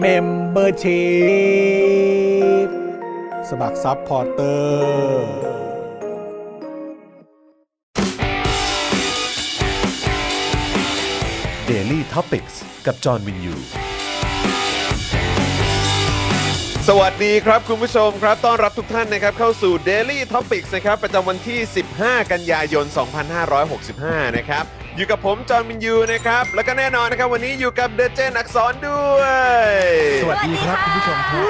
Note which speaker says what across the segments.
Speaker 1: เมมเบอร์ชีพสมัครซัพพอร์เตอร์
Speaker 2: Daily t o p i c กกับจอห์นวินยู
Speaker 3: สวัสดีครับคุณผู้ชมครับ ต้อนรับทุกท่านนะครับเข้าสู่ Daily Topics นะครับ ประจำวันที่ 15 กันยายน 2565 นะครับ อยู่กับผมจอห์นวินยูนะครับ แล้วก็แน่นอนนะครับ วันนี้อยู่กับเดเจนอักษรด้วย
Speaker 2: สวัสดีครับคุณผู้ชมครับ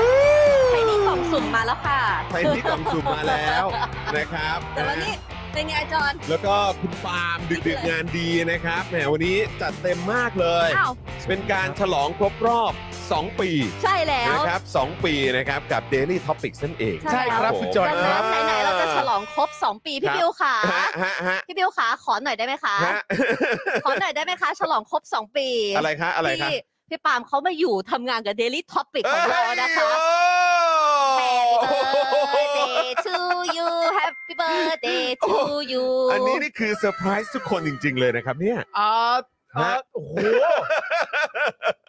Speaker 4: ไทยนี่กล่องสุ่มมาแล้วค่ะ
Speaker 3: ใครที่กล่อมสุ่มมาแล้วนะครับ
Speaker 4: แต่วันนี้เป็นไงจอน
Speaker 3: แล้วก็คุณปาล์มดึกๆงานดีนะครับแหมวันนี้จัดเต็มมากเลย
Speaker 4: อ้าว
Speaker 3: เป็นการฉลองครบรอบ 2 ปี
Speaker 4: ใช่แล้ว
Speaker 3: นะครับ 2 ปีนะครับกับ Daily Topics นั่นเอง
Speaker 4: ใช่ครับคุณจอห์
Speaker 3: ผม
Speaker 4: แล้วไหนๆเราจะฉลองครบ 2 ปีพี่
Speaker 3: ครับ
Speaker 4: บิวค่ะ
Speaker 3: ฮะฮะฮะ
Speaker 4: พี่บิวค่ะขอหน่อยได้ไหมคะ
Speaker 3: ฮะ
Speaker 4: ขอหน่อยได้ไหมคะ ฉลองครบ 2 ปี
Speaker 3: อะไรคะอะไรคะ
Speaker 4: ที่พี่ปาล์มเขามาอยู่ทำงานกับ Daily Topic ของเรานะคะ Happy
Speaker 3: เอ้ย
Speaker 4: birthday to you Happy birthday to
Speaker 3: โอ้
Speaker 4: you
Speaker 3: อันนี้นี่คือเซอร์ไพรส์ทุกคนจริง ๆ เลยนะครับเนี่ย
Speaker 5: อ่าอ่า
Speaker 3: ฮะ
Speaker 5: โอ้โห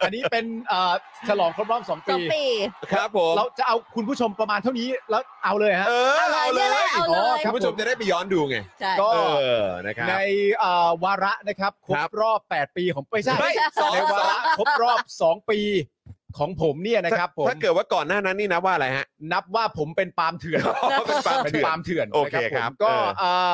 Speaker 5: อันนี้เป็นอ่าฉลองครบรอบสอง
Speaker 4: ส
Speaker 5: ปี
Speaker 4: องปี
Speaker 3: ครับผม
Speaker 5: เราจะเอาคุณผู้ชมประมาณเท่านี้แล้วเอาเลยฮะ
Speaker 3: เออเอาเล
Speaker 4: นี่
Speaker 3: ย
Speaker 4: แหะเอาเล
Speaker 5: อ๋อย ค
Speaker 3: คุ
Speaker 5: รั
Speaker 3: ณ
Speaker 5: บ
Speaker 3: ผู้ชมจะได้ไปย้อนดูไง
Speaker 4: ใช่
Speaker 5: ก็
Speaker 3: เออ นะครับ
Speaker 5: ในอ่าวาระนะครับคร
Speaker 3: ครับ
Speaker 5: บรอบ 8 ปีของไม่ใช่
Speaker 3: ไม่สอง
Speaker 5: ในวาระครบรอบ 2 ปีของผมเนี่ยนะครับผม
Speaker 3: ถ้าเกิดว่าก่อนหน้านั้นนี่นะว่าอะไรฮะ
Speaker 5: นับว่าผมเป็นปาล์มเถื่อน
Speaker 3: อ๋อเป็นปาล์มเถื่อน
Speaker 5: เป็นปาล์มเถื่อน
Speaker 3: โอเค
Speaker 5: นะ
Speaker 3: ครับ
Speaker 5: ผมก็
Speaker 3: เอออ่
Speaker 5: า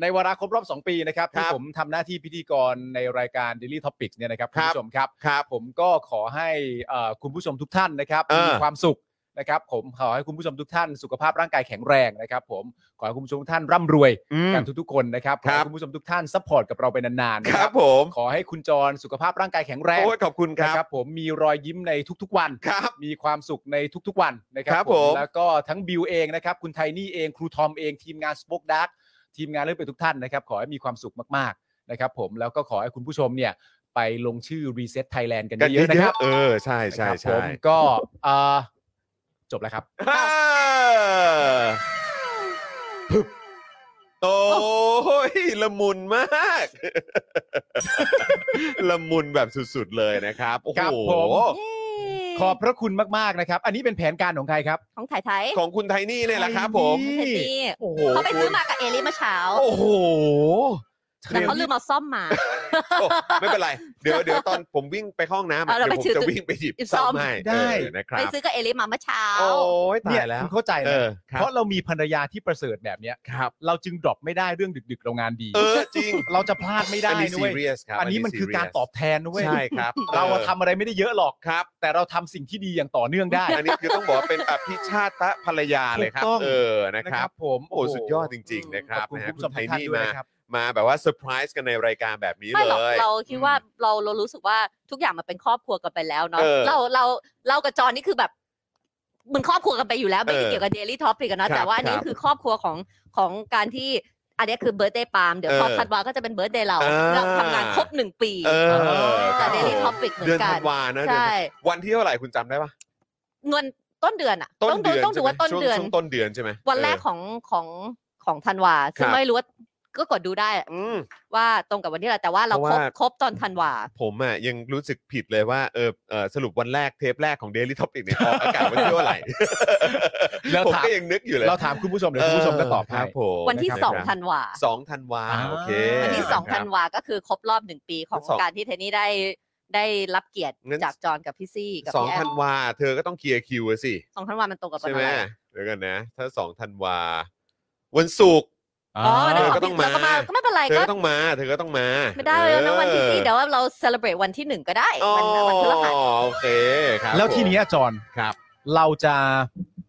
Speaker 5: ในวาระครบรอบ 2 ปีนะครับ
Speaker 3: ค
Speaker 5: ที่
Speaker 3: รับ
Speaker 5: ผมทำหน้าที่พิธีกรในรายการ Daily Topics เนี่ยนะครับ
Speaker 3: ค
Speaker 5: คุ
Speaker 3: รับ
Speaker 5: ณผู้ชมครับ
Speaker 3: ครับ
Speaker 5: ผมก็ขอให้เอ่อคุณผู้ชมทุกท่านนะครับ
Speaker 3: เออ
Speaker 5: มีความสุขนะครับ ผมขอให้คุณผู้ชมทุกท่าน สุขภาพร่างกายแข็งแรงนะครับ ผมขอให้คุณผู้ชมทุกท่านร่ำรวย
Speaker 3: อืม
Speaker 5: กันทุกๆคนนะครับข
Speaker 3: ค
Speaker 5: อ
Speaker 3: รับ
Speaker 5: ให้คุณผู้ชมทุกท่านซัพพอร์ตกับเราไปนานๆ
Speaker 3: ค
Speaker 5: นะ
Speaker 3: รับผม
Speaker 5: ขอให้คุณจรสุขภาพร่างกายแข็งแรง
Speaker 3: โอ้ยขอบคุณค
Speaker 5: นะ
Speaker 3: รับ
Speaker 5: ครับ ผมมีรอยยิ้มในทุกๆวัน
Speaker 3: ครับ
Speaker 5: มีความสุขในทุกๆวันนะครับ
Speaker 3: ครับผม
Speaker 5: แล้วก็ทั้งบิวเองนะครับ คุณไทนี่เองครูทอมเองทีมงานสป็อคดักทีมงานเรื่องไปทุกท่านนะครับ ขอให้มีความสุขมากๆนะครับ ผมแล้วก็ขอให้คุณผู้ชมเนี่ย ไปลงชื่อ Reset Thailand กัน
Speaker 3: กัน
Speaker 5: เยอะๆ
Speaker 3: เย
Speaker 5: นะค
Speaker 3: อะ
Speaker 5: รับ
Speaker 3: ๆเออ ใช่ใช่
Speaker 5: นะครับ
Speaker 3: ใช่
Speaker 5: ผมก็เอ่อจบแล้วครับ
Speaker 3: อ่าพึบโอ้ยละมุนมาก ละมุนแบบสุดๆเลยนะครับ โอ้
Speaker 5: ครับ
Speaker 3: โห
Speaker 5: ผม ขอบพระคุณมากๆนะครับ อันนี้เป็นแผนการของใครครับ
Speaker 4: ของไทยไทย
Speaker 3: ของคุณไทนี่เนี่ยแหละครับผม
Speaker 5: นี่
Speaker 4: เทนนี่
Speaker 5: โอ้โห
Speaker 4: เขาไปซื้อมากับเอลี่เมื่อเช้า
Speaker 3: โอ้โห
Speaker 4: แต่เขาลืมเอาซ่อมมา
Speaker 3: โอ้ไม่เป็นไร เดี๋ยวเดี๋ยวตอนผมวิ่งไปห้องน้ำอะ
Speaker 4: เอาเรา
Speaker 3: เดี๋ยวผม
Speaker 4: ไป
Speaker 3: จะ
Speaker 4: ถือ
Speaker 3: วิ่งไปหยิบ
Speaker 4: หยิบ
Speaker 3: ซ่อ
Speaker 4: ซ่อ
Speaker 3: ม
Speaker 4: ม
Speaker 3: ให้
Speaker 5: ได้
Speaker 3: เออนะครั
Speaker 4: ไป
Speaker 3: บ
Speaker 4: ซื้อกับเอลี่มาเมื่อเช้า
Speaker 3: โอ้ยตายแล้ว
Speaker 5: เนี่คุณเข้าใจ
Speaker 3: เอ
Speaker 5: นะ
Speaker 3: อค
Speaker 5: เพ
Speaker 3: รับ
Speaker 5: ราะเรามีภรรยาที่ประเสริฐแบบเนี้ย
Speaker 3: ครับ
Speaker 5: เราจึงดรอปไม่ได้เรื่องดึกๆ เรางานดี
Speaker 3: เออจริง
Speaker 5: เราจะพลาดไม่ได้
Speaker 3: อันนี้
Speaker 5: นะ
Speaker 3: ซี
Speaker 5: เว้ย
Speaker 3: เรียสครับ
Speaker 5: อันนี้มันคือการตอบแทนนะเว้ย
Speaker 3: ใช่ครับ
Speaker 5: เรา
Speaker 3: ออ
Speaker 5: อะทำอะไรไม่ได้เยอะหรอก
Speaker 3: ครับ
Speaker 5: แต่เราทำสิ่งที่ดีอย่างต่อเนื่องได้
Speaker 3: อันนี้คือต้องบอกว่าเป็นอภิชาตะภรรยาเลยครับ
Speaker 5: ถูกต้อง
Speaker 3: เออนะครับ
Speaker 5: ผม
Speaker 3: โอ้โหสุดยอดจริง ๆ นะค
Speaker 5: ข
Speaker 3: รั
Speaker 5: อ
Speaker 3: บบ
Speaker 5: คุณ
Speaker 3: นะฮะ
Speaker 5: คุณผู้ชม
Speaker 3: ไท
Speaker 5: ทุกท่าน
Speaker 3: นี่
Speaker 5: ด้วย
Speaker 3: มา
Speaker 5: นะครับ
Speaker 3: มาแบบว่าเซอร์ไพรส์กันในรายการแบบนี้
Speaker 4: ไม่หร
Speaker 3: เล
Speaker 4: อก
Speaker 3: ย
Speaker 4: เราคิดว่าเราเรารู้สึกว่าทุกอย่างมันเป็นครอบครัวกันไปแล้วเนาะ
Speaker 3: เออ
Speaker 4: เราเราเรากับจอนนี่คือแบบเหมันครอบครัวกันไปอยู่แล้วไม่ได้
Speaker 3: เออ
Speaker 4: เกี่ยวกับเดลี่ท็อปิกกัน
Speaker 3: ค
Speaker 4: เนาะ
Speaker 3: รับ
Speaker 4: แต่ว่าอัน
Speaker 3: ค
Speaker 4: นี่
Speaker 3: รับ
Speaker 4: คือครอบครัวของของการที่อันนี้คือเบิร์ดเดย์ปาล์มเดี๋ยว
Speaker 3: เออ
Speaker 4: พอธันวาก็จะเป็นเบิร์ดเดย์เรา
Speaker 3: อ่า
Speaker 4: เราทำงานครบหนึ่งปี
Speaker 3: เออค
Speaker 4: กั
Speaker 3: รั
Speaker 4: บบ เด
Speaker 3: ผม
Speaker 4: ลี่ท็อปิกเหมือ
Speaker 3: เดือน
Speaker 4: นกั
Speaker 3: ธั
Speaker 4: น
Speaker 3: นวานะเดือน
Speaker 4: ใช่
Speaker 3: วันที่เท่าไหร่คุณจำได้ปะ
Speaker 4: เงินต้นเดือนอะ
Speaker 3: ต้น
Speaker 4: ต้อง
Speaker 3: เดื
Speaker 4: ดู
Speaker 3: อน
Speaker 4: ต้องดู
Speaker 3: ใช่ไหม
Speaker 4: ว่าต้น
Speaker 3: ช่วง
Speaker 4: เดือน
Speaker 3: ช่วงต้นเดือนใช่ไหม
Speaker 4: วันแรก
Speaker 3: เออ
Speaker 4: ของของของธันวาซึ่ง
Speaker 3: ครับ
Speaker 4: ไม่รู้ว่าก็กดดูได้แหละ
Speaker 3: อืม
Speaker 4: ว่าตรงกับวันที่อะไรแต่ว่าเรา
Speaker 3: เพ
Speaker 4: คร
Speaker 3: ราะ
Speaker 4: บ
Speaker 3: ว่า
Speaker 4: ครบตอนธันวา
Speaker 3: ผมอ่ะยังรู้สึกผิดเลยว่าเออเออสรุปวันแรกเทปแรกของ Daily Topic เนี่ยออกอากาศวันที่เท่าไหร่
Speaker 5: แล้ว
Speaker 3: ผม
Speaker 5: ถาม
Speaker 3: ก็ยังนึกอยู่เลย
Speaker 5: เราถามคุณผู้ชมเดี๋ยวคุณผู้ชมก็ตอบ
Speaker 3: ครับ
Speaker 5: ให้
Speaker 3: ผม
Speaker 4: วันที่
Speaker 3: ะครับ
Speaker 4: สองธันวา
Speaker 3: สองธันวา
Speaker 5: อ่า
Speaker 3: โอเค
Speaker 4: วันที่
Speaker 3: ะครับ
Speaker 4: สองธันวาก็คือครบรอบหนึ่งปีของ
Speaker 3: สอง
Speaker 4: การที่เทนนี่ได้ ได้รับเกียรติ
Speaker 3: งั้น
Speaker 4: จากจอนกับพี่ซี่กับ
Speaker 3: สอง
Speaker 4: พี่แอ
Speaker 3: ธั
Speaker 4: ม
Speaker 3: นวาเธอก็ต้องเคลียร์คิวอะสิ
Speaker 4: สองธันวามันตรงกับวัน
Speaker 3: ใช่
Speaker 4: อะ
Speaker 3: ไหม
Speaker 4: ไร
Speaker 3: เดี๋ยวกันนะ ถ้าสองธันวา วันศุกร์
Speaker 4: อ๋อ
Speaker 3: เธ
Speaker 4: เดี๋ยว
Speaker 3: อ
Speaker 4: ข
Speaker 3: ก็
Speaker 4: อ
Speaker 3: ต้
Speaker 4: พี่
Speaker 3: อง
Speaker 4: เราก็มา
Speaker 3: มา
Speaker 4: ก็ไม่เป็นไร
Speaker 3: เธอ
Speaker 4: ก็
Speaker 3: ก็ต้องมา เธอก็ต้องมา
Speaker 4: ไม่ได้แล้วนะวันพี่ซี่เดี๋
Speaker 3: ย
Speaker 4: ยวเราเซเลบรตวันที่หนึ่งก็ได้
Speaker 3: อ๋อ
Speaker 4: มันวันพฤหัส
Speaker 3: โอเคครับ
Speaker 5: แล้วที
Speaker 3: ผม
Speaker 5: เนี้ยจอน
Speaker 3: ครับ
Speaker 5: เราจะ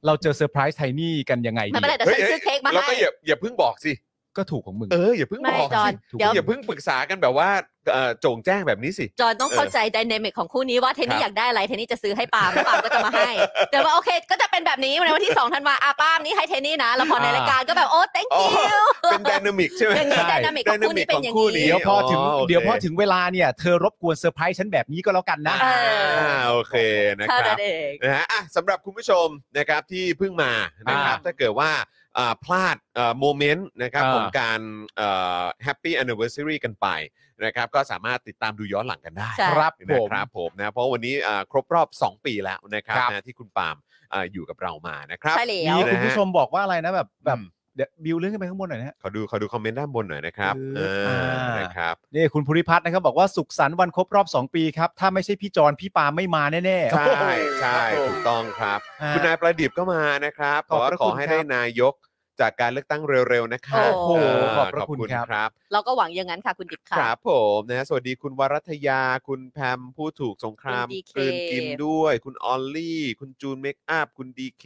Speaker 5: เราเจอเซอร์ไพรส์ไทนี่กันยังไงดี
Speaker 4: ไม่เป็นไรแต่
Speaker 3: เฮ้
Speaker 4: ฉั
Speaker 3: ย
Speaker 4: นซื้อเค้กมา
Speaker 3: เรา
Speaker 4: ให้
Speaker 3: ก็อย่าอย่าเพิ่งบอกสิ
Speaker 5: ก็ถูกของมึง
Speaker 3: เอออย่าเพิ่ง
Speaker 4: ไม่
Speaker 3: บอก
Speaker 4: จอน
Speaker 3: สิ
Speaker 5: ถูก
Speaker 4: เดี๋ยว
Speaker 3: อย่าเพิ่งปรึกษากันแบบว่าเอ่อโจงแจ้งแบบนี้สิ
Speaker 4: จอนต้องเข้าใจไดนามิกของคู่นี้ว่าเทนนี่อยากได้อะไรเทนนี่จะซื้อให้ปาล์มแล้วปาล์มก็จะมา ให้แต่ว่าโอเค ก็จะเป็นแบบนี้ในวันที่2ธันวาอ่ะปาล์มนี่ให้เทนนี่นะแล้วพอในรายการก็ แบบโอ้ thank
Speaker 3: อ๋
Speaker 4: you
Speaker 3: เป็นไดนามิกใช่ไหม
Speaker 4: อย่างนี้ไดนามิกของคู่นี้เป็นอย่าง
Speaker 3: ไดนามิกของคู่นี้
Speaker 4: นี้
Speaker 5: เดี๋ยวพอถึง
Speaker 3: อ๋อโอเค
Speaker 5: เดี๋ยวพอถึงเวลาเนี่ยเธอรบกวนเซอร์ไพรส์ฉันแบบนี้ก็แล้วกันนะ
Speaker 4: เออ
Speaker 3: อ่าโอเคนะค
Speaker 4: เท่า
Speaker 3: รั
Speaker 4: นั้
Speaker 3: บ
Speaker 4: นเอง
Speaker 3: นะฮะอ่ะสำหรับคุณผู้ชมนะครับที่เพิ่งมานะครับ
Speaker 5: อ่า
Speaker 3: ถ้าเกิดว่าอ่าพลาดโมเมนต์นะครับ
Speaker 5: อ่า
Speaker 3: ของการแฮปปี้แอนนิเวอร์ซรีกันไปนะครับก็สามารถติดตามดูย้อนหลังกันได้
Speaker 4: ใช่
Speaker 5: ครับ ผม
Speaker 3: นะครับผมนะเพราะวันนี้อ่าครบรอบ 2 ปีแล้วนะครับ
Speaker 5: ครับ
Speaker 3: นะที่คุณปาล์มอ่าอยู่กับเรามานะครับ
Speaker 4: ใช่แล้ว
Speaker 5: มี
Speaker 3: นะฮะ
Speaker 5: คุณผู้ชมบอกว่าอะไรนะแบบแบบ
Speaker 3: อืม
Speaker 5: เดี๋ยวบิวเลื่อนขึ้นไปข้างบนหน่อยนะฮะ
Speaker 3: ขอดูขอดูคอมเมนต์ด้านบนหน่อยนะครับ
Speaker 5: อืม
Speaker 3: เอออา นะครับ
Speaker 5: นี่คุณภูริพัฒน์นะครับบอกว่าสุขสันต์วันครบรอบ 2 ปีครับ ถ้าไม่ใช่พี่จอนพี่ปาไม่มาแน่ๆ
Speaker 3: ใช่ใช่ถูกต้องครับ
Speaker 5: อ่า
Speaker 3: คุณนายประดิษฐ์ก็มานะครับ
Speaker 5: ขอบพ
Speaker 3: ว่า
Speaker 5: ระ
Speaker 3: ขอ
Speaker 5: คุณ
Speaker 3: ให้
Speaker 5: ครับ
Speaker 3: ได้นายกจากการเลือกตั้งเร็วๆนะคะ
Speaker 4: โอ้โห
Speaker 3: เ
Speaker 5: ขอบพระคุณครับ
Speaker 3: ครับ
Speaker 4: เราก็หวังอย่างนั้นค่ะคุณดิบค่ะ
Speaker 3: ครับผมนะฮะสวัสดีคุณวรัตยา คุณแพมผู้ถูกสงคราม
Speaker 4: คุณ DK
Speaker 3: กลืนกินด้วย คุณออลลี่ คุณจูนเมคอัพคุณดีเค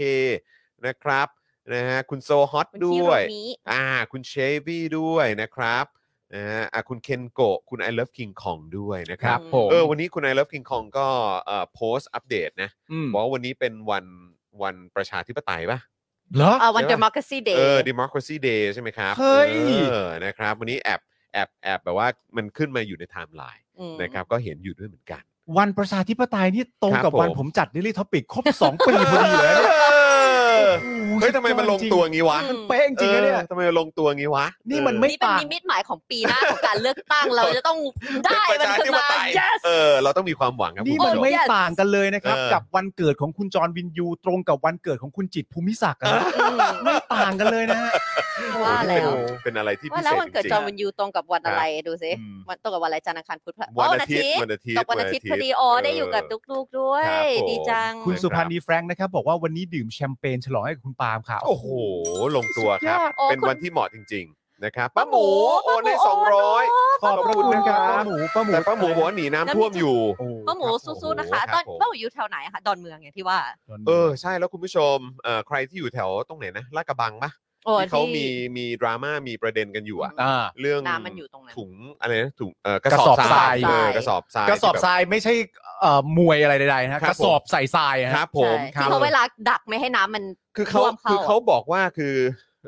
Speaker 3: นะครับนะฮะคุณโซฮอต
Speaker 4: คุณฮิ
Speaker 3: ด้
Speaker 4: โร
Speaker 3: วย
Speaker 4: มิ
Speaker 3: อ่าคุณเชฟวี่ด้วยนะครับนะฮะอ่ะคุณเคนโกะคุณ I love King Kong ด้วยนะค
Speaker 5: ค
Speaker 3: รั
Speaker 5: รั
Speaker 3: บบ
Speaker 5: ผม
Speaker 3: เออวันนี้คุณ I love King Kong ก็เอ่อโพสต์อัปเดตนะ
Speaker 5: ม
Speaker 3: บอกว่าวันนี้เป็นวันวันประชาธิปไตยป่ะ
Speaker 5: เหรอ
Speaker 4: เอ่อวัน
Speaker 3: ใช่ปะ
Speaker 4: democracy
Speaker 3: เออ
Speaker 4: day
Speaker 3: democracy day ใช่ไหมครับ
Speaker 5: เฮ้ย
Speaker 3: เออนะครับ วันนี้แอบแอบแอบแบบว่ามันขึ้นมาอยู่ในไทม์ไลน์
Speaker 4: อืม
Speaker 3: นะครับ ก็เห็นอยู่ด้วยเหมือนกัน
Speaker 5: วันประชาธิปไตยนี่ตรง
Speaker 3: ครับ
Speaker 5: กับวัน
Speaker 3: ผม
Speaker 5: ผมจัดดิลี่ท็อปิกครบ 2 ปีพอดีเลยนะ
Speaker 3: เฮ้ยทำไมมันลงตัวงี้วะ
Speaker 4: อืม
Speaker 5: เป๊ะจริงๆนะเนี่ย
Speaker 3: ออทำไมลงตัวงี้วะ
Speaker 5: นี่มัน
Speaker 3: เออ
Speaker 5: ไม่
Speaker 4: นี่เป็น
Speaker 5: ปาก
Speaker 4: นิมิตหมายของปีหน้าของการเลือกตั้ง เราจะต้องได้
Speaker 3: เป็นป
Speaker 4: มั
Speaker 3: ระ
Speaker 4: น
Speaker 3: ชา
Speaker 4: ขึ้
Speaker 3: ธิ
Speaker 4: น
Speaker 3: ป
Speaker 4: มา
Speaker 3: ไตย
Speaker 4: yes
Speaker 3: เออ เราต้องมีความหวังครับ
Speaker 5: นี่
Speaker 3: คุณ
Speaker 5: มั
Speaker 3: ผู้
Speaker 5: น
Speaker 3: ชม
Speaker 5: ไม่
Speaker 4: โอ้ yes
Speaker 5: ต่างกันเลยนะครับ
Speaker 3: เออ
Speaker 5: กับวันเกิดของคุณจรวินยูตรงกับวันเกิดของคุณจิตรภูมิศักดิ์อะนะไม่ต่างกันเลยนะฮะ
Speaker 4: ว่า
Speaker 3: โอ้โห
Speaker 4: แล้
Speaker 3: นี่
Speaker 4: ว
Speaker 3: เป็นเป็นอะไรที่พิ
Speaker 4: ว่า
Speaker 3: เศ
Speaker 4: แล้ว
Speaker 3: ษ
Speaker 4: วันเกิด
Speaker 3: จริ
Speaker 4: จอง ห์นวินยูตรงกับวันอะไรดูสิ
Speaker 3: อืม
Speaker 4: วันตรงกับวันอะไรจันทร์อังคารพุธพฤหัส
Speaker 3: ๆวันอาทิตย์วันอาทิต
Speaker 4: ต
Speaker 3: ย์
Speaker 4: กวันอาทิตย์พอดีอ๋อได้อยู่กับลูกๆด้วย
Speaker 3: ครับผม
Speaker 4: ดีจัง
Speaker 5: คุณ
Speaker 3: นะครับ
Speaker 5: สุพันธ์นีแฟรงค์นะครับบอกว่าวันนี้ดื่มแชมเปญฉลองให้กับคุณปาล์มค่ะ
Speaker 3: โอ้โห ลงตัวครับ
Speaker 4: สุดยอดโอ้
Speaker 3: เป็น
Speaker 4: คุณ
Speaker 3: วันที่เหมาะจริง ๆ นะครับป้าหมูโอนให้
Speaker 4: ป้า
Speaker 3: สอง
Speaker 4: มู
Speaker 3: ร้อย
Speaker 5: ขอบพระคุณนะครับ
Speaker 3: ขอบคุณครับ
Speaker 5: ป้าหมูป้าหมู
Speaker 3: แต่ป้าหมูบอกว่าหนีน้ำท่วมอยู่
Speaker 5: โอ้
Speaker 4: ป้าหมูสู้ๆนะคะ
Speaker 3: ครับ
Speaker 4: ตอน
Speaker 3: ผม
Speaker 4: ป้าหมูอยู่แถวไหนอะคะดอนเมืองอย่างที่ว่า
Speaker 3: เออ ใช่แล้วคุณผู้ชมเอ่อใครที่อยู่แถวตรงไหนนะลาดกระบังปะ
Speaker 4: โอ้
Speaker 3: ที่เขามี
Speaker 4: ที่
Speaker 3: มีดราม่ามีประเด็นกันอยู่อะ
Speaker 4: อืม
Speaker 5: อ่า
Speaker 3: เรื่อง
Speaker 4: น้ำมันอยู่ตรงนั้น
Speaker 3: ถุงอะไรนะถุงเอ่อก
Speaker 5: ก
Speaker 3: ระ
Speaker 5: ระ
Speaker 3: ส
Speaker 5: ส
Speaker 3: อ
Speaker 5: อ
Speaker 3: บบทราย
Speaker 4: ทราย
Speaker 3: เออกระสอบทราย
Speaker 5: กระสอบ
Speaker 3: ที่
Speaker 5: ท
Speaker 3: แ
Speaker 5: รายไม่ใช่เอ่อมวยอะไรใดๆนะฮะ
Speaker 3: ครับ
Speaker 5: กระสอบใส่ทราย
Speaker 3: บบ
Speaker 5: อะ
Speaker 3: ค
Speaker 5: ฮะ
Speaker 3: รับผ
Speaker 4: ใช่
Speaker 3: ม
Speaker 5: ครั
Speaker 4: ที่
Speaker 5: บ
Speaker 4: เขาเวลาดักไม่ให้น้ำมัน
Speaker 3: คือเขา
Speaker 4: ท่วมเข้า
Speaker 3: คือเขาบอกว่าคือ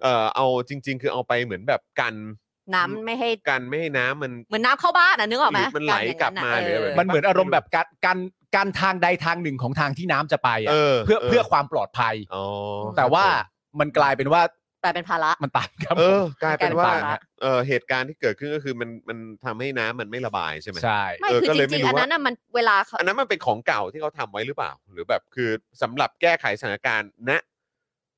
Speaker 3: เอ่อเอาจริง ๆ คือเอาไปเหมือนแบบกัน
Speaker 4: น้ำไม่ให้
Speaker 3: กันไม่ให้น้ำมัน
Speaker 4: เหมือนน้ำเข้าบ้านอ่ะนึกออกไหม
Speaker 3: มันไหลกลับมาหรืออะไรแบบ
Speaker 5: มันเหมือนอารมณ์แบบการการการทางใดทางหนึ่งของทางที่น้ำจะไปอะ
Speaker 3: เออ
Speaker 5: เพื่อเพื่อความปลอดภัย
Speaker 3: อ๋อ
Speaker 5: แต่ว่ามันกลายเป็นว่า
Speaker 4: แต่เป็นภาระ
Speaker 5: มันต่างครับ
Speaker 3: เออกลายเป็นว่าก
Speaker 4: ลายเป็นภาระ
Speaker 3: เออเหตุการณ์ที่เกิดขึ้นก็คือมันมันทำให้น้ำมันไม่ระบายใช่ไหม
Speaker 5: ใช่
Speaker 4: ไม่
Speaker 3: เออ
Speaker 4: คือ
Speaker 3: ก็
Speaker 4: จ
Speaker 3: เลยไม่
Speaker 4: ริง
Speaker 3: รู้
Speaker 4: ๆอัน
Speaker 3: ว่า
Speaker 4: นั้นน่ะมันเวลาเขา
Speaker 3: อันนั้นมันเป็นของเก่าที่เขาทำไว้หรือเปล่า หรือแบบคือสำหรับแก้ไขสถานการณ์ณ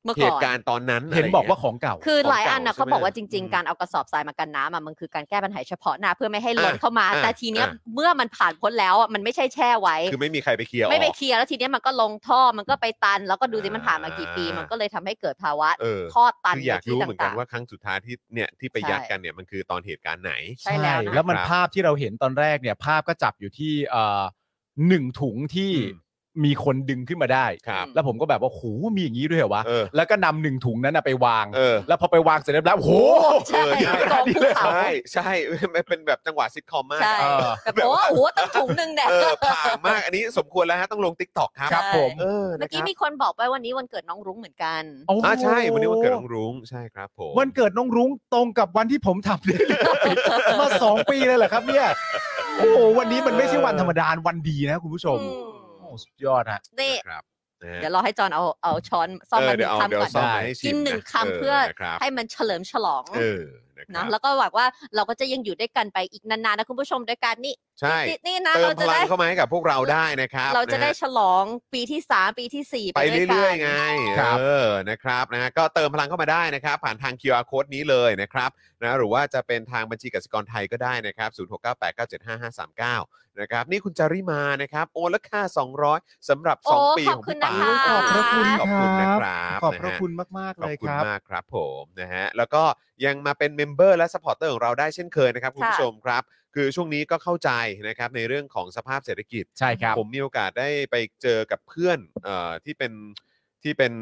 Speaker 4: เมื่อ
Speaker 3: เห
Speaker 4: ก่อ
Speaker 3: ตุ
Speaker 4: น
Speaker 3: การณ์ตอนนั้นะไร
Speaker 5: เห็น
Speaker 3: ย่งงี้ย
Speaker 5: บอกว่าของเก่า
Speaker 4: คือหลายอัน
Speaker 3: ของเก่าใช่
Speaker 4: นะเขา
Speaker 3: ไหม
Speaker 4: บอกว่าจริง
Speaker 3: อืม
Speaker 4: ๆ การเอากระสอบทรายมากันน้ำอ่ะมันคือการแก้ปัญหาเฉพาะหน้าเพื่อไม่ให้ล้น
Speaker 3: อ่ะ
Speaker 4: เข้ามา
Speaker 3: อ่ะ
Speaker 4: แต่ทีเนี้ย
Speaker 3: อ่ะ
Speaker 4: เมื่อมันผ่านพ้นแล้วอ่ะมันไม่ใช่แช่ไว้
Speaker 3: คือไม่มีใครไปเคลียร์ออก
Speaker 4: ไม่ไปเคลียร์แล้วทีเนี้ยมันก็ลงท่อมันก็ไปตัน แล้วก็ดูสิมันผ่านมากี่ปี
Speaker 3: อ่ามั
Speaker 4: มันก็เลยทำให้เกิดภาวะ
Speaker 3: เออ
Speaker 4: ท่อตัน
Speaker 3: คืออยาก
Speaker 4: ในที่
Speaker 3: รู้เหมือนกัน
Speaker 4: ต่งๆ
Speaker 3: ว่าครั้งสุดท้ายที่เนี่ยที่ไป
Speaker 4: ใช่
Speaker 3: ยัดกันเนี่ยมันคือตอนเหตุการณ์ไหน
Speaker 4: ใช่แล้วนะ
Speaker 5: แล้วมัน
Speaker 3: ครับ
Speaker 5: ภาพที่เราเห็นตอนแรกเนี่ย ภาพก็จับอยู่ที่เอ่อหนึ่งถุงที่
Speaker 3: อืม
Speaker 5: มีคนดึงขึ้นมาได้
Speaker 3: ครับ
Speaker 5: แล้วผมก็แบบว่าโหมีอย่างนี้ด้วยเหรอวะ
Speaker 3: เออ
Speaker 5: แล้วก็นำหนึ่งถุงนั้นนะไปวาง
Speaker 3: เออ
Speaker 5: แล้วพอไปวางเสร็จเรียบร้อยโอ้โห
Speaker 4: ใช่
Speaker 3: เออ
Speaker 4: กองภู
Speaker 3: ใช
Speaker 4: เขา
Speaker 3: ่ใช่ มันเป็นแบบจังหวะซิทคอมมาก
Speaker 4: ใช่
Speaker 5: เออ
Speaker 4: แบบโอ้โหตั้งถุงหนึ่งแดด
Speaker 3: เออผ่างมากอันนี้สมควรแล้วฮะต้องลงติ๊กต็อกครับ
Speaker 5: ครับผม
Speaker 3: เออ
Speaker 4: เมื่อ
Speaker 3: นะค
Speaker 4: กี้
Speaker 3: รับ
Speaker 4: มีคนบอกไปวันนี้วันเกิดน้องรุ้งเหมือนกัน
Speaker 5: โอ้โห
Speaker 3: อ่าใช่วันนี้วันเกิดน้องรุ้งใช่ครับผม
Speaker 5: วันเกิดน้องรุ้งตรงกับวันที่ผมทำ Daily Topic มาสองปีเลยเหรอครับเนี่ยโอ้โหวันนี้มันไม่ใช่วันธรรมดาวันดีนะคุณผู้ชม
Speaker 4: อืม
Speaker 5: โอ้สุดยอดฮะ
Speaker 4: นี่
Speaker 3: นะครับนะฮะ
Speaker 4: เดี๋ยวรอให้จอนเอาเอาช้อนซ่อม
Speaker 3: เออ
Speaker 4: มาห
Speaker 3: เดี๋ยว
Speaker 4: นึ่ง
Speaker 3: เอาเดี๋ยว
Speaker 4: คำก่อน
Speaker 3: ซ่อม
Speaker 5: ได้
Speaker 3: มาให้ชิม
Speaker 4: กินหนึ่ง
Speaker 3: ะ
Speaker 4: คำเพื่อ
Speaker 3: นะครับ
Speaker 4: ให้มันเฉลิมฉลอง
Speaker 3: เออ นะครั
Speaker 4: เนาะแล้วก็หวังว่าเราก็จะยังอยู่ด้วยกันไปอีกนานๆนะคุณผู้ชมด้วยกันนี่
Speaker 3: ใช่
Speaker 4: นี่นี่นะ
Speaker 3: เติม
Speaker 4: เรา
Speaker 3: พ
Speaker 4: จะ
Speaker 3: ลัง
Speaker 4: ได้
Speaker 3: เข้ามาให้กับพวกเราได้นะครับ
Speaker 4: เราจะ
Speaker 3: นฮ
Speaker 4: ได้ฉลองปีที่สามปีที่สี่
Speaker 3: ไป
Speaker 4: ด้วยกัน
Speaker 3: เรื่อยๆไง
Speaker 5: ครับ
Speaker 3: เออนะครับนะฮะก็เติมพลังเข้ามาได้นะครับ ผ่านทาง QR code นี้เลยนะครับนะหรือว่าจะเป็นทางบัญชีกสิกรไทยก็ได้นะครับ 0698975539 นะครับ นี่คุณจาริมานะครับ โอนราคา 200สำหรับ
Speaker 4: โอ้
Speaker 3: 2 ปี
Speaker 4: ขอ
Speaker 3: ขอ
Speaker 4: บ
Speaker 3: ง
Speaker 4: คุณ
Speaker 3: พี่ปาล์ม
Speaker 4: นะคะ
Speaker 3: ขอบพระคุณขอบคุณนะครับ
Speaker 5: ขอบพระ
Speaker 3: นฮ
Speaker 5: คุณมาก
Speaker 3: ข
Speaker 5: ๆ
Speaker 3: อ
Speaker 5: เล
Speaker 3: บ
Speaker 5: ย
Speaker 3: คุ
Speaker 5: ค
Speaker 3: ณ
Speaker 5: รับ
Speaker 3: มากครับผมนะฮะแล้วก็ยังมาเป็นเมมเบอร์และสปอร์เตอร์ของเราได้เช่นเคยนะครับ คุณผู้
Speaker 4: ค่ะ
Speaker 3: ชมครับ คือช่วงนี้ก็เข้าใจนะครับในเรื่องของสภาพเศรษฐกิจ
Speaker 5: ใช่ครับ
Speaker 3: ผมมีโอกาสได้ไปเจอกับเพื่อนเอ่อที่เป็นที่เป็น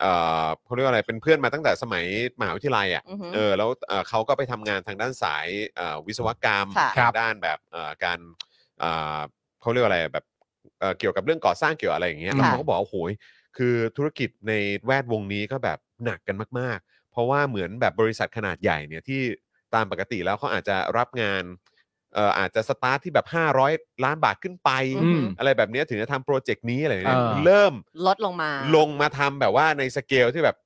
Speaker 3: เอ่อเขาเรียกว่าอะไรเป็นเพื่อนมาตั้งแต่สมัยมหาวิทยาลัยอ่ะ
Speaker 4: อือหือ
Speaker 3: เออแล้วเอ่อเขาก็ไปทำงานทางด้านสายเอ่อวิศวกรรม
Speaker 4: ค่ะ
Speaker 5: ครับ
Speaker 3: ด้านแบบเอ่อการเอ่อเขาเรียกว่าอะไรแบบเอ่อเกี่ยวกับเรื่องก่อสร้างเกี่ยวกับอะไรอย่างเงี้ย
Speaker 5: ค่ะ
Speaker 3: แล้วเขาก็บอกว่าโอ้ยคือธุรกิจในแวดวงนี้ก็แบบหนักกันมาก ๆ เพราะว่าเหมือนแบบบริษัทขนาดใหญ่เนี่ยที่ตามปกติแล้วเขาอาจจะรับงานเอ่ออาจจะสตาร์ทที่แบบ 500 ล้านบาทขึ้นไป
Speaker 5: อืม
Speaker 3: อะไรแบบเนี้ยถึงจะทำโปรเจกต์นี้อะไรเนี่ย
Speaker 5: เออ
Speaker 3: เริ่ม
Speaker 4: ลดลงมา
Speaker 3: ลงมาทำแบบว่าในสเกลที่แบบ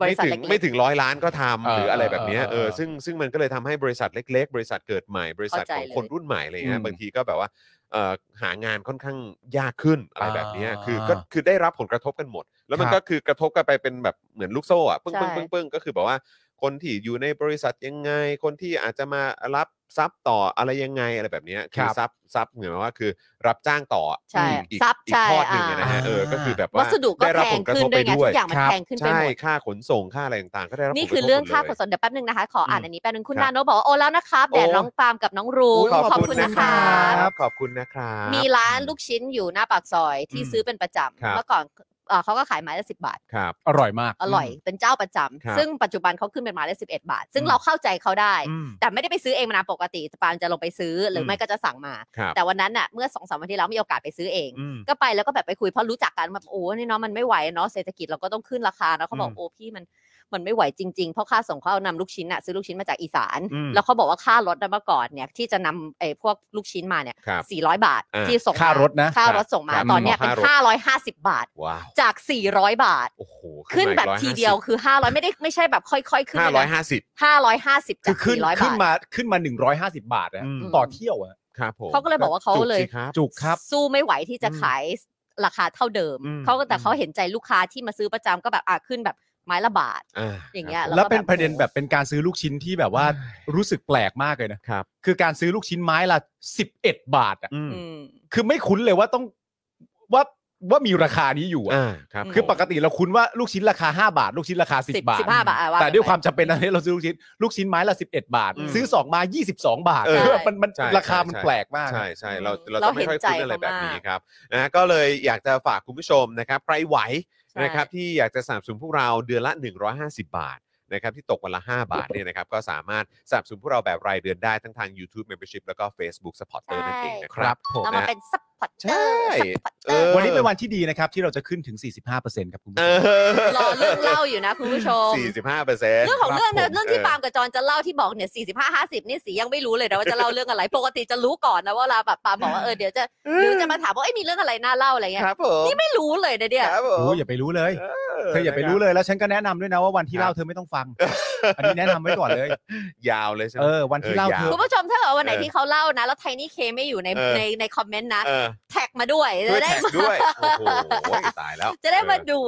Speaker 4: บริ
Speaker 3: ไม่
Speaker 4: ษัท
Speaker 3: ถึง
Speaker 4: เล็กๆ
Speaker 3: ไม่ถึงร้อยล้านก็ทำ
Speaker 5: เออ
Speaker 3: หรืออะไรแบบเนี้ย
Speaker 5: เออ
Speaker 3: เอ
Speaker 5: เออ
Speaker 3: อซึ่งซึ่งมันก็เลยทำให้บริษัทเล็ก ๆ บริษัทเกิดใหม่ บริษัท
Speaker 4: เข้า
Speaker 3: ข
Speaker 4: ใจ
Speaker 3: องคน
Speaker 4: เลย
Speaker 3: รุ่นใหม่อะไรเงี้ย
Speaker 5: อืม
Speaker 3: บางทีก็แบบว่าเอ่อหางานค่อนข้างยากขึ้นอะไรแบบเนี้ย
Speaker 5: อ่า
Speaker 3: คือก็คือได้รับผลกระทบกันหมด แล้วมัน
Speaker 5: ครับ
Speaker 3: ก็คือกระทบกันไปเป็นแบบเหมือนลูกโซ่อะปึ้ง
Speaker 4: ใช่
Speaker 3: ปึ้งปึ้งปึ้งก็คือแบบว่าคนที่อยู่ในบริษัทยังไง คนที่อาจจะมารับทรัพย์ต่ออะไรยังไงอะไรแบบเนี้ย
Speaker 5: ครับ
Speaker 3: ทรัพย์ทรัพย์เหมือนว่าคือ รับจ้างต่ออะ
Speaker 4: ใช่
Speaker 3: อีก
Speaker 4: ทรัพย์
Speaker 3: อีก
Speaker 4: ใช่
Speaker 3: ทอดหนึ่งอะนะฮะ
Speaker 5: อ่า
Speaker 3: เออก็คือแบบ
Speaker 4: วั
Speaker 3: ว่า
Speaker 4: สดุก็
Speaker 3: ได้รับ
Speaker 4: แพ
Speaker 3: ผ
Speaker 4: ง
Speaker 3: ลกระ
Speaker 4: ขึ้
Speaker 3: ท
Speaker 4: น
Speaker 3: บ
Speaker 4: ด้
Speaker 3: ไป
Speaker 4: วยไง
Speaker 3: ด้วย
Speaker 4: ทุกอย่างมัน
Speaker 5: ครับ
Speaker 4: แพงขึ้นไป
Speaker 3: ใช่
Speaker 4: หมด
Speaker 3: ค่าขนส่งค่าอะไรต่างๆ ก็ได้รับผลกระทบ
Speaker 4: นี่คือเรื่อง
Speaker 3: หมดลย
Speaker 4: ค่าขนส่งเดี๋ยวแป๊บนึงนะคะ ขออ่าน
Speaker 3: อืม
Speaker 4: อันนี้แป๊บนึงคุณ
Speaker 3: ครับ
Speaker 4: นาโนบอกว่าโอนแล้วนะครับ
Speaker 3: โอ้
Speaker 4: แด่น้องปาล์มกับน้องรูม
Speaker 3: โย
Speaker 4: ขอบคุณนะคะ
Speaker 3: รับขอบคุณนะครับ
Speaker 4: มีร้านลูกชิ้นอยู่หน้าปากซอยที่
Speaker 3: อืม
Speaker 4: ซื้อเป็นประจ
Speaker 3: ครับ
Speaker 4: ำเมื่อก่อนเอ่อเขาก็ขายไม้ละสิบาท
Speaker 3: ครับ
Speaker 5: อร่อยมาก
Speaker 4: อร่อยเป็นเจ้าประจำ
Speaker 3: ครับ
Speaker 4: ซึ่งปัจจุบันเขาขึ้นเป็นไม้ละสิบเอ็ดบาท ซึ่ง
Speaker 5: อืม
Speaker 4: เราเข้าใจเขาได้
Speaker 3: อืม
Speaker 4: แต่ไม่ได้ไปซื้อเองมานานปกติปาล์มจะลงไปซื้อหรืออ
Speaker 3: ม
Speaker 4: ไม่ก็จะสั่งมา
Speaker 3: ครับ
Speaker 4: แต่วันนั้นน่ะเมื่อสองสามวันที่แล้วมีโอกาสไปซื้อเอง
Speaker 3: อืม
Speaker 4: ก็ไปแล้วก็แบบไปคุยเพราะรู้จักกันแบบโอ้นี่เนาะมันไม่ไหวเนาะเศรษฐกิจเราก็ต้องขึ้นราคาเนาะเขาบอก
Speaker 3: อืม
Speaker 4: โอ้พี่มันมันไม่ไหวจริงๆ เพราะค่าส่งเขาเอานำลูกชิ้นอะซื้อลูกชิ้นมาจากอีสาน
Speaker 3: อืม
Speaker 4: แล้วเขาบอกว่าค่ารถนะเมื่อก่อนเนี่ยที่จะนำไอ้พวกลูกชิ้นมาเนี่ย
Speaker 3: ครับ
Speaker 4: สี่ร้อยบาท
Speaker 3: อ่า
Speaker 4: ที่ส่งม
Speaker 5: ค่ารถนะ
Speaker 4: ค่ารถส่งมา
Speaker 3: ครับ
Speaker 4: ตอนเนี้ยเป็น
Speaker 3: ค่ารถ
Speaker 4: ห้าร้อยห้าสิบบาท
Speaker 3: ว้าว
Speaker 4: จากสี่ร้อยบาท
Speaker 3: โอ้โห
Speaker 4: ขึ้น
Speaker 3: มาอีก
Speaker 4: แบบ
Speaker 3: ร้อ
Speaker 4: ทีเดียวคือห้าร้อยไม่ได้ไม่ใช่แบบค่อยๆ ขึ้น
Speaker 3: ห้า
Speaker 4: เลย
Speaker 3: ร้อย
Speaker 4: นะ
Speaker 3: ห้าสิบ
Speaker 4: ห้าร้อยห้าสิบ
Speaker 5: คื
Speaker 4: จา
Speaker 5: อก ขึ้น
Speaker 4: สี่ร้อย
Speaker 5: ขึ้
Speaker 4: บาน ท
Speaker 5: มาขึ้นมา 150 บาทนะ
Speaker 3: อืม
Speaker 5: ต่อเที่ยวอะ
Speaker 3: ครับผม
Speaker 4: เขาก็เลยบอกว่าเขา
Speaker 3: จุ
Speaker 4: เลย
Speaker 3: สิครับ
Speaker 5: จุกครับ
Speaker 4: สู้ไม่ไหวที่จะ
Speaker 3: อืม
Speaker 4: ขายราคาเท่าเดิม
Speaker 3: อืม
Speaker 4: เขาก็แต่
Speaker 3: อืม
Speaker 4: เขาเห็นใจลูกค้าที่มาซื้อประจำก็แบบอ่ะขึ้นแบบไม้ละบาท
Speaker 3: อ่า
Speaker 4: อย่างเงี้ย
Speaker 3: ครับ
Speaker 5: แล้วเป็นประเด็นแบบเป็นการซื้อลูกชิ้นที่แบบว่า
Speaker 3: เฮ้
Speaker 5: รู้สึกแปลกมากเลยนะครับ คือการซื้อลูกชิ้นไม้ละ 11 บาทอ่ะ
Speaker 3: อืม
Speaker 4: อืม
Speaker 5: คือไม่คุ้นเลยว่าต้องว่าว่ามีราคานี้อยู่อะ
Speaker 3: อ่าครับ
Speaker 4: อืม
Speaker 5: คือปกติเราคุ้นว่าลูกชิ้นราคา 5 บาท ลูกชิ้นราคา
Speaker 4: สิบบ
Speaker 5: 10าท
Speaker 4: สิบห้าบาทอ่ะ
Speaker 5: แต่ด้วย
Speaker 4: ไป
Speaker 5: ความจำเป็นอันนี้เราซื้อลูกชิ้นลูกชิ้นไม้ละ 11 บาท
Speaker 4: อืม
Speaker 5: ซื้อ 2 มา 22 บาท
Speaker 4: เออ
Speaker 5: คือแบบมันมัน
Speaker 3: ใช่
Speaker 5: ราคามัน
Speaker 3: ใช่
Speaker 5: แปลกมาก
Speaker 3: ใช่ใช่เรา
Speaker 4: อืม
Speaker 3: เรา
Speaker 4: เรา
Speaker 3: จะไม่ค่อย
Speaker 4: เห็นใจ
Speaker 3: คุ้นอะไรแบบ
Speaker 4: เขามาก
Speaker 3: นี้ครับนะฮะก็เลยอยากจะฝากคุณผู้ชมนะครับใครไหว
Speaker 4: ใช่
Speaker 3: นะครับที่อยากจะสนับสนุนพวกเราเดือนละ 150 บาทนะครับที่ตกวันละ 5 บาทเนี่ยนะครับก็สามารถสนับสนุนพวกเราแบบรายเดือนได้ทั้งทาง YouTube Membership แล้วก็ Facebook Supporter
Speaker 4: ใช่
Speaker 3: นั่นเองนะค
Speaker 5: ครั
Speaker 3: รับ
Speaker 5: บผม
Speaker 4: เรามาเป็นซัพพอร์ตเต
Speaker 3: ใช่
Speaker 4: อร์ซัพพอร์ตเต
Speaker 3: เอ
Speaker 4: อ
Speaker 3: อ
Speaker 4: ร์
Speaker 5: วันนี้เป็นวันที่ดีนะครับ ที่เราจะขึ้นถึง 45%ครับคุณผู้
Speaker 3: เอ
Speaker 5: ชม
Speaker 4: รอเรื่องเล่าอยู่นะคุณผู้ช ม
Speaker 3: 45เปอร์เซ็นต์
Speaker 4: เรื่องของเรื่องนะเรื่องที่ปาล์มกับจอนจะเล่าที่บอกเนี่ยสี่สิบห้าห้าสิบนี่สียังไม่รู้เลยนะว่าจะเล่าเรื่องอะไร ปกติจะรู้ก่อนนะว่าเวลาแบบปาล์มบอกว่าเออเดี๋ยวจะเดี๋ยวจะมาถามว่าเอ้ยมีเรื่องอะไรน่าเล่าอะไรเงี้ย
Speaker 3: ครับผม
Speaker 4: ไม่รู้เลยนะเนี่ย
Speaker 3: ครับผ
Speaker 5: โอ้
Speaker 3: ม
Speaker 5: ยอย่าไปรู้เลย
Speaker 3: เอ
Speaker 5: เธออย่าไปรู้เลยแล้วฉันก็แนะนำด้วยนะว่าวันที่เล่าเธอไม่ต้องฟัง อันนี้แนะนำไว้ก่อนเลย
Speaker 3: ยาว เลยใช่ไหม
Speaker 5: เออ วันที่เล่าเธอ
Speaker 4: คุณผู้ชมถ้าเกิดวันไหน
Speaker 3: เออ
Speaker 4: ที่เขาเล่านะ แล้วไทนี่เคไม่อยู่ใน
Speaker 3: เออ
Speaker 4: ในในคอมเมนต์นะ
Speaker 3: เออ
Speaker 4: แท็กมาด้วย
Speaker 3: ช่วย
Speaker 4: จะได้
Speaker 3: แท็ก
Speaker 4: มา
Speaker 3: ด้วยโอ้โหตายแล้ว
Speaker 4: จะได้มาดู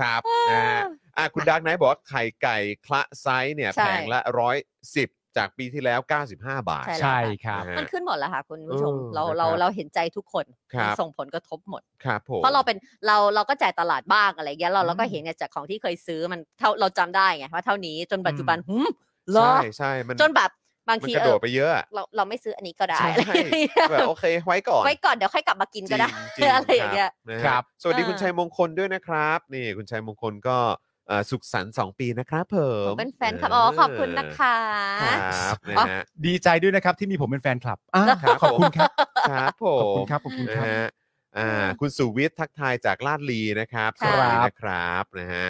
Speaker 3: ครับนะฮะอ่ะคุณดักไนท์บอกว่าไข่ไก่คละไซส์เนี่ย
Speaker 4: ใช่
Speaker 3: แพงละ 110 จากปีที่แล้ว 95 บาท
Speaker 4: ใช่
Speaker 5: ใช่ครับ
Speaker 3: นะฮะ
Speaker 4: มันขึ้นหมดแล้วค่ะคุณผู้ชม
Speaker 3: เออ
Speaker 4: เรา
Speaker 3: นะครับ
Speaker 4: เราเราเห็นใจทุกคน
Speaker 3: ครับ
Speaker 4: มันส่งผลกระทบหมด
Speaker 3: ครับผม
Speaker 4: เพราะเราเป็นเราเราก็จ่ายตลาดบ้างอะไรเงี้ยเรา
Speaker 3: อืม
Speaker 4: เราก็เห็นไงจากของที่เคยซื้อมันเท่าเราจำได้ไงว่าเท่านี้จนปัจจุบันหืมเหรอ
Speaker 3: ใช่ใช่มัน
Speaker 4: จนแบบบาง
Speaker 3: มัน
Speaker 4: ที
Speaker 3: กระ
Speaker 4: เอ
Speaker 3: โด
Speaker 4: อ
Speaker 3: ดไปเยอะอะ
Speaker 4: เราเราไม่ซื้ออันนี้ก็ได้
Speaker 3: ใช่
Speaker 4: อะไรอย่างเงี้ย
Speaker 3: แบบโอเคไว้ก่อน
Speaker 4: ไว้ก่อนเดี๋ยวค่อยกลับมากินก็ได้
Speaker 3: จงๆ
Speaker 4: อะไรอย่างเงี้ย
Speaker 3: นะฮะ
Speaker 5: ครับ
Speaker 3: สวัสดี
Speaker 4: อ่า
Speaker 3: คุณชัยมงคลด้วยนะครับ นี่คุณชัยมงคลก็เอ่อสุขสันต์สองปีนะครับเพิ่ม
Speaker 4: เป็นแฟนคลับอ๋อขอบคุณนะคะ
Speaker 3: ครับนะฮะ
Speaker 5: ดีใจด้วยนะครับที่มีผมเป็นแฟนคลับอ่า
Speaker 3: ครับ
Speaker 5: ขอบคุณครับ
Speaker 3: ครับผ
Speaker 5: ขอบคุ
Speaker 3: ม
Speaker 5: ณครับ ขอบคุณ
Speaker 3: นะครับ ฮะอ่าคุณสุวิทย์ทักทายจากลาดลีนะครับส
Speaker 4: ค่ะ
Speaker 3: วัสดีนะครับนะฮะ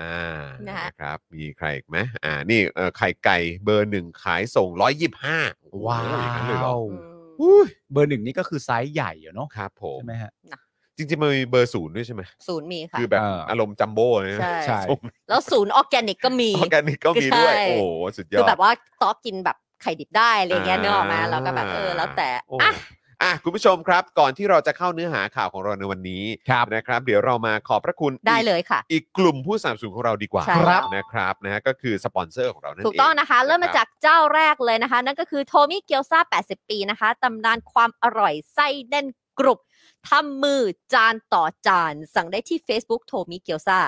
Speaker 3: อ่า
Speaker 4: นะคะ
Speaker 3: นะครับมีใครอีกไหมอ่านี่เอ่อไข่ไก่เบอร์หนึ่งขายส่งร้อยยี่ห้า
Speaker 5: ว้า
Speaker 3: อย่างนั้นเลยเหรอ
Speaker 5: ว
Speaker 4: อืม
Speaker 5: อุ้ยเบอร์หนึ่งนี่ก็คือไซส์ใหญ่อะเนาะ
Speaker 3: ครับผม
Speaker 5: ใช่ไหมฮะ
Speaker 3: จริงๆมันมีเบอร์ศูนย์ด้วยใช่ไหม
Speaker 4: ศูนย์มีค่ะ
Speaker 3: คือแบบ
Speaker 5: อ่า
Speaker 3: อารมณ์จัมโบ้เลยนะ
Speaker 4: ใช่
Speaker 5: ใช่
Speaker 3: ส้ม
Speaker 4: แล้วศูนย์ออร์แกนิกก็มี
Speaker 3: ออร์แกนิกก็มีด้วย
Speaker 4: ใช่
Speaker 3: โอ้โหสุดย
Speaker 4: คือ
Speaker 3: อ
Speaker 4: แบ
Speaker 3: ด
Speaker 4: บว่าต๊อกกินแบบไข่ดิบได้อะไรเงี้ย
Speaker 3: อ่า
Speaker 4: เนกอะมาแล้วก็แบบเออแล้วแต่
Speaker 3: โอ้
Speaker 4: อ่ะ
Speaker 3: อ่ะคุณผู้ชมครับ ก่อนที่เราจะเข้าเนื้อหาข่าวของเราในวันนี้
Speaker 5: ครับ
Speaker 3: นะครับ เดี๋ยวเรามาขอบพระคุณ
Speaker 4: ได้เลยค่ะ
Speaker 3: อีกกลุ่มผู้สนับสนุนของเราดีกว่า
Speaker 4: ใช่ครับ
Speaker 3: นะครับนะฮะก็คือสปอนเซอร์ของเรานั่นเอง
Speaker 4: ถูกต้องนะคะ เริ่มมาจากเจ้าแรกเลยนะคะ นั่นก็คือโทมิเกียวซา80 ปีนะคะตำนานความอร่อยไส้แน่นกรุบทำมือจานต่อจาน สั่งได้ที่ Facebook โทมิเกียวซา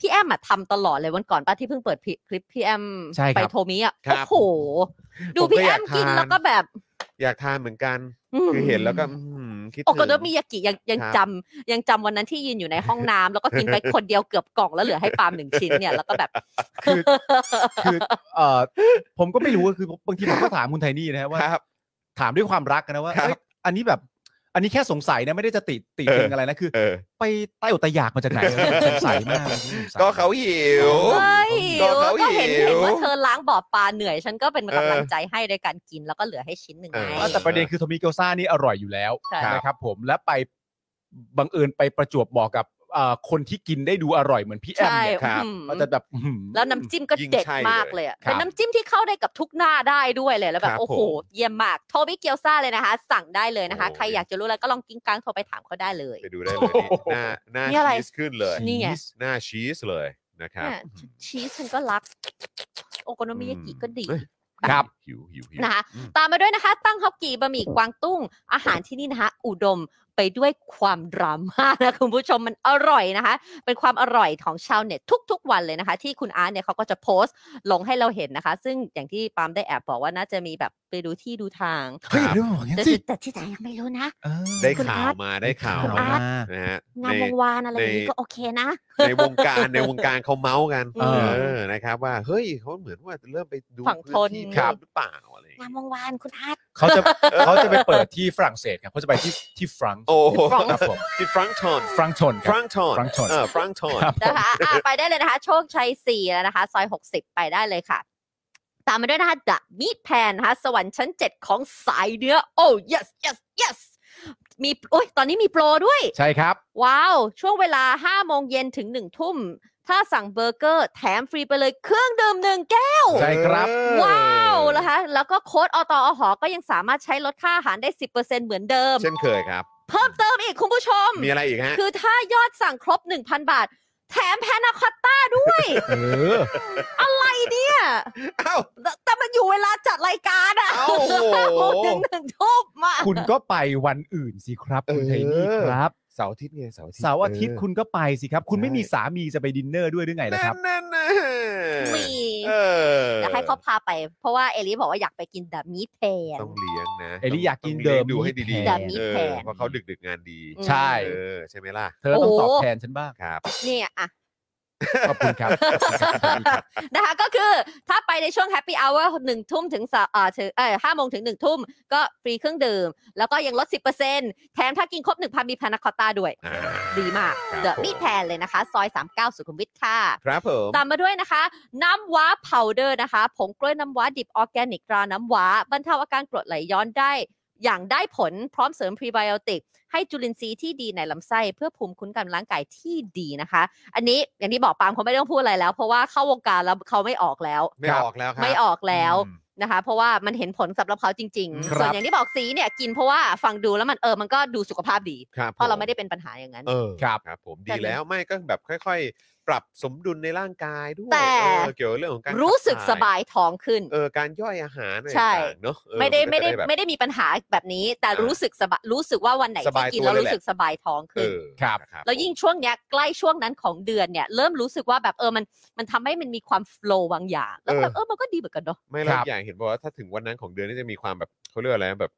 Speaker 4: พี่แอมอะทำตลอดเลยวันก่อนป้าที่เพิ่งเปิดคลิปพี่แอม
Speaker 5: ใช่ครับ
Speaker 4: ไปโทมิอ่ะ
Speaker 3: ครั
Speaker 4: โอ้
Speaker 3: บ
Speaker 4: โห ดู
Speaker 3: ผมก็
Speaker 4: พี่แอ
Speaker 3: อ
Speaker 4: ม
Speaker 3: ยาก
Speaker 4: กิน
Speaker 3: ทาน
Speaker 4: แล้วก็แบบ
Speaker 3: อยากทานเหมือนกัน
Speaker 4: อืม
Speaker 3: คือเห็นแล้วก็อืมคิดถึง
Speaker 4: โอโกโนมิยากิยังยัง
Speaker 3: ครับ
Speaker 4: จำยังจำวันนั้นที่ยืนอยู่ในห้องน้ำแล้วก็กินไปคนเดียวเกือบกล่องแล้วเหลือให้ปาล์มหนึ่งชิ้นเนี่ยแล้วก็แบบ
Speaker 5: คือคือเออผมก็ไม่รู้คือบางทีผมก็ถามคุณไทนี่นะฮะว่า
Speaker 3: ครับ
Speaker 5: ถามด้วยความรักนะว่า
Speaker 3: ครับ
Speaker 5: เอ้ยอันนี้แบบ อันนี้แค่สงสัยนะไม่ได้จะติติติงอะไรนะคือ
Speaker 3: เออ
Speaker 5: ไปใต้อุตอยากมาจากไหนวะสงสัยมากเลยสงสัย
Speaker 3: ก็เขาหิว
Speaker 4: เฮ้ย
Speaker 3: ก็เขา
Speaker 4: ก็เห็น
Speaker 3: หิว
Speaker 4: เห็นว่าเธอล้างบ่อปลาเหนื่อย ฉันก็เป็น
Speaker 3: เออก
Speaker 4: ำลังใจให้โดยการกินแล้วก็เหลือให้ชิ้นหนึ่ง
Speaker 3: เอ
Speaker 4: ไง
Speaker 3: อ
Speaker 5: แต่ประเด็นคือโทมิเกียวซ่านี่อร่อยอยู่แล้ว
Speaker 4: ใช่
Speaker 5: นะครับผมและไปบังเอิญไปประจวบเหมาะกับเอ่อคนที่กินได้ดูอร่อยเหมือนพี่แอม
Speaker 4: ใช่
Speaker 5: เนี่ย
Speaker 3: ครับ
Speaker 4: อืม
Speaker 5: ก็จะแบบอื้อหือ
Speaker 4: แล้วน้ำจิ้มก็
Speaker 3: ยิ่ง
Speaker 4: เด็ด
Speaker 3: ใช่เลย
Speaker 4: มากเลยอะ
Speaker 5: ครับ
Speaker 4: เป็นน้ำจิ้มที่เข้าได้กับทุกหน้าได้ด้วยเลยแล้วแบ
Speaker 3: ค
Speaker 4: บ
Speaker 3: รับ
Speaker 4: โอ้
Speaker 3: ผ
Speaker 4: โห
Speaker 3: ม
Speaker 4: เยี่ยมมากโทบิเกียวซ่าเลยนะคะ สั่งได้เลยนะคะ
Speaker 3: โอ้ย
Speaker 4: ใครอยากจะรู้อะไรก็ลองกิ้งกลางโทรไปถามเขาได้เลย
Speaker 3: ไปดูได้เลยนี่หน้าหน้า
Speaker 4: นี่อะไร
Speaker 3: ชีสขึ้นเลย
Speaker 4: นี่ไง
Speaker 3: หน้าชีสเลยนะครับ
Speaker 4: เนี่ยชีสฉันก็รัก โอโกโนมิยากิก็ดี
Speaker 3: เอ้ย
Speaker 5: ครับ
Speaker 3: หิวหิวหิว
Speaker 4: นะคะ
Speaker 3: อืม
Speaker 4: ตามมาด้วยนะคะ ตั้งฮอกกี้บะหมี่กวางตุ้ง อาหารที่นี่นะคะ อุดมไปด้วยความดราม่านะคุณผู้ชมมันอร่อยนะคะ เป็นความอร่อยของชาวเน็ตทุกๆวันเลยนะคะ ที่คุณอาร์ตเนี่ยเขาก็จะโพสต์ลงให้เราเห็นนะคะ ซึ่งอย่างที่ปาล์มได้แอบบอกว่าน่าจะมีแบบไปดูที่ดูทาง
Speaker 5: เฮ้ยเรื่องของอย่าง
Speaker 4: แต่
Speaker 5: นี้สิ
Speaker 4: แต่ที่ไหนยังไม่รู้นะ
Speaker 5: เออ
Speaker 3: ได้
Speaker 4: คุณ
Speaker 3: ข่า
Speaker 4: อาวร์ต
Speaker 3: มาได้ข่าว
Speaker 5: คุณ
Speaker 3: มา
Speaker 5: อาร์ต
Speaker 3: นะฮะ
Speaker 4: งาน
Speaker 3: ใน
Speaker 4: วงวานอะไรอย่างนี้
Speaker 3: ใน
Speaker 4: ก็โอเคนะ
Speaker 3: ในวงการในวงการเขาเมาส์กัน
Speaker 5: เออ
Speaker 3: เออนะครับ ว่าเฮ้ยเขาเหมือนว่าจะเริ่มไปดู
Speaker 4: ฝั่งทน
Speaker 3: พื้ที่เพิ่มหรือเปล่าอะไรอย่าง
Speaker 4: งาน
Speaker 3: เงี้ยว
Speaker 4: งวานคุณอาร์ต
Speaker 5: เขาจะเขาจะไปเปิดที่ฝรั่งเศสครับเขาจะไปที่ที่ฟรังก์
Speaker 3: โอ้โห
Speaker 4: ฝั่ง
Speaker 5: ครับผม
Speaker 3: ที่ฟรังก์ชอน
Speaker 5: ฟรังก์ชนค
Speaker 3: ฟ
Speaker 5: รับ
Speaker 3: รังก์ชอน
Speaker 5: ฟรังก์ชอน
Speaker 3: เออฟรังก์ชอน
Speaker 5: ครับผม
Speaker 4: นะคะอ่ะไปได้เลยนะคะ โชคชัย4แล้วนะคะ ซอย 60 ไปได้เลยค่ะ ตามมาด้วยนะคะดะมีดแพนนะคะ สวรรค์ชั้น 7 ของสายเนื้อ โอ้ yes yes yes มีโอ้ยตอนนี้มีโปรด้วย
Speaker 5: ใช่ครับ
Speaker 4: ว้าว ช่วงเวลา 5 โมงเย็นถึง 1 ทุ่ม ถ้าสั่งเบอร์เกอร์แถมฟรีไปเลยเครื่องดื่มหนึ่งแก้ว
Speaker 5: ใช่ครับ
Speaker 4: ว้าวนะคะ แล้วก็โค้ดอตอหอ ก็ยังสามารถใช้ลดค่าอาหารได้ 10%เหมือนเดิม
Speaker 3: เช่นเคยครับ
Speaker 4: เพิ่มเติมอีกคุณผู้ชม
Speaker 3: มีอะไรอีกฮะ
Speaker 4: คือถ้ายอดสั่งครบ 1,000 บาท แถมแพนนาคอตต้าด้วย
Speaker 5: เออ
Speaker 4: อะไรเนี่ย
Speaker 3: อ้าว
Speaker 4: แต่แต่มันอยู่เวลาจัดรายการอะ
Speaker 3: เอ้าโอ้โห
Speaker 4: หกถึงหนึ่งทุ่มอะ
Speaker 5: คุณก็ไปวันอื่นสิครับคุณไทนี่
Speaker 3: เออ
Speaker 5: ครับ
Speaker 3: เสาร์อาทิตย์ไงเสาร์อาทิตย์
Speaker 5: เสาร์อาทิตย์
Speaker 3: เ
Speaker 5: คุณก็ไปสิครับ คุณไม่
Speaker 3: ใช่
Speaker 5: มีสามีจะไปดินเนอร์ด้วยหรือไงล่ะค
Speaker 3: นั่
Speaker 5: รั
Speaker 3: น
Speaker 5: บ
Speaker 3: นั่นน่ะ
Speaker 4: มี
Speaker 3: เออ
Speaker 4: จะให้เขาพาไป เพราะว่าเอลิบอกว่าอยากไปกินดับมีเทน
Speaker 3: ต้องเลี้ยงนะ
Speaker 5: เอลิอยากกิน
Speaker 3: ต้งลี้ยง
Speaker 5: เดิม
Speaker 3: ดูให้ดี
Speaker 4: เดิมมี
Speaker 3: ๆเอ
Speaker 4: แผ
Speaker 3: อน เพราะเขาดึกๆงานดี
Speaker 5: ใช่
Speaker 3: เออใช่ไหมล่ะ
Speaker 5: เธอต้องตอบ
Speaker 4: โอ้โห
Speaker 5: แทนฉันบ้าง
Speaker 3: ครับ
Speaker 4: เนี่ยอะ
Speaker 5: ขอบคุณครับ
Speaker 4: นะคะก็คือถ้าไปในช่วงแฮปปี้อ u วอร์หนึ่งทุ่มถึงสาเอ่อถึงเอ่อห้าโมงถึงหนึ่งทุ่มก็ฟรีเครื่องดื่ม แล้วก็ยังลด 10%แถมถ้ากินครบ 1,000 มีแพนนาคอตต้าด้วย
Speaker 3: อ่า
Speaker 4: ดีมาก
Speaker 3: ครับ
Speaker 4: เดอะ
Speaker 3: ผม
Speaker 4: มีแพนเลยนะคะ ซอย 39 สุขุมวิทค่ะ
Speaker 3: ครับผม
Speaker 4: ตามมาด้วยนะคะ น้ำว้าพาวเดอร์นะคะผงกล้วยน้ำว้าดิบออร์แกนิกตราน้ำว้าบรรเทาอาการกรดไหลย้อนได้ อย่างได้ผลพร้อมเสริมพรีไบโอติก ให้จุลินทรีย์ที่ดีในลำไส้ เพื่อภูมิคุ้มกันร่างกายที่ดีนะคะ อันนี้อย่างที่บอกปาล์มเขาไม่ต้องพูดอะไรแล้ว เพราะว่าเข้าวงการแล้วเขาไม่ออกแล้ว
Speaker 3: ไม่ออกแล้วครับ
Speaker 4: ไม่ออกแล้ว
Speaker 3: อืม
Speaker 4: นะคะ เพราะว่ามันเห็นผลสำหรับเขาจริง
Speaker 5: ครั
Speaker 4: ๆ
Speaker 5: บ
Speaker 4: ส่วนอย่างที่บอกสีเนี่ยกินเพราะว่าฟังดูแล้วมันเออมันก็ดูสุขภาพดี
Speaker 3: ครับ
Speaker 4: เพราะเรา
Speaker 3: ผ
Speaker 4: ไม่ได้เป็นปัญหาอย่างนั้น
Speaker 3: เออ
Speaker 5: ครับ
Speaker 3: ครับผม
Speaker 4: แต่
Speaker 3: ดีแล้วไม่ก็แบบค่อย ๆ ปรับสมดุลในร่างกายด้วย
Speaker 4: แต่
Speaker 3: เออเกี่ยวกับเรื่องของการ
Speaker 4: รู้สึกส
Speaker 3: ขัถ่
Speaker 4: บายท้องขึ้น
Speaker 3: เออการย่อยอาหารอะไร
Speaker 4: ใช่
Speaker 3: ต่างๆเนอะเออ
Speaker 4: ไม่ได้ไม่ได้
Speaker 3: นก็จะแบบ
Speaker 4: ไม่ได้มีปัญหาแบบนี้ แต่
Speaker 3: อ่ารู้
Speaker 4: รู้สึกสบายรู้สึกว่าวันไหน
Speaker 3: สบาย
Speaker 4: ที่กิน
Speaker 3: ตัว
Speaker 4: แล้ว
Speaker 3: เลย
Speaker 4: รู้
Speaker 3: แหละ
Speaker 4: สึกสบายท้อง
Speaker 3: เอ
Speaker 4: ขึ้น
Speaker 3: อ
Speaker 5: ครับ
Speaker 3: นะ
Speaker 4: แล้วยิ่งช่วงเนี้ยใกล้ช่วงนั้นของเดือนเนี่ยเริ่มรู้สึกว่าแบบเออมันมันทำให้มันมีความโฟลว์บางอย่าง แล้วแบบเออมันก็ดีเหมือนกันเนาะ
Speaker 3: ไม่แล้
Speaker 5: คว รับ
Speaker 3: อย่างเห็นบอกว่าถ้าถึงวันนั้นของเดือนนี่จะมีความแบบเขาเรียกอะไรแบบ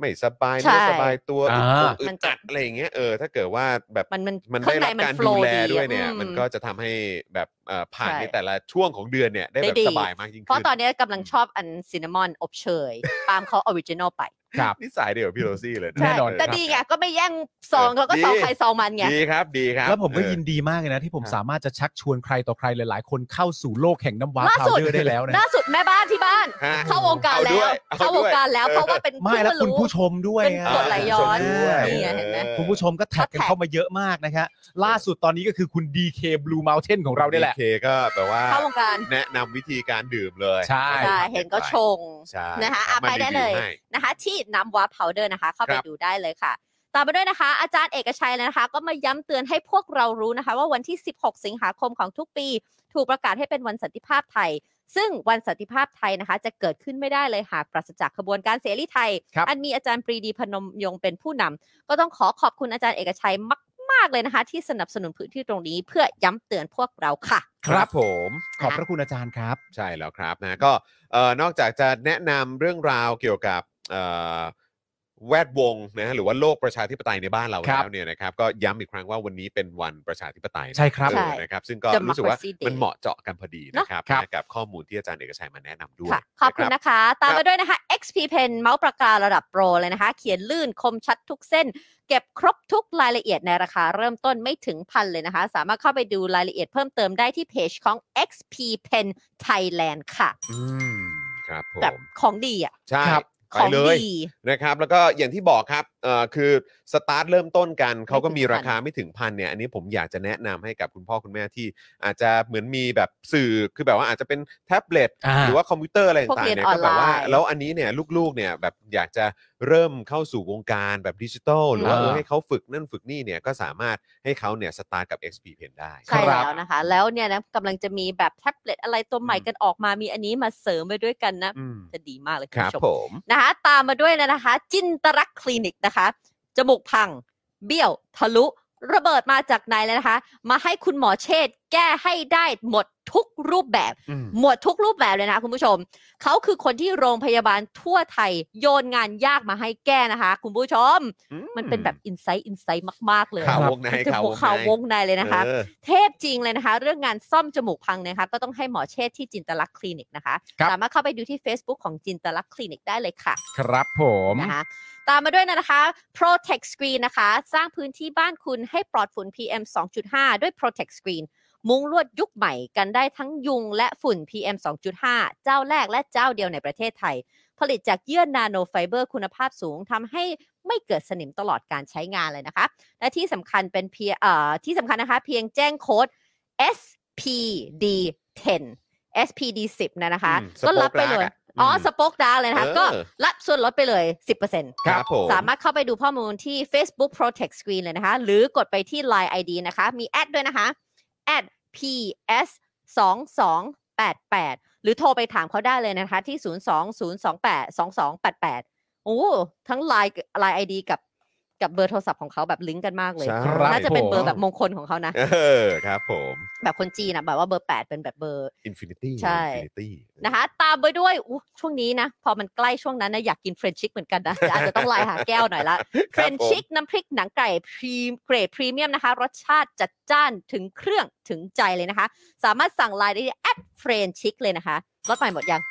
Speaker 3: ไม่สบาย
Speaker 4: ใช่
Speaker 3: เนื้อสบายตัวอ
Speaker 5: อ่า
Speaker 3: ึดอัดอึด
Speaker 4: มันจะ
Speaker 3: อัดอะไรอย่างเงี้ยเออถ้าเกิดว่าแบบ
Speaker 4: มันมัน
Speaker 3: มัน
Speaker 4: ข้า
Speaker 3: ได้
Speaker 4: ง
Speaker 3: รับ
Speaker 4: ในมัน
Speaker 3: การ
Speaker 4: โฟล
Speaker 3: ดู
Speaker 4: ว์
Speaker 3: แล
Speaker 4: ดี
Speaker 3: ด้วยเนี่ย
Speaker 4: อื
Speaker 3: มันก็จะทำให้แบบเอ่อผ่าน
Speaker 4: ใช่
Speaker 3: ในแต่ละช่วงของเดือนเนี่ยได้
Speaker 4: ได้
Speaker 3: แบบ
Speaker 4: ดี
Speaker 3: สบายมากยิ่ง
Speaker 4: เพราะ
Speaker 3: ขึ้น
Speaker 4: ตอนเนี้ยกำลังชอบอันซินนามอนอบเชย ปาล์มเขาออริจินอลไป
Speaker 5: ครับ
Speaker 3: นี่สายเดียวกับพี่โรซี่เลยะ
Speaker 5: แน่
Speaker 4: ใช่
Speaker 5: นอน
Speaker 4: แต่ดีไงก็ไม่แย่งซองแล้วก็ซองใครซองมันไง
Speaker 3: ดีครับดีครับ
Speaker 5: แล้วผมก็
Speaker 3: เออ
Speaker 5: ยินดีมากเลยนะ ที่ผม
Speaker 3: ครับ
Speaker 5: สามารถจะชักชวนใครต่อใครหลาย ๆ คนเข้าสู่โลกแห่งน้ำว้า
Speaker 4: ล่า
Speaker 5: พาว
Speaker 4: สุด
Speaker 5: เดอร์ได้แล้วนะ
Speaker 4: ล่าสุดแม่บ้านที่บ้าน
Speaker 3: ฮะ
Speaker 4: เข้าวงการแล้
Speaker 3: เอาด้
Speaker 4: ว
Speaker 3: วย
Speaker 4: เข้าวงการแล้ว
Speaker 3: เอาด้วย
Speaker 4: เพราะว่าเป็น
Speaker 5: ไม่แล้วคุณ
Speaker 4: รู้
Speaker 5: ผู้ชมด้วย
Speaker 4: เป็น
Speaker 5: อะ
Speaker 4: กดไหลย้อน
Speaker 5: ด้วย
Speaker 4: นี่ไงเห็นไหม
Speaker 3: เออ
Speaker 5: คุณผู้ชมก็แท็กกันเข้ามาเยอะมากนะฮะล่าสุดตอนนี้ก็คือคุณ DK Blue Mountain ของเราได้แหละ
Speaker 3: เคก็แบบว่า
Speaker 4: เข้าวงการ
Speaker 3: แนะนำวิธีการดื่มเลย
Speaker 5: ใช่
Speaker 4: ใช่เห็นก็ชง
Speaker 3: ใช่
Speaker 4: นะคะอ่ะ
Speaker 3: มั
Speaker 4: ไปได้
Speaker 3: รีวิว
Speaker 4: เลย
Speaker 3: ให้
Speaker 4: นะคะที่น้ำว้าพาวเดอร์นะคะ เข้าไป
Speaker 3: ครับ
Speaker 4: ดูได้เลยค่ะ ตามไปด้วยนะคะ อาจารย์เอกชัยนะคะ ก็มาย้ำเตือนให้พวกเรารู้นะคะ ว่าวันที่ 16 สิงหาคมของทุกปี ถูกประกาศให้เป็นวันสันติภาพไทย ซึ่งวันสันติภาพไทยนะคะ จะเกิดขึ้นไม่ได้เลยหากปราศจากขบวนการเสรีไทย
Speaker 5: ครับ
Speaker 4: อันมีอาจารย์ปรีดีพนมยงค์เป็นผู้นำก็ต้องขอขอบคุณอาจารย์เอกชัยมาก ๆ เลยนะคะ ที่สนับสนุนพื้นที่ตรงนี้เพื่อย้ำเตือนพวกเราค่ะ
Speaker 3: ครับผม
Speaker 5: ขอบพระคุณอาจารย์ครับ
Speaker 3: ใช่แล้วครับนะก็เอ่อนอกจากจะแนะนำเรื่องราวเกี่ยวกับเอ่อแวดวงนะฮะหรือว่าโลกประชาธิปไตยในบ้านเรา
Speaker 5: ครั
Speaker 3: แล้
Speaker 5: บ
Speaker 3: วเนี่ยนะครับก็ย้ำอีกครั้งว่าวันนี้เป็นวันประชาธิปไตยนะ
Speaker 5: ใช่ครับ
Speaker 3: เออ
Speaker 4: ใช่
Speaker 3: นะครับซึ่งก็
Speaker 4: Democracy
Speaker 3: รู้สึกว่า
Speaker 4: Day
Speaker 3: มันเหมาะเจาะกันพอดีนะครับ
Speaker 5: ครับ
Speaker 3: นะกับข้อมูลที่อาจารย์เอกชัยมาแนะนำด้วย
Speaker 4: ค่ะขอบคุณ
Speaker 3: นะรั
Speaker 4: นะคะ ตามมาด้วยนะคะ XP Pen เมาส์ปากการะดับโปรเลยนะคะ เขียนลื่นคมชัดทุกเส้น เก็บครบทุกรายละเอียดในราคาเริ่มต้นไม่ถึงพันเลยนะคะ สามารถเข้าไปดูรายละเอียดเพิ่มเติมได้ที่เพจของ XP Pen Thailand ค่ะ
Speaker 3: อืมครับผ
Speaker 4: แบบ
Speaker 3: ม
Speaker 4: ของดีอ่ะ
Speaker 3: ใช่
Speaker 5: ครับ
Speaker 3: ไป
Speaker 4: ของ
Speaker 3: เลย
Speaker 4: ดี
Speaker 3: นะครับแล้วก็อย่างที่บอกครับเอ่อคือสตาร์ทเริ่มต้นกันเขาก็มีราคาไม่ถึงพันเนี่ยอันนี้ผมอยากจะแนะนำให้กับคุณพ่อคุณแม่ที่อาจจะเหมือนมีแบบสื่อคือแบบว่าอาจจะเป็นแท็บเล็ต
Speaker 5: อ่า
Speaker 3: หรือว่าคอมพิวเตอร์อะไรต่างๆเนี่ย
Speaker 4: พวกเรียนอ
Speaker 3: ก็
Speaker 4: อนไลน์
Speaker 3: แบบว่าแล้วอันนี้เนี่ยลูกๆเนี่ยแบบอยากจะเริ่มเข้าสู่วงการแบบดิจิทัลหรือว่า
Speaker 5: อ่า
Speaker 3: เออให้เขาฝึกนั่นฝึกนี่เนี่ยก็สามารถให้เขาเนี่ยสตาร์ทกับ XP Pen ได้
Speaker 4: ใช่
Speaker 5: ครั
Speaker 4: แล้ว
Speaker 5: บ
Speaker 4: นะคะ แล้วเนี่ยนะกำลังจะมีแบบแท็บเล็ตอะไรตัวใหม่
Speaker 3: อืม
Speaker 4: กันออกมามีอันนี้มาเสริมไปด้วยกันนะ
Speaker 3: อืม
Speaker 4: จะดีมากเลย
Speaker 3: ครับ
Speaker 4: ณผู้ชม
Speaker 3: ผม
Speaker 4: นะคะตามมาด้วยนะคะ จินตรักษณ์คลินิกนะคะ จมูกพัง เบี้ยว ทะลุ ระเบิดมาจากไหนเลยนะคะ มาให้คุณหมอเชษฐ์แก้ให้ได้หมดทุกรูปแบบ
Speaker 3: อืม
Speaker 4: หมดทุกรูปแบบเลยนะคะคุณผู้ชม เขาคือคนที่โรงพยาบาลทั่วไทย โยนงานยากมาให้แก้นะคะ คุณผู้ชม มันเป็นแบบอินไซต์อินไซต์มาก ๆ เลย
Speaker 3: ข่าววงใน
Speaker 4: เป็น
Speaker 3: ข่าว
Speaker 4: หัวข่าววงในเลยนะคะ
Speaker 3: เออ
Speaker 4: เทพจริงเลยนะคะ เรื่องงานซ่อมจมูกพังเนยคะก็ต้องให้หมอเชษฐ์ที่จินตลักษณ์คลินิกนะคะ
Speaker 5: ครับ
Speaker 4: สามารถเข้าไปดูที่ Facebook ของจินตลักษณ์คลินิกได้เลยค่ะ
Speaker 5: ครับผม
Speaker 4: นะคะตามมาด้วยนะคะ Protect Screen นะคะ สร้างพื้นที่บ้านคุณให้ปลอดฝุ่น PM 2.5 ด้วย Protect Screen มุ้งลวดยุคใหม่กันได้ทั้งยุงและฝุ่น PM 2.5 เจ้าแรกและเจ้าเดียวในประเทศไทย ผลิตจากเยื่อนาโนไฟเบอร์คุณภาพสูงทำให้ไม่เกิดสนิมตลอดการใช้งานเลยนะคะ และที่สำคัญเป็นเพียงเอ่อที่สำคัญนะคะ เพียงแจ้งโค้ด SPD 10 SPD 10นะนะคะ
Speaker 3: อืม
Speaker 4: ก็รับไป
Speaker 3: สป
Speaker 4: เล
Speaker 3: อคดาร์ก
Speaker 4: ย
Speaker 3: อะ
Speaker 4: อ๋ออ
Speaker 3: ม
Speaker 4: สป็อกดาร์กเลยนะคะ
Speaker 3: เออ
Speaker 4: ก็รับส่วนลดไปเลย 10%
Speaker 3: ครับผม
Speaker 4: สามารถเข้าไปดูข้อมูลที่ Facebook Protect Screen เลยนะคะ หรือกดไปที่ Line ID นะคะ มีแอดด้วยนะคะ at ps 2 2 8 8 หรือโทรไปถามเขาได้เลยนะคะ ที่ 0 2 0 2 8 2 2 8 8 โอ้ทั้ง Line กับ Line ID กับกับเบอร์โทรศัพท์ของเขาแบบลิงก์กันมากเลย
Speaker 3: ใช่
Speaker 5: ครับ
Speaker 4: น่าจะเป็นเบอร์
Speaker 5: ผม
Speaker 4: แบบมงคลของเขานะ
Speaker 3: เออครับผม
Speaker 4: แบบคนจีนนะแบบว่าเบอร์ 8 เป็นแบบเบอร์
Speaker 3: Infinity
Speaker 4: ใช่
Speaker 3: Infinity
Speaker 4: นะคะตามไปด้วยอู้ช่วงนี้นะ พอมันใกล้ช่วงนั้นนะอยากกินเฟรนชิกเหมือนกันนะ อาจจะต้องไลน์หาแก้วหน่อยละ เฟ
Speaker 3: ค
Speaker 4: ร
Speaker 3: รับ
Speaker 4: น
Speaker 3: ผม
Speaker 4: ชิกน้ำพริกหนังไก่พรีเกรดพรีเมียมนะคะ รสชาติจัดจ้านถึงเครื่องถึงใจเลยนะคะ สามารถสั่งไลน์ได้ที่แอดเฟรนชิกเลยนะคะรถใหม่หมดยัง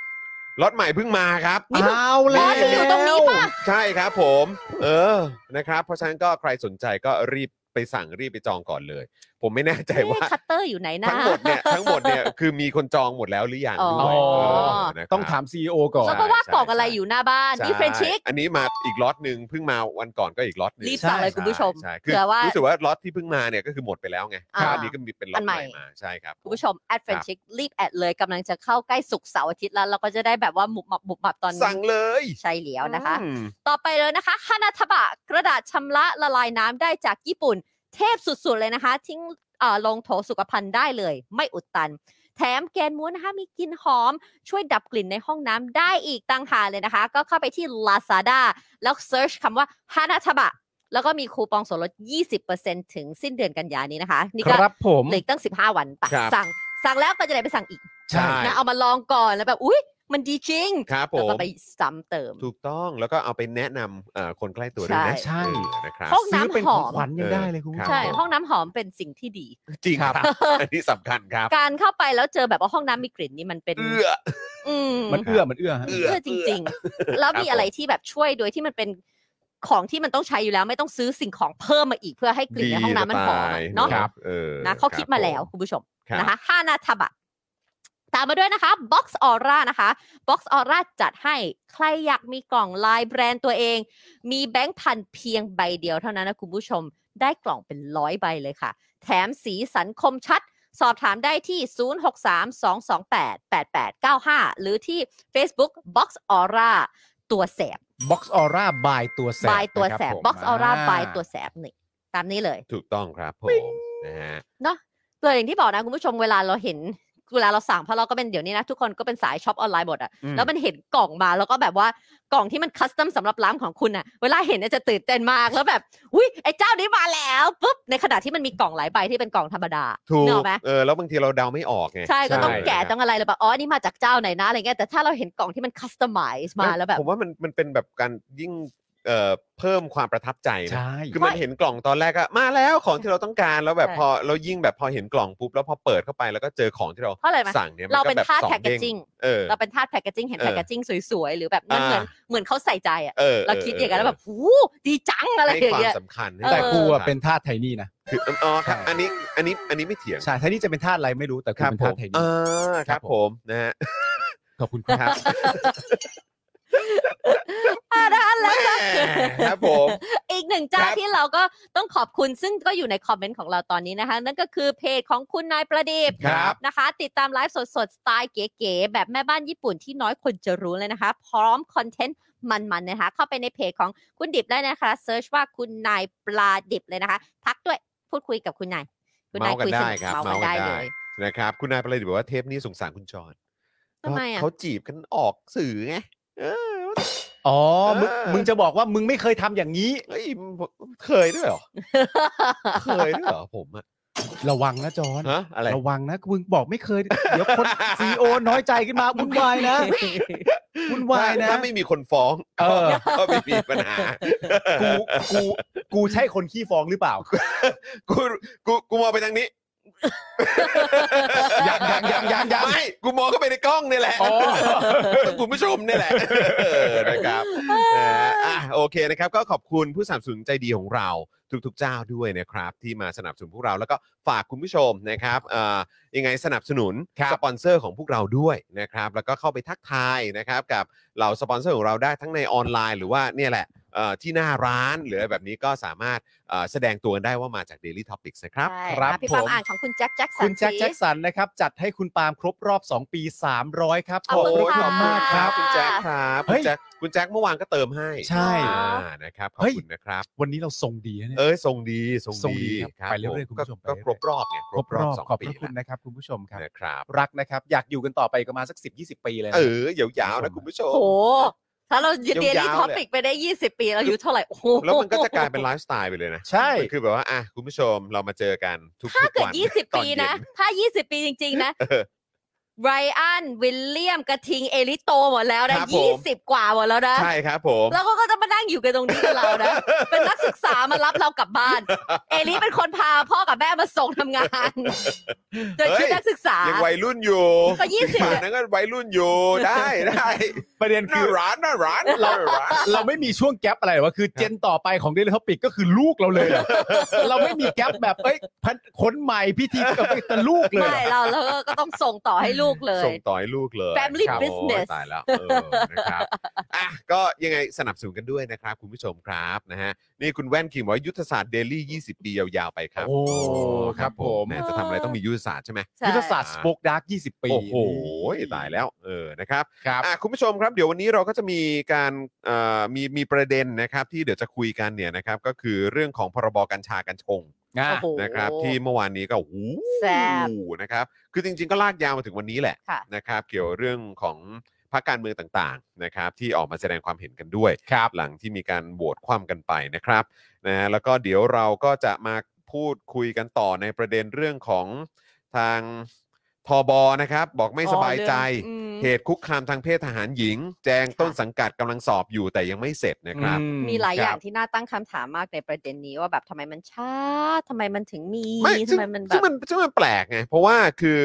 Speaker 3: รถใหม่เพิ่งมาครับ
Speaker 4: นี่เพิ่ง
Speaker 5: เอา
Speaker 4: บ
Speaker 5: แล้
Speaker 4: อ
Speaker 5: ว
Speaker 4: สที่อยู่ตรงนี้ป่ะ
Speaker 3: ใช่ครับผม เออนะครับ เพราะฉะนั้นก็ใครสนใจก็รีบไปสั่งรีบไปจองก่อนเลย ผมไม่แน่ใจ
Speaker 4: เอ๊ะ
Speaker 3: ว่า
Speaker 4: คัตเตอร์อยู่ไหนนะ
Speaker 3: ทั้งหมดเนี่ยทั้งหมด เนี่ยคือมีคนจองหมดแล้วหรือยังด้
Speaker 5: อ๋
Speaker 3: ว
Speaker 5: อ
Speaker 3: ยเออนะครับ
Speaker 5: ต้องถาม CEO ก่อน
Speaker 4: แล้วก็ว่า
Speaker 3: ใช่
Speaker 4: กรอกอะไร
Speaker 3: ใช่
Speaker 4: อยู่หน้าบ้าน
Speaker 3: ใช่
Speaker 4: นี่เฟรนชิก
Speaker 3: อันนี้มาอีกล็อตหนึ่งเพิ่งมาวันก่อนก็อีกล็อตหนึ่ง
Speaker 4: รีบสั่งเลย
Speaker 3: ใ
Speaker 4: คุณผู้ชม
Speaker 3: ใช่
Speaker 4: เผื่อว่ารู้
Speaker 3: สึกว่าล็อตที่เพิ่งมาเนี่ยก็คือหมดไปแล้วไง
Speaker 4: อ่า
Speaker 3: อันนี้ก็มีเป็นล็อ
Speaker 4: อั
Speaker 3: ตให
Speaker 4: นใหม่
Speaker 3: ม่มาใช่ครับ
Speaker 4: คุณผู้ชมแอดเฟรนชิกรีบแอดเลยกำลังจะเข้าใกล้สุกร์เสาร์อาทิตย์แล้วเราก็จะได้แบบว่าหมุบหมับหมุบหมับตอนนี้
Speaker 3: สั่งเลย
Speaker 4: ใช่แล้วนะคะ
Speaker 3: อืม
Speaker 4: ต่อไปเลยนะคะฮานาทบะกระดาษชำระละลายน้ำได้จากญี่ปุ่น เทพสุดๆเลยนะคะ ทิ้งเอ่อลงโถสุขภัณฑ์ได้เลย ไม่อุดตัน แถมแกนม้วนนะคะมีกลิ่นหอม ช่วยดับกลิ่นในห้องน้ำได้อีกต่างหากเลยนะคะ ก็เข้าไปที่ Lazada แล้วเซิร์ชคำว่าฮานาทบะแล้วก็มีคูปองส่วนลด 20%ถึงสิ้นเดือนกันยานี้นะคะ นี่
Speaker 5: ค
Speaker 4: ก็
Speaker 5: รับผม
Speaker 4: เหลืออกตั้ง 15 วันไป
Speaker 3: ครับ
Speaker 4: สั่งสั่งแล้วก็จะได้ไปสั่งอีก
Speaker 3: ใช่
Speaker 4: นะเอามาลองก่อนแล้วแบบอุ๊ย มันดีจริง
Speaker 3: ครับผ
Speaker 4: แล้ว
Speaker 3: ม
Speaker 4: ก็ไปซ้ำเติม
Speaker 3: ถูกต้องแล้วก็เอาไปแนะนำเอ่อคนใกล้ตัวด้วยนะ
Speaker 5: ใช่
Speaker 3: เออนะครับ
Speaker 4: ห้อง
Speaker 5: ซื้อเป็น
Speaker 4: น้ำห
Speaker 5: ข
Speaker 4: อ
Speaker 5: อ
Speaker 4: ม
Speaker 5: งขวัญยังได้เลยคุณผู้ชม
Speaker 4: ใช่ห้องน้ำหอมเป็นสิ่งที่ดี
Speaker 3: จริงค
Speaker 5: ครั
Speaker 3: รับ บ อันนี้สำคัญครับ
Speaker 4: การเข้าไปแล้วเจอแบบว่าห้องน้ำมีกลิ่นนี่มันเป็น
Speaker 3: เอื้อ
Speaker 4: อืม
Speaker 5: มันเอื้อมันเอื้อฮะ
Speaker 3: เอื้
Speaker 4: เอื้อจริง ๆ แล้วมี
Speaker 3: ครับผม
Speaker 4: อะไรที่แบบช่วยโดยที่มันเป็นของที่มันต้องใช้อยู่แล้วไม่ต้องซื้อสิ่งของเพิ่มมาอีกเพื่อให้กลิ่นในห้องน้ำมันหอม
Speaker 3: ดี
Speaker 4: อะ
Speaker 3: จะตย
Speaker 4: เนาะ
Speaker 3: ครับเออ
Speaker 4: นะเขาคิดมาแล้ว
Speaker 3: ผ
Speaker 4: คุณผู้ชม
Speaker 3: รับ
Speaker 4: นะคะห้านาทบะตามมาด้วยนะคะ Box Aura นะคะ Box Aura จัดให้ใครอยากมีกล่องลายแบรนด์ตัวเอง มีแบงค์พันเพียงใบเดียวเท่านั้นนะคุณผู้ชมได้กล่องเป็นร้อยใบเลยค่ะ แถมสีสันคมชัด สอบถามได้ที่ 0632288895 หรือที่ Facebook Box Aura ตัวแสบ
Speaker 5: Box Aura by ตัวแสบบ
Speaker 4: ายตัว
Speaker 5: นะครับ
Speaker 4: แสบ
Speaker 5: ผม
Speaker 4: Box Aura บายตัวแสบนี่ตามนี้เลย
Speaker 3: ถูกต้องครับผมนะฮะ
Speaker 4: เลยอย่างที่บอกนะคุณผู้ชมเวลาเราเห็นเวลาเราสั่งเพราะเราก็เป็นเดี๋ยวนี้นะทุกคนก็เป็นสายช็อปออนไลน์หมดอะ
Speaker 5: อืม
Speaker 4: แล้วมันเห็นกล่องมาแล้วก็แบบว่ากล่องที่มันคัสตอมสำหรับร้านของคุณอะเวลาเห็นเนี่ยจะตื่นเต้นมากแล้วแบบอุ้ยไอ้เจ้านี้มาแล้วปุ๊บในขณะที่มันมีกล่องหลายใบที่เป็นกล่องธรรมดา
Speaker 3: ถูก
Speaker 4: เนกอะไหม
Speaker 3: เออแล้วบางทีเราเดาไม่ออกไง
Speaker 4: ใช่ก็ต้อง
Speaker 5: ใช่
Speaker 4: แกะต้องอะไรเลยแบบอ๋ออันนี่มาจากเจ้าไหนนะอะไรเงี้ยแต่ถ้าเราเห็นกล่องที่มันคัสตอมไมซ์มาแล้วแบบ
Speaker 3: ผมว่ามันมันเป็นแบบการยิ่งเอ่อเพิ่มความประทับใจนะ
Speaker 5: ใช่
Speaker 3: คือมันเห็นกล่องตอนแรกอะมาแล้วของที่เราต้องการแล้วแบบ
Speaker 4: ใช่
Speaker 3: พอเรายิ่งแบบพอเห็นกล่องปุ๊บแล้วพอเปิดเข้าไปแล้วก็เจอของที่เรา
Speaker 4: เพราะอะไรไหม
Speaker 3: สั่งเนี่ย
Speaker 4: เรา
Speaker 3: มั
Speaker 4: เป็น
Speaker 3: แบบ
Speaker 4: ทาส
Speaker 3: สอ
Speaker 4: แพคเก
Speaker 3: ด้
Speaker 4: จจิ้ง
Speaker 3: เออ
Speaker 4: เราเป็นทาสแพคเกจจิ้งเห็น
Speaker 3: เออ
Speaker 4: แพคเกจจิ้งสวยๆหรือแบบมันเหมือน
Speaker 3: อ่า
Speaker 4: เหมือนเขาใส่ใจอะ
Speaker 3: เออ
Speaker 4: เราคิดอย่างนั้นแล้วแบบหูดีจังอะไร
Speaker 3: ให้
Speaker 4: อ
Speaker 3: ค
Speaker 4: ย่า
Speaker 3: วางม
Speaker 4: เงี้ย
Speaker 3: สำคัญให้
Speaker 4: เออ
Speaker 5: แต่
Speaker 3: ความ
Speaker 5: กูอะ
Speaker 3: สำคัญ
Speaker 5: เป็นท่าสไทยนี่นะ
Speaker 3: คืออ๋อครับ
Speaker 5: ใช่
Speaker 3: อันนี้อันนี้อันนี้ไม่เถียง
Speaker 5: ใช่ไทยนี่จะเป็นท่าสอะไรไม่รู้แต่กู
Speaker 3: ครับ
Speaker 5: เป็น
Speaker 3: ผ
Speaker 5: ท่าม สไทย
Speaker 3: เอ
Speaker 5: นี่
Speaker 3: อครับผมนะฮะ
Speaker 5: ขอบคุณครับ
Speaker 3: ครับ
Speaker 4: อ่ะนะคะแล้ว
Speaker 3: แหมครับผม
Speaker 4: อีกหนึ่งเจ้า
Speaker 3: ครับ
Speaker 4: ที่เราก็ต้องขอบคุณซึ่งก็อยู่ในคอมเมนต์ของเราตอนนี้นะคะ นั่นก็คือเพจของคุณนายประดิษฐ์
Speaker 3: ครับ
Speaker 4: นะคะ ติดตามไลฟ์สดๆ สไตล์เก๋ๆ แบบแม่บ้านญี่ปุ่นที่น้อยคนจะรู้เลยนะคะ พร้อมคอนเทนต์มันๆนะคะ เข้าไปในเพจของคุณดิบได้นะคะเซิร์ชว่าคุณนายปลาดิบเลยนะคะ ทักด้วยพูดคุยกับคุณนาย คุณนาย
Speaker 3: เมาส์กัน
Speaker 4: คุยส
Speaker 3: ได้
Speaker 4: นิท
Speaker 3: ครับ
Speaker 4: เมาส์
Speaker 3: เมา
Speaker 4: กัน
Speaker 3: ส์กัน
Speaker 4: ได้เล
Speaker 3: ได้
Speaker 4: ย
Speaker 3: นะครับ คุณนายประดิษฐ์บอกว่าเทปนี้สงสารคุณจอน
Speaker 4: ทำไมอ่ะ
Speaker 3: เขาจีบกันออกสื่อไงเออ
Speaker 5: อ๋อมึง
Speaker 3: เออ
Speaker 5: มึงจะบอกว่ามึงไม่เคยทำอย่างนี้
Speaker 3: เฮ้ยเคยด้วยเห รอ เคยด้วยเหรอผมอะ
Speaker 5: ระวังนะจอน
Speaker 3: ฮะอะไร
Speaker 5: ระวังนะมึงบอกไม่เคย เดี๋ยวคนซีโอน้อยใจขึ้นมาวุ่นวายนะวุ่นวายนะ
Speaker 3: ถ้าไม่มีคนฟ้อง
Speaker 5: เออ
Speaker 3: ก็ไม่มีปัญหา
Speaker 5: กูกูกูใช่คนขี้ฟ้องหรือเปล่า
Speaker 3: กูกูกูมองไปทางนี้
Speaker 5: ยังยังยังยังยัง
Speaker 3: ไม่กูมองเข้าไปในกล้องนี่แหละ
Speaker 5: อ๋อ
Speaker 3: คุณผู้ชม นี่แหละเออนะครับนะฮะอ่ะโอเคนะครับ ก็ขอบคุณผู้สนับสนุนใจดีของเราทุกๆเจ้าด้วยนะครับ ที่มาสนับสนุนพวกเราแล้วก็ฝากคุณผู้ชมนะครับเอ่อยังไงสนับสนุน
Speaker 5: ครับ
Speaker 3: สปอนเซอร์ของพวกเราด้วยนะครับ แล้วก็เข้าไปทักทายนะครับกับเหล่าสปอนเซอร์ของเราได้ทั้งในออนไลน์หรือว่าเนี่ยแหละเอ่อที่หน้าร้านหรืออะไรแบบนี้ก็สามารถเอ่อแสดงตัวกันได้ว่ามาจาก Daily Topics นะครับ
Speaker 4: ใช่
Speaker 5: ครับ
Speaker 4: นะพี่ปาล์ม
Speaker 5: ผม
Speaker 4: อ่านของคุณแจ็คแจ็คสัน
Speaker 5: คุณแจ็ค
Speaker 4: สิ
Speaker 5: แจ็คสันนะครับ จัดให้คุณปาล์มครบรอบ 2 ปี 300 ครับ
Speaker 4: ขอบคุณ
Speaker 5: พระ
Speaker 4: ค่ะ
Speaker 5: ณมากครับ
Speaker 3: คุณแจ็คครับ
Speaker 5: เฮ้
Speaker 3: คุณ
Speaker 5: ย
Speaker 3: แจ็คคุณแจ็คเมื่อวานก็เติมให้
Speaker 5: ใช่
Speaker 3: อ่านะครับขอบ
Speaker 5: เฮ้ย
Speaker 3: คุณนะครับ
Speaker 5: วันนี้เราทรงดีนะเนี่ย
Speaker 3: เอ้ยทรงดีทรง
Speaker 5: ทรงดี
Speaker 3: ดี
Speaker 5: ค
Speaker 3: ครั
Speaker 5: รับ
Speaker 3: บ
Speaker 5: ไปเรื่อยๆ
Speaker 3: ผ
Speaker 5: คุณผู้ชม
Speaker 3: ก็
Speaker 5: ไปเรื่อยๆ
Speaker 3: ครบรอบเนี่ยครบรอบสอง
Speaker 5: ขอบ
Speaker 3: ปี
Speaker 5: พระคุณ
Speaker 3: แล้ว
Speaker 5: นะครับคุณผู้ชมครับ
Speaker 3: นะครับ
Speaker 5: รักนะครับ อยากอยู่กันต่อไปประมาณสัก 10 20 ปีเลยนะ
Speaker 3: เออยาวๆนะคุณผู้ชม
Speaker 4: โอ้โหถ้าเราเดลี่
Speaker 3: ยาวๆ
Speaker 4: ท็อ
Speaker 3: เลย
Speaker 4: ปิกไปได้ 20 ปีเราอายุเท่าไหร่โอ้โห
Speaker 3: แล้วมันก็จะกลายเป็นไลฟ์สไตล์ไปเลยนะ
Speaker 5: ใช่
Speaker 3: มันคือแบบว่าอ่ะคุณผู้ชมเรามาเจอกันทุกๆ
Speaker 4: ถ้าเกิด
Speaker 3: วัน
Speaker 4: 20
Speaker 3: ตอ
Speaker 4: ปี
Speaker 3: เย็
Speaker 4: นะ ถ้า 20 ปีจริง ๆ นะ
Speaker 3: เออ
Speaker 4: ไรอัน วิลเลียม กระทิง เอลิโตหมดแล้ว
Speaker 3: ค
Speaker 4: นะ
Speaker 3: รับผม
Speaker 4: 20 กว่าหมดแล้วนะ
Speaker 3: ใช่ครับผม
Speaker 4: แล้วก็ก็จะมานั่งอยู่กันตรงนี้กับเรา นะ เป็นนักศึกษามารับเรากลับบ้าน เอลิเป็นคนพาพ่อกับแม่มาส่งทำง านโดยชุดนักศึกษา
Speaker 3: ยังวัยรุ่นอยู่
Speaker 4: ก็ยี่สิบ
Speaker 3: ป่านนั้นก็วัยรุ่นอยู่ได้ได้
Speaker 5: ประเด็น
Speaker 3: ห
Speaker 5: คื
Speaker 3: น่า
Speaker 5: อ
Speaker 3: ร้านหน่าร้านห
Speaker 5: เรา
Speaker 3: น้าร้าน
Speaker 5: เราไม่มีช่วงแก๊ปอะไรหรอวะคือเจนต่อไปของ Daily Topic ก็คือลูกเราเลยเหรอ เราไม่มีแก๊ปแบบเอ้ยพันคนใหม่พิธีกับแต่ลูกเลย
Speaker 4: ไม่
Speaker 5: เหรอ
Speaker 4: เราแล้วก็ก็ต้องส่งต่อให้ลูกเลย
Speaker 3: ส่งต่อให้ลูกเลย
Speaker 4: Family
Speaker 3: ครับโอ้
Speaker 4: business
Speaker 3: ยตายแล้ว เออ นะครับ อ่ะ ก็ยังไงสนับสนุนกันด้วยนะครับ คุณผู้ชมครับนะฮะ นี่คุณแว่นคิงบอกว่ายุทธศาสตร์เดลี่ 20 ปียาวๆไปครับ
Speaker 5: โอ้ครับผม
Speaker 3: แหจะทำอะไรต้องมียุทธศาสตร์ใช่ไหม
Speaker 4: ใช่
Speaker 5: ยุทธศาสตร์สป o อ e ดาร์ก20 ปี
Speaker 3: โอ้โห ตายแล้ว เออ นะครับ
Speaker 5: ครับ
Speaker 3: อ่ะคุณผู้ชมครับเดี๋ยววันนี้เราก็จะมีการเอ่อมีมีประเด็นนะครับที่เดี๋ยวจะคุยกันเนี่ยนะครับก็คือเรื่องของพรบกัญชากัญชง
Speaker 4: โอ้โห
Speaker 3: นะครับที่เมื่อวานนี้ก็โอ้โหู
Speaker 4: แซ่บ
Speaker 3: นะครับคือจริง ๆ ก็ลากยาวมาถึงวันนี้แหละ
Speaker 4: ค่ะ
Speaker 3: นะครับเกี่ยวเรื่องของพรรคการเมืองต่างๆนะครับที่ออกมาแสดงความเห็นกันด้วย
Speaker 5: ครับ
Speaker 3: หลังที่มีการโหวตคว่ำกันไปนะครับนะฮะแล้วก็เดี๋ยวเราก็จะมาพูดคุยกันต่อในประเด็นเรื่องของทางทบนะครับ บอกไม่สบายใจ
Speaker 4: อ๋อเรื่องอืม
Speaker 3: เหตุคุกคามทางเพศทหารหญิง แจ้งต้นสังกัดกำลังสอบอยู่แต่ยังไม่เสร็จนะครับ
Speaker 5: อื
Speaker 4: มีหลายอย่าง
Speaker 3: ครับ
Speaker 4: ที่น่าตั้งคำถามมากในประเด็นนี้ว่าแบบทำไมมันช้าทำไมมันถึงมี
Speaker 3: ไม่
Speaker 4: ทำ
Speaker 3: ซึ่ง
Speaker 4: ไมมันแบ
Speaker 3: ซึ่ง
Speaker 4: บ
Speaker 3: มันซึ่งมันแปลกไง เพราะว่าคือ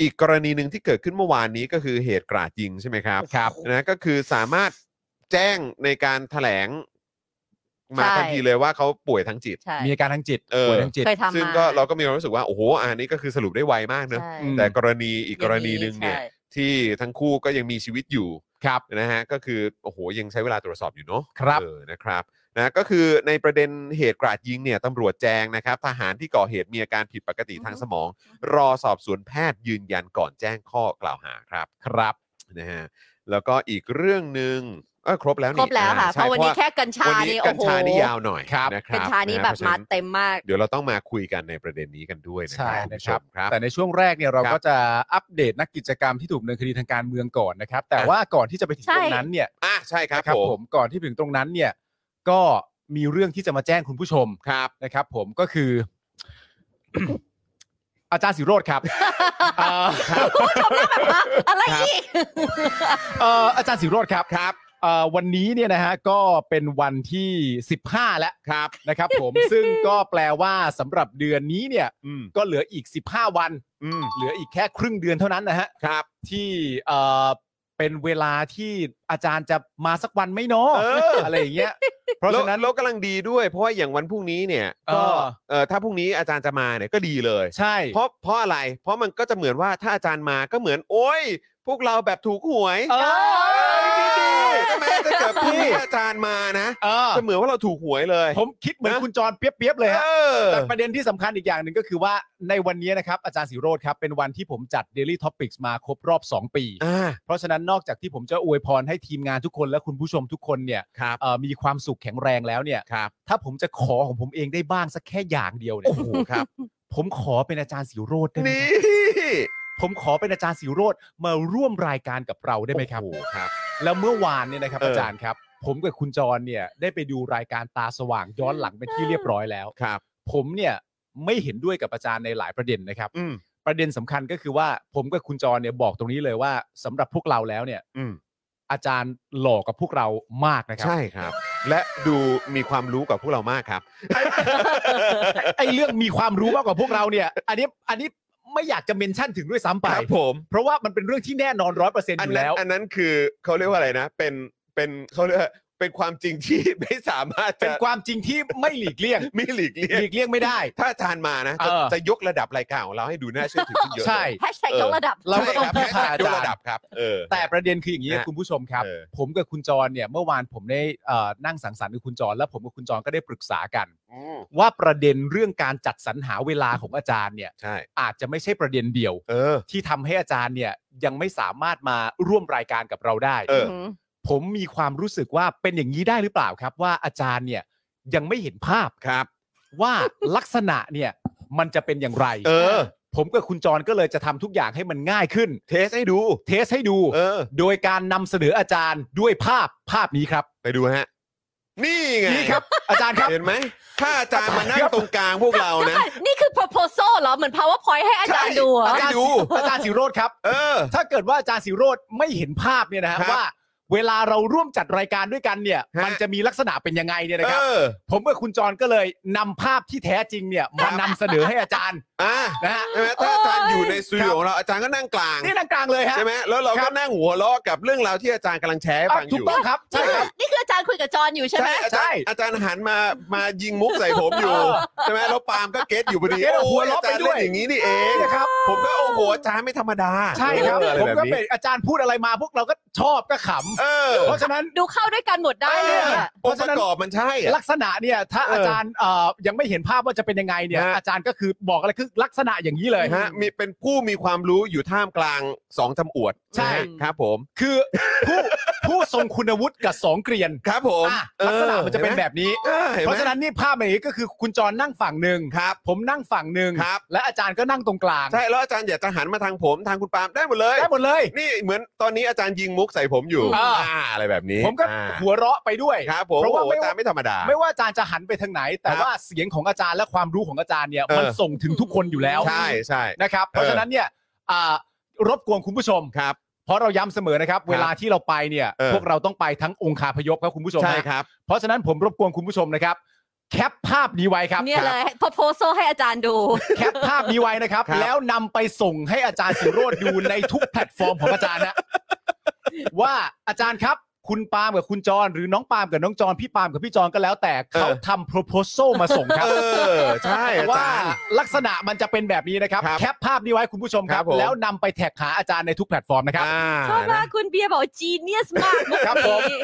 Speaker 3: อีกกรณีหนึ่งที่เกิดขึ้นเมื่อวานนี้ก็คือเหตุกราดยิงใช่ไหมครับ
Speaker 5: ครับ
Speaker 3: นะก็คือสามารถแจ้งในการแถลงมา
Speaker 4: ใช่
Speaker 3: ทันทีเลยว่าเขาป่วยทางจิต
Speaker 4: ใช่
Speaker 5: มีอาการทางจิต
Speaker 3: เออ
Speaker 5: ป่วยทางจิต
Speaker 4: เคยทำมา
Speaker 3: ซึ่งก็เราก็มีความรู้สึกว่า โอ้โหอันนี้ก็คือสรุปได้ไวมากเนอะ
Speaker 4: ใช่
Speaker 5: อืม
Speaker 3: แต่กรณีอีกกรณีหนึ่ง
Speaker 4: อาง
Speaker 3: เนี่ย ที่ทั้งคู่ก็ยังมีชีวิตอยู่
Speaker 5: ครับ
Speaker 3: นะฮะก็คือโอ้โหยังใช้เวลาตรวจสอบอยู่เนาะ
Speaker 5: ครับ
Speaker 3: เออนะครับนะก็คือในประเด็นเหตุกราดยิงเนี่ยตำรวจแจงนะครับ ทหารที่ก่อเหตุมีอาการผิดปกติทางสมอง รอสอบสวนแพทย์ยืนยันก่อนแจ้งข้อกล่าวหาครับ
Speaker 5: ครับ
Speaker 3: นะฮะแล้วก็อีกเรื่องหนึ่งเออครบแล้ว
Speaker 4: ใช่
Speaker 3: นี่
Speaker 4: ครบแล้วค่ะ
Speaker 3: อ่า
Speaker 4: เพ
Speaker 3: ใช่
Speaker 4: ราะวันนี้แค่กัญชา
Speaker 3: วันนี้
Speaker 4: นี่
Speaker 3: กั
Speaker 4: โอ้
Speaker 3: ญ
Speaker 4: โห
Speaker 3: ชานี่ยาวหน่อย
Speaker 5: ครับ
Speaker 3: นะครับ
Speaker 4: กัญชานี่
Speaker 3: ะ
Speaker 4: แบบ
Speaker 3: เพระฉะ
Speaker 4: มาเต็มมาก
Speaker 3: เดี๋ยวเราต้องมาคุยกันในประเด็นนี้กันด้วยนะค
Speaker 5: ใช่
Speaker 3: รับคุณ
Speaker 5: นะ
Speaker 3: ผู้
Speaker 5: ค
Speaker 3: ช
Speaker 5: รับ
Speaker 3: มครับ
Speaker 5: แต่ในช่วงแรกเนี่ยเรา
Speaker 3: ครับ
Speaker 5: ก็จะอัปเดตนักกิจกรรมที่ถูกดำเนินคดีทางการเมืองก่อนนะครับ แต่
Speaker 3: อ่ะ
Speaker 5: ว่าก่อนที่จะไปถึง
Speaker 4: ใช่
Speaker 5: ตรงนั้นเนี่ย
Speaker 3: อ่ะใช่ครับ
Speaker 5: นะครับ
Speaker 3: ผ
Speaker 5: ผม มก่อนที่ถึงตรงนั้นเนี่ยก็มีเรื่องที่จะมาแจ้งคุณผู้ชม
Speaker 3: ครับ
Speaker 5: นะครับ ผมก็คือ อาจารย์สิโรธ ครับเอ่อ
Speaker 4: อะไรอีก
Speaker 5: เอ่ออาจารย์สิโรธครับครับวันนี้เนี่ยนะฮะก็เป็นวันที่ 15 แล้วครับนะครับ ผม ซึ่งก็แปลว่าสำหรับเดือนนี้เนี่ย
Speaker 3: อืม
Speaker 5: ก็เหลืออีก 15 วัน
Speaker 3: อืม
Speaker 5: เหลืออีกแค่ครึ่งเดือนเท่านั้นนะฮะ
Speaker 3: ครับ
Speaker 5: ที่เอ่อเป็นเวลาที่อาจารย์จะมาสักวันไม่เนาะ
Speaker 3: เออ
Speaker 5: อะไรอย่างเงี้ย เพราะฉะนั้น
Speaker 3: แล้วแล้วกำลังดีด้วย เพราะว่าอย่างวันพรุ่งนี้เนี่ยก็
Speaker 5: เออ
Speaker 3: เอ่อถ้าพรุ่งนี้อาจารย์จะมาเนี่ยก็ดีเลย
Speaker 5: ใช่
Speaker 3: เพราะเพราะอะไร เพราะมันก็จะเหมือนว่าถ้าอาจารย์มาก็เหมือน โอ้ยพวกเราแบบถูกหวย
Speaker 5: เออ
Speaker 3: เออดีๆใช่ไหมถ้าเกิดพรุ่งนี้อาจารย์มานะ
Speaker 5: เออ
Speaker 3: จะเหมือนว่าเราถูกหวยเลย
Speaker 5: ผมคิดเหมือน
Speaker 3: นะ
Speaker 5: คุณจรเปรียบๆเลยฮะ
Speaker 3: เออ
Speaker 5: แต่ประเด็นที่สำคัญอีกอย่างหนึ่งก็คือว่าในวันนี้นะครับ อาจารย์สิโรธครับ เป็นวันที่ผมจัด Daily Topics มาครบรอบ 2 ปี
Speaker 3: อ่า
Speaker 5: เพราะฉะนั้นนอกจากที่ผมจะอวยพรให้ทีมงานทุกคนและคุณผู้ชมทุกคนเนี่ย
Speaker 3: ครับ
Speaker 5: เอ่อมีความสุขแข็งแรงแล้วเนี่ย
Speaker 3: ครับ
Speaker 5: ถ้าผมจะขอของผมเองได้บ้างสักแค่อย่างเดียวเนี่ย
Speaker 3: โอ้โหครับ
Speaker 5: ผมขอเป็นอาจารย์สิโรธได้ไหมครับ
Speaker 3: นี่
Speaker 5: ผมขอเป็นอาจารย์สิโรธมาร่วมรายการกับเราได้ไหมครับ
Speaker 3: โอ้โหครับ
Speaker 5: แล้วเมื่อวานเนี่ยนะครับ
Speaker 3: เอออ
Speaker 5: อาจารย์ครับ ผมกับคุณจรเนี่ยได้ไปดูรายการตาสว่างย้อนหลังเป็นที่เรียบร้อยแล้ว
Speaker 3: ครับ
Speaker 5: ผมเนี่ยไม่เห็นด้วยกับอาจารย์ในหลายประเด็นนะครับ
Speaker 3: อืม
Speaker 5: ประเด็นสำคัญก็คือว่าผมกับคุณจรเนี่ยบอกตรงนี้เลยว่าสำหรับพวกเราแล้วเนี่ย
Speaker 3: อืม
Speaker 5: อาจารย์หลอกกับพวกเรามากนะครั
Speaker 3: ใช่ครับ และดูมีความรู้กว่าพวกเรามากครับ
Speaker 5: ไอ้เรื่องมีความรู้มากกว่าพวกเราเนี่ย อันนี้อันนี้ไม่อยากจะเมนชั่นถึงด้วยซ้ำไป
Speaker 3: ครับผม
Speaker 5: เพราะว่ามันเป็นเรื่องที่แน่นอนร้อยเปอร์เซ็นต์
Speaker 3: อั
Speaker 5: อน ยู่
Speaker 3: นั้
Speaker 5: แล้
Speaker 3: น
Speaker 5: ว
Speaker 3: อันนั้นคือเขาเรียกว่าอะไรนะ เป็นเป็นเขาเรียกว่าเป็นความจริงที่ ไม่สามารถ
Speaker 5: เป็
Speaker 3: จะ
Speaker 5: นความจริงที่ไม่หลีกเลี่ยง
Speaker 3: ไม่หลีกเลี่ยง
Speaker 5: หลีกเลี่ยง ไม่ได้
Speaker 3: ถ้าอาจารย์มานะ
Speaker 5: เอ
Speaker 3: จะ
Speaker 5: อ
Speaker 3: จะยกระดับรายการของเราให้ดูน่าเชื่อถือขึ้นเยอะ
Speaker 5: ใช่
Speaker 4: แฮชแท็กยกระดับ
Speaker 5: เรา
Speaker 3: เรา
Speaker 5: ก็
Speaker 3: ก็
Speaker 5: ต้
Speaker 3: ต้
Speaker 5: อ
Speaker 3: อง ง
Speaker 5: พึ่งพาอาจารย์
Speaker 3: ยกระดับครับ เออ
Speaker 5: แต่ประเด็นคืออย่างนี้
Speaker 3: ฮะ
Speaker 5: คุณผู้ชมครับ
Speaker 3: เออ
Speaker 5: ผมกับคุณจรเนี่ยเมื่อวานผมได้เอ่อนั่งสังสรรค์กับคุณจรแล้วผมกับคุณจรก็ได้ปรึกษากัน
Speaker 3: อืม
Speaker 5: ว่าประเด็นเรื่องการจัดสรรหาเวลาของอาจารย์เนี่ย
Speaker 3: ใช่
Speaker 5: อาจจะไม่ใช่ประเด็นเดียว
Speaker 3: เออ
Speaker 5: ที่ทำให้อาจารย์เนี่ยยังไม่สามารถมาร่วมรายการกับเราได้
Speaker 3: เออ
Speaker 5: ผมมีความรู้สึกว่าเป็นอย่างนี้ได้หรือเปล่าครับ ว่าอาจารย์เนี่ยยังไม่เห็นภาพ
Speaker 3: ครับ
Speaker 5: ว่าลักษณะเนี่ยมันจะเป็นอย่างไร
Speaker 3: เออ
Speaker 5: ผมกับคุณจรก็เลยจะทำทุกอย่างให้มันง่ายขึ้น
Speaker 3: เทสให้ดู
Speaker 5: เทสให้ดู
Speaker 3: เออ
Speaker 5: โดยการนำเสนออาจารย์ด้วยภาพภาพนี้ครับ
Speaker 3: ไปดูฮะ นี่ไง
Speaker 5: นี่ครับ อาจารย์ครับ
Speaker 3: เห็นไหมถ้าอาจารย์มานั่ง
Speaker 5: ครับ
Speaker 3: ตรงกลางพวกเรานะ
Speaker 4: นี่คือ proposal เหรอ เหมือน powerpoint ให้อาจารย์ดูเหรอ
Speaker 5: อาจารย์
Speaker 3: ดู
Speaker 5: อาจารย์สิโรธครับ
Speaker 3: เออ
Speaker 5: ถ้าเกิดว่าอาจารย์สิโรธไม่เห็นภาพเนี่ยนะฮะ
Speaker 3: ครับ
Speaker 5: ว่า เวลาเราร่วมจัดรายการด้วยกันเนี่ย
Speaker 3: ฮะ
Speaker 5: มันจะมีลักษณะเป็นยังไงเนี่ยนะค
Speaker 3: เอ
Speaker 5: รับ
Speaker 3: อ
Speaker 5: ผมกับคุณจรก็เลยนำภาพที่แท้จริงเนี่ยมานำเสนอให้อาจารย์
Speaker 3: อ่ะ
Speaker 5: นะฮะ
Speaker 3: ใช่ไหมถ้าอาจารย์อยู่ในสตูดิโอของเราอาจารย์ก็นั่งกลาง
Speaker 5: นี่ดังกลางเลยฮะ
Speaker 3: ใช่ไหมแล้วเรา
Speaker 5: ครั
Speaker 3: ก็
Speaker 5: บ
Speaker 3: นั่งหัวเราะกับเรื่องราวที่อาจารย์กำลังแชร์ให้ฟังอ
Speaker 5: ถูก
Speaker 3: ยู่
Speaker 5: ต้องครับใช่ครับ
Speaker 4: นี่คืออาจารย์คุยกับจอนอยู่ใช่ไหม
Speaker 3: อา
Speaker 5: ใช่
Speaker 3: จารย์อาจารย์หันมามายิงมุกใส่ผมอยู่
Speaker 5: เออ
Speaker 3: ใช่ไหมแล้วปาล์มก็เก็ตอยู่พอดี
Speaker 5: เก็ต
Speaker 3: โอ้
Speaker 5: หั
Speaker 3: โห
Speaker 5: ว
Speaker 3: อา
Speaker 5: เราะ
Speaker 3: จารย์
Speaker 5: ไปด้
Speaker 3: เล่
Speaker 5: วย
Speaker 3: นอย่างนี้นี่เอง
Speaker 5: นี่ครับ
Speaker 3: ผมก็โอ้โหอาจารย์ไม่ธรรมดา
Speaker 5: ใช่ครับ
Speaker 3: เอออะไร
Speaker 5: ผม
Speaker 3: แบบ
Speaker 5: ก็
Speaker 3: นี้
Speaker 5: เป็นอาจารย์พูดอะไรมาพวกเราก็ชอบก็ข
Speaker 3: เออ
Speaker 5: ำเพราะฉะนั้น
Speaker 4: ดูเข้าด้วยกันหมดได้เลยอะ
Speaker 3: องค์ประกอบมันใช่อะ
Speaker 5: ลักษณะเนี่ยถ้า
Speaker 3: เอออ
Speaker 5: อาจารย์เอ่อยังไม่เห็นภาพว่าจะเป็นยังไงเนี่ย
Speaker 3: ฮะ
Speaker 5: อาจารย์ก็คือบอกอะไรคือลักษณะอย่างนี้เลย
Speaker 3: ฮะมีเป็นผู้มีความรู้อยู่ท่ามกลางสองจำอวด
Speaker 5: ใช่
Speaker 3: นะครับผม
Speaker 5: คือผู้ผู้ทรงคุณวุฒิกับสองเกรียน
Speaker 3: ครับผม
Speaker 5: อ่ะ
Speaker 3: ออ
Speaker 5: ลักษณะมันจะเป็นแบบนี้
Speaker 3: เออห็ไหม
Speaker 5: เพราะฉะนั้นนี่ภาพอย่างนี้ก็คือคุณจรนั่งฝั่งหนึ่ง
Speaker 3: ครับ
Speaker 5: ผมนั่งฝั่งหนึ่ง
Speaker 3: ครับ
Speaker 5: และอาจารย์ก็นั่งตรงกลาง
Speaker 3: ใช่แล้วอาจารย์อยากจะหันมาทางผมทางคุณปาล์มได้หมดเลย
Speaker 5: ได้หมดเลย
Speaker 3: นี่เหมือนตอนนี้อาจารย์ยิงมุกใส่ผมอยู่
Speaker 5: อ่า
Speaker 3: อ่าอะไรแบบนี้
Speaker 5: ผมก็
Speaker 3: อ่า
Speaker 5: หัวเราะไปด้วย
Speaker 3: ครับผม
Speaker 5: เพราะว่า
Speaker 3: โอ้โห
Speaker 5: ไม่
Speaker 3: อาจารย์ไม่ธรรมดา
Speaker 5: ไม่ว่าอาจารย์จะหันไปทางไหน แต่
Speaker 3: ครับ
Speaker 5: ว่าเสียงของอาจารย์และความรู้ของอาจารย์เนี่ย
Speaker 3: เออ
Speaker 5: มันส่งถึงทุกคนอยู่แล้ว
Speaker 3: ใช่ใช่
Speaker 5: นะครับ เพราะฉะนั้นเนี่ยอ่ารบกวนคุณผู้ชม
Speaker 3: ครับ
Speaker 5: พ เพราะเราย้ำเสมอนะครับ เวลาที่เราไปเนี่ย
Speaker 3: เออ
Speaker 5: พวกเราต้องไปทั้งองคาพยพครับคุณผู้ชม
Speaker 3: ใช่
Speaker 5: นะครับ เพราะฉะนั้นผมรบกวนคุณผู้ชมนะครับ แคปภาพนี้ไว้ครับ
Speaker 4: เนี่ยเลยพอโพสโซให้อาจารย์ดู
Speaker 5: แคปภาพนี้ไว้นะครับ
Speaker 3: ครับ
Speaker 5: แล้วนำไปส่งให้อาจารย์สิโรดดูในทุกแพลตฟอร์มของอาจารย์นะ ว่าอาจารย์ครับ คุณปาล์มกับคุณจร หรือน้องปาล์มกับน้องจร พี่ปาล์มกับพี่จรก็แล้วแต่เขาทำ proposal มาส่งค
Speaker 3: เอ
Speaker 5: รับ
Speaker 3: อ ใช่อา
Speaker 5: ว่า
Speaker 3: จารย์
Speaker 5: ลักษณะมันจะเป็นแบบนี้นะครับ
Speaker 3: ครับ
Speaker 5: แคปภาพนี้ไว้คุณผู้ชมค
Speaker 3: ค
Speaker 5: รั
Speaker 3: รับ บผม
Speaker 5: แล้วนำไปแท็กหาอาจารย์ในทุกแพลตฟอร์มนะครับ
Speaker 3: อ่า
Speaker 4: ชอบมาก
Speaker 3: นะ
Speaker 4: คุณเบียร์บอกจีเนียสมากมุก
Speaker 5: ครับผม
Speaker 4: นี้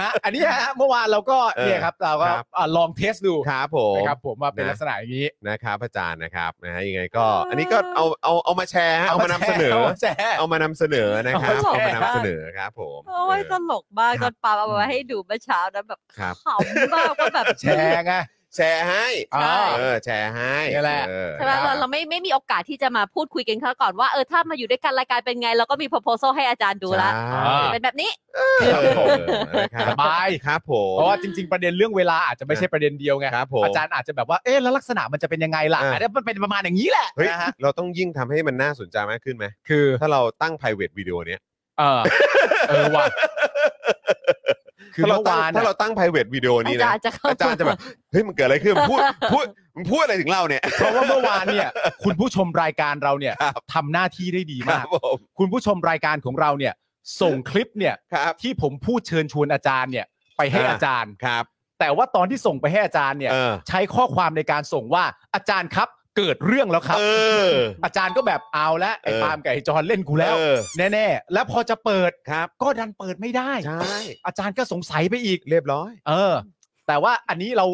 Speaker 5: ฮะอันนี้ฮะเมื่อวานเราก็
Speaker 3: เออ
Speaker 5: เนี่ยครับ เราก็
Speaker 3: ครับ
Speaker 5: อ่ะลองเทสดู
Speaker 3: ครับผม
Speaker 5: นะครับผมว่าเป็น
Speaker 3: นะ
Speaker 5: ลักษณะอย่างนี้
Speaker 3: นะครับอาจารย์นะครับนะฮะยังไงก็ อันนี้ก็เอาเอาเอามาแชร์ฮะเอามานำเสนอ
Speaker 5: เอามาแชร์
Speaker 3: เอามานำเสนอนะครับ
Speaker 5: เอา
Speaker 3: เอา
Speaker 5: มาแชร์
Speaker 3: มานำเสนอครับผม
Speaker 4: โอ้ย
Speaker 3: เอ
Speaker 4: ต
Speaker 3: อ
Speaker 4: ลกมาก
Speaker 3: ค
Speaker 4: จ
Speaker 3: รับ
Speaker 4: นปาล์มเอามาให้ดูเมื่อเช้านะแบบ
Speaker 3: ครับ
Speaker 4: ขำมากว่าแบบ
Speaker 5: แชร์ไง
Speaker 3: แชร์ให้
Speaker 5: อ่า
Speaker 3: เออแชร์ให้
Speaker 5: นี่แหละ
Speaker 3: เออ
Speaker 4: ใช่ไหม
Speaker 3: ค
Speaker 4: เรา
Speaker 3: บ
Speaker 4: เราไม่ไม่มีโอกาสที่จะมาพูดคุยกันเขาก่อนว่าเออถ้ามาอยู่ด้วยกันรายการเป็นไง เราก็มี proposal ให้อาจารย์ดูละ
Speaker 3: ใช่
Speaker 4: เป็นแบบนี้
Speaker 3: เออนะครับ
Speaker 5: สบาย
Speaker 3: ครับผม
Speaker 5: เพราะว่าจริงๆ ประเด็นเรื่องเวลาอาจจะไม่ใช่ประเด็นเดียวไง
Speaker 3: ครับผม
Speaker 5: อาจารย์อาจจะแบบว่า เอ๊ะแล้วลักษณะมันจะเป็นยังไงล่ะ
Speaker 3: อ่า
Speaker 5: อันนี้มันเป็นประมาณอย่างนี้แหละ
Speaker 3: เฮ้ย
Speaker 5: นะฮะ
Speaker 3: เราต้องยิ่งทำให้มันน่าสนใจมากขึ้นไหม
Speaker 5: คือ
Speaker 3: ถ้าเราตั้ง private video เนี้ย
Speaker 5: เออเออว่ะคือ
Speaker 3: ถ้าเราตั้ง
Speaker 5: เมื่อวาน
Speaker 3: ถ้า
Speaker 5: อะ
Speaker 3: เราตั้ง private video นี้
Speaker 4: อา
Speaker 3: นะ
Speaker 4: จารย์จะเข้า
Speaker 3: อาจารย์จะแบบเฮ้ยมันเกิดอะไรขึ้นมันพูดพูดมันพูดอะไรถึงเราเนี่ย
Speaker 5: เพราะว่าเมื่อวานเนี่ยคุณผู้ชมรายการเราเนี่ย
Speaker 3: ครับ
Speaker 5: ทำหน้าที่ได้ดี
Speaker 3: ครั
Speaker 5: มา
Speaker 3: บ
Speaker 5: ก
Speaker 3: ผม
Speaker 5: คุณผู้ชมรายการของเราเนี่ย ส่งคลิปเนี่ย
Speaker 3: ครับ
Speaker 5: ที่ผมพูดเชิญชวนอาจารย์เนี่ยไปให้
Speaker 3: อ่า
Speaker 5: อาจารย์
Speaker 3: ครับ
Speaker 5: แต่ว่าตอนที่ส่งไปให้อาจารย์เนี่ย
Speaker 3: เออ
Speaker 5: ใช้ข้อความในการส่งว่าอาจารย์ครับเกิดเรื่องแล้วครับ
Speaker 3: เออ
Speaker 5: อาจารย์ก็แบบเอาละไอ้
Speaker 3: เออ
Speaker 5: ปาล์มกับไอ้จอนเล่นกูแล้ว
Speaker 3: เออ
Speaker 5: แน่ๆ แล้วพอจะเปิด
Speaker 3: ครับ
Speaker 5: ก็ดันเปิดไม่ได้
Speaker 3: ใช่
Speaker 5: อาจารย์ก็สงสัยไปอีก
Speaker 3: เรียบร้อย
Speaker 5: เออ แต่ว่าอันนี้เรา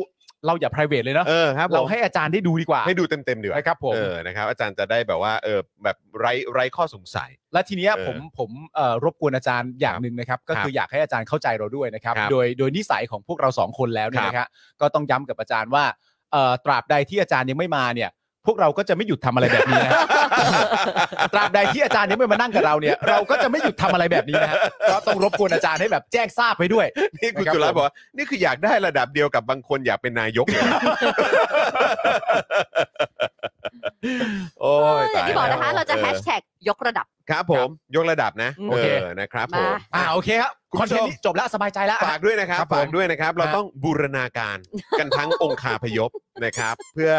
Speaker 5: เราอย่า p r i v a t เลยเนาะ
Speaker 3: เออครับผม
Speaker 5: เราให้อาจารย์ได้ดูดีกว่า
Speaker 3: ให้ดูเต็มๆดีกว่า
Speaker 5: นะครับผม
Speaker 3: เออนะครับ อาจารย์จะได้แบบว่าเออแบบไร้ไร้ข้อสงสัย
Speaker 5: และทีเนี้ย
Speaker 3: เออ
Speaker 5: ผมผมเอ่อรบกวนอาจารย์อย่างหนึ่งนะครับ ก็คืออยากให้อาจารย์เข้าใจเราด้วยนะครับ
Speaker 3: ครับ
Speaker 5: โดยโดยนิสัยของพวกเราสองคนแล้วเนี่ยนะครับก็ต้องย้ำกับอาจารย์ว่าเอ่อตราบใดที่อาจารย์ยังไม่มาเนี่ย พวกเราก็จะไม่หยุดทำอะไรแบบนี้นะ ตราบใดที่อาจารย์ยังไม่มานั่งกับเราเนี่ย เราก็จะไม่หยุดทำอะไรแบบนี้นะฮะก็ต้องรบกวนอาจารย์ให้แบบแจ้งทราบไปด้วย
Speaker 3: นี่คุณ
Speaker 5: นะครับ
Speaker 3: จุฬา
Speaker 5: ผม
Speaker 3: บอกว่านี่คืออยากได้ระดับเดียวกับบางคนอยากเป็นนายกเลยนะ โอ้
Speaker 4: เออย อย่างที่บอกนะคะ
Speaker 3: ตย
Speaker 4: เราจะ
Speaker 3: ออ
Speaker 4: แฮชแท็กยกระดับ
Speaker 3: ครับผม ยกระดับนะ
Speaker 4: อืม
Speaker 3: เออนะครับผม
Speaker 4: มา
Speaker 5: อ่าโอเคครับ
Speaker 3: คุณ
Speaker 5: ค
Speaker 3: ผู้
Speaker 5: อน
Speaker 3: ชม
Speaker 5: เทนต์นี้จบแล้วสบายใจแล้ว
Speaker 3: ฝากด้วยนะครับ
Speaker 5: ครับผม
Speaker 3: ฝากด้วยนะครับ เราต้องบูรณาการกันทั้ง องคาพยพนะครับ เพื่อ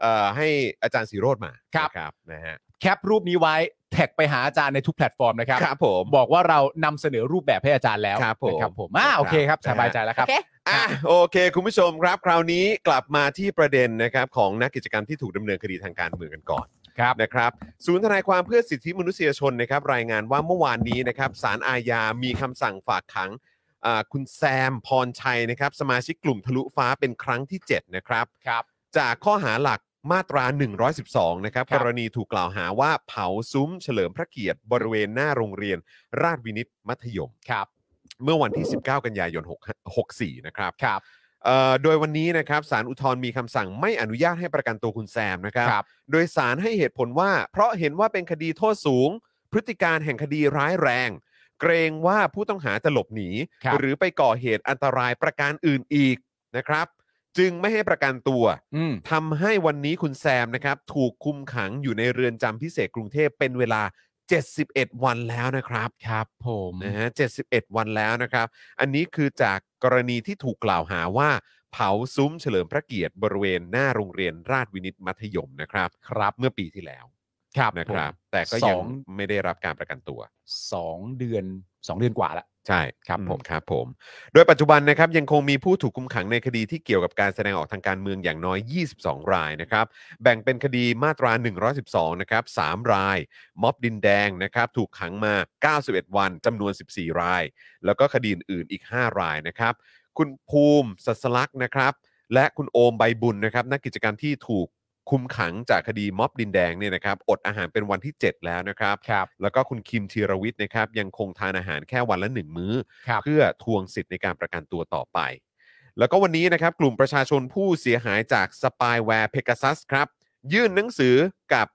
Speaker 3: เอ่อให้อาจารย์สีโรดมา
Speaker 5: ครับ
Speaker 3: นะครับนะฮะ
Speaker 5: แคปรูปนี้ไว้แท็กไปหาอาจารย์ในทุกแพลตฟอร์มนะครับ
Speaker 3: ครับผม
Speaker 5: บอกว่าเรานำเสนอรูปแบบให้อาจารย์แล้ว
Speaker 3: ครับผม
Speaker 5: นะครับผมอ่าโอเคครับสบายใจแล้วค
Speaker 4: โอ
Speaker 5: รับ
Speaker 4: เค
Speaker 3: อ่ะโอเคคุณผู้ชมครับ คราวนี้กลับมาที่ประเด็นนะครับของนักกิจกรรมที่ถูกดำเนินคดีทางการเมืองกันก่อน
Speaker 5: ครับ
Speaker 3: นะครับศูนย์ทนายความเพื่อสิทธิมนุษยชนนะครับรายงานว่าเมื่อวานนี้นะครับศาลอาญามีคำสั่งฝากขังอ่าคุณแซมพรชัยนะครับสมาชิกกลุ่มทะลุฟ้าเป็นครั้งที่ 7 นะครับ
Speaker 5: ครับ
Speaker 3: จากข้อหาหลักมาตรา 112 นะครับ
Speaker 5: ครั
Speaker 3: ก
Speaker 5: บ
Speaker 3: รณีถูกกล่าวหาว่าเผาซุ้มเฉลิมพระเกียรติบริเวณหน้าโรงเรียนราชวินิตมัธยม
Speaker 5: ครับ
Speaker 3: เมื่อวันที่ 19 กันยายน6 64 นะครับ
Speaker 5: ครับ
Speaker 3: เอ่อโดยวันนี้นะครับศาลอุทธรณ์มีคำสั่งไม่อนุญาตให้ประกันตัวคุณแซมนะครั
Speaker 5: ครับ
Speaker 3: โดยสารให้เหตุผลว่า เพราะเห็นว่าเป็นคดีโทษสูง พฤติการแห่งคดีร้ายแรง เกรงว่าผู้ต้องหาจะหลบหนี
Speaker 5: ครับ
Speaker 3: หรือไปก่อเหตุอันตรายประการอื่นอีกนะครับ จึงไม่ให้ประกันตัว
Speaker 5: อืม
Speaker 3: ทำให้วันนี้คุณแซมนะครับ ถูกคุมขังอยู่ในเรือนจำพิเศษกรุงเทพเป็นเวลา 71 วันแล้วนะครับ
Speaker 5: ครับผม
Speaker 3: นะฮะ71 วันแล้วนะครับ อันนี้คือจากกรณีที่ถูกกล่าวหาว่า เผาซุ้มเฉลิมพระเกียรติบริเวณหน้าโรงเรียนราชวินิตมัธยมนะครับ
Speaker 5: ครับ
Speaker 3: เมื่อปีที่แล้ว
Speaker 5: ครับ
Speaker 3: นะครับ
Speaker 5: ผม
Speaker 3: แต่ก็
Speaker 5: ส
Speaker 3: ยั
Speaker 5: อง ง
Speaker 3: ไม่ได้รับการประกันตัว
Speaker 5: สองเดือนสองเดือนกว่าละ
Speaker 3: ใช่
Speaker 5: ครับผม
Speaker 3: ครับผม โดยปัจจุบันนะครับยังคงมีผู้ถูกคุมขังในคดีที่เกี่ยวกับการแสดงออกทางการเมืองอย่างน้อย 22 รายนะครับ แบ่งเป็นคดีมาตรา 112 นะครับ 3 ราย ม็อบดินแดงนะครับ ถูกขังมา 91 วันจำนวน 14 ราย แล้วก็คดีอื่นๆอีก 5 รายนะครับ คุณภูมิสัสลักษณ์นะครับ และคุณโอมใบบุญนะครับ นักกิจกรรมที่ถูกคุมขังจากคดีม็อบดินแดงเนี่ยนะครับ อดอาหารเป็นวันที่ 7 แล้วนะครับ
Speaker 5: ครับ
Speaker 3: แล้วก็คุณคิมธีรวิทย์นะครับ ยังคงทานอาหารแค่วันละ 1 มื้อ
Speaker 5: ครับ
Speaker 3: เพื่อทวงสิทธิ์ในการประกันตัวต่อไป แล้วก็วันนี้นะครับ กลุ่มประชาชนผู้เสียหายจากสปายแวร์เพก s ซัสครับ ยื่นหนังสือกับ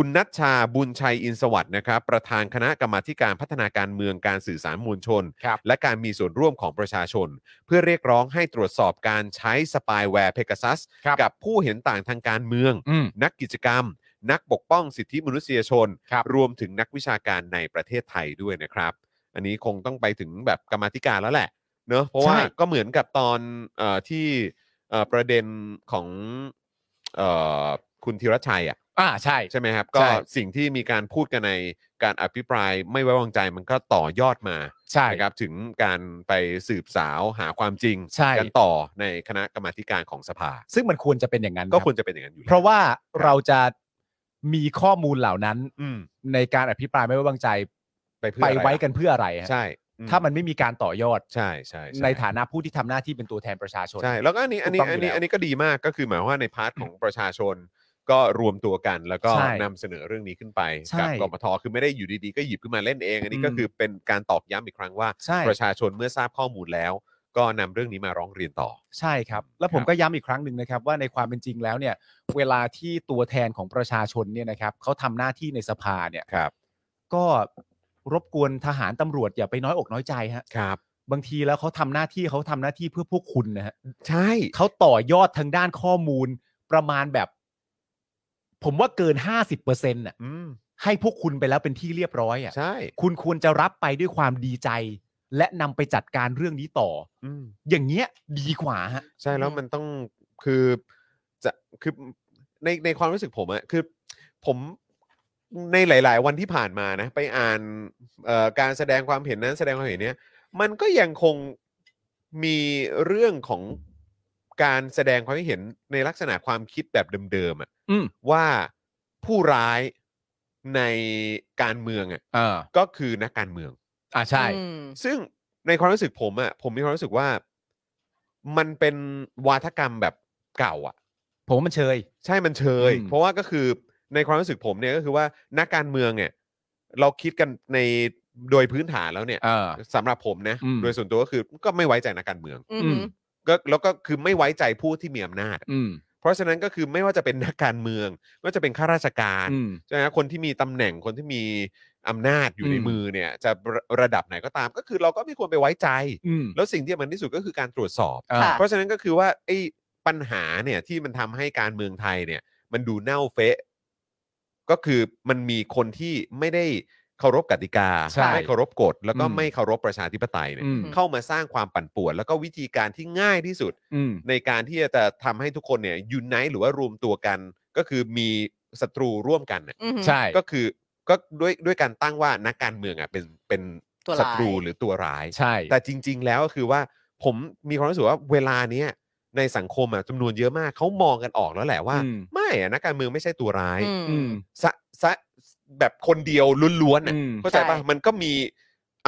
Speaker 3: คุณนัชชาบุญชัยอินสวัสด์นะครับ ประธานคณะกรรมาธิการพัฒนาการเมืองการสื่อสารมวลชน
Speaker 5: ครับ
Speaker 3: และการมีส่วนร่วมของประชาชน เพื่อเรียกร้องให้ตรวจสอบการใช้สปายแวร์เพก s ซัส
Speaker 5: ครับ
Speaker 3: กับผู้เห็นต่างทางการเมือง
Speaker 5: อืม
Speaker 3: นักกิจกรรม นักปกป้องสิทธิมนุษยชน
Speaker 5: ครับ
Speaker 3: รวมถึงนักวิชาการในประเทศไทยด้วยนะครับ อันนี้คงต้องไปถึงแบบกรรมาธิการแล้วแหละเนอะเพราะว่า
Speaker 5: ใช่
Speaker 3: ก็เหมือนกับตอนเออที่เอ่อประเด็นของเอ่อคุณธีรชัยอ่ะ
Speaker 5: อ่าใช่
Speaker 3: ใช่ไหมครับ ก็
Speaker 5: ใช่
Speaker 3: สิ่งที่มีการพูดกันในการอภิปรายไม่ไว้วางใจมันก็ต่อยอดมา
Speaker 5: ใช่
Speaker 3: นะครับถึงการไปสืบสาวหาความจริง
Speaker 5: ใช่
Speaker 3: กันต่อในคณะกรรมาธิการของสภา
Speaker 5: ซึ่งมันควรจะเป็นอย่างนั้น
Speaker 3: ก็
Speaker 5: บ
Speaker 3: ควรจะเป็นอย่างนั้นอยู่
Speaker 5: เพราะว่าเราจะมีข้อมูลเหล่านั้น
Speaker 3: อืม
Speaker 5: ในการอภิปรายไม่ไว้วางใจ
Speaker 3: ไปเพื่อ
Speaker 5: ไป
Speaker 3: อะไร
Speaker 5: ไว้กันเพื่ออะไรฮะ
Speaker 3: ใช่อื
Speaker 5: ถ้ามันไม่มีการต่อยอด
Speaker 3: ใช่ใช่ช่
Speaker 5: ในฐานะผู้ที่ทำหน้าที่เป็นตัวแทนประชาชน
Speaker 3: ใช่แล้วก็อันนี้อันนี้
Speaker 5: ถูกต้อง
Speaker 3: อันนี้
Speaker 5: อยู่แล้ว
Speaker 3: อันนี้ก็ดีมากก็คือหมายความว่าในพาร์ท ของประชาชน ก็รวมตัวกันแล้วก็
Speaker 5: ใช่
Speaker 3: นำเสนอเรื่องนี้ขึ้นไป
Speaker 5: ใช่
Speaker 3: กักมทคือไม่ได้อยู่ดีๆก็หยิบขึ้นมาเล่นเอง อันนี้ก็
Speaker 5: อืม
Speaker 3: คือเป็นการตอกย้ำอีกครั้งว่า
Speaker 5: ใช่
Speaker 3: ประชาชนเมื่อทราบข้อมูลแล้ว ก็นำเรื่องนี้มาร้องเรียนต่อ
Speaker 5: ใช่ครับ แล้วผมก็ย้ำอีกครั้งหนึ่งนะครับ ว่าในความเป็นจริงแล้วเนี่ย เวลาที่ตัวแทนของประชาชนเนี่ยนะครับเขาทำหน้าที่ในสภาเนี่ย
Speaker 3: ครับ
Speaker 5: ก็รบกวนทหารตำรวจอย่าไปน้อยอกน้อยใจฮะ
Speaker 3: ครับ
Speaker 5: บางทีแล้วเขาทำหน้าที่เขาทำหน้าที่เพื่อพวกคุณนะฮะ
Speaker 3: ใช่
Speaker 5: เขาต่อยอดทางด้านข้อมูลประมาณแบบ ผมว่าเกิน 50%อน่ะ
Speaker 3: อืม
Speaker 5: ให้พวกคุณไปแล้วเป็นที่เรียบร้อยอ่ะ
Speaker 3: ใช่
Speaker 5: คุณควรจะรับไปด้วยความดีใจ และนำไปจัดการเรื่องนี้ต่อ
Speaker 3: อืม
Speaker 5: อย่างเงี้ยดีกว่าฮะ
Speaker 3: ใช่แล้ว
Speaker 4: อืม
Speaker 3: มันต้องคือจะคือในในความรู้สึกผมอะคือผมในหลาย ๆ วันที่ผ่านมานะ ไปอ่านเอ่อการแสดงความเห็นนั้นแสดงความเห็นเนี้ยมันก็ยังคงมีเรื่องของการแสดงความเห็นในลักษณะความคิดแบบเดิมๆอะ
Speaker 5: อืม
Speaker 3: ว่าผู้ร้ายในการเมืองอะ
Speaker 5: อ่า
Speaker 3: ก็คือนักการเมือง
Speaker 5: อ่าใช่
Speaker 4: อืม
Speaker 3: ซึ่งในความรู้สึกผมอะผมมีความรู้สึกว่ามันเป็นวาทกรรมแบบเก่าอะ
Speaker 5: ผมว่ามันเชย
Speaker 3: ใช่มันเชย
Speaker 5: อืม
Speaker 3: เพราะว่าก็คือในความรู้สึกผมเนี่ยก็คือว่านักการเมืองเนี่ยเราคิดกันในโดยพื้นฐานแล้วเนี่ย
Speaker 5: เออ
Speaker 3: สำหรับผมนะ
Speaker 5: อืม
Speaker 3: โดยส่วนตัวก็คือก็ไม่ไว้ใจนักการเมือง
Speaker 4: อื
Speaker 5: อื
Speaker 4: ม
Speaker 5: ม
Speaker 3: ก็แล้วก็คือไม่ไว้ใจผู้ที่มีอำนาจ
Speaker 5: อืม
Speaker 3: เพราะฉะนั้นก็คือไม่ว่าจะเป็นนักการเมืองไม่ว่าจะเป็นข้าราชการ
Speaker 5: อืม
Speaker 3: ใช่ไหมคนที่มีตำแหน่งคนที่มีอำนาจอยู่ใน
Speaker 5: อืม
Speaker 3: มือเนี่ยจะระดับไหนก็ตาม ก็คือเราก็ไม่ควรไปไว้ใจ
Speaker 5: อืม
Speaker 3: แล้วสิ่งที่มันที่สุดก็คือการตรวจสอบ
Speaker 5: อ่า
Speaker 4: ค่ะ
Speaker 3: เพราะฉะนั้นก็คือว่าไอ้ปัญหาเนี่ยที่มันทำให้การเมืองไทยเนี่ยมันดูเน่าเฟะ ก็คือมันมีคนที่ไม่ได้เคารพกติกา
Speaker 5: ใช่
Speaker 3: ไม่เคารพกฎแล้วก็
Speaker 5: อืม
Speaker 3: ไม่เคารพประชาธิปไตยเนี่ย
Speaker 5: อืม
Speaker 3: เข้ามาสร้างความปั่นป่วน แล้วก็วิธีการที่ง่ายที่สุด
Speaker 5: อืม
Speaker 3: ในการที่จะทำให้ทุกคนเนี่ยยูนไนหรือว่ารวมตัวกัน ก็คือมีศัตรูร่วมกันเนี่ย
Speaker 4: อืม
Speaker 5: ใช่
Speaker 3: ก็คือก็ด้วยด้วยการตั้งว่านักการเมืองอ่ะเป็นเป็น
Speaker 4: ตัวร้าย
Speaker 3: ศัตรูหรือตัวร้าย
Speaker 5: ใช่
Speaker 3: แต่จริง ๆ แล้วก็คือว่าผมมีความรู้สึกว่าเวลาเนี้ยในสังคมอะจำนวนเยอะมากเขามองกันออกแล้วแหละว่า
Speaker 5: อืม
Speaker 3: ไม่อะนักการเมืองไม่ใช่ตัวร้าย
Speaker 4: อืม
Speaker 5: อืม
Speaker 3: ซะซะแบบคนเดียวล้วนๆน่ะ
Speaker 5: อืม
Speaker 3: เข้าใจปะ
Speaker 4: ใช่
Speaker 3: มันก็มี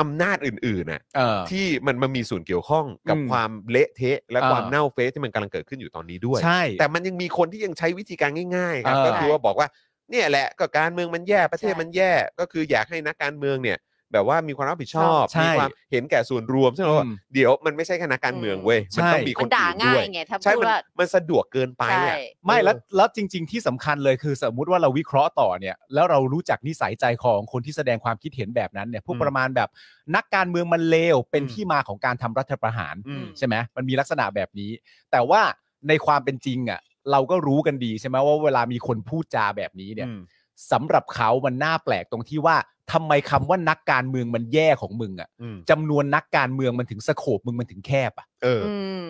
Speaker 3: อำนาจอื่นๆน่ะ
Speaker 5: เออ
Speaker 3: ที่มันมันมีส่วนเกี่ยวข้องกับ
Speaker 5: อืม
Speaker 3: ความเละเทะ และ
Speaker 5: เออ
Speaker 3: ความเน่าเฟะที่มันกำลังเกิดขึ้นอยู่ตอนนี้ด้วย
Speaker 5: ใช่
Speaker 3: แต่มันยังมีคนที่ยังใช้วิธีการง่ายๆครับ
Speaker 5: เออ
Speaker 3: ก็คือว่าบอกว่าเนี่ยแหละก็การเมืองมันแย่ประเทศ
Speaker 4: ใช่
Speaker 3: มันแย่ ก็คืออยากให้นักการเมืองเนี่ย แบบว่ามีความรับผิดชอบ
Speaker 5: ใช่
Speaker 3: มีความเห็นแก่ส่วนรวมซึ่งเราก็
Speaker 5: อืม
Speaker 3: เดี๋ยวมันไม่ใช่แค่นักการเมืองเว้ย
Speaker 5: ใช่
Speaker 3: มันต้องมีค
Speaker 4: มันนด่า
Speaker 3: อื่น
Speaker 4: ง่า
Speaker 3: ด้
Speaker 4: ย
Speaker 3: วย
Speaker 4: ไงถ้า
Speaker 3: ใช่
Speaker 4: พู
Speaker 3: มั
Speaker 4: ด
Speaker 3: น
Speaker 4: ว่า
Speaker 3: มันสะดวกเกินไป
Speaker 4: ใช่
Speaker 3: อ่ะ
Speaker 5: ไม่แล้ว
Speaker 3: เออ
Speaker 5: แล้วจริง ๆ ที่สำคัญเลยคือสมมุติว่าเราวิเคราะห์ต่อเนี่ย แล้วเรารู้จักนิสัยใจคอของคนที่แสดงความคิดเห็นแบบนั้นเนี่ยพวกประมาณแบบนักการเมืองมันเลวเป็นที่มาของการทำรัฐประหาร
Speaker 3: อืม
Speaker 5: ใช่ไหมมันมีลักษณะแบบนี้ แต่ว่าในความเป็นจริงอ่ะเราก็รู้กันดีใช่ไหมว่าเวลามีคนพูดจาแบบนี้เนี่ย
Speaker 3: อืม
Speaker 5: สำหรับเขามันน่าแปลกตรงที่ว่าทำไมคำว่านักการเมืองมันแย่ของมึงอ่ะ
Speaker 3: อืม
Speaker 5: จำนวนนักการเมืองมันถึงสโคบมึงมันถึงแคบอ่ะ
Speaker 3: เออ
Speaker 4: อืม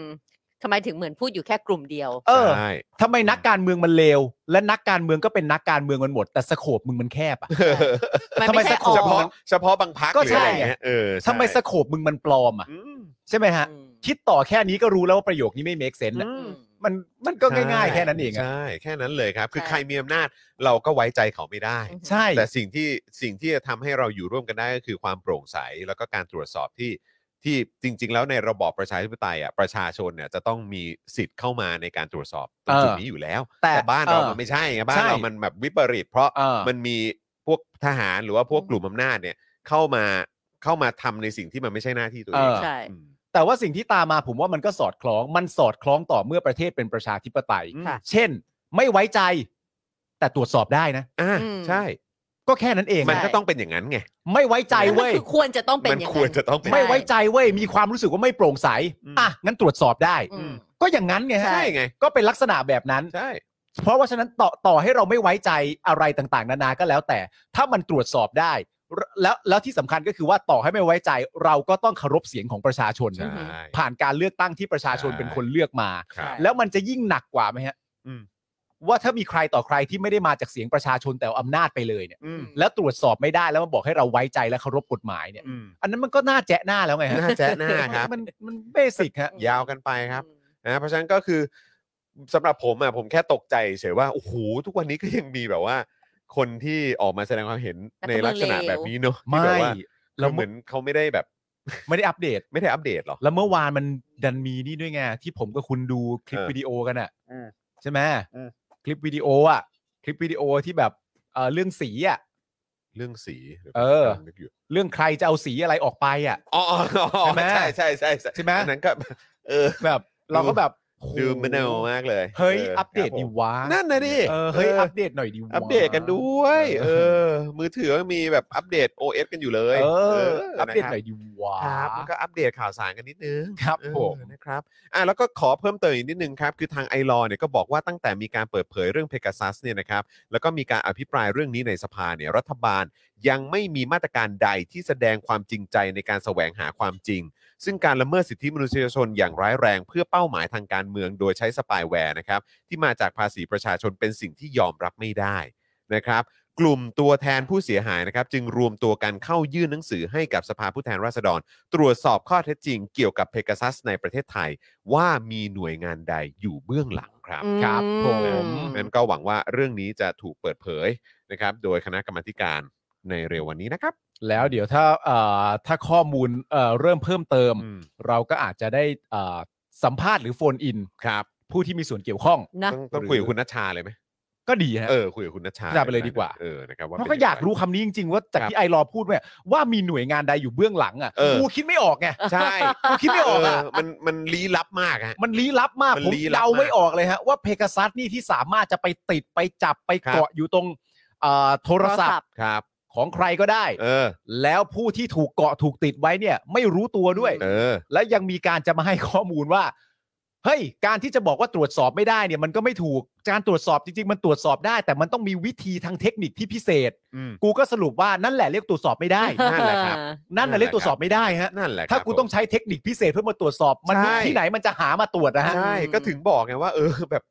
Speaker 4: ทำไมถึงเหมือนพูดอยู่แค่กลุ่มเดียว
Speaker 5: เออ
Speaker 3: ใช่
Speaker 5: ทำไมนักการเมืองมันเลวและนักการเมืองก็เป็นนักการเมืองมันหมด แต่สโคปมึงมันแคบอ่ะ
Speaker 4: มัน
Speaker 5: ทำไม
Speaker 4: ไม่
Speaker 5: สั
Speaker 4: ใช่
Speaker 5: ก
Speaker 4: ออ
Speaker 3: เฉ
Speaker 4: ก
Speaker 3: พาะเฉพาะบางพัก
Speaker 5: ก็
Speaker 3: หรืออะไร
Speaker 5: ใช่
Speaker 3: เงี้ยเออใช่
Speaker 5: ทำไมสโคปมึงมันปลอมอ่ะ
Speaker 3: อืม
Speaker 5: ใช่ไหมฮะ
Speaker 4: อืม
Speaker 5: คิดต่อแค่นี้ก็รู้แล้วว่าประโยคนี้ไม่ make sense อะ
Speaker 4: อืม
Speaker 5: มันมันก็ง่ายๆแค่นั้นเองอะ
Speaker 3: ใช่แค่นั้นเลยครับ คือ
Speaker 4: ใช่
Speaker 3: ใครมีอำนาจเราก็ไว้ใจเขาไม่ได้
Speaker 5: ใช่
Speaker 3: แต่สิ่งที่สิ่งที่จะทำให้เราอยู่ร่วมกันได้ก็คือความโปร่งใสแล้วก็การตรวจสอบที่ที่จริง ๆ แล้วในระบอบประชาธิปไตยอ่ะประชาชนเนี่ยจะต้องมีสิทธิ์เข้ามาในการตรวจสอบตรงจุดนี้อยู่แล้ว
Speaker 5: แต่
Speaker 3: แต่บ้านเรา
Speaker 5: ออ
Speaker 3: มันไม่ใช่ไงบ้าน
Speaker 5: ใช่
Speaker 3: เรามันแบบวิปริต เพราะ
Speaker 5: เออ
Speaker 3: มันมีพวกทหารหรือว่าพวกกลุ่มอำนาจเนี่ยเข้ามาเข้ามาทำในสิ่งที่มันไม่ใช่หน้าที่ตัวเอง
Speaker 5: เออ
Speaker 4: ใช่
Speaker 3: ม
Speaker 5: แต่ว่าสิ่งที่ตามมาผมว่ามันก็สอดคล้อง มันสอดคล้องต่อเมื่อประเทศเป็นประชาธิปไตย
Speaker 3: อืม
Speaker 4: ค่ะ
Speaker 5: เช่น ไม่ไว้ใจ แต่ตรวจสอบได้นะ
Speaker 3: อ่า
Speaker 4: อืม
Speaker 3: ใช่
Speaker 5: ก็แค่นั้นเอง
Speaker 3: มัน
Speaker 5: อะ
Speaker 3: ก็ต้องเป็นอย่างนั้นไง
Speaker 5: ไม่ไว้ใจเว้ย
Speaker 4: นั่นคือควรจะต้องเป็น
Speaker 3: มัน
Speaker 4: อย่าง
Speaker 3: ควรจะต้องเป็น
Speaker 5: ไม่ไว้ใจเว้ยมีความรู้สึกว่าไม่โปร่งใส
Speaker 3: อืม
Speaker 5: อ่ะงั้นตรวจสอบได้
Speaker 4: อืม
Speaker 5: ก็อย่างนั้นไงฮะ
Speaker 4: ใช่
Speaker 3: ไง
Speaker 5: ก็เป็นลักษณะแบบนั้น
Speaker 3: ใช่
Speaker 5: เพราะว่าฉะนั้นต่อต่อให้เราไม่ไว้ใจอะไรต่างๆ นานาก็แล้วแต่ ถ้ามันตรวจสอบได้รแล้วแล้วที่สำคัญก็คือว่าต่อให้ไม่ไว้ใจเราก็ต้องเคารพเสียงของประชาชน
Speaker 4: ใช่
Speaker 5: ผ่านการเลือกตั้งที่ประชาชน
Speaker 3: ใช่
Speaker 5: เป็นคนเลือกมา
Speaker 3: ครับ
Speaker 5: แล้วมันจะยิ่งหนักกว่าไหมฮะ
Speaker 3: อืม
Speaker 5: ว่าถ้ามีใครต่อใครที่ไม่ได้มาจากเสียงประชาชนแต่เอาอำนาจไปเลยเนี่ย
Speaker 3: อืม
Speaker 5: แล้วตรวจสอบไม่ได้แล้วมาบอกให้เราไว้ใจและเคารพกฎหมายเนี่ย
Speaker 3: อืม
Speaker 5: อันนั้นมันก็น่าแจ๊ะหน้าแล้วไงฮะ
Speaker 3: น่าแจ๊ะหน้าครับ
Speaker 5: มันมันเบสิกฮะ
Speaker 3: ยาวกันไปครับ นะเพราะฉะนั้นก็คือสำหรับผมอ่ะผมแค่ตกใจเฉยว่าโอ้โหทุกวันนี้ก็ยังมีแบบว่า คนที่ออกมาแสดงความเห็นในลักษณะแบบนี้เนอะที่
Speaker 5: ไม่
Speaker 3: แบบว่า
Speaker 5: เรา
Speaker 3: เหมือนเขาไม่ได้แบบ
Speaker 5: ไม่ได้อัปเดต
Speaker 3: ไม่ได้อัปเดตหรอ
Speaker 5: แล้วเมื่อวานมันดันมีนี่ด้วยไงที่ผมกับคุณดูคลิป
Speaker 3: เออ
Speaker 5: วิดีโอกันอ่ะ
Speaker 3: อืม
Speaker 5: ใช่ไหม
Speaker 3: อืม
Speaker 5: คลิปวิดีโออ่ะ คลิปวิดีโอที่แบบเอ่อเรื่องสีอ่ะ
Speaker 3: เรื่องสีดี๋ยว
Speaker 5: เออ
Speaker 3: ผมนึกอยู่
Speaker 5: เรื่องใครจะเอาสีอะไรออกไปอ่ะ
Speaker 3: อ๋ ออ๋ออ๋อ
Speaker 5: ใช่ไหม
Speaker 3: ใช่ใช่ใช่
Speaker 5: ใช่ไหม
Speaker 3: อันนั้นก็ เออ
Speaker 5: แบบ เราก็แบบ
Speaker 3: ดูมันเอามากเลย
Speaker 5: เฮ้ย
Speaker 3: ออ
Speaker 5: อัปเดตดี
Speaker 3: ครับผม
Speaker 5: วะ
Speaker 3: นั่นนะดิ
Speaker 5: เออเฮ้ย
Speaker 3: เออ
Speaker 5: อัปเดตหน่อยดีวะ
Speaker 3: อัปเดตกันด้วย
Speaker 5: เออ
Speaker 3: เออ มือถือก็มีแบบอัปเดต OS กันอยู่เล
Speaker 5: เอย ออัปเดต
Speaker 3: ะ
Speaker 5: ห
Speaker 3: ครั
Speaker 5: น่อบ ยดีวะ
Speaker 3: ครับมันก็อัปเดตข่าวสารกันนิดนึง
Speaker 5: ครับ
Speaker 3: เออ
Speaker 5: ผม
Speaker 3: นะครับอ่ะแล้วก็ขอเพิ่มเติมอีกนิดนึงครับ คือทางไอรอเนี่ยก็บอกว่าตั้งแต่มีการเปิดเผยเรื่องเพก a ซัสเนี่ยนะครับ แล้วก็มีการอภิปรายเรื่องนี้ในสภาเนี่ยรัฐบาลยังไม่มีมาตรการใดที่แสดงความจริงใจในการแสวงหาความจริง ซึ่งการละเมิดสิทธิมนุษยชนอย่างร้ายแรงเพื่อเป้าหมายทางการเมืองโดยใช้สปายแวร์นะครับ ที่มาจากภาษีประชาชนเป็นสิ่งที่ยอมรับไม่ได้นะครับ กลุ่มตัวแทนผู้เสียหายนะครับ จึงรวมตัวกันเข้ายื่นหนังสือให้กับสภาผู้แทนราษฎร ตรวจสอบข้อเท็จจริงเกี่ยวกับเพก a ซัสในประเทศไทย ว่ามีหน่วยงานใดอยู่เบื้องหลังครับ
Speaker 5: ครับผม
Speaker 3: นั้นก็หวังว่าเรื่องนี้จะถูกเปิดเผยนะครับ โดยคณะกรรมาธิการในเร็ววันนี้นะครับ
Speaker 5: แล้วเดี๋ยวถ้าเอ่อถ้าข้อมูลเอ่อเริ่มเพิ่มเติม
Speaker 3: อืม
Speaker 5: เราก็อาจจะได้เอ่อสัมภาษณ์หรือโฟนอิน
Speaker 3: ครับ
Speaker 5: ผู้ที่มีส่วนเกี่ยวข้อง
Speaker 4: นะ
Speaker 3: ต้องต้องคุยกับคุณนัชชาเลยไหม
Speaker 5: ก็ดีฮะ
Speaker 3: เออคุยกับคุณนัชชา
Speaker 5: นัชชาไปเลยดีกว่า
Speaker 3: เออนะครับว่า
Speaker 5: เพราะ
Speaker 3: ป็
Speaker 5: ก็
Speaker 3: นงไง
Speaker 5: อยากรู้คำนี้จริงๆ ว่าจากที่ไอรอว์พูดเนี่ยว่ามีหน่วยงานใดอยู่เบื้องหลังอ่ะ
Speaker 3: เออ
Speaker 5: กูคิดไม่ออกไง
Speaker 3: ใช่
Speaker 5: กู คิดไม่ออก
Speaker 3: เอ
Speaker 5: อ่ะ
Speaker 3: อมันมันลี้ลับมากฮะ
Speaker 5: มันลี้ลับมาก
Speaker 3: มัน
Speaker 5: ผม
Speaker 3: ลี้ลับ
Speaker 5: เดาไม่
Speaker 3: มาก
Speaker 5: ออกเลยฮะว่าเพก a ซัสนี่ที่สามารถจะไปติดไปจับไป
Speaker 3: ครับ
Speaker 5: เกาะอยู่ตรงเอ่อโทรศัพ
Speaker 4: โทรศัพท์
Speaker 5: ท์
Speaker 3: ครับ
Speaker 5: ของใครก็ได้
Speaker 3: เออ
Speaker 5: แล้วผู้ที่ถูกเกาะถูกติดไว้เนี่ย ไม่รู้ตัวด้วย
Speaker 3: เออ
Speaker 5: และยังมีการจะมาให้ข้อมูลว่า เฮ้ย การที่จะบอกว่าตรวจสอบไม่ได้เนี่ยมันก็ไม่ถูก การตรวจสอบจริงๆ มันตรวจสอบได้ แต่มันต้องมีวิธีทางเทคนิคที่พิเศษ
Speaker 3: อืม
Speaker 5: กูก็สรุปว่านั่นแหละเรียกตรวจสอบไม่ได้
Speaker 3: นั่นแหละครับ
Speaker 5: นั่นแหละเรียกตรวจสอบไม่ได้ฮะ
Speaker 3: นั่นแหละครับ
Speaker 5: ถ้ากู
Speaker 3: ผม
Speaker 5: ต้องใช้เทคนิคพิเศษเพื่อมาตรวจสอบมัน
Speaker 3: ใช่
Speaker 5: ที่ไหนมันจะหามาตรวจนะฮะ
Speaker 3: ใช่ก็ถึงบอกไงว่า เอ อแบบ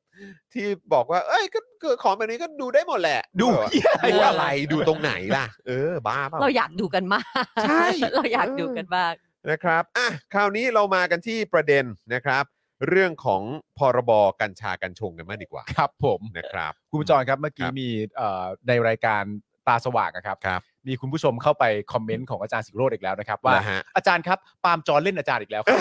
Speaker 3: ที่บอกว่า เอ้ยก็ก็ของแบบนี้ก็ดูได้หมดแหละ
Speaker 5: ดู
Speaker 3: แบบว่า
Speaker 5: เหี้ย
Speaker 3: ดู
Speaker 5: อะ
Speaker 3: อะไร ไรดูตรงไหนล่ะ เออ บ้าเปล่า
Speaker 4: เราอยากดูกันมาก
Speaker 3: ใช่
Speaker 4: เราอยากดูกันมาก
Speaker 3: นะครับอ่ะคราวนี้เรามากันที่ประเด็นนะครับ เรื่องของพรบกัญชากัญชงกันมากดีกว่า
Speaker 5: ครับผม
Speaker 3: นะครับ
Speaker 5: คุณจรครับเมื่อกี้
Speaker 3: ครับ
Speaker 5: มีเอ่อในรายการตาสว่างอะครับ
Speaker 3: ครับ
Speaker 5: มีคุณผู้ชมเข้าไปคอมเมนต์ของอาจารย์สิโรดอีกแล้วนะครับ ว่า
Speaker 3: เหรอฮะ
Speaker 5: อาจารย์ครับปาล์มจอนเล่นอาจารย์อีกแล้วครับ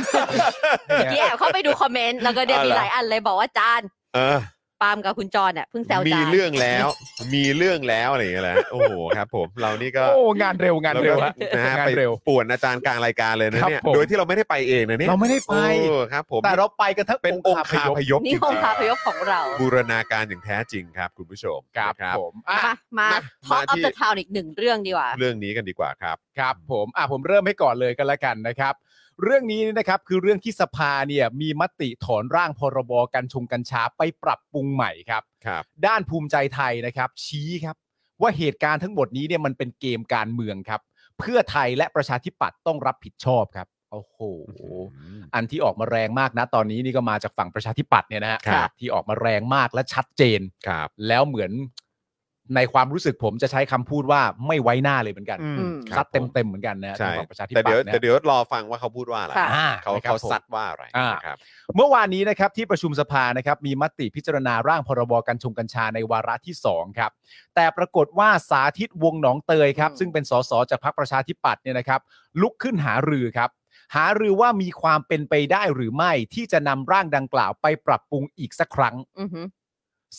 Speaker 4: เมื่ อกี้แอบเข้าไปดูคอมเมนต์ แล้วก็เดี๋ยว
Speaker 3: เอา
Speaker 4: มี
Speaker 3: เหรอ
Speaker 4: หลายอันเลยบอกว่าจาน
Speaker 3: เออ
Speaker 4: ปาล์มกับคุณจรเนี่ยเพิ่งแซว
Speaker 3: มี
Speaker 4: จาน
Speaker 3: เรื่องแล้ว มีเรื่องแล้วอะไรอย่างเงี้ยแหละโอ้โหครับ ผมเรานี่ก็
Speaker 5: โอ้งานเร็วงานเร็วฮะ
Speaker 3: ก็นะฮะ
Speaker 5: งาน
Speaker 3: ไป
Speaker 5: เร็ว
Speaker 3: ป่วนอาจารย์กลางรายการเลยนะครับ เนี่ย
Speaker 5: ผม
Speaker 3: โดยที่เราไม่ได้ไปเองนะเนี่ย
Speaker 5: เราไม่ได้ไป
Speaker 3: เออครับ ผม
Speaker 5: แต่เราไปกันทั้ง
Speaker 3: เป็นองค์
Speaker 5: พ
Speaker 3: คาพยพ
Speaker 4: นี่
Speaker 3: จริงๆ
Speaker 4: องค์พาพยพของเรา
Speaker 3: บูรณาการอย่างแท้จริงครับคุณผู้ชม
Speaker 5: ครับ
Speaker 3: นะ
Speaker 5: ผมอ่ะ
Speaker 4: มา มา
Speaker 3: มา
Speaker 4: ท็อป
Speaker 3: มา
Speaker 4: อัพ
Speaker 3: ที่
Speaker 4: เดอะทาวอีกหนึ่งเรื่องดีกว่า
Speaker 3: เรื่องนี้กันดีกว่าครับ
Speaker 5: ครับผมอ่ะผมเริ่มให้ก่อนเลยกันแล้วกันนะครับ เรื่องนี้นะครับคือเรื่องที่สภาเนี่ยมีมติถอนร่างพรบกัญชงกัญชาไปปรับปรุงใหม่ครับ
Speaker 3: ครับ
Speaker 5: ด้านภูมิใจไทยนะครับชี้ครับ ว่าเหตุการณ์ทั้งหมดนี้เนี่ยมันเป็นเกมการเมืองครับ เพื่อไทยและประชาธิปัตย์ต้องรับผิดชอบครับโอ้โห อันที่ออกมาแรงมากนะตอนนี้นี่ก็มาจากฝั่งประชาธิปัตย์เนี่ยนะฮะ
Speaker 3: ครับ
Speaker 5: ที่ออกมาแรงมากและชัดเจน
Speaker 3: ครับ
Speaker 5: แล้วเหมือนในความรู้สึกผมจะใช้คำพูดว่าไม่ไว้หน้าเลยเหมือนกัน
Speaker 3: อืมครับ
Speaker 5: ซัดเต็มๆเหมือนกันนะ
Speaker 3: ใช่
Speaker 5: ทางฝั่งประชาธิ
Speaker 3: แต่
Speaker 5: ปัต
Speaker 3: เดี๋ยว
Speaker 5: ย์นะ
Speaker 3: แต่เดี๋ยวรอฟังว่าเขาพูดว่าอะไร
Speaker 4: ค่ะ
Speaker 5: อ่
Speaker 3: เขา
Speaker 5: นะครับ
Speaker 3: เขา
Speaker 5: ผม
Speaker 3: ซัดว่าอะไร
Speaker 5: อ่า
Speaker 3: นะครับ
Speaker 5: เมื่อวานนี้นะครับที่ประชุมสภานะครับมีมติพิจารณาร่างพรบกัญชงกัญชาในวาระที่ 2 ครับ แต่ปรากฏว่าสาธิตวงศ์หนองเตยครับ
Speaker 4: อืม
Speaker 5: ซึ่งเป็นสสจากพรรคประชาธิปัตย์เนี่ยนะครับ ลุกขึ้นหารือครับ หารือว่ามีความเป็นไปได้หรือไม่ที่จะนำร่างดังกล่าวไปปรับปรุงอีกสักครั้ง
Speaker 4: อือหือ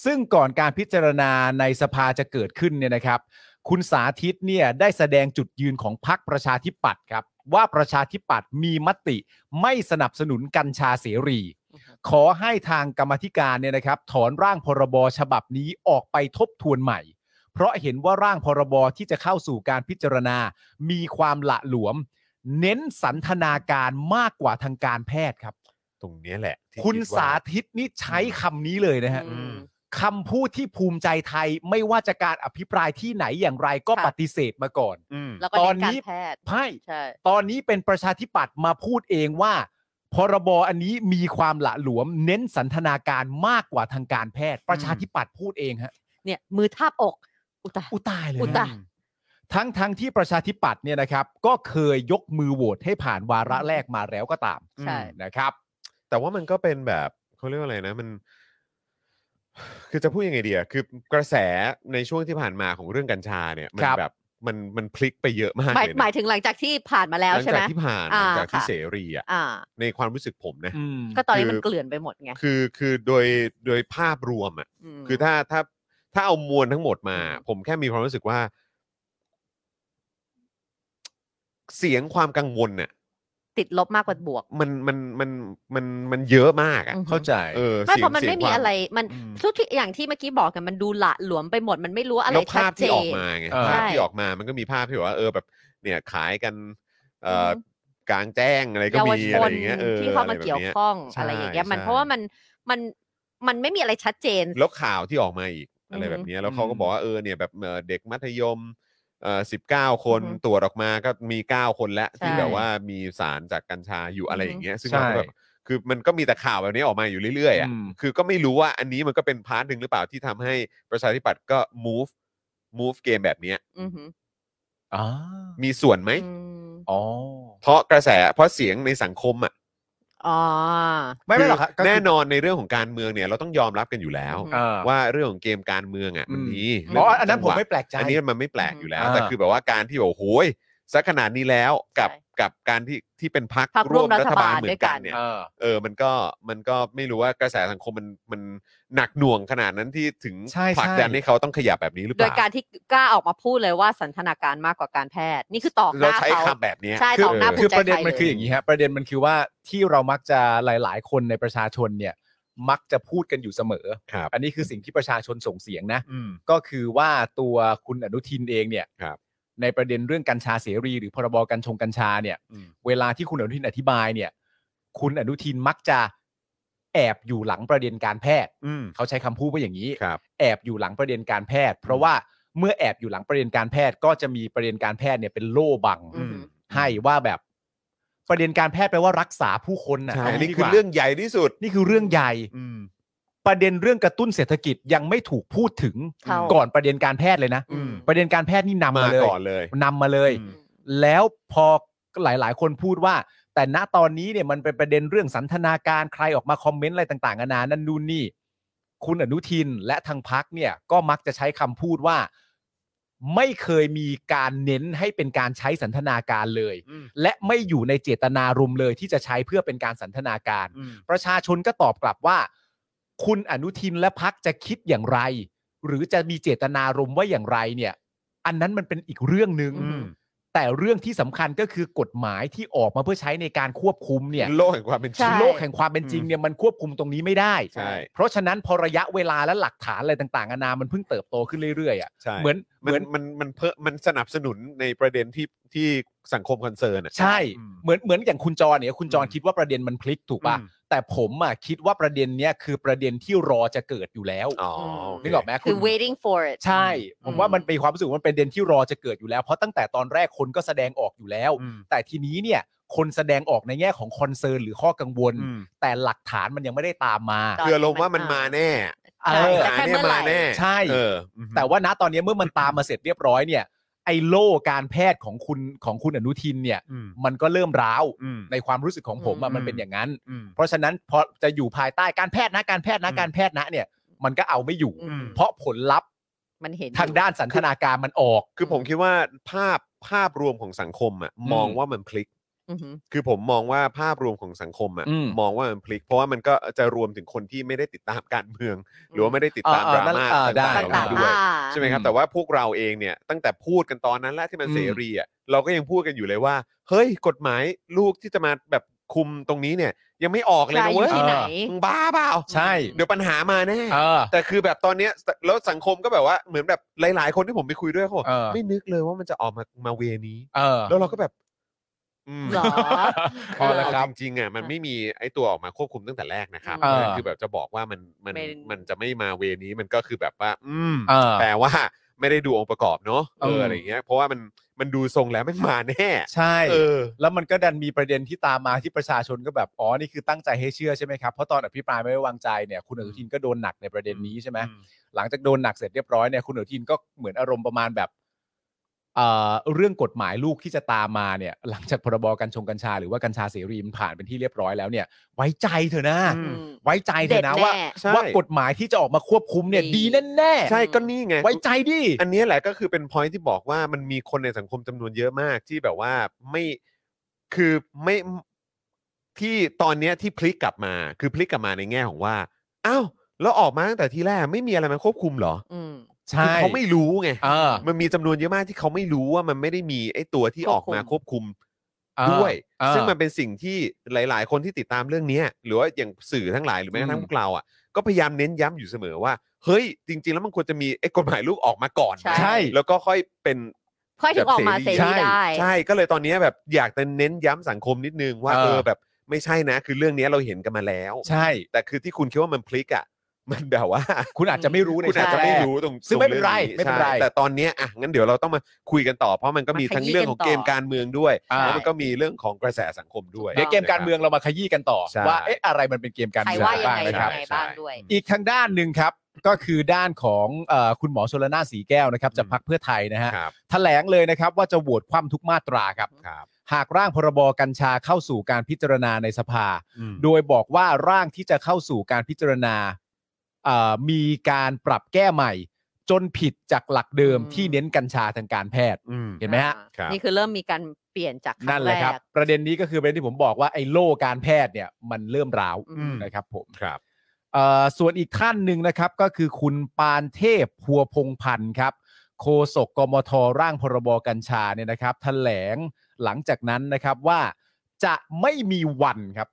Speaker 5: ซึ่งก่อนการพิจารณาในสภาจะเกิดขึ้นเนี่ยนะครับ คุณสาธิตเนี่ยได้แสดงจุดยืนของพรรคประชาธิปัตย์ครับ ว่าประชาธิปัตย์มีมติไม่สนับสนุนกัญชาเสรี
Speaker 4: อือฮะ
Speaker 5: ขอให้ทางกรรมาธิการเนี่ยนะครับ ถอนร่างพรบฉบับนี้ออกไปทบทวนใหม่ เพราะเห็นว่าร่างพรบที่จะเข้าสู่การพิจารณา มีความหละหลวม เน้นสันทนาการมากกว่าทางการแพทย์ครับ
Speaker 3: ตรงเนี้ยแหละที่
Speaker 5: คุณ
Speaker 3: ดว่
Speaker 5: สาธิตนี่ใช้คำนี้เลยนะฮะ
Speaker 4: อืม
Speaker 5: คำพูดที่ภูมิใจไทยไม่ว่าจะการอภิปรายที่ไหนอย่างไรก็
Speaker 4: ค่ะ
Speaker 5: ปฏิเสธมาก่อน
Speaker 3: อืม
Speaker 4: แล้วก็
Speaker 5: ตอ
Speaker 4: เน้น
Speaker 5: นนี้
Speaker 4: การแพทย์
Speaker 5: ใช่
Speaker 4: ใช่
Speaker 5: ตอนนี้เป็นประชาธิปัตย์มาพูดเองว่า พรบอันนี้มีความหละหลวม เน้นสันทนาการมากกว่าทางการแพทย์ ประชาธิปัตย์พูดเองฮะ
Speaker 4: เนี่ยมือทาบอกอุยตาย
Speaker 5: อุยตายเลย
Speaker 4: อุยตาย
Speaker 5: นะทั้งทั้งที่ประชาธิปัตย์เนี่ยนะครับ ก็เคยยกมือโหวตให้ผ่านวาระแรกมาแล้วก็ตาม
Speaker 4: ใช่
Speaker 5: นะครับ
Speaker 3: แต่ว่ามันก็เป็นแบบเขาเรียกว่าอะไรนะมัน คือจะพูดยังไงดีอะคือกระแสในช่วงที่ผ่านมาของเรื่องกัญชาเนี่ย มั
Speaker 5: ครับ
Speaker 3: แบบมันมันพลิกไปเยอะมาก
Speaker 4: หมาย
Speaker 3: เลย
Speaker 4: ห
Speaker 3: นะ
Speaker 4: มายถึงหลังจากที่ผ่านมาแล้ว
Speaker 3: หลัง
Speaker 4: ใช่ไห
Speaker 3: จาม กที่ผ่านห
Speaker 4: อ่า
Speaker 3: ลังจากที่
Speaker 4: ค่ะ
Speaker 3: เสรีอะ
Speaker 4: อ่า
Speaker 3: ในความรู้สึกผมนะ
Speaker 5: อืม
Speaker 4: ก็ตอนนี้
Speaker 3: คือ
Speaker 4: มันเกลื่อนไปหมดไง
Speaker 3: คือคือโดยโดยภาพรวมอะ
Speaker 4: ม
Speaker 3: คือถ้าถ้าถ้าเอามวลทั้งหมดมา ผมแค่มีความรู้สึกว่า เสียงความกังวลน่ะ
Speaker 4: ติดลบมากกว่าบวก
Speaker 3: มันมันมันมันมันเยอะมากอะ
Speaker 4: อือฮึ
Speaker 5: เข้าใจ
Speaker 3: เออ
Speaker 4: ไม่
Speaker 3: สียง
Speaker 4: เพราะมัน
Speaker 3: สียง
Speaker 4: ไม่
Speaker 3: ค
Speaker 4: มี
Speaker 3: วา
Speaker 4: อะไรมัน
Speaker 5: อืม
Speaker 4: ทุกๆอย่างที่เมื่อกี้บอกกันมันดูหละหลวมไปหมดมันไม่รู้อะไร
Speaker 3: แล้ว
Speaker 4: ชั
Speaker 3: ภาพ
Speaker 4: ดเจ
Speaker 3: ที่ออน กมาไง
Speaker 5: เออ
Speaker 3: ภาพที่
Speaker 4: ใช่
Speaker 3: ออกมามันก็มีภาพที่แบบว่าเออแบบ เนี่ยขายกันเอ่ออ
Speaker 4: อฮึ
Speaker 3: กลางแจ้งอะไรก็
Speaker 4: เยาว
Speaker 3: มี
Speaker 4: ช
Speaker 3: อะไร
Speaker 4: น
Speaker 3: อย่างเงี้ยออ
Speaker 4: ที่เข้ามาเกี่ยว
Speaker 3: อะไรแบบนี้
Speaker 4: ข้อง
Speaker 3: ใช่
Speaker 4: อะไรอย่างเงี้ยมัน
Speaker 3: ใช่
Speaker 4: เพราะว่ามันมันมันไม่มีอะไรชัดเจน
Speaker 3: แล้วข่าวที่ออกมาอีกอะไรแบบนี้แล้วเขาก็
Speaker 5: อืม
Speaker 3: บอกว่าเออเนี่ยแบบเอ่อเด็กมัธยมเอ่อสิบเก้าคน
Speaker 4: อือฮึ
Speaker 3: ตรวจออกมาก็มีเก้าคนแล้วที่
Speaker 4: ใช่
Speaker 3: แบบว่ามีสารจากกัญชาอยู่อะไรอย่างเงี้ยซึ่ง
Speaker 5: ใช่
Speaker 3: เราก็แบบคือมันก็มีแต่ข่าวแบบนี้ออกมาอยู่เรื่อยๆอ่ะ
Speaker 5: อืม
Speaker 3: คือก็ไม่รู้ว่าอันนี้มันก็เป็นพาร์ทหนึ่งหรือเปล่าที่ทำให้ประชาธิปัตย์ก็ move move เกมแบบเนี้ย
Speaker 5: อ๋อ
Speaker 3: มีส่วนไหม
Speaker 5: อ๋อ
Speaker 3: เพราะกระแสเพราะเสียงในสังคมอ่ะ
Speaker 4: ๋อ
Speaker 5: ไม่ไม่หรอก
Speaker 3: คื
Speaker 5: ฮะก็คือ
Speaker 3: แน่นอนในเรื่องของการเมืองเนี่ยเราต้องยอมรับกันอยู่แล้ว
Speaker 4: อืม
Speaker 5: เออ
Speaker 3: ว่าเรื่องของเกมการเมืองอ่ะมัน
Speaker 5: อืม
Speaker 3: มี
Speaker 4: อืม
Speaker 5: เพราะอันนั้นผมไม่แปลกใจ
Speaker 3: อันนี้มันไม่แปลกอยู่แล้ว
Speaker 5: อ่า
Speaker 3: แต่คือแบบว่าการที่แบบโอ้ยสักขนาดนี้แล้วกับ
Speaker 4: ใช่
Speaker 3: กับการที่ที่เป็นพัก
Speaker 4: พรรคร่วมรัฐบาล
Speaker 3: เหมื
Speaker 4: ด้
Speaker 3: อ
Speaker 4: วน ยกั
Speaker 3: กัน
Speaker 4: น
Speaker 3: เนี่ย
Speaker 5: เออ
Speaker 3: เออมันก็มันก็ไม่รู้ว่ากระแสสังคมมันมันหนักหน่วงขนาดนั้นที่ถึง
Speaker 5: ใช่ใช่
Speaker 3: ผลักดันให้เขาต้องขยับแบบนี้หรือเป
Speaker 4: โดย
Speaker 3: ล่า
Speaker 4: การที่กล้าออกมาพูดเลยว่าสันทนาการมากกว่าการแพทย์ นี่คือตอกห
Speaker 3: เรา
Speaker 4: น้า
Speaker 3: ใช้
Speaker 4: เขา
Speaker 3: คำแบบเนี้ย
Speaker 4: ใช่
Speaker 3: คื
Speaker 4: ตอกหน้า ภูมิใจ
Speaker 5: คือประเด็น
Speaker 4: ไทย
Speaker 5: มันคือ
Speaker 4: เลย
Speaker 5: อย่างนี้ฮะประเด็นมันคือว่าที่เรามักจะหลาย ๆ คนในประชาชนเนี่ย มักจะพูดกันอยู่เสมอ
Speaker 3: ครับ
Speaker 5: อันนี้คือสิ่งที่ประชาชนส่งเสียงนะ
Speaker 3: อืม
Speaker 5: ก็คือว่าตัวคุณอนุทินเองเนี่ย
Speaker 3: ครับ
Speaker 5: ในประเด็นเรื่องกัญชาเสรี หรือพรบกัญชงกัญชาเนี่ย
Speaker 3: อืม
Speaker 5: เวลาที่คุณอนุทินอธิบายเนี่ย คุณอนุทินมักจะแอบอยู่หลังประเด็นการแพทย์
Speaker 3: อืม
Speaker 5: เขาใช้คำพูดว่าอย่างนี้
Speaker 3: ครับ
Speaker 5: แอบอยู่หลังประเด็นการแพทย์ เพราะ
Speaker 3: อืม
Speaker 5: ว่าเมื่อแอบอยู่หลังประเด็นการแพทย์ ก็จะมีประเด็นการแพทย์เนี่ยเป็นโล่บัง
Speaker 4: อืม
Speaker 5: ให้ว่าแบบ ประเด็นการแพทย์แปลว่ารักษาผู้คนนะ
Speaker 3: ใช่
Speaker 5: เา
Speaker 3: อันนี้
Speaker 5: ดีก
Speaker 3: คือ
Speaker 5: ว่า
Speaker 3: เรื่องใหญ่ที่สุด
Speaker 5: นี่คือเรื่องใหญ่
Speaker 3: อืม
Speaker 5: ประเด็นเรื่องกระตุ้นเศรษฐกิจยังไม่ถูกพูดถึง
Speaker 4: เขา
Speaker 5: ก่อนประเด็นการแพทย์เลยนะ
Speaker 3: อืม
Speaker 5: ประเด็นการแพทย์นี่นำ
Speaker 3: มา
Speaker 5: มาเลย
Speaker 3: ก่อนเลย
Speaker 5: นำมาเลย
Speaker 3: อืม
Speaker 5: แล้วพอหลาย ๆ คนพูดว่า แต่ณตอนนี้เนี่ยมันเป็นประเด็นเรื่องสันทนาการใครออกมาคอมเมนต์อะไรต่างๆนานานั่นนู่นนี่ คุณอนุทินและทางพักเนี่ยก็มักจะใช้คำพูดว่า ไม่เคยมีการเน้นให้เป็นการใช้สันทนาการเลย
Speaker 3: อืม
Speaker 5: และไม่อยู่ในเจตนารมณ์เลยที่จะใช้เพื่อเป็นการสันทนาการ
Speaker 3: อืม
Speaker 5: ประชาชนก็ตอบกลับว่า คุณอนุทินและพักจะคิดอย่างไร หรือจะมีเจตนารมณ์ว่าอย่างไรเนี่ย อันนั้นมันเป็นอีกเรื่องหนึ
Speaker 3: อื
Speaker 5: ง่ง
Speaker 3: ม
Speaker 5: แต่เรื่องที่สำคัญก็คือกฎหมายที่ออกมาเพื่อใช้ในการควบคุมเนี่ย
Speaker 3: โลกแห่งความเป็นจ
Speaker 4: ใช่
Speaker 3: ริง
Speaker 5: โลกแห่งความเป็นจริงเนี่ยมันควบคุมตรงนี้ไม่ได้
Speaker 3: ใช่
Speaker 5: เพราะฉะนั้นพอระยะเวลาและหลักฐานอะไรต่างๆนานามันเพิ่งเติบโตขึ้นเรื่อยๆอ่ะ
Speaker 3: ใช่
Speaker 5: เหมือนเห
Speaker 3: มัน
Speaker 5: มือน
Speaker 3: มันมันเพิ่มมันสนับสนุนในประเด็นที่ที่สังคมคอนเซิร์นอะ
Speaker 5: ใช่ เหมือนเหมือนอย่างคุณจรเนี่ย คุณจร
Speaker 3: อืม
Speaker 5: คิดว่าประเด็นมันพลิกถูกป่ะ
Speaker 3: อืม
Speaker 5: แต่ผมอ่ะคิดว่าประเด็นเนี้ยคือประเด็นที่รอจะเกิดอยู่แล้ว
Speaker 3: อ๋อโเค
Speaker 5: นึกออกไหม
Speaker 4: คือ
Speaker 5: ณ
Speaker 4: waiting for it
Speaker 5: ใช่ ผมว่า
Speaker 4: อืม
Speaker 5: มันเป็นความรู้สึกว่ามันเป็นประเด็นที่รอจะเกิดอยู่แล้ว เพราะตั้งแต่ตอนแรกคนก็แสดงออกอยู่แล้ว
Speaker 3: อืม
Speaker 5: แต่ทีนี้เนี่ยคนแสดงออกในแง่ของคอนเซิร์นหรือข้อกังวล
Speaker 3: อืม
Speaker 5: แต่หลักฐานมันยังไม่ได้ตามมา
Speaker 4: ตอน
Speaker 3: คือลงว่ามันมาแน่
Speaker 5: เอ
Speaker 4: ใช่
Speaker 5: อ
Speaker 4: แต่
Speaker 3: หา
Speaker 4: แค่
Speaker 3: เนี่ย
Speaker 4: เมื่อไหร่
Speaker 3: มาแน่
Speaker 5: ใช่
Speaker 3: เอออือฮึ
Speaker 5: แต่ว่าณตอนนี้เมื่อมันตามมาเสร็จเรียบร้อยเนี่ย ไอ้โล่การแพทย์ของคุณของคุณอนุทินเนี่ย
Speaker 3: อืม
Speaker 5: มันก็เริ่มร้าว
Speaker 3: อืม
Speaker 5: ในความรู้สึกของผมอะ
Speaker 4: อืม
Speaker 5: มันเป็นอย่างนั้น
Speaker 3: อืม
Speaker 5: เพราะฉะนั้นพอจะอยู่ภายใต้การแพทย์นะการแพทย์นะ
Speaker 3: อืม
Speaker 5: การแพทย์นะเนี่ย มันก็เอาไม่อยู่
Speaker 4: อืม
Speaker 5: เพราะผลลัพธ์
Speaker 4: มันเห็น
Speaker 5: ทางด้านสันทนาการมันออก
Speaker 3: คือผมคิดว่าภาพภาพรวมของสังคมอ่ะ
Speaker 5: อืม
Speaker 3: มองว่ามันพลิก
Speaker 4: อือหือ
Speaker 3: คือผมมองว่าภาพรวมของสังคมอ่ะ
Speaker 5: อืม
Speaker 3: มองว่ามันพลิก เพราะว่ามันก็จะรวมถึงคนที่ไม่ได้ติดตามการเมือง หรือว่าไม่ได้ติดตาม
Speaker 5: เออ
Speaker 3: ดรา
Speaker 5: เออนั่น
Speaker 3: ม่า
Speaker 5: เออได้
Speaker 3: ต่างๆเหล่า
Speaker 4: ต่าง
Speaker 3: นี้
Speaker 4: ๆ
Speaker 3: ด้วย
Speaker 4: อ่า
Speaker 3: ใช่ไหมครับ
Speaker 5: อืม
Speaker 3: แต่ว่าพวกเราเองเนี่ยตั้งแต่พูดกันตอนนั้นแหละที่มัน
Speaker 5: อืม
Speaker 3: เสรีอ่ะเราก็ยังพูดกันอยู่เลยว่า เฮ้ยกฎหมายลูกที่จะมาแบบคุมตรงนี้เนี่ย ยังไม่ออกเลยนะเว้ย
Speaker 4: ใช่อยู่ที่ไหน
Speaker 3: มึงบ้าเปล่า
Speaker 5: ใช่
Speaker 3: เดี๋ยวปัญหามาแน่
Speaker 5: เออ
Speaker 3: แต่คือแบบตอนเนี้ยแล้วสังคมก็แบบว่าเหมือนแบบหลาย ๆ คนที่ผมไปคุยด้วยเขาบอก
Speaker 5: เออ
Speaker 3: ไม่นึกเลยว่ามันจะออกมามาเวนี้
Speaker 5: เออ
Speaker 3: แล้วเราก็แบบ อืม
Speaker 4: หรอ
Speaker 5: พอแล้วครับ
Speaker 3: จริงๆอ่ะมันไม่มีไอ้ตัวออกมาควบคุมตั้งแต่แรกนะครับ
Speaker 5: เออ
Speaker 3: คือแบบจะบอกว่ามันมัน
Speaker 4: เป็น
Speaker 3: มันจะไม่มาเวนี้มันก็คือแบบว่า อืม
Speaker 5: เออ
Speaker 3: แต่ว่าไม่ได้ดูองค์ประกอบเนาะเอ
Speaker 5: เอ
Speaker 3: อ
Speaker 5: ออ
Speaker 3: อะไรอย่างเงี้ยเพราะว่ามันมันดูทรงแล้วไม่มาแน่
Speaker 5: ใช่
Speaker 3: เออ
Speaker 5: แล้วมันก็ดันมีประเด็นที่ตามมาที่ประชาชนก็แบบ อ๋อ นี่คือตั้งใจให้เชื่อใช่ไหมครับ เพราะตอนอภิปรายไม่ไว้วางใจเนี่ยคุณอนุทินก็โดนหนักในประเด็นนี้ใช่ไหมหลังจากโดนหนักเสร็จเรียบร้อยเนี่ยคุณอนุทินก็เหมือนอารมณ์ประมาณแบบเอ่อเรื่องกฎหมายลูกที่จะตามมาเนี่ย หลังจากพรบกัญชงกัญชาหรือว่ากัญชาเสรีมันผ่านเป็นที่เรียบร้อยแล้วเนี่ย ไว้ใจเถอะนะ
Speaker 3: อืม
Speaker 5: ไว้ใจเถอะนะว่า
Speaker 4: เด็ดแน่
Speaker 3: ใช่
Speaker 5: ว่ากฎหมายที่จะออกมาควบคุมเนี่ย
Speaker 4: ดี
Speaker 5: ดีแน่
Speaker 3: ใช่ก็นี่ไง
Speaker 5: ๆไว้ใจดิ
Speaker 3: อันเนี้ยแหละก็คือเป็น point ที่บอกว่ามันมีคนในสังคมจำนวนเยอะมากที่แบบว่าไม่คือไม่ที่ตอนเนี้ยที่พลิกกลับมา คือพลิกกลับมาในแง่ของว่าอ้าวแล้วออกมาตั้งแต่ทีแรกไม่มีอะไรมาควบคุมเหรอ
Speaker 4: อืม
Speaker 5: ใช่
Speaker 3: คือเขาไม่รู้ไง
Speaker 5: เออ
Speaker 3: มันมีจำนวนเยอะมากที่เขาไม่รู้ว่ามันไม่ได้มีไอ้ตัวที่ออกมาควบคุม
Speaker 5: เออ
Speaker 3: ด้วย
Speaker 5: เออ
Speaker 3: ซึ่งมันเป็นสิ่งที่หลาย ๆ คนที่ติดตามเรื่องเนี้ยหรือว่าอย่างสื่อทั้งหลายหรือแม้กระทั่ง
Speaker 5: อื
Speaker 3: พ
Speaker 5: ม
Speaker 3: วกเราอ่ะก็พยายามเน้นย้ำอยู่เสมอว่า เฮ้ย จริง ๆ แล้วมันควรจะมีไอ้กฎหมายลูกออกมาก่อนนะ
Speaker 4: ใช่
Speaker 3: แล้วก็ค่อยเป็น
Speaker 4: ค่อยถึงออกมาเสรีได้
Speaker 3: ใช่ก็เลยตอนเนี้ยแบบอยากจะเน้นย้ำสังคมนิดนึงว่า
Speaker 5: เออ
Speaker 3: เออแบบไม่ใช่นะ คือเรื่องเนี้ยเราเห็นกันมาแล้ว
Speaker 5: ใช่
Speaker 3: แต่คือที่คุณคิดว่ามันพลิกอ่ะ มันแบบว่า
Speaker 5: คุณอาจจะไม่รู้ใน
Speaker 3: คุณอาจจะ
Speaker 5: ชาติ
Speaker 3: ไม่
Speaker 5: แก
Speaker 3: รู้ตรง
Speaker 5: ซึ่งไม่เป็นไร
Speaker 3: อง
Speaker 5: ไม่เป็นไร
Speaker 3: ใช่แต่ตอนเนี้ยอ่ะงั้นเดี๋ยวเราต้องมาคุยกันต่อ เพราะมันก็มี
Speaker 4: มาข
Speaker 3: ทั้ง
Speaker 4: ยี้
Speaker 3: เรื่องของ
Speaker 4: กันต่อ
Speaker 3: เกมการเมืองด้วย
Speaker 5: อ่า
Speaker 3: แล้วมันก็มีเรื่องของกระแสสังคมด้วย
Speaker 5: เดี๋ยวเกมการเมืองเรามาขยี้กันต่อ
Speaker 3: ใช่
Speaker 5: ว่าเอ๊ะอะไรมันเป็นเกมการ
Speaker 4: ใคร
Speaker 5: เมือง
Speaker 4: ว่ายัง
Speaker 5: บ้าง
Speaker 4: ไง
Speaker 5: นะ
Speaker 4: ยั
Speaker 5: ครับ
Speaker 4: งไงบ้างด้วย
Speaker 5: อีกทางด้านหนึ่งครับ ก็คือด้านของเอ่อคุณหมอชลนานสีแก้วนะครับจากพรรคเพื่อไทยนะฮะ
Speaker 3: ครับ
Speaker 5: แถลงเลยนะครับว่าจะโหวตคว่ำทุกมาตราครับ
Speaker 3: ครับ
Speaker 5: หากร่างพรบกัญชาเข้าสู่การพิจารณาในสภา
Speaker 3: ดู
Speaker 5: โดยบอกว่าร่างที่จะเข้าสู่การพิจารณาเอ่อมีการปรับแก้ใหม่ จนผิดจากหลักเดิม
Speaker 4: อืม
Speaker 5: ที่เน้นกัญชาทางการแพทย์
Speaker 3: อืม
Speaker 5: เห็นไหมฮะ
Speaker 4: อ่า
Speaker 3: ครับ
Speaker 4: นี่คือเริ่มมีการเปลี่ยนจากครั้ง
Speaker 5: นั่นแหละครับ
Speaker 4: ก
Speaker 5: ประเด็นนี้ก็คือประเด็นที่ผมบอกว่าไอ้โล่การแพทย์เนี่ยมันเริ่มร้าว
Speaker 4: อืม
Speaker 5: นะครับผม
Speaker 3: ครับ
Speaker 5: เอ่อส่วนอีกท่านหนึ่งนะครับก็คือคุณปานเทพพัวพงพันธ์ครับโฆษกกมทร่างพรบกัญชาเนี่ยนะครับแถลงหลังจากนั้นนะครับว่าจะไม่มีวันครับ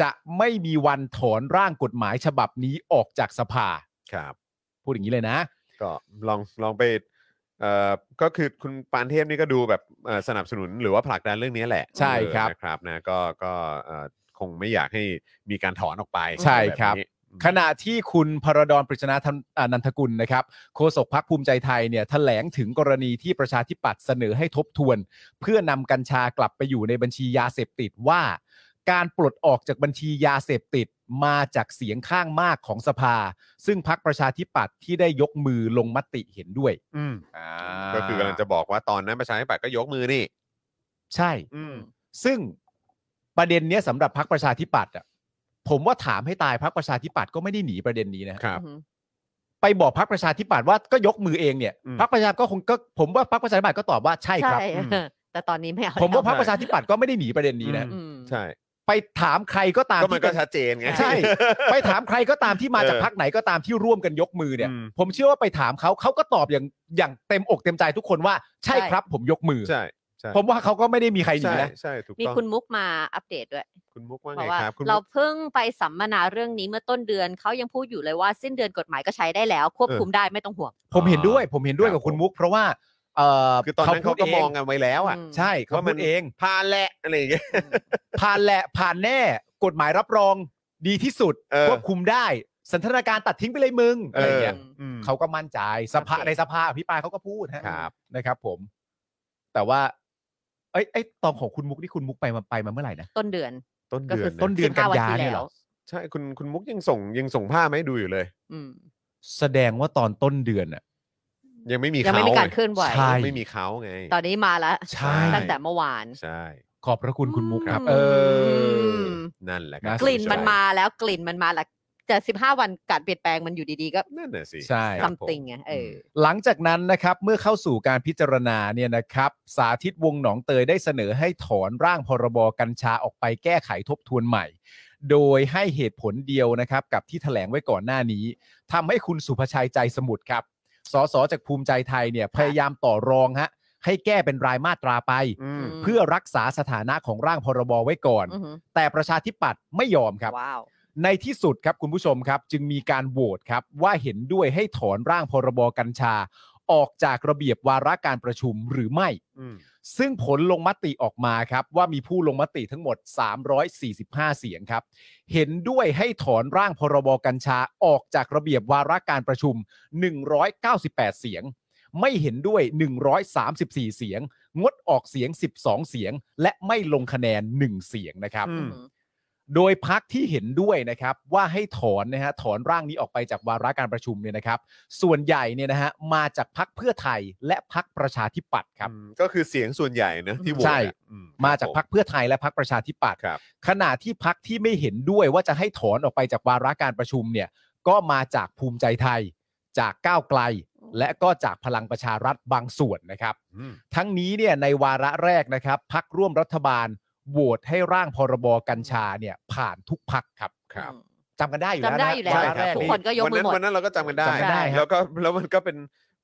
Speaker 5: จะไม่มีวันถอนร่างกฎหมายฉบับนี้ออกจากสภา
Speaker 3: ครับ
Speaker 5: พูดอย่างนี้เลยนะ
Speaker 3: ก็ลองลองไปเอ่อก็คือคุณปานเทพนี่ก็ดูแบบเอ่อสนับสนุนหรือว่าผลักดันเรื่องนี้แหละ
Speaker 5: ใช่ครับ
Speaker 3: เออนะครับนะก็ก็เอ่อคงไม่อยากให้มีการถอนออกไป
Speaker 5: ใช่ครับ
Speaker 3: แนี้
Speaker 5: ขณะที่คุณพรดอนปริชนาธนอ่านันทกุลนะครับโฆษกพักภูมิใจไทยเนี่ยแถลงถึงกรณีที่ประชาธิปัตย์เสนอให้ทบทวน เพื่อนำกัญชากลับไปอยู่ในบัญชียาเสพติดว่า การปลดออกจากบัญชียาเสพติดมาจากเสียงข้างมากของสภา ซึ่งพักประชาธิปัตย์ที่ได้ยกมือลงมติเห็นด้วย
Speaker 3: ก็คือกำลังจะบอกว่าตอนนั้นประชาธิปัตย์ก็ยกมือนี่
Speaker 5: ใช่ ซึ่งประเด็นเนี้ยสำหรับพักประชาธิปัตย์อ่ะผมว่าถามให้ตายพักประชาธิปัตย์ก็ไม่ได้หนีประเด็นนี้นะฮะ
Speaker 3: ครับ
Speaker 5: ไปบอกพรรคประชาธิปัตย์ว่าก็ยกมือเองเนี่ย
Speaker 3: อืม
Speaker 5: พรรคประชาก็คงก็ผมว่าพรรคประชาธิปัตย์ก็ตอบว่าใช่
Speaker 4: ใช่
Speaker 5: ครับ
Speaker 3: อืม
Speaker 4: แต่ตอนนี้ไม่เอา
Speaker 5: ผมว่าพรรคประชาธิปัตย์ก็ไม่ได้หนีประเด็นนี้นะ
Speaker 4: อืม
Speaker 3: ใช่
Speaker 5: ไปถามใครก็ตาม
Speaker 3: ก็มันก็
Speaker 5: ที่
Speaker 3: ชัดเจนไง
Speaker 5: ใช่ ไปถามใครก็ตามที่มาจาก
Speaker 3: เออ
Speaker 5: พรรคไหนก็ตามที่ร่วมกันยกมือเนี่ย
Speaker 3: อืม
Speaker 5: ผมเชื่อว่าไปถามเขาเขาก็ตอบอย่างอย่างเต็มอกเต็มใจทุกคนว่าใช่
Speaker 4: ใช่
Speaker 5: ครับ ผมยกมือ
Speaker 3: ใช่ใช่
Speaker 5: ผมว่าเขาก็ไม่ได้มีใครหนี
Speaker 3: ใช่
Speaker 5: นะ
Speaker 3: ใช่ถูก
Speaker 4: มี
Speaker 3: ต้อง
Speaker 4: คุณมุกมาอัปเดตด้วย
Speaker 3: คุณมุกว่า
Speaker 4: บ
Speaker 3: ไง
Speaker 4: อกว่า
Speaker 3: ครับคุณ
Speaker 4: เรา
Speaker 3: มุก
Speaker 4: เพิ่งไปสัมมนาเรื่องนี้เมื่อต้นเดือนเขายังพูดอยู่เลยว่าสิ้นเดือนกฎหมายก็ใช้ได้แล้ว ควบ
Speaker 3: เออ
Speaker 4: คุมได้ไม่ต้องห่วง
Speaker 5: ผมเห็นด้วย ผมเห็นด้ว
Speaker 3: ค
Speaker 5: ย
Speaker 3: รับ
Speaker 5: กับคุณมุก เพราะว่าเออ
Speaker 3: คือตอนนั้นเขาก็
Speaker 5: พูด
Speaker 3: มองกันไว้แล้วอ่ะ
Speaker 4: อืม
Speaker 5: ใช่เขา
Speaker 3: ว่ามั
Speaker 5: พู
Speaker 3: น
Speaker 5: ดเอง
Speaker 3: ผ่านแหละอะไรอย่างเงี้ย
Speaker 5: ผ่านแหละผ่านแน่กฎหมายรับรองดีที่สุด
Speaker 3: เออ
Speaker 5: ควบคุมได้ สันทนาการตัดทิ้งไปเลยมึงอะไรอย่างเงี้ย
Speaker 4: เออ
Speaker 3: ม
Speaker 5: เขาก็มั่นใจสภา
Speaker 4: โอเค
Speaker 5: ในสภาอภิปรายเขาก็พูดฮะ
Speaker 3: ครับ
Speaker 5: นะครับ ผม แต่ว่า เอ้ยไอ้ยตอนของคุณมุกนี่คุณมุกไปมาไปมาเมื่อไหร่นะ
Speaker 4: ต้นเดือน
Speaker 3: ต้น
Speaker 4: ก็
Speaker 3: เดื
Speaker 4: คือ
Speaker 3: นะ
Speaker 5: ต้นเดือน
Speaker 4: 15วั
Speaker 5: กันยา
Speaker 4: ที่
Speaker 5: เนี่
Speaker 4: แล้
Speaker 5: ยเหร
Speaker 4: ว
Speaker 5: อ
Speaker 3: ใช่คุณคุณมุกยังส่งยังส่งภาพมาให้ดูอยู่เลย
Speaker 4: อืม
Speaker 5: แสดงว่าตอนต้นเดือนอะ
Speaker 3: ยังไม่มี
Speaker 4: ยัง
Speaker 3: เขา
Speaker 4: ไม่มีการ
Speaker 3: ไง
Speaker 4: เคลื่อนไหว
Speaker 5: ใช่
Speaker 3: ยังไม่มีเขาไง
Speaker 4: ตอนนี้มาแล้ว
Speaker 5: ใช่
Speaker 4: ตั้งแต่เมื่อวาน
Speaker 3: ใช่
Speaker 5: ขอบพระคุณคุณมุกครับ
Speaker 4: ม
Speaker 5: เออ
Speaker 3: นั่นแหละครับ
Speaker 5: น่าส
Speaker 4: กลิ่น
Speaker 5: ใจ
Speaker 4: มันมาแล้วกลิ่นมันมาแล้วแต่สิบห้าวันการเปลี่ยนแปลงมันอยู่ดีๆก็
Speaker 3: นั่นน่ะสิ
Speaker 5: ใช่
Speaker 3: ค
Speaker 4: ซั
Speaker 3: รับ
Speaker 4: ม
Speaker 3: ผม
Speaker 4: ติงไงเอออ
Speaker 5: หลังจากนั้นนะครับเมื่อเข้าสู่การพิจารณาเนี่ยนะครับ สาธิตวงศ์หนองเตยได้เสนอให้ถอนร่างพรบกัญชาออกไปแก้ไขทบทวนใหม่ โดยให้เหตุผลเดียวนะครับ กับที่แถลงไว้ก่อนหน้านี้ทำให้คุณสุภชัยใจสมุทรครับสสจากภูมิใจไทยเนี่ยพยายามต่อรองฮะให้แก้เป็นรายมาตราไป
Speaker 3: อืม
Speaker 4: ม
Speaker 5: เพื่อรักษาสถานะของร่างพรบไว้ก่อน
Speaker 4: อือหือ
Speaker 5: แต่ประชาธิปัตย์ไม่ยอมครับ
Speaker 4: ว้าว
Speaker 5: ในที่สุดครับคุณผู้ชมครับ จึงมีการโหวตครับ ว่าเห็นด้วยให้ถอนร่างพรบกัญชา ออกจากระเบียบวาระการประชุมหรือไม่
Speaker 3: อืม
Speaker 5: ซึ่งผลลงมติออกมาครับ ว่ามีผู้ลงมติทั้งหมด 345 เสียงครับ เห็นด้วยให้ถอนร่างพรบกัญชาออกจากระเบียบวาระการประชุม 198 เสียง ไม่เห็นด้วย 134 เสียง งดออกเสียง 12 เสียง และไม่ลงคะแนน 1 เสียงนะครับ
Speaker 3: อืม
Speaker 5: โดยพักที่เห็นด้วยนะครับว่าให้ถอนนะฮะถอนร่างนี้ออกไปจากวาระการประชุมเนี่ยนะครับ ส่วนใหญ่เนี่ยนะฮะมาจากพักเพื่อไทยและพักประชาธิปัตย์ครับ
Speaker 3: อืมก็คือเสียงส่วนใหญ่นะที่โหวต
Speaker 5: ใช่
Speaker 3: อะอื
Speaker 5: มาจากพักเพื่อไทยและพักประชาธิปัตย์
Speaker 3: ครับ
Speaker 5: ขณะที่พักที่ไม่เห็นด้วยว่าจะให้ถอนออกไปจากวาระการประชุมเนี่ยก็มาจากภูมิใจไทย จากก้าวไกล และก็จากพลังประชารัฐบางส่วนนะครับ
Speaker 3: อืม
Speaker 5: ทั้งนี้เนี่ยในวาระแรกนะครับพักร่วมรัฐบาลโหวตให้ร่างพรบกัญชาเนี่ยผ่านทุกพักครับ
Speaker 3: ครับ
Speaker 5: จำกันได้อยู่แล้ว
Speaker 4: จำได้อยู่แล้ว
Speaker 5: นะวาระ
Speaker 3: ครั
Speaker 5: แร
Speaker 3: บ
Speaker 5: ก
Speaker 4: ทุ
Speaker 5: นี่
Speaker 4: คนก็ยกมือหมด
Speaker 3: วันนั้นเราก็จำกันได้
Speaker 5: จำได้ครับ
Speaker 3: แล้วก็ แล้วมันก็เป็น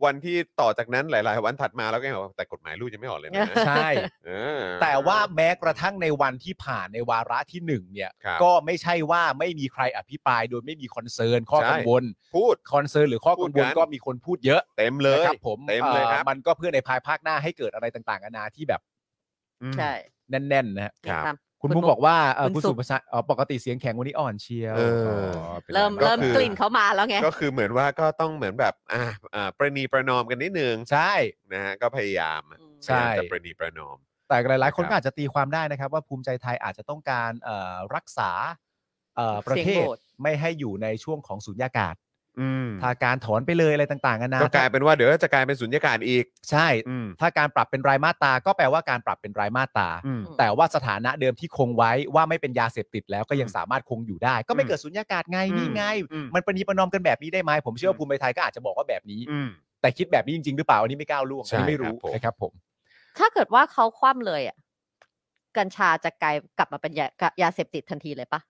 Speaker 3: วันที่ต่อจากนั้นหลาย ๆ วันถัดมาแล้วก็ยังบอกว่าแต่กฎหมายลูกยังไม่ออกเลยนะ
Speaker 5: ใช่
Speaker 3: เออ
Speaker 5: แต่ว่าแม้กระทั่งในวันที่ผ่านในวาระที่หนึ่งเนี่ย
Speaker 3: ครับ
Speaker 5: ก็ไม่ใช่ว่าไม่มีใครอภิปรายโดยไม่มีคอนเซิร์นข้อ
Speaker 3: ใช่
Speaker 5: กังวล
Speaker 3: พูด
Speaker 5: คอนเซิร์นหรือข้อกัง
Speaker 3: พู
Speaker 5: ว
Speaker 3: ด
Speaker 5: ล
Speaker 3: กัน
Speaker 5: ก็มีคนพูดเยอะ
Speaker 3: เต็มเลย
Speaker 5: นะครับผม
Speaker 3: เต็มเลยครับ
Speaker 5: อ่อมันก็เพื่อในภายภาคหน้าให้เกิดอะไรต่างๆนานาที่แบบ
Speaker 4: ใช่
Speaker 5: แน่นๆนะฮะ
Speaker 3: ครับ
Speaker 4: ตาม
Speaker 5: คุณ
Speaker 4: คุณ
Speaker 5: มุกบอกว่าเอ่อ
Speaker 4: คุ
Speaker 5: คุณ ณ
Speaker 4: สุ
Speaker 5: สุภาชัยอ๋อปกติเสียงแข็งวันนี้อ่อนเชียว
Speaker 3: เออ
Speaker 5: อ๋อเป็นไ
Speaker 4: เริ่ม
Speaker 3: ก็
Speaker 4: เริ่ม
Speaker 3: คือ
Speaker 4: กลิ่นเขามาแล้วไง
Speaker 3: ก็คือเหมือนว่าก็ต้องเหมือนแบบอ่าอ่าประนีประนอมกันนิดนึง
Speaker 5: ใช่
Speaker 3: นะฮะก็พยายาม
Speaker 4: อืม
Speaker 5: ใช่
Speaker 3: พยายามจะประนีประนอม
Speaker 5: แต่หลายๆ คน
Speaker 3: ครับ
Speaker 5: ก็อาจจะตีความได้นะครับ ว่าภูมิใจไทยอาจจะต้องการเอ่อรักษาเอ่อประเท
Speaker 4: เสียง
Speaker 5: ศ
Speaker 4: โหวต
Speaker 5: ไม่ให้อยู่ในช่วงของสุญญากาศ
Speaker 3: อืม
Speaker 5: ถ้าการถอนไปเลยอะไรต่างๆกันานะ
Speaker 3: ก็กลายเป็นว่าเดี๋ยวจะกลายเป็นสุญญากาศอีก
Speaker 5: ใช่
Speaker 3: อืม
Speaker 5: ถ้าการปรับเป็นรายมาตราก็แปลว่าการปรับเป็นรายมาตรา
Speaker 3: อืม
Speaker 5: แต่ว่าสถานะเดิมที่คงไว้ว่าไม่เป็นยาเสพติดแล้วก็ยังสามารถคงอยู่ได้ ก็ไม่เกิดสุญญากาศไง
Speaker 3: อืม
Speaker 5: นี่ไง
Speaker 3: อืม
Speaker 5: มันประนีประนอมกันแบบนี้ได้ไหมผมเชื่อว่าภูมิใจไทยก็อาจจะบอกว่าแบบนี้
Speaker 3: อืม
Speaker 5: แต่คิดแบบนี้จริงๆหรือเปล่าอันนี้ไม่กล้าวล่วง
Speaker 3: ใช่
Speaker 5: อันนี้ไม่
Speaker 3: ครับ
Speaker 5: รู้
Speaker 3: ผม
Speaker 5: นะครับผม
Speaker 4: ถ้าเกิดว่าเขาคว่ำเลยอ่ะกัญชาจะกลายกลับมาเป็นยายาเสพติดทันทีเลยปะ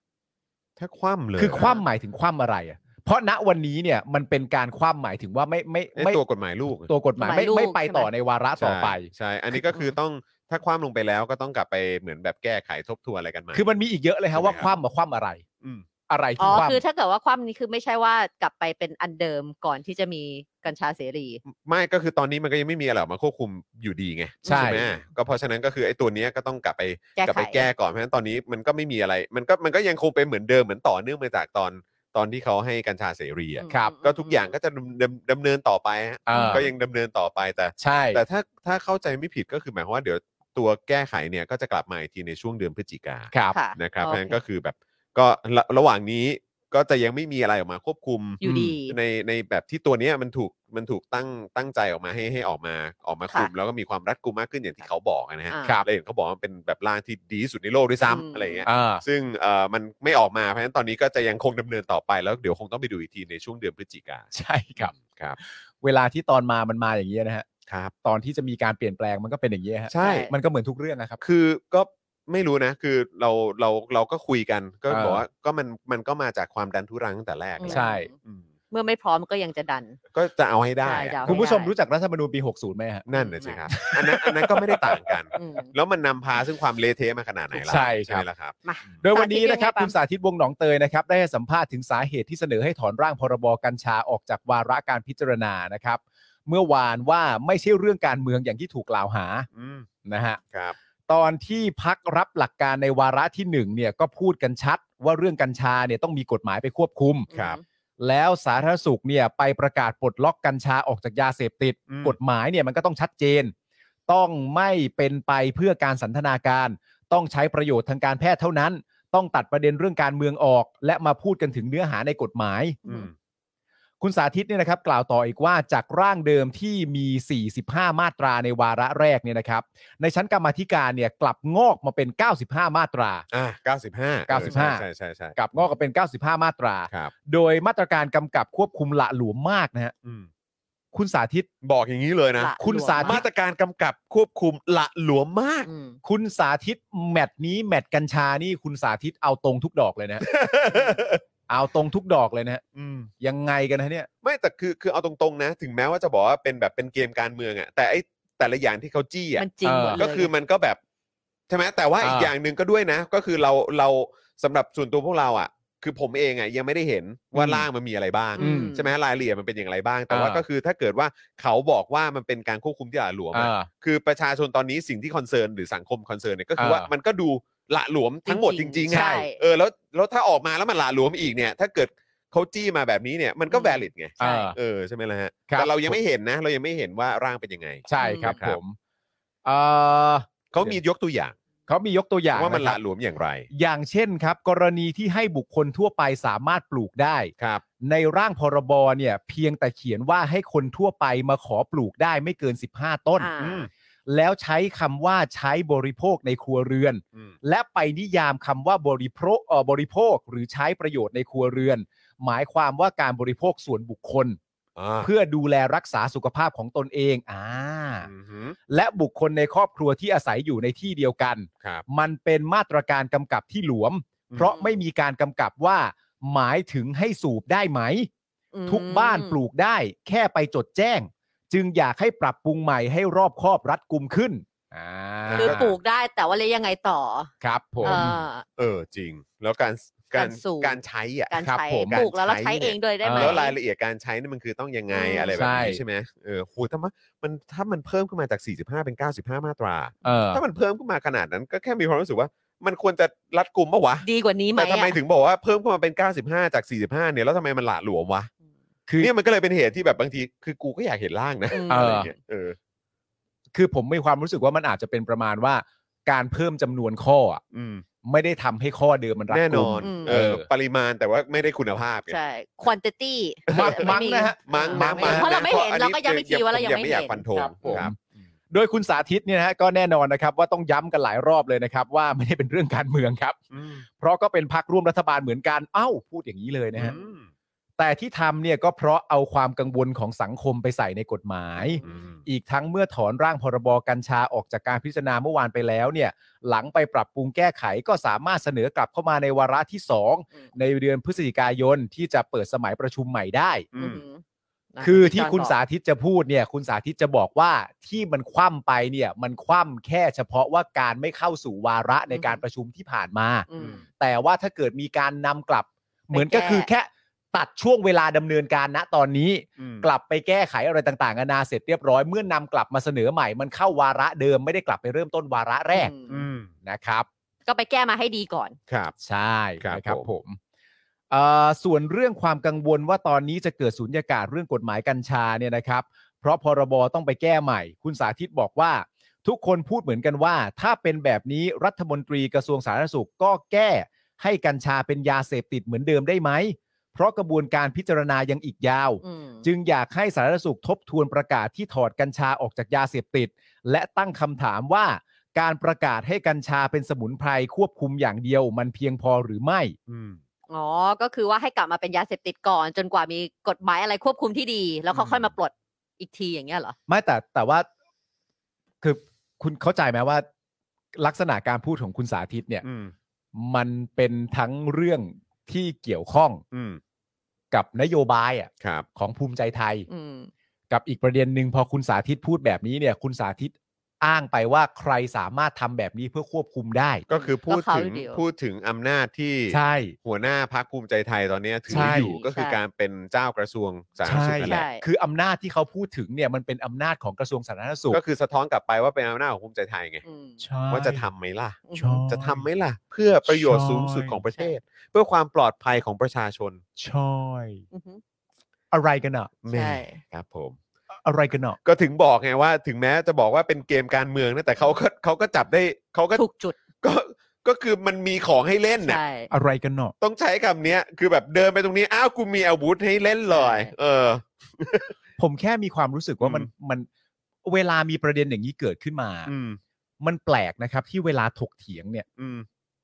Speaker 3: ถ้าคว่ำเลย
Speaker 5: คือคว่ำหมายถึงคว่ำอะไรอะเพราะณวันนี้เนี่ยมันเป็นการคว่ำหมายถึงว่าไม่ไม่
Speaker 3: ไอ้
Speaker 5: ไม่
Speaker 3: ตัวกฎหมายลูก
Speaker 5: ตัวกฎหมายไม่
Speaker 4: กฎหมายลูก
Speaker 5: ไม่ไปต่อ
Speaker 4: ใช่ไหม
Speaker 5: ในวาระ
Speaker 3: ใช่
Speaker 5: ต่อไป
Speaker 3: ใช่ อันนี้ก็คือต้องถ้าคว่ำลงไปแล้วก็ต้องกลับไปเหมือนแบบแก้ไขทบทวนอะไรกันใหม่
Speaker 5: คือมันมีอีกเยอะเลยครับว่า
Speaker 3: ใช่
Speaker 5: ค
Speaker 3: ไหมครับ
Speaker 5: ว่ำมาคว่ำอะไร
Speaker 3: อืม
Speaker 5: อะไร
Speaker 4: อ๋
Speaker 5: ที่
Speaker 4: อ
Speaker 5: คว่ำ
Speaker 4: คือถ้าเกิดว่าคว่ำนี้คือไม่ใช่ว่ากลับไปเป็นอันเดิมก่อนที่จะมีกัญชาเสรี
Speaker 3: ไม่ก็คือตอนนี้มันก็ยังไม่มีอะไรออกมาควบคุมอยู่ดีไง
Speaker 5: ใช่
Speaker 3: ไหมก็เพราะฉะนั้นก็คือไอ้ตัวเนี้ยก็ต้องกลับไป
Speaker 4: แก้ไข
Speaker 3: กลัไปแก้ก่อนเพราะฉะนั้นตอนนี้มันก็ไม่มีอะไร มันก็มันก็ยังคงเป็นเหมือนเดิมเหมือนต่อเนื่องมาจากตอนตอนที่เขาให้กัญชาเสรีอะ
Speaker 4: อืม
Speaker 5: ครับ
Speaker 4: ม
Speaker 3: ก็ทุกอย่างก็จะดำดำดำเนินต่อไปฮะ
Speaker 5: อ่า
Speaker 3: ก็ยังดำเนินต่อไปแต่
Speaker 5: ใช่
Speaker 3: แต่ถ้าถ้าเข้าใจไม่ผิดก็คือหมายความว่าเดี๋ยวตัวแก้ไขเนี่ยก็จะกลับมาอีกทีในช่วงเดือนพฤศจิกา
Speaker 5: ครับ
Speaker 4: ค่ะ
Speaker 3: นะครับ
Speaker 4: โอ
Speaker 3: เพราะฉะนั้น
Speaker 4: เค
Speaker 3: ก็คือแบบก็ระระหว่างนี้ก็จะยังไม่มีอะไรออกมาควบคุม
Speaker 4: อยู่ดี
Speaker 3: ในในแบบที่ตัวเนี้ยมันถูกมันถูกตั้งตั้งใจออกมาให้ให้ออกมาออกมาคุม
Speaker 4: ค่ะ
Speaker 3: แล้วก็มีความรัดกุมมากขึ้นอย่างที่เขาบอกนะฮะ
Speaker 4: อ่า
Speaker 5: ครับ
Speaker 3: แล้วเห็นเขาบอกว่าเป็นแบบร่างที่ดีที่สุดในโลกด้วย
Speaker 4: อืม
Speaker 3: ซ้ำอะไรอย่างเงี้ย
Speaker 5: อ่า
Speaker 3: ซึ่งเอ่อมันไม่ออกมาเพราะฉะนั้นตอนนี้ก็จะยังคงดำเนินต่อไปแล้วเดี๋ยวคงต้องไปดูอีกทีในช่วงเดือนพฤศจิกา
Speaker 5: ใช่ครับ
Speaker 3: ครับ
Speaker 5: เวลาที่ตอนมามันมาอย่างนี้ยนะฮะ
Speaker 3: ครับ
Speaker 5: ตอนที่จะมีการเปลี่ยนแปลงมันก็เป็นอย่างนี้ยฮะ
Speaker 3: ใช่
Speaker 5: มันก็เหมือนทุกเรื่องนะครับ
Speaker 3: คือก็ไม่รู้นะคือเราเราเราก็คุยกันก็
Speaker 5: เออ
Speaker 3: บอกว่าก็มันมันก็มาจากความดันทุรังตั้งแต่แรก
Speaker 4: อืม
Speaker 5: ใช่
Speaker 3: อืม
Speaker 4: เมื่อไม่พร้อมก็ยังจะดัน
Speaker 3: ก็จะเอาให้ได้
Speaker 4: ใช่
Speaker 3: อะ
Speaker 4: เดา
Speaker 5: คุณผู้ชมรู้จักรัฐธรรมนูญปี 60ไหมฮะ
Speaker 3: นั่นนะสิครับอันนั้นอันนั้นก็ไม่ได้ต่างกัน
Speaker 4: อืม
Speaker 3: แล้วมันนำพาซึ่งความเละเทะมาขนาดไหนล่ะ
Speaker 5: ใช่ครับ
Speaker 3: ใช่ไหมล่ะครับ
Speaker 4: มา
Speaker 5: โดยวันนี้นะครับ
Speaker 4: สาธิตยังไงบ้าง
Speaker 5: คุณสาธิตวงศ์หนองเตยนะครับได้ให้สัมภาษณ์ถึงสาเหตุที่เสนอให้ถอนร่างพรบกัญชาออกจากวาระการพิจารณานะครับ เมื่อวานว่าไม่ใช่เรื่องการเมืองอย่างที่ถูกกล่าวหา
Speaker 3: อืม
Speaker 5: นะฮะ
Speaker 3: ครับ
Speaker 5: ตอนที่พักรับหลักการในวาระที่หนึ่งเนี่ยก็พูดกันชัดว่าเรื่องกัญชาเนี่ยต้องมีกฎหมายไปควบคุม
Speaker 3: ครับ
Speaker 5: แล้วสาธารณสุขเนี่ยไปประกาศปลดล็อกกัญชาออกจากยาเสพติด
Speaker 3: อืม
Speaker 5: กฎหมายเนี่ยมันก็ต้องชัดเจน ต้องไม่เป็นไปเพื่อการสันทนาการ ต้องใช้ประโยชน์ทางการแพทย์เท่านั้น ต้องตัดประเด็นเรื่องการเมืองออก และมาพูดกันถึงเนื้อหาในกฎหมาย
Speaker 3: อืม
Speaker 5: คุณสาธิตเนี่ยนะครับกล่าวต่ออีกว่าจากร่างเดิมที่มี 45 มาตราในวาระแรกเนี่ยนะครับ ในชั้นกรรมาธิการเนี่ยกลับงอกมาเป็น 95 มาตรา
Speaker 3: อ่ะ95
Speaker 5: 95
Speaker 3: ใช่ใช่ใช่
Speaker 5: กลับงอกมาเป็น 95 มาตรา
Speaker 3: ครับ
Speaker 5: โดยมาตรการกำกับควบคุมละหลวมมากนะฮะ
Speaker 3: อืม
Speaker 5: คุณสาธิต
Speaker 3: บอกอย่างนี้เลยนะ
Speaker 4: ละ
Speaker 5: คุณ
Speaker 4: หลวม
Speaker 5: สาธิ
Speaker 3: มาตรการกำกับควบคุมละหลวมมาก
Speaker 4: อืม
Speaker 5: คุณสาธิตแมตช์นี้แมตช์กัญชานี่คุณสาธิตเอาตรงทุกดอกเลยนะฮะ เอาตรงทุกดอกเลยนะฮะ
Speaker 3: อืม
Speaker 5: ยังไงกันนะเนี่ย
Speaker 3: ไม่แต่คือคือเอาตรงๆนะ ถึงแม้ว่าจะบอกว่าเป็นแบบเป็นเกมการเมืองอะแต่ไอ้แต่ละอย่างที่เขาจี้อะ
Speaker 4: มันจริง
Speaker 5: เอ
Speaker 4: ห
Speaker 5: อ
Speaker 4: มดเลย
Speaker 3: ก็คือมันก็แบบใช่ไหมแต่ว่า
Speaker 5: อ่า
Speaker 3: อีกอย่างหนึ่งก็ด้วยนะ ก็คือเราเราสำหรับส่วนตัวพวกเราอะ คือผมเองอ่ะยังไม่ได้เห็นว่า
Speaker 5: อืม
Speaker 3: ร่างมันมีอะไรบ้าง
Speaker 5: อืม
Speaker 3: ใช่ไหมฮะรายละเอียดมันเป็นอย่างไรบ้าง แต่ว่า
Speaker 5: อ่า
Speaker 3: ก็คือถ้าเกิดว่าเขาบอกว่ามันเป็นการควบคุมที่หละหลวม
Speaker 5: เอ
Speaker 3: อะ
Speaker 5: อ
Speaker 3: คือประชาชนตอนนี้สิ่งที่คอนเซิร์นหรือสังคมคอนเซิร์นเนี่ยก็คือ
Speaker 5: เออ
Speaker 3: ว่ามันก็ดูหละหลวมทั้งหมดจ
Speaker 4: จริ
Speaker 3: ริงๆ
Speaker 4: งๆใช่
Speaker 3: อะเออแล้วแล้วถ้าออกมาแล้วมันหละหลวมอีกเนี่ย ถ้าเกิดเขาจี้มาแบบนี้เนี่ยมันก็
Speaker 4: อืม
Speaker 3: แวลิดไง
Speaker 5: เออ
Speaker 3: เออใช่ไหมล่ะฮะ
Speaker 5: ครับ
Speaker 3: แต่เรายังไม่เห็นนะ เรายังไม่เห็นว่าร่างเป็นยังไง
Speaker 5: ใช่ครับ
Speaker 3: ครับ
Speaker 5: ผมเออ
Speaker 3: เขามียกตัวอย่าง
Speaker 5: เขามียกตัวอย่าง
Speaker 3: ว่ามัน
Speaker 5: ค
Speaker 3: ห
Speaker 5: รั
Speaker 3: ละ
Speaker 5: บ
Speaker 3: หลวมอย่างไร
Speaker 5: อย่างเช่นครับ กรณีที่ให้บุคคลทั่วไปสามารถปลูกได้
Speaker 3: ครับ
Speaker 5: ในร่างพรบเนี่ยเพียงแต่เขียนว่าให้คนทั่วไปมาขอปลูกได้ไม่เกิน 15 ต้น
Speaker 4: อ่า
Speaker 5: แล้วใช้คำว่าใช้บริโภคในครัวเรือน
Speaker 3: อืม
Speaker 5: และไปนิยามคำว่าบริโภคเอ่อบริโภคหรือใช้ประโยชน์ในครัวเรือน หมายความว่าการบริโภคส่วนบุคคล
Speaker 3: อ่า
Speaker 5: เพื่อดูแลรักษาสุขภาพของตนเองอ่า
Speaker 3: อือหือ
Speaker 5: และบุคคลในครอบครัวที่อาศัยอยู่ในที่เดียวกัน
Speaker 3: ครับ
Speaker 5: มันเป็นมาตรการกำกับที่หลวม
Speaker 3: อืม
Speaker 5: เพราะไม่มีการกำกับว่า หมายถึงให้สูบได้ไหม
Speaker 4: อืม
Speaker 5: ทุกบ้านปลูกได้ แค่ไปจดแจ้ง จึงอยากให้ปรับปรุงใหม่ให้รอบคอบรัดกุมขึ้นอ่า
Speaker 4: คือปลูกได้แต่ว่าเลี้ยงยังไงต่อ
Speaker 5: ครับผม
Speaker 4: เอ่อ
Speaker 3: เออจริง แล้วการการ
Speaker 4: การสูบ
Speaker 3: การใช้อ่ะ
Speaker 4: การ
Speaker 5: ครับ
Speaker 4: ใช้
Speaker 5: ผม
Speaker 4: ปลูกแล้วเรา
Speaker 3: การใช้
Speaker 4: ใช้
Speaker 3: เนี่ย
Speaker 4: เองโดวยได้ไหม
Speaker 5: เออ
Speaker 3: แล้วรายละเอียดการใช้นี่มันคือต้องยังไง
Speaker 4: อืม
Speaker 3: อะไรแบบนี้
Speaker 5: ใช่
Speaker 3: ใช่ไหมเออโหถ้ามันมันถ้ามันเพิ่มขึ้นมาจาก 45 เป็น 95 มาตรา
Speaker 5: เออ
Speaker 3: ถ้ามันเพิ่มขึ้นมาขนาดนั้นก็แค่มีความรู้สึกว่า มันควรจะรัดกุมปะวะ
Speaker 4: ดีกว่านี้ไหม
Speaker 3: แต่ทำไม
Speaker 4: อะ
Speaker 3: ถึงบอกว่าเพิ่มขึ้นมาเป็น 95 จาก 45 เนี่ยแล้วทำไมมันหละหลวมวะ
Speaker 5: คือ
Speaker 3: เนี่ยมันก็เลยเป็นเหตุที่แบบบางที คือกูก็อยากเห็นร่างนะ
Speaker 4: อืม
Speaker 5: เอ
Speaker 3: อะไรอย่างเงี้ยเออ
Speaker 5: คือผมมีความรู้สึกว่ามันอาจจะเป็นประมาณว่า การเพิ่มจำนวนข้ออะ
Speaker 3: อืม
Speaker 5: ไม่ได้ทำให้ข้อเดิมมันรัด
Speaker 3: แน่น
Speaker 5: กุ
Speaker 3: อ
Speaker 5: ม
Speaker 3: น
Speaker 4: อืม
Speaker 3: เออ
Speaker 5: เออ
Speaker 3: ปริมาณแต่ว่าไม่ได้คุณภาพไง
Speaker 4: ใช่ quantity
Speaker 5: มักมักนะฮะ
Speaker 3: มั้ง
Speaker 4: เออ
Speaker 3: มั้ง
Speaker 4: ไม่
Speaker 3: มั้ง
Speaker 4: เพราะเราไม่เห็น
Speaker 3: อั
Speaker 4: เราก็ยังไม่คิดว่าเรายัง
Speaker 3: ผ
Speaker 4: ไม่
Speaker 3: อยาก
Speaker 4: เห็น
Speaker 3: ฟันธง
Speaker 5: ครับผม
Speaker 3: ครับ
Speaker 5: โดยคุณสาธิตเนี่ยนะฮะก็แน่นอนนะครับ ว่าต้องย้ำกันหลายรอบเลยนะครับ ว่าไม่ได้เป็นเรื่องการเมืองครับ
Speaker 3: อืม
Speaker 5: เพราะก็เป็นพักร่วมรัฐบาลเหมือนกัน เอ้า พูดอย่างนี้เลยนะฮะ
Speaker 3: อืม
Speaker 5: แต่ที่ทำเนี่ยก็เพราะเอาความกังวลของสังคมไปใส่ในกฎหมาย
Speaker 3: อืม
Speaker 5: อีกทั้งเมื่อถอนร่างพรบกัญชาออกจากการพิจารณาเมื่อวานไปแล้วเนี่ย หลังไปปรับปรุงแก้ไขก็สามารถเสนอกลับเข้ามาในวาระที่
Speaker 4: อืม
Speaker 5: 2 ในเดือนพฤศจิกายนที่จะเปิดสมัยประชุมใหม่ได้
Speaker 3: อื
Speaker 4: อื
Speaker 3: ม
Speaker 4: มนะ
Speaker 5: คือที่คุณ
Speaker 4: จ
Speaker 5: สา
Speaker 4: อนบอ
Speaker 5: ธิตจะพูดเนี่ย คุณสาธิตจะบอกว่าที่มันคว่ำไปเนี่ย มันคว่ำแค่เฉพาะว่าการไม่เข้าสู่วาระในการประชุมที่ผ่านมา
Speaker 4: กอืม
Speaker 5: แต่ว่าถ้าเกิดมีการนำกลับ เหมือนก็
Speaker 4: แก้
Speaker 5: คือแค่ตัดช่วงเวลาดำเนินการณตอนนี้
Speaker 3: อืม
Speaker 5: กลับไปแก้ไขอะไรต่างๆนานาเสร็จเรียบร้อยเมื่อนำกลับมาเสนอใหม่มันเข้าวาระเดิมไม่ได้กลับไปเริ่มต้นวาระแรก
Speaker 4: อืม
Speaker 5: นะครับ
Speaker 4: ก็ไปแก้มาให้ดีก่อน
Speaker 3: ครับ
Speaker 5: ใช่
Speaker 3: ครับ
Speaker 5: นะครับ
Speaker 3: ผม
Speaker 5: ผมเอ่อส่วนเรื่องความกังวลว่าตอนนี้จะเกิดสูญญากาศเรื่องกฎหมายกัญชาเนี่ยนะครับ เพราะพรบต้องไปแก้ใหม่ คุณสาธิตบอกว่า ทุกคนพูดเหมือนกันว่า ถ้าเป็นแบบนี้รัฐมนตรีกระทรวงสาธารณสุขก็แก้ให้กัญชาเป็นยาเสพติดเหมือนเดิมได้ไหม เพราะกระบวนการพิจารณายังอีกยาว
Speaker 4: อืม
Speaker 5: จึงอยากให้สาธารณสุขทบทวนประกาศที่ถอดกัญชาออกจากยาเสพติด และตั้งคำถามว่า การประกาศให้กัญชาเป็นสมุนไพรควบคุมอย่างเดียว มันเพียงพอหรือไม่
Speaker 4: อ๋อ ก็คือว่าให้กลับมาเป็นยาเสพติดก่อน จนกว่ามีกฎหมายอะไรควบคุมที่ดี แล้วเขาค่อยมาปลดอีกทีอย่างเงี้ยเหรอ
Speaker 5: ไม่แต่แต่ว่า คือคุณเข้าใจไหมว่า ลักษณะการพูดของคุณสาธิตเนี่ย
Speaker 3: อืม
Speaker 5: มันเป็นทั้งเรื่องที่เกี่ยวข้อง
Speaker 3: อืม
Speaker 5: กับนโยบายอะ
Speaker 3: ครับ
Speaker 5: ของภูมิใจไทย
Speaker 4: อืม
Speaker 5: กับอีกประเด็นหนึ่งพอคุณสาธิตพูดแบบนี้เนี่ย คุณสาธิตอ้างไปว่าใครสามารถทำแบบนี้เพื่อควบคุมได้
Speaker 3: ก็คือพูด
Speaker 4: ก็เขา
Speaker 3: ถึง
Speaker 4: เดียว
Speaker 3: พูดถึงอำนาจที่
Speaker 5: ใช่
Speaker 3: หัวหน้าพักภูมิใจไทยตอนเนี้ยถื
Speaker 5: ใช่
Speaker 3: ออยู่ก็คือ
Speaker 4: ใช่
Speaker 3: การเป็นเจ้ากระทรวงสาธารณ
Speaker 5: ใช่
Speaker 3: สุขนั่นแหละ
Speaker 4: ใช่
Speaker 5: คืออำนาจที่เขาพูดถึงเนี่ยมันเป็นอำนาจของกระทรวงสาธารณสุข
Speaker 3: ก็คือสะท้อนกลับไปว่าเป็นอำนาจของภูมิใจไทยไง
Speaker 4: อืม
Speaker 5: ใช่
Speaker 3: ว่าจะทำไหมล่ะ
Speaker 4: อืม
Speaker 5: ใช่
Speaker 3: จะทำไหมล่ะ เพื่อประโยชน์สูงสุดของประเทศ เพื่อความปลอดภัยของประชาชน
Speaker 5: ใช่
Speaker 4: อือหือ
Speaker 5: อะไรกันอะ
Speaker 3: แหม่
Speaker 4: ใช่
Speaker 3: ครับผม
Speaker 5: อะไรกันอะ
Speaker 3: ก็ถึงบอกไงว่า ถึงแม้จะบอกว่าเป็นเกมการเมืองนะแต่เขาก็เขาก็จับได้เขาก็
Speaker 4: ถูกจุด
Speaker 3: ก็ก็คือมันมีของให้เล่นน่ะ
Speaker 4: ใช่
Speaker 5: อะไรกันอะ
Speaker 3: ต้องใช้คำเนี้ยคือแบบเดินไปตรงนี้ อ้าว กูมีอาวุธให้เล่นเลย
Speaker 4: ใช่
Speaker 3: เออ
Speaker 5: ผมแค่มีความรู้สึกว่า
Speaker 3: อืม
Speaker 5: มันมันเวลามีประเด็นอย่างนี้เกิดขึ้นมา
Speaker 3: อืม
Speaker 5: มันแปลกนะครับ ที่เวลาถกเถียงเนี่ย
Speaker 3: อืม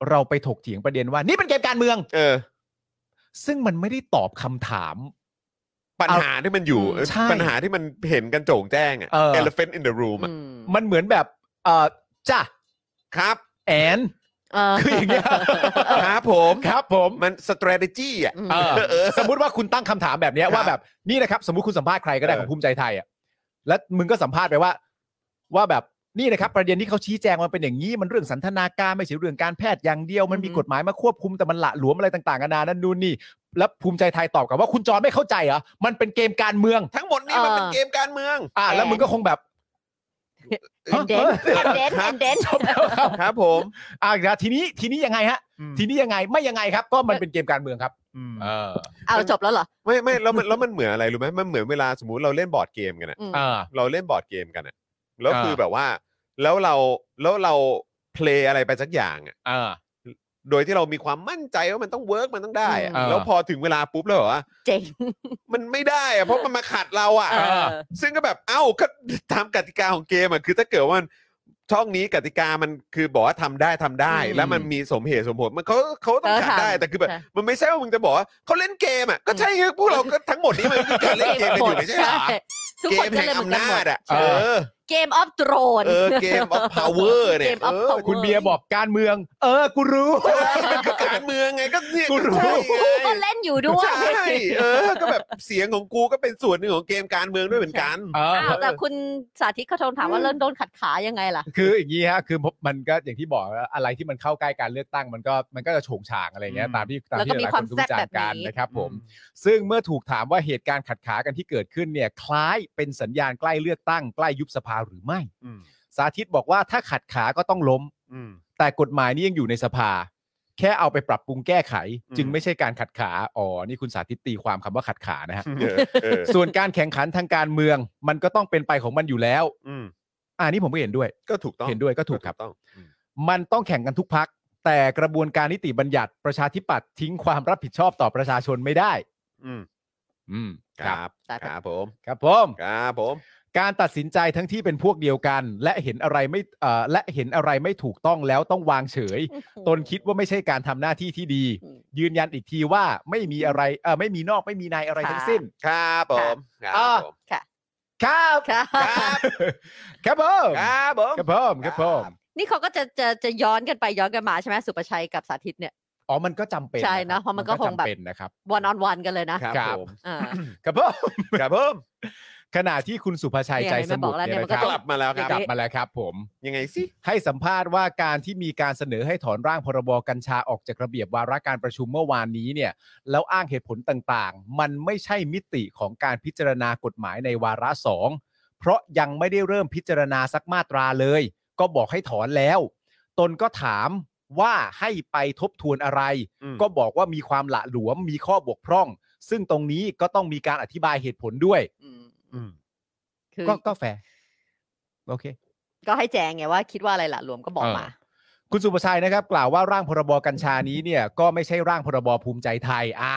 Speaker 5: เราไปถกเถียงประเด็นว่า นี่เป็นเกมการเมือง
Speaker 3: เออ
Speaker 5: ซึ่งมันไม่ได้ตอบคำถาม
Speaker 3: ปัญหาที่มันอยู่เออ
Speaker 5: ใช่
Speaker 3: ปัญหาที่มันเห็นกันโจ่งแจ้งอะ
Speaker 5: เออ
Speaker 3: elephant in the room อะ
Speaker 4: อืม
Speaker 5: มันเหมือนแบบเอ่อจ้ะ
Speaker 3: ครับ
Speaker 5: แอน
Speaker 4: เออ
Speaker 5: คืออย่างเงี้ย
Speaker 3: ครับผม
Speaker 5: ครับผม
Speaker 3: มัน strategy อ่ะ
Speaker 4: อืม
Speaker 5: เออ
Speaker 3: เออ
Speaker 5: สมมติว่าคุณตั้งคำถามแบบเนี้ย
Speaker 3: ครับ
Speaker 5: ว่าแบบนี่นะครับ สมมติคุณสัมภาษณ์ใครก็ได้
Speaker 3: เออ
Speaker 5: ของภูมิใจไทยอ่ะแล้วมึงก็สัมภาษณ์ไปว่า ว่าแบบ นี่นะครับประเด็นที่เขาชี้แจงมันเป็นอย่างนี้มันเรื่องสันทนาการไม่ใช่เรื่องการแพทย์อย่างเดียว มันมี
Speaker 4: อือฮึ
Speaker 5: กฎหมายมาควบคุมแต่มันละหลวมอะไรต่างๆนานานั่นนู่นนี่แล้วภูมิใจไทยตอบกลับว่าคุณจอนไม่เข้าใจเหรอมันเป็นเกมการเมือง
Speaker 3: ทั้งหมดนี้มันเป็นเกมการเมือง
Speaker 5: อ่า แล้วมึงก็คงแบบ
Speaker 4: แอนเดน แอนเดนแอนเดน
Speaker 3: ครับผม
Speaker 5: อ่าเดี๋ยวทีนี้ทีนี้ยังไงฮะ ทีนี้ยังไงไม่ยังไงครับ ก็มันเป็นเกมการเมืองครับเออ
Speaker 4: เอาจบแล้วเหรอ
Speaker 3: ไม่ไม่แล้วมันแล้วมันเหมือนอะไรรู้ไหมมันเหมือนเวลาสมมติเราเล่นบอร์ดเกมกันอะ
Speaker 4: อืม
Speaker 5: อ่า
Speaker 3: เราเล่นบอร์ดเกมกันอะแล้ว
Speaker 5: อ่า
Speaker 3: คือแบบว่า แล้วเราแล้วเราเพลย์อะไรไปสักอย่างอะ
Speaker 5: อ่า
Speaker 3: โดยที่เรามีความมั่นใจว่ามันต้องเวิร์กมันต้องได้อะ
Speaker 5: อืม
Speaker 3: แล้วพอถึงเวลาปุ๊บแล้วแบบว่า
Speaker 4: เจ๋ง
Speaker 3: มันไม่ได้อะเพราะมันมาขัดเราอะ
Speaker 5: เออ
Speaker 3: ซึ่งก็แบบเอ้าก็ ตามกติกาของเกมอะคือถ้าเกิดว่ามันช่องนี้กติกามันคือบอกว่าทำได้ทำได้
Speaker 4: อืม
Speaker 3: แล้วมันมีสมเหตุสมผลมันเขาเขาต้องขัด
Speaker 4: เออ
Speaker 3: ได้
Speaker 4: ค่ะ
Speaker 3: แต่คือแบบ
Speaker 4: ค่ะ
Speaker 3: มันไม่ใช่ว่ามึงจะบอกว่าเขาเล่นเกมอะก็ใช่ไงพวกเราก็ทั้งหมดนี้มันคือการเล่นเกมกันอยู่ไม่ใช่เหรอ
Speaker 4: ทุก
Speaker 3: เก
Speaker 4: คน
Speaker 3: ม
Speaker 4: ก็
Speaker 3: แห่ง
Speaker 4: เลยเหมือ
Speaker 3: อำ
Speaker 4: นกัน
Speaker 3: นา
Speaker 4: หม
Speaker 3: จ
Speaker 4: ด
Speaker 3: อะ
Speaker 5: เอ
Speaker 3: เอ
Speaker 5: อ
Speaker 3: อ
Speaker 4: เกมออฟโดรน
Speaker 3: เออเกม of power เนี่ย
Speaker 4: Game of
Speaker 3: เออ
Speaker 4: Power
Speaker 5: คุณเบียร์บอกการเมือง เออ กูรู้
Speaker 3: มันคือการเมืองไงก็เนี่ย
Speaker 5: กูรู้
Speaker 3: ใช่ไง
Speaker 4: กูก็เล่นอยู่ด้วย
Speaker 3: ใช่เออ ก็แบบเสียงของกูก็เป็นส่วนหนึ่งของเกมการเมืองด้วยเหมือนกัน
Speaker 5: เออ
Speaker 4: อ้าวแต่คุณสาธิตเขาโทรถามว่าเริ่มโดนขัดขายังไงล่ะ
Speaker 5: คืออย่างนี้ฮะคือมันก็อย่างที่บอกว่าอะไรที่มันเข้าใกล้การเลือกตั้งมันก็มันก็จะโฉงฉางอะไรเงี้ยตามที่ตามที่หลายคนก็วิจารณ์กันนะครับผม ซึ่งเมื่อถูกถามว่าเหตุการณ์ขัดขากันที่เกิดขึ้นเนี่ยคล้ายเป็นสัญญาณใกล้เลือกตั้งใกล้ยุบสภาหรือไม่
Speaker 3: อืม
Speaker 5: สาธิตบอกว่าถ้าขัดขาก็ต้องล้ม
Speaker 3: อืม
Speaker 5: แต่กฎหมายนี้ยังอยู่ในสภา แค่เอาไปปรับปรุงแก้ไข
Speaker 3: อืม
Speaker 5: จึงไม่ใช่การขัดขาอ๋อนี่คุณสาธิตตีความคำว่าขัดขานะฮะ
Speaker 3: เออเออ
Speaker 5: ส่วนการแข่งขันทางการเมือง มันก็ต้องเป็นไปของมันอยู่แล้ว
Speaker 3: อืม
Speaker 5: อ่านี่ผมก็เห็นด้วย
Speaker 3: ก็ถูกต้อง
Speaker 5: เห็นด้วยก็ถูกครับ
Speaker 3: ต้องอืม
Speaker 5: มันต้องแข่งกันทุกพัก แต่กระบวนการนิติบัญญัติประชาธิปัตย์ทิ้งความรับผิดชอบต่อประชาชนไม่ได้
Speaker 3: อืม
Speaker 5: อืม
Speaker 3: ครับครับผม
Speaker 5: ครับผม
Speaker 3: ครับผม
Speaker 5: การตัดสินใจทั้งที่เป็นพวกเดียวกัน และเห็นอะไรไม่เอ่อและเห็นอะไรไม่ถูกต้องแล้วต้องวางเฉย ตนคิดว่าไม่ใช่การทำหน้าที่ที่ดี
Speaker 4: อืม
Speaker 5: ยืนยันอีกทีว่าไม่มีอะไรเออไม่มีนอกไม่มีในอะไรทั้งสิ้น
Speaker 3: ครับผมครับ
Speaker 5: อ่า
Speaker 3: ผม
Speaker 5: ครับ
Speaker 4: ค่ะ
Speaker 3: ครับ
Speaker 5: ครับผม
Speaker 3: ครับผม
Speaker 5: ครับผมครับผม
Speaker 4: นี่เขาก็จะจะจะย้อนกันไปย้อนกันมาใช่ไหมสุประชัยกับสาธิตเนี่ย
Speaker 5: อ๋อมันก็จำเป็น
Speaker 4: ใช่
Speaker 5: ค
Speaker 4: นะเพราะมันก็คงแบบ
Speaker 5: จำเป็นนะครับ
Speaker 4: วันออนวันกันเลยนะครับ
Speaker 5: ครับ
Speaker 3: ผม
Speaker 4: อ่า
Speaker 5: ครับผม
Speaker 3: ครับผม
Speaker 5: ขณะที่คุณสุภาชัย
Speaker 4: เนี่ย
Speaker 5: ใจสมุท
Speaker 4: ไม่บอ
Speaker 5: ร
Speaker 4: กแล้ว
Speaker 5: เนี่ย
Speaker 4: เนี่ย
Speaker 5: นะ
Speaker 4: มันก็
Speaker 5: ค
Speaker 3: ก
Speaker 4: ต้
Speaker 5: รับ
Speaker 4: อง
Speaker 3: ลับมาแล้วครับ
Speaker 5: กลับมาแล้วครับผม
Speaker 3: ยังไงสิ
Speaker 5: ให้สัมภาษณ์ว่าการที่มีการเสนอให้ถอนร่างพรบกัญชาออกจากระเบียบวาระการประชุมเมื่อวานนี้เนี่ยแล้วอ้างเหตุผลต่างๆ มันไม่ใช่มิติของการพิจารณากฎหมายในวาระสองเพราะยังไม่ได้เริ่มพิจารณาสักมาตราเลย ก็บอกให้ถอนแล้ว ตนก็ถามว่าให้ไปทบทวนอะไร
Speaker 3: อืม
Speaker 5: ก็บอกว่ามีความหละหลวมมีข้อบกพร่อง ซึ่งตรงนี้ก็ต้องมีการอธิบายเหตุผลด้วย
Speaker 4: อืม
Speaker 3: อืม
Speaker 4: คือ
Speaker 5: ก็ก็แฟร์โอเค
Speaker 4: ก็ให้แจงไงว่าคิดว่าอะไรล่ะหลวมก็บอกมา
Speaker 5: คุณสุประชัยนะครับ กล่าวว่าร่างพรบกัญชานี้เนี่ย ก็ไม่ใช่ร่างพรบภูมิใจไทย อ่า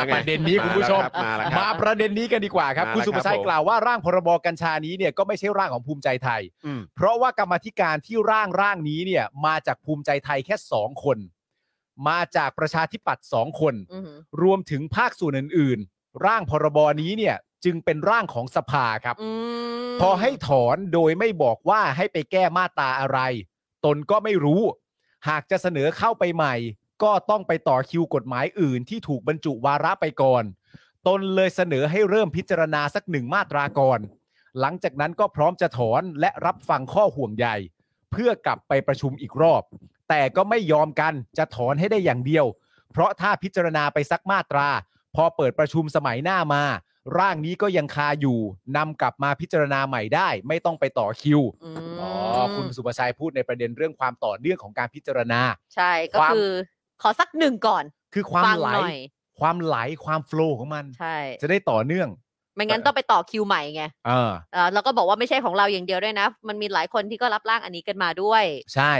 Speaker 3: แล้วไง
Speaker 5: ประเด็นนี้คุณผู้ชม
Speaker 3: มาแล้วครับ
Speaker 5: มาประเด็นนี้กันดีกว่าครับ
Speaker 3: มาแล้ว
Speaker 5: คุณสุประชัย
Speaker 3: ครับผม
Speaker 5: กล่าวว่าร่างพรบกัญชานี้เนี่ยก็ไม่ใช่ร่างของภูมิใจไทย
Speaker 3: อืม
Speaker 5: เพราะว่ากรรมาธิการที่ร่างร่างนี้เนี่ยมาจากภูมิใจไทยแค่สองคน มาจากประชาธิปัตย์สองคน
Speaker 4: อือหือ
Speaker 5: รวมถึงภาคส่วนอื่น ๆ ร่างพรบนี้เนี่ยจึงเป็นร่างของสภาครับ
Speaker 4: อืม
Speaker 5: พอให้ถอนโดยไม่บอกว่าให้ไปแก้มาตราอะไร ตนก็ไม่รู้ หากจะเสนอเข้าไปใหม่ ก็ต้องไปต่อคิวกฎหมายอื่นที่ถูกบรรจุวาระไปก่อน ตนเลยเสนอให้เริ่มพิจารณาสักหนึ่งมาตราก่อน หลังจากนั้นก็พร้อมจะถอนและรับฟังข้อห่วงใยเพื่อกลับไปประชุมอีกรอบ แต่ก็ไม่ยอมกันจะถอนให้ได้อย่างเดียว เพราะถ้าพิจารณาไปสักมาตรา พอเปิดประชุมสมัยหน้ามา ร่างนี้ก็ยังคาอยู่นำกลับมาพิจารณาใหม่ได้ ไม่ต้องไปต่อคิว
Speaker 4: ม
Speaker 5: อ๋อคุณสุภาชัยพูดในประเด็นเรื่องความต่อเนื่องของการพิจารณา
Speaker 4: ใช่ก็
Speaker 5: ความ
Speaker 4: คือ ขอสักหนึ่งก่อน
Speaker 5: คือความ
Speaker 4: ฟัง
Speaker 5: ไหล
Speaker 4: หน่อย
Speaker 5: ความไหลความโฟล์ของมัน
Speaker 4: ใช่
Speaker 5: จะได้ต่อเนื่อง
Speaker 4: ไม่งั้นต้องไปต่อคิวใหม่ไง
Speaker 5: เออ
Speaker 4: เอ่อแล้วก็บอกว่าไม่ใช่ของเราอย่างเดียวด้วยนะ มันมีหลายคนที่ก็รับร่างอันนี้กันมาด้วย
Speaker 5: ใช่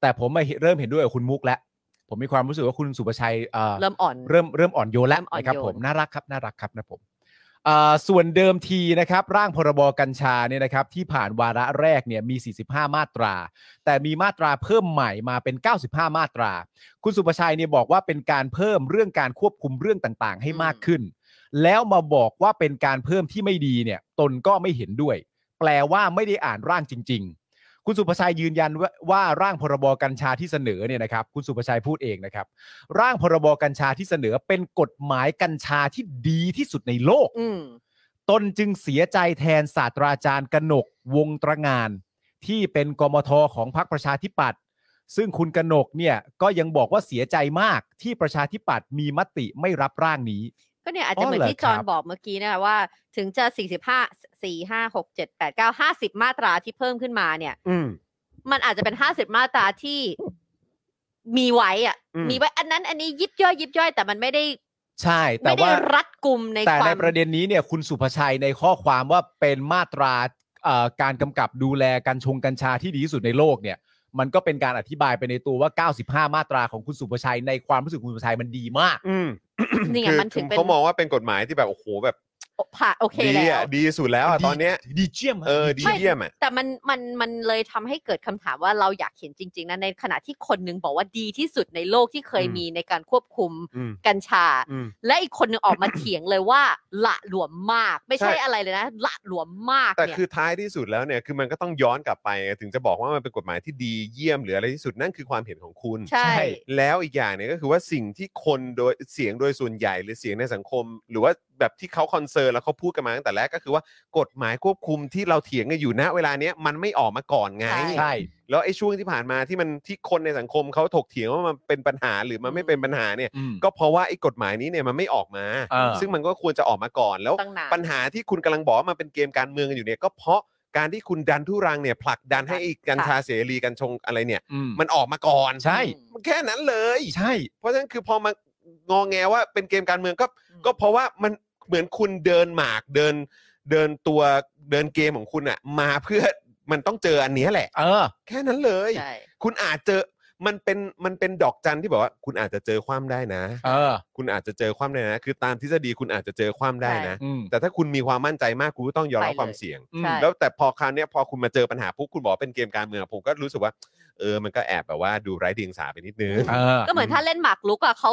Speaker 5: แต่ผมมาเห็นเริ่มเห็นด้วยกับคุณมุกแล้ว ผมมีความรู้สึกว่าคุณสุภาชัยเอ่อ
Speaker 4: เริ่มอ่อน
Speaker 5: เริ่มเริ่มอ่อนโยนแล้ว
Speaker 4: เริ่มอ่อน
Speaker 5: นะครับ
Speaker 4: โยน
Speaker 5: ผมน่ารักครับน่ารักครับนะผมเอ่อส่วนเดิมทีนะครับ ร่างพรบกัญชาเนี่ยนะครับ ที่ผ่านวาระแรกเนี่ยมี 45 มาตรา แต่มีมาตราเพิ่มใหม่มาเป็น 95 มาตรา คุณสุประชัยเนี่ยบอกว่าเป็นการเพิ่มเรื่องการควบคุมเรื่องต่างๆ ให้มากขึ้น แล้วมาบอกว่าเป็นการเพิ่มที่ไม่ดีเนี่ย ตนก็ไม่เห็นด้วย แปลว่าไม่ได้อ่านร่างจริง ๆ คุณสุภาชัยยืนยันว่าว่าร่างพรบกัญชาที่เสนอเนี่ยนะครับ คุณสุภาชัยพูดเองนะครับ ร่างพรบกัญชาที่เสนอเป็นกฎหมายกัญชาที่ดีที่สุดในโลก
Speaker 4: อืม
Speaker 5: ตนจึงเสียใจแทนศาสตราจารย์กนกวงศ์ตระหงาน ที่เป็นกมทของพรรคประชาธิปัตย์ซึ่งคุณกนกเนี่ยก็ยังบอกว่าเสียใจมากที่ประชาธิปัตย์มีมติไม่รับร่างนี้
Speaker 4: ก็เนี่ยอาจ
Speaker 5: อ๋
Speaker 4: จะ
Speaker 5: อ
Speaker 4: เหมือนที่
Speaker 5: เหรอ
Speaker 4: จอห์น
Speaker 5: ครับ
Speaker 4: บอกเมื่อกี้นะคะว่าถึงจะ 45 4 5 6 7 8 9 50 มาตราที่เพิ่มขึ้นมาเนี่ย
Speaker 5: อืม
Speaker 4: มันอาจจะเป็น 50 มาตราที่มีไว้อะ
Speaker 5: อืม
Speaker 4: มีไว้อันนั้นอันนี้ยิบย่อยยิบย่อยแต่มันไม่ได้
Speaker 5: ใช่แต่
Speaker 4: ไม่ได้
Speaker 5: ว่า
Speaker 4: รัดกลุ่มใน
Speaker 5: แต่
Speaker 4: ควา
Speaker 5: ใน
Speaker 4: ม
Speaker 5: ประเด็นนี้เนี่ยคุณสุภชัยในข้อความว่าเป็นมาตราเอ่อการกำกับดูแลการชงกัญชาที่ดีที่สุดในโลกเนี่ย มันก็เป็นการอธิบายไปในตัวว่า 95 มาตราของคุณสุภชัยในความรู้สึกคุณสุภชัยมันดีมาก
Speaker 3: อืม
Speaker 4: นี่ไง
Speaker 3: คือ
Speaker 4: มันถึงเป็น
Speaker 3: เขามองว่าเป็นกฎหมายที่แบบโอ้โหแบบ
Speaker 4: ผ่าโอเค
Speaker 3: ดี
Speaker 4: แล้
Speaker 3: อ่ะ
Speaker 4: ว
Speaker 3: ดีสุดแล้วอ่ะตอนเนี้ย
Speaker 5: ดีเจียม
Speaker 3: เออดีเยี่ยมอ่ะ
Speaker 4: แต่มันมันมันเลยทำให้เกิดคำถามว่าเราอยากเห็นจริง ๆนะในขณะที่คนหนึงบอกว่าดีที่สุดในโลกที่เคยมีในการควบคุม
Speaker 3: อืม
Speaker 4: กัญชา
Speaker 3: อืม
Speaker 4: และอีกคนหนึงออกมา เถียงเลยว่า ละหลวมมาก ไม่ใช่
Speaker 3: ใช่
Speaker 4: อะไรเลยนะ ละหลวมมาก
Speaker 3: แต่
Speaker 4: เนี่ย
Speaker 3: คือท้ายที่สุดแล้วเนี่ยคือมันก็ต้องย้อนกลับไป ถึงจะบอกว่ามันเป็นกฎหมายที่ดีเยี่ยมหรืออะไรที่สุดนั่นคือความเห็นของคุณ
Speaker 4: ใช่
Speaker 3: แล้วอีกอย่างเนี่ยก็คือว่าสิ่งที่คนโดยเสียงโดยส่วนใหญ่หรือเสียงในสังคม หรือว่าแบบที่เขาคอนเซิร์นแล้วเขาพูดกันมาตั้งแต่แรกก็คือว่ากฎหมายควบคุมที่เราเถียงกันอยู่ณเวลาเนี้ยมันไม่ออกมาก่อนไง
Speaker 4: ใช่
Speaker 5: ใช่
Speaker 3: แล้วไอ้ช่วงที่ผ่านมาที่มันที่คนในสังคมเขาถกเถียงว่ามันเป็นปัญหาหรือมันไม่เป็นปัญหาเนี่ย
Speaker 5: อืม
Speaker 3: ก็เพราะว่าไอ้กฎหมายนี้เนี่ยมันไม่ออกมา
Speaker 5: เออ
Speaker 3: ซึ่งมันก็ควรจะออกมาก่อนแล้ว
Speaker 4: ตั้งนาน
Speaker 3: ปัญหาที่คุณกำลังบอกว่ามันเป็นเกมการเมืองกันอยู่เนี่ยก็เพราะการที่คุณดันทุรังเนี่ยผลักดันให้ไอ้กัญชาเสรีกัญชงอะไรเนี่ย
Speaker 5: อืม
Speaker 3: มันออกมาก่อน
Speaker 5: ใช่
Speaker 3: มันแค่นั้นเลย
Speaker 5: ใช่
Speaker 3: เพราะฉะนั้นคือพอมางองแงว่าเป็นเกมการเมืองก็
Speaker 4: อืม
Speaker 3: ก็เพราะว่ามันเหมือนคุณเดินหมากเดินเดินตัวเดินเกมของคุณอะมาเพื่อมันต้องเจออันเนี้ยแหละ
Speaker 5: เออ
Speaker 3: แค่นั้นเลย
Speaker 4: ใช่
Speaker 3: คุณอาจเจอมันเป็นมันเป็นดอกจันที่บอกว่า คุณอาจจะเจอความได้นะ
Speaker 5: เออ
Speaker 3: คุณอาจจะเจอความได้นะ คือตามทฤษฎีคุณอาจจะเจอความได้นะ
Speaker 5: อืม
Speaker 3: แต่ถ้าคุณมีความมั่นใจมากคุณก็ต้องยอมรับ
Speaker 4: ไปเลย
Speaker 3: ความเสี่ยง
Speaker 5: อืม
Speaker 4: ใช่
Speaker 3: แล้วแต่พอคราวเนี้ยพอคุณมาเจอปัญหาปุ๊บคุณบอกว่าเป็นเกมการเมืองผมก็รู้สึกว่า เออมันก็แอบแบบว่าดูไร้เดียงสาไปนิดนึง
Speaker 5: เออ
Speaker 4: ก็เหมือนถ้าเล่นหมากลุกอะเขา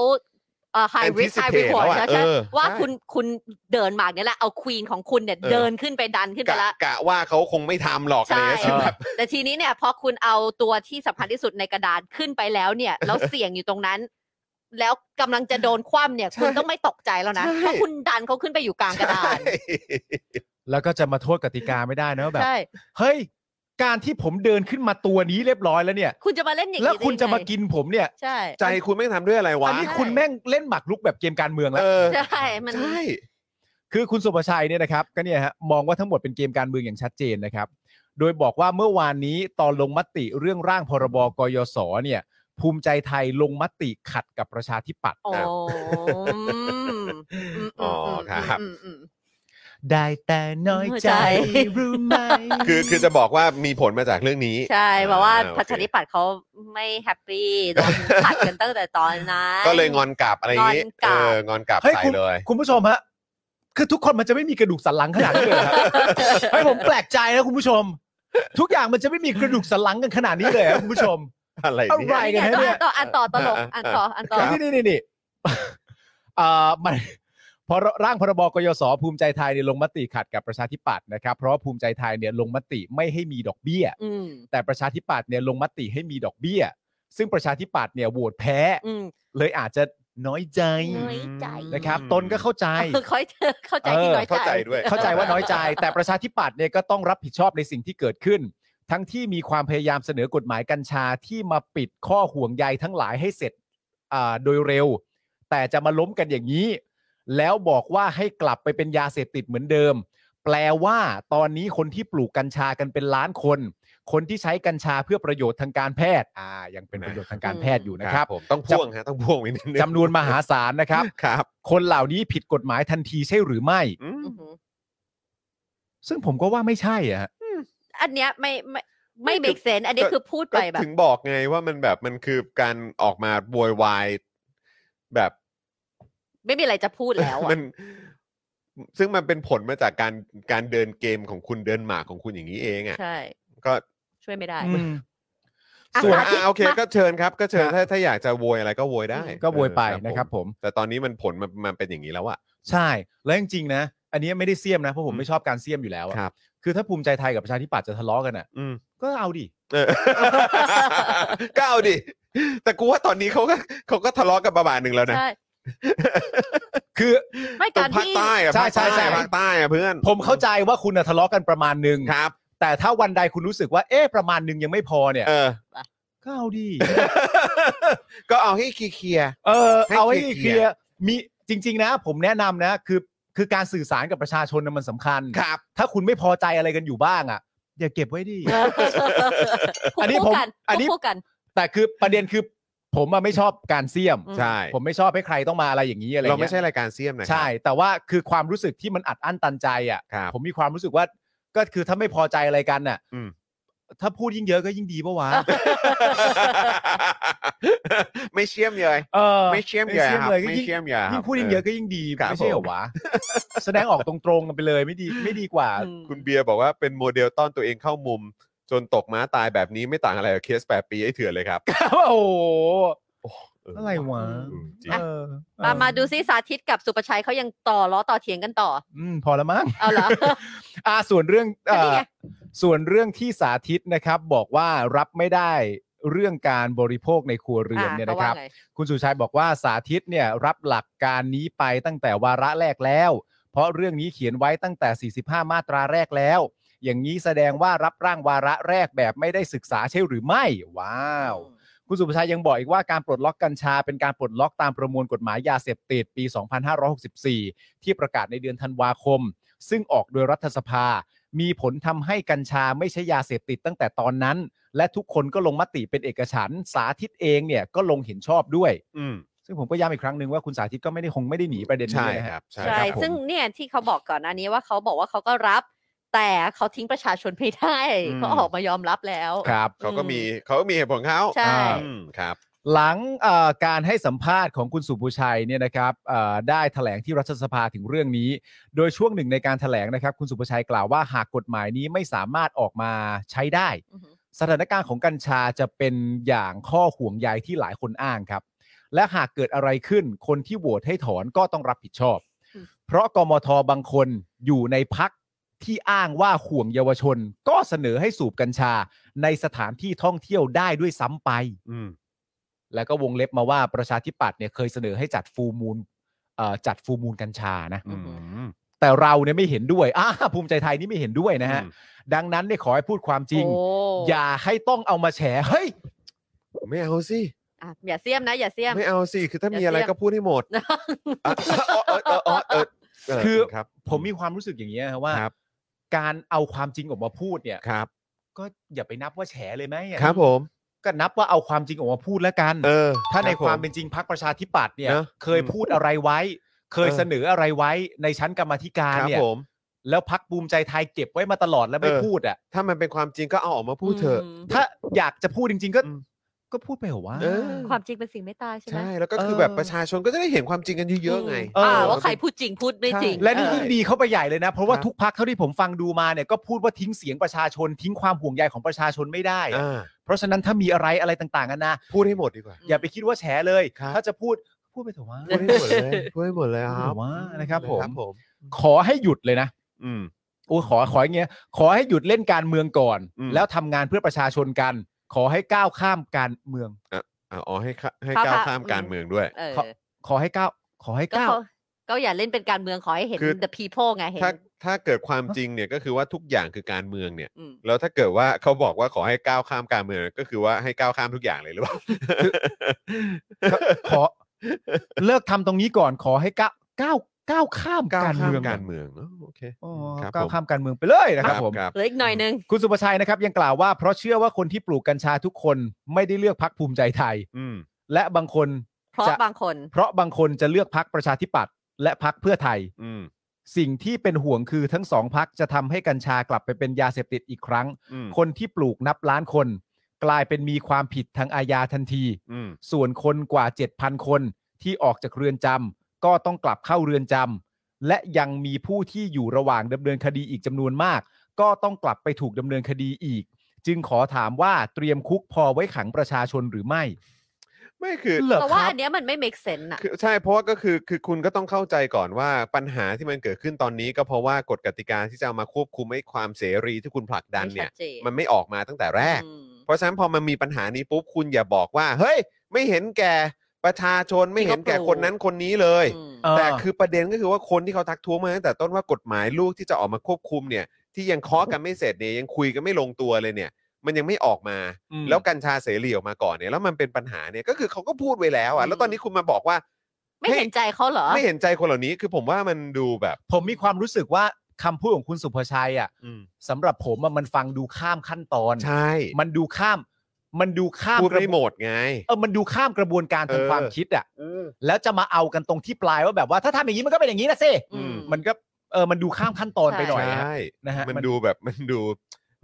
Speaker 4: เอ่อ high risk high
Speaker 3: Anticipate
Speaker 4: reward
Speaker 3: แล้วอะ
Speaker 4: ใช่ใช่
Speaker 3: เออ
Speaker 4: ว่า
Speaker 3: ใช่
Speaker 4: คุณคุณเดินหมากเนี่ยแหละเอาควีนของคุณเนี่ย
Speaker 3: เออ
Speaker 4: เดินขึ้นไปดันขึ้นไป
Speaker 3: กะ
Speaker 4: แล้ว
Speaker 3: กะว่าเขาคงไม่ทำหรอกอะไร
Speaker 4: ใช่
Speaker 3: เงี้ยคือแบบ
Speaker 4: แต่ทีนี้เนี่ยพอคุณเอาตัวที่สำคัญที่สุดในกระดานขึ้นไปแล้วเนี่ยแล้วเสี่ยงอยู่ตรงนั้น แล้วกำลังจะโดนคว่ำเนี่ย คุณ
Speaker 3: ใช่
Speaker 4: ต้องไม่ตกใจแล้วนะ
Speaker 3: ใช่
Speaker 4: เพราะคุณดันเขาขึ้นไปอยู่กลางกระดาน
Speaker 5: แล้วก็จะมาโทษกติกาไม่ได้นะว่าแบบ
Speaker 4: ใช่
Speaker 5: เฮ้ย การที่ผมเดินขึ้นมาตัวนี้เรียบร้อยแล้วเนี่ย
Speaker 4: คุณจะมาเล่นอย่าง
Speaker 5: แล้ว
Speaker 4: นี้ได้
Speaker 5: คุณจะมา
Speaker 4: ยังไง
Speaker 5: กินผมเนี่ย
Speaker 4: ใช่
Speaker 3: ใจคุณไม่ทำด้วยอะไรวะ
Speaker 5: อันนี้คุณแม่งเล่นหมากรุกแบบเกมการเมืองแล้ว
Speaker 3: เออ
Speaker 4: ใช่มัน
Speaker 3: ใช่
Speaker 5: คือคุณสุภชัยเนี่ยนะครับก็เนี่ยฮะมองว่าทั้งหมดเป็นเกมการเมืองอย่างชัดเจนนะครับ โดยบอกว่าเมื่อวานนี้ตอนลงมติเรื่องร่างพรบกยศเนี่ย ภูมิใจไทยลงมติขัดกับประชาธิปัตย์
Speaker 4: โอ้
Speaker 3: อ๋อครับ
Speaker 5: ได้แต่น้อยใจรู้ไหม
Speaker 3: คือคือจะบอกว่ามีผลมาจากเรื่องนี้
Speaker 4: ใช่บอกว่า
Speaker 3: อ่าโอเค
Speaker 4: ประชาธิปัตย์เขาไม่แฮปปี้โดนขัดกันตั้งแต่ตอนนั้น
Speaker 3: ก็เลยงอนกลับอะไรอย่างงี้
Speaker 4: งอนกลั
Speaker 3: เอบ องอนกลับ
Speaker 5: เฮ้ย
Speaker 3: ใส่เลย
Speaker 5: คุณผู้ชมฮะคือทุกคนมันจะไม่มีกระดูกสันหลังขนาดนี้เลยเหรอครับให้ผมแปลกใจนะคุณผู้ชม ทุกอย่างมันจะไม่มีกระดูกสันหลังกันขนาดนี้เลยครับคุณผู้ชม
Speaker 3: อะไรเนี่
Speaker 5: อะไร
Speaker 3: ย
Speaker 4: อันนี้
Speaker 5: ไปกันนะเนี่
Speaker 4: เนี่ย ยต้องอ่านต่ออ่านต่อตลก
Speaker 3: อ่าอ่า
Speaker 4: อ่านต่ออ่านต่อ
Speaker 5: นี่นี่นี่ นี่เอ่อมันพอร่างพรบกยศภูมิใจไทยเนี่ยลงมติขัดกับประชาธิปัตย์นะครับ เพราะว่าภูมิใจไทยเนี่ยลงมติไม่ให้มีดอกเบี้ย
Speaker 4: อืม
Speaker 5: แต่ประชาธิปัตย์เนี่ยลงมติให้มีดอกเบี้ย ซึ่งประชาธิปัตย์เนี่ยโหวตแพ้
Speaker 4: อืม
Speaker 5: เลยอาจจะน้อยใจ
Speaker 4: น้อยใจ
Speaker 5: นะครับ
Speaker 3: อืม
Speaker 5: ตนก็เข้าใจ
Speaker 4: เขา เข้าใจที่น้อยใจ
Speaker 3: เข้าใจด้วย
Speaker 5: เข้าใจว่าน้อยใจ แต่ประชาธิปัตย์เนี่ยก็ต้องรับผิดชอบในสิ่งที่เกิดขึ้น ทั้งที่มีความพยายามเสนอกฎหมายกัญชาที่มาปิดข้อห่วงใยทั้งหลายให้เสร็จอ่าโดยเร็ว แต่จะมาล้มกันอย่างนี้ แล้วบอกว่าให้กลับไปเป็นยาเสพติดเหมือนเดิม แปลว่าตอนนี้คนที่ปลูกกัญชากันเป็นล้านคน คนที่ใช้กัญชาเพื่อประโยชน์ทางการแพทย์อ่ายังเป็นประโยชน์ทางการแพทย์อยู่นะครับ
Speaker 3: ผมต้องพ่วงฮะต้องพ่วงไว้นิดนึง
Speaker 5: จำนวนมหาศาลนะครับ
Speaker 3: ครับ
Speaker 5: คนเหล่านี้ผิดกฎหมายทันทีใช่หรือไม่
Speaker 3: อืม
Speaker 4: อือหือ
Speaker 5: ซึ่งผมก็ว่าไม่ใช่อะฮะ
Speaker 4: อันเนี้ยไม่ไม่ไม่
Speaker 3: ไม่
Speaker 4: เบ
Speaker 3: คือ
Speaker 4: กเซนอันนี้คือพูด
Speaker 3: ก็
Speaker 4: ไปแบบ
Speaker 3: ถึงบอกไงว่ามันแบบมันคือการออกมาโวยวายแบบ
Speaker 4: ไม่มีอะไรจะพูดแล้วอ่ะ
Speaker 3: มัน ซึ่งมันเป็นผลมาจากการการเดินเกมของคุณเดินหมากของคุณอย่างนี้เองอ่ะ
Speaker 4: ใช่
Speaker 3: ก็
Speaker 4: ช่วยไม่ได้
Speaker 5: อ่ะ
Speaker 3: ส่วน
Speaker 5: สาธิต
Speaker 3: อ่ะโอเค
Speaker 4: มา
Speaker 3: ก็เชิญครับ ก็เชิญ
Speaker 5: นะ
Speaker 3: ถ้าถ้าอยากจะโวยอะไรก็โวยได้
Speaker 5: ก็โวยไป
Speaker 3: เออ
Speaker 5: นะครับผม
Speaker 3: แต่ตอนนี้มันผลมันมันเป็นอย่างนี้แล้วอ่ะ
Speaker 5: ใช่แล้วจริงๆนะ อันนี้ไม่ได้เสียมนะเพราะผม
Speaker 3: อืม
Speaker 5: ไม่ชอบการเสียมอยู่แล้วอะ
Speaker 3: ครับ
Speaker 5: คือถ้าภูมิใจไทยกับประชาธิปัตย์จะทะเลาะกันอ่ะ
Speaker 3: อืม
Speaker 5: ก็เอาดิ
Speaker 3: เออ ก็เอาดิ แต่กูว่าตอนนี้เขาก็เขาก็ทะเลาะกันประมาณหนึ่งแล้วนะ
Speaker 4: ใช่
Speaker 5: คือ
Speaker 4: ไม่
Speaker 3: ตร
Speaker 4: การ
Speaker 3: งภาค
Speaker 4: ที่
Speaker 3: ใต้อะ
Speaker 5: ใช่ใช่ใช่
Speaker 3: ภาคใต้อะเพื่อน
Speaker 5: ผมเข้าใจว่าคุณน่ะทะเลาะกันประมาณหนึง
Speaker 3: ครับ
Speaker 5: แต่ถ้าวันใดคุณรู้สึกว่าเอ๊ะประมาณหนึงยังไม่พอเนี่ย
Speaker 3: เออ
Speaker 5: ก็เอาดิ
Speaker 3: ก็เอาให้เคลียร์
Speaker 5: เอ อ
Speaker 3: ให้
Speaker 5: เอาให้
Speaker 3: เค
Speaker 5: เค
Speaker 3: ลี
Speaker 5: ลี
Speaker 3: ย
Speaker 5: ย
Speaker 3: ร์
Speaker 5: ร์มีจริง ๆ นะ ผมแนะนำนะ คือคือการสื่อสารกับประชาชนนะมันสำคัญ
Speaker 3: ๆครับ
Speaker 5: ถ้าคุณไม่พอใจอะไรกันอยู่บ้างอ่ะอย่าเก็บไว้ดิ อันนี้
Speaker 4: พูด
Speaker 5: ผม
Speaker 4: กัน
Speaker 5: อันนี้
Speaker 4: พูดกัน
Speaker 5: แต่คือประเด็นคือผมอะไม่ชอบการเสี่ยม
Speaker 4: อืม
Speaker 3: ใช่
Speaker 5: ผมไม่ชอบให้ใครต้องมาอะไรอย่างนี้อะไร
Speaker 3: เรา
Speaker 5: เงี้
Speaker 3: ไม่
Speaker 5: ย
Speaker 3: ใช่รายการเสียมนะ
Speaker 5: ใช่ แต่ว่าคือความรู้สึกที่มันอัดอั้นตันใจอ่ะ
Speaker 3: ครับ
Speaker 5: ผมมีความรู้สึกว่าก็คือถ้าไม่พอใจอะไรกันน่ะ
Speaker 3: อืม
Speaker 5: ถ้าพูดยิ่งเยอะก็ยิ่งดีปะวะ
Speaker 3: ไม่เชี่ยมเลย
Speaker 5: เออ
Speaker 3: ไม่เชี่ยมเลยครับ
Speaker 5: ไม่
Speaker 3: ไม่
Speaker 5: เชี่
Speaker 3: เชี่ย
Speaker 5: ย
Speaker 3: ม
Speaker 5: ม
Speaker 3: เลย
Speaker 5: เล
Speaker 3: ครับ
Speaker 5: ยิ่งพูดยิ่งเยอะก็ยิ่งดี
Speaker 3: ครับ
Speaker 5: ไม่ใช่เหรอวะ แสดงออกตรงๆกันไปเลยไม่ดีไม่ ดีกว่า
Speaker 4: อืม
Speaker 3: คุณเบียร์บอกว่าเป็นโมเดลต้อนตัวเองเข้ามุม จนตกม้าตายแบบนี้ไม่ต่างอะไรกับเคสแปดปีไอ้เถื่อนเลยครับ
Speaker 5: โอ้โห
Speaker 3: เออ
Speaker 5: อะไรวะ
Speaker 3: อืมจริง
Speaker 5: เออ
Speaker 4: มามาดูซิสาธิตกับสุประชัยเขายังต่อล้อต่อเถียงกันต่อ
Speaker 5: อืมพอแล้วมั้ง
Speaker 4: เอาเหรอ
Speaker 5: อ่าส่วนเรื่องเอ่
Speaker 4: ก็นี่
Speaker 5: อ
Speaker 4: ไง
Speaker 5: ส่วนเรื่องที่สาธิตนะครับ บอกว่ารับไม่ได้เรื่องการบริโภคในครัวเรือนเนี่ย
Speaker 4: ขา
Speaker 5: นะค
Speaker 4: ว่า
Speaker 5: รับ
Speaker 4: ไง
Speaker 5: คุณสุชัยบอกว่าสาธิตเนี่ยรับหลักการนี้ไปตั้งแต่วาระแรกแล้ว เพราะเรื่องนี้เขียนไว้ตั้งแต่ 45 มาตราแรกแล้ว อย่างนี้แสดงว่ารับร่างวาระแรกแบบไม่ได้ศึกษาใช่หรือไม่ ว้าว คุณสุภาชัยยังบอกอีกว่าการปลดล็อกกัญชา เป็นการปลดล็อกตามประมวลกฎหมายยาเสพติดปี 2564 ที่ประกาศในเดือนธันวาคม ซึ่งออกโดยรัฐสภา มีผลทำให้กัญชาไม่ใช่ยาเสพติดตั้งแต่ตอนนั้น และทุกคนก็ลงมติเป็นเอกฉันท์สาธิตเองเนี่ยก็ลงเห็นชอบด้วย
Speaker 3: อืม
Speaker 5: ซึ่งผมก็ย้ำอีกครั้งหนึ่งว่าคุณสาธิตก็ไม่ได้คงไม่ได้หนีประเด็น
Speaker 3: ใช่
Speaker 5: นี้นะฮะ
Speaker 3: ครับ
Speaker 4: ใช่
Speaker 5: ผม
Speaker 4: ซึ่งเนี่ยที่เขาบอกก่อนหน้านี้ว่าเขาบอกว่าเขาก็รับ แต่เขาทิ้งประชาชนไม่ได้เขาออกมายอมรับแล้ว
Speaker 5: ครับ
Speaker 3: เขาก็มีเขาก็มีเหตุผลของเขา
Speaker 4: ใช่
Speaker 3: อืมครับ
Speaker 5: หลังเอ่อการให้สัมภาษณ์ของคุณสุภูชัยเนี่ยนะครับเอ่อได้แถลงที่รัฐสภาถึงเรื่องนี้ โดยช่วงหนึ่งในการแถลงนะครับ คุณสุภูชัยกล่าวว่าหากกฎหมายนี้ไม่สามารถออกมาใช้ได้
Speaker 4: อือหือ
Speaker 5: สถานการณ์ของกัญชาจะเป็นอย่างข้อห่วงใยที่หลายคนอ้างครับ และหากเกิดอะไรขึ้น คนที่โหวตให้ถอนก็ต้องรับผิดชอบ
Speaker 4: อืม
Speaker 5: เพราะกมทบางคนอยู่ในพักที่อ้างว่าห่วงเยาวชน ก็เสนอให้สูบกัญชาในสถานที่ท่องเที่ยวได้ด้วยซ้ำไป
Speaker 3: อืม
Speaker 5: แล้วก็วงเล็บมาว่าประชาธิปัตย์เนี่ยเคยเสนอให้จัดฟูลมูลเอ่อจัดฟูลมูลกัญชานะ
Speaker 4: อืม
Speaker 5: แต่เราเนี่ยไม่เห็นด้วย อ่าภูมิใจไทยนี่ไม่เห็นด้วยนะฮะ
Speaker 3: อืม
Speaker 5: ดังนั้นเนี่ยขอให้พูดความจริง
Speaker 4: โอ้
Speaker 5: อย่าให้ต้องเอามาแฉเฮ้ย
Speaker 3: ไม่เอาสิ
Speaker 4: อ่ะอย่าเสียมนะ อย่าเสียม
Speaker 3: ไม่เอาสิ คือถ้า
Speaker 4: อย่ามี
Speaker 3: มีอะไร
Speaker 4: เสี่ยง
Speaker 3: ก็พูดให้หมดอ่ะเออเออเออเออเ
Speaker 5: คือ
Speaker 3: ครับ
Speaker 5: ผมมีความรู้สึกอย่างเงี้ยฮะว่า
Speaker 3: ครับ
Speaker 5: การเอาความจริงออกมาพูดเนี่ย
Speaker 3: ครับ
Speaker 5: ก็อย่าไปนับว่าแฉเลยไหมอะ
Speaker 3: ครับผม
Speaker 5: ก็นับว่าเอาความจริงออกมาพูดแล้วกัน
Speaker 3: เออ
Speaker 5: ถ้าใน
Speaker 3: รับ
Speaker 5: ความ
Speaker 3: ผ
Speaker 5: เป็นจริงพรรคประชาธิปัตย์เนี่ย
Speaker 3: นะ
Speaker 5: เคยพูดอะไรไว้ เคย
Speaker 3: เออ
Speaker 5: เสนออะไรไว้ในชั้นกรรมาธิการ
Speaker 3: ครับ
Speaker 5: เนี่ย
Speaker 3: ผม
Speaker 5: แล้วพักภูมิใจไทยเก็บไว้มาตลอดแล้วไม่
Speaker 3: เออ
Speaker 5: พูดอ่ะ
Speaker 3: ถ้ามันเป็นความจริงก็เอาออกมาพูดเถอะ
Speaker 4: ม
Speaker 5: ถ้าอยากจะพูดจริง ๆ ก็
Speaker 3: อืม
Speaker 5: ก็พูดไปเหรอวะ
Speaker 3: เออ
Speaker 4: ความจริงเป็นสิ่งไม่ตายใช่ไหม
Speaker 3: ใช่ แล้วก็
Speaker 5: เออ
Speaker 3: คือแบบประชาชนก็จะได้เห็นความจริงกันเยอะๆไง
Speaker 5: เออ
Speaker 4: อ่าว่าใครพูดจริงพูดไม่จริง
Speaker 3: ใช่
Speaker 5: และนี่
Speaker 4: เออ
Speaker 5: ยิ่งดีเข้าไปใหญ่เลยนะ เพราะว่า
Speaker 3: ครับ
Speaker 5: ทุกพักเท่าที่ผมฟังดูมาเนี่ยก็พูดว่าทิ้งเสียงประชาชนทิ้งความห่วงใยของประชาชนไม่ได้อะ
Speaker 3: อ่า
Speaker 5: เพราะฉะนั้นถ้ามีอะไรอะไรต่างๆกันานะ
Speaker 3: พูดให้หมดดีกว่า
Speaker 5: อย่าไปคิดว่าแฉเลย
Speaker 3: ครับ
Speaker 5: ถ้าจะพูดพูดไปเถอะวะ
Speaker 3: พูดให้หมดเลยพูดให้หมดเลย
Speaker 5: พูด
Speaker 3: ค
Speaker 5: ไป
Speaker 3: รั
Speaker 5: เถ
Speaker 3: บ
Speaker 5: อะวะนะครับผม
Speaker 3: ผม
Speaker 5: ขอให้หยุดเลยนะ
Speaker 3: อืม
Speaker 5: โอ้ยขอขออย่างเงี้ยขอให้หยุดเล่นการเมืองก่อน
Speaker 3: อืม
Speaker 5: แล้วทำงานเพื่อประชาชนกัน ขอให้ก้าวข้ามการเมือง
Speaker 3: อ่ะอ๋อให้ข้าให้
Speaker 4: ครับ
Speaker 3: ก้าว
Speaker 4: ค่ะ
Speaker 3: ข้ามการเมืองด้วย
Speaker 4: เออ
Speaker 5: ขอ ขอให้ก้าวขอให้
Speaker 4: ก็
Speaker 5: ก้าว
Speaker 4: เขาก็อย่าเล่นเป็นการเมืองขอให้เห็น
Speaker 3: คือ
Speaker 4: the people ไงเห็น
Speaker 3: ถ้าถ้าเกิดความจริงเนี่ยก็คือว่าทุกอย่างคือการเมืองเนี่ย
Speaker 4: อืม
Speaker 3: แล้วถ้าเกิดว่าเขาบอกว่าขอให้ก้าวข้ามการเมืองก็คือว่าให้ก้าวข้ามทุกอย่างเลยหรือเปล่า
Speaker 5: ขอ เลิกทำตรงนี้ก่อนขอให้ก้าวก้าวก้าวข้าม
Speaker 3: ก้าว
Speaker 5: การ
Speaker 3: ข้าม
Speaker 5: เมือง
Speaker 3: การเมืองเนอะโอเค
Speaker 5: อ๋อ
Speaker 3: ครับ
Speaker 5: ก้าว
Speaker 3: ผม
Speaker 5: ข้ามการเมืองไปเลยนะครับผม
Speaker 3: ครับ
Speaker 4: เหลืออีกหน่อยนึง
Speaker 5: คุณสุประชัยนะครับยังกล่าวว่าเพราะเชื่อว่าคนที่ปลูกกัญชาทุกคนไม่ได้เลือกพักภูมิใจไทย
Speaker 3: อืม
Speaker 5: และบางคน
Speaker 4: เพราะ
Speaker 5: จ
Speaker 4: บางคน
Speaker 5: เพราะบางคนจะเลือกพักประชาธิปัตย์และพักเพื่อไทย
Speaker 3: อืม
Speaker 5: สิ่งที่เป็นห่วงคือทั้งสองพักจะทำให้กัญชากลับไปเป็นยาเสพติดอีกครั้ง
Speaker 3: อืม
Speaker 5: คนที่ปลูกนับล้านคน กลายเป็นมีความผิดทางอาญาทันที
Speaker 3: อืม
Speaker 5: ส่วนคนกว่า 7,000 คนที่ออกจากเรือนจำก็ต้องกลับเข้าเรือนจำและยังมีผู้ที่อยู่ระหว่างดำเนินคดีอีกจำนวนมาก ก็ต้องกลับไปถูกดำเนินคดีอีก จึงขอถามว่าเตรียมคุกพอไว้ขังประชาชนหรือไม่
Speaker 3: ไม่คือ
Speaker 5: เหรอ
Speaker 4: เพราะ
Speaker 5: ค
Speaker 4: ว่า
Speaker 5: รับ
Speaker 4: อันเนี้ยมันไม่ make sense อ่ะ
Speaker 3: คือใช่เพราะว่าก็คือคือคุณก็ต้องเข้าใจก่อนว่าปัญหาที่มันเกิดขึ้นตอนนี้ก็เพราะว่ากฎกติกาที่จะเอามาควบคุมให้ความเสรีที่คุณผลักดันเนี่ย
Speaker 4: ไม่ชัดเจ
Speaker 3: มันไม่ออกมาตั้งแต่แรก
Speaker 4: อืม
Speaker 3: เพราะฉะนั้นพอมันมีปัญหานี้ปุ๊บคุณอย่าบอกว่า เฮ้ย ไม่เห็นแก่ประชาชนไม่เห็นแก่คนนั้นคนนี้เลย
Speaker 4: อืม
Speaker 5: เออ
Speaker 3: แต่คือประเด็นก็คือว่าคนที่เขาทักท้วงมาตั้งแต่ต้นว่ากฎหมายลูกที่จะออกมาควบคุมเนี่ย ที่ยังเคาะกันไม่เสร็จเนี่ยยังคุยกันไม่ลงตัวเลยเนี่ย มันยังไม่ออกมา
Speaker 5: อืม
Speaker 3: แล้วกัญชาเสรีออกมาก่อนเนี่ยแล้วมันเป็นปัญหาเนี่ยก็คือเขาก็พูดไว้แล้วอ่ะแล้วตอนนี้คุณมาบอกว่า
Speaker 4: ไม่เห็นใจเขาเหรอ
Speaker 3: ไม่เห็นใจคนเหล่านี้คือผมว่ามันดูแบบ
Speaker 5: ผมมีความรู้สึกว่าคำพูดของคุณสุภชัยอ่ะ
Speaker 3: อืม
Speaker 5: สำหรับผมอะมันฟังดูข้ามขั้นตอน
Speaker 3: ใช่
Speaker 5: มันดูข้าม มันดูข้าม
Speaker 3: พูด
Speaker 5: กระบ
Speaker 3: ไม่
Speaker 5: วน
Speaker 3: หมดไง
Speaker 5: เออมันดูข้ามกระบวนการทาง
Speaker 3: เออ
Speaker 5: ความคิดอ่ะ
Speaker 3: อืม
Speaker 5: แล้วจะมาเอากันตรงที่ปลายว่าแบบว่าถ้าทำอย่างนี้มันก็เป็นอย่างนี้นะสิ
Speaker 3: อืม
Speaker 5: มันก็เออมันดูข้ามขั้นตอนไปหน่อยฮะ
Speaker 3: ใช่
Speaker 5: นะฮะ
Speaker 3: มันดูแบบ มันดู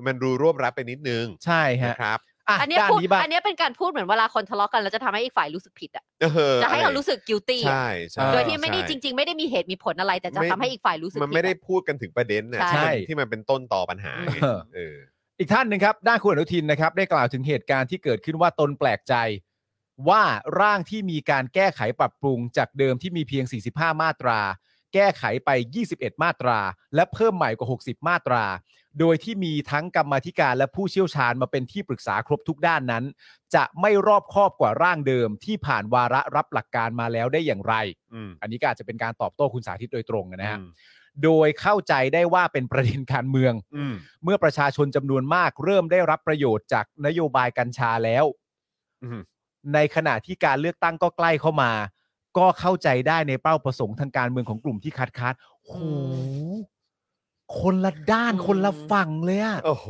Speaker 3: มันดูรวบรัดไปนิดนึง
Speaker 5: ใช่ฮะ
Speaker 3: นะครับ
Speaker 5: อ่ะ
Speaker 4: อันเนี้ย
Speaker 5: ด้าน
Speaker 4: พูด
Speaker 5: นี้บ้าง
Speaker 4: อันเนี้ยเป็นการพูดเหมือนเวลาคนทะเลาะกันแล้วจะทำให้อีกฝ่ายรู้สึกผิดอ่ะ
Speaker 3: เออ
Speaker 4: จะให้เรารู้สึก
Speaker 3: อะ
Speaker 4: guilty
Speaker 3: ไรใช่ใช่
Speaker 5: เออ
Speaker 4: โดยที่ไม่ได้
Speaker 3: ใช่
Speaker 4: จริง ๆ ไม่ได้มีเหตุมีผลอะไร แต่จะ
Speaker 3: ไม่
Speaker 4: ทำให้อีกฝ่ายรู้สึก
Speaker 3: มันไม่ได้
Speaker 4: ผิอะ
Speaker 3: พูดกันถึงประเด็นนะ
Speaker 4: ใช่
Speaker 3: ที่มันที่มันเป็นต้นต่อปัญหาไง
Speaker 5: เออ
Speaker 3: เออ
Speaker 5: อีกท่านหนึ่งครับ ด้านคุณอนุทินนะครับ ได้กล่าวถึงเหตุการณ์ที่เกิดขึ้นว่าตนแปลกใจ ว่าร่างที่มีการแก้ไขปรับปรุงจากเดิมที่มีเพียง 45 มาตรา แก้ไขไป 21 มาตรา และเพิ่มใหม่กว่า 60 มาตรา โดยที่มีทั้งกรรมาธิการและผู้เชี่ยวชาญมาเป็นที่ปรึกษาครบทุกด้านนั้น จะไม่รอบคอบกว่าร่างเดิมที่ผ่านวาระรับหลักการมาแล้วได้อย่างไร
Speaker 3: อืม
Speaker 5: อันนี้ก็อาจจะเป็นการตอบโต้คุณสาธิตโดยตรงนะฮะ
Speaker 3: อืม
Speaker 5: โดยเข้าใจได้ว่าเป็นประเด็นการเมือง
Speaker 3: อืม
Speaker 5: เมื่อประชาชนจำนวนมากเริ่มได้รับประโยชน์จากนโยบายกัญชาแล้ว
Speaker 3: อืม
Speaker 5: ในขณะที่การเลือกตั้งก็ใกล้เข้ามา ก็เข้าใจได้ในเป้าประสงค์ทางการเมืองของกลุ่มที่คัดค้านโหคนละด้าน
Speaker 4: อืม
Speaker 5: คนละฝั่งเลยอะ
Speaker 3: โอ้โห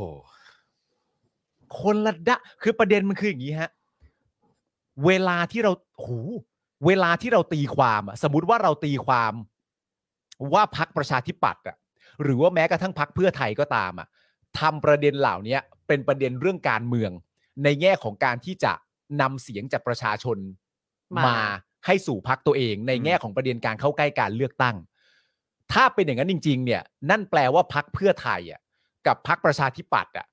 Speaker 5: คนละด้านคือประเด็นมันคืออย่างนี้ฮะ เวลาที่เราโหเวลาที่เราตีความอะสมมติว่าเราตีความ ว่าพักประชาธิปัตย์อะหรือว่าแม้กระทั่งพักเพื่อไทยก็ตามอะทำประเด็นเหล่านี้เป็นประเด็นเรื่องการเมือง ในแง่ของการที่จะนำเสียงจากประชาชน
Speaker 4: มาม
Speaker 5: มาให้สู่พักตัวเอง ในแง่ของประเด็นการเข้าใกล้การเลือกตั้ง ถ้าเป็นอย่างนั้นจริง ๆ เนี่ย นั่นแปลว่าพักเพื่อไทยอะกับพักประชาธิปัตย์อะ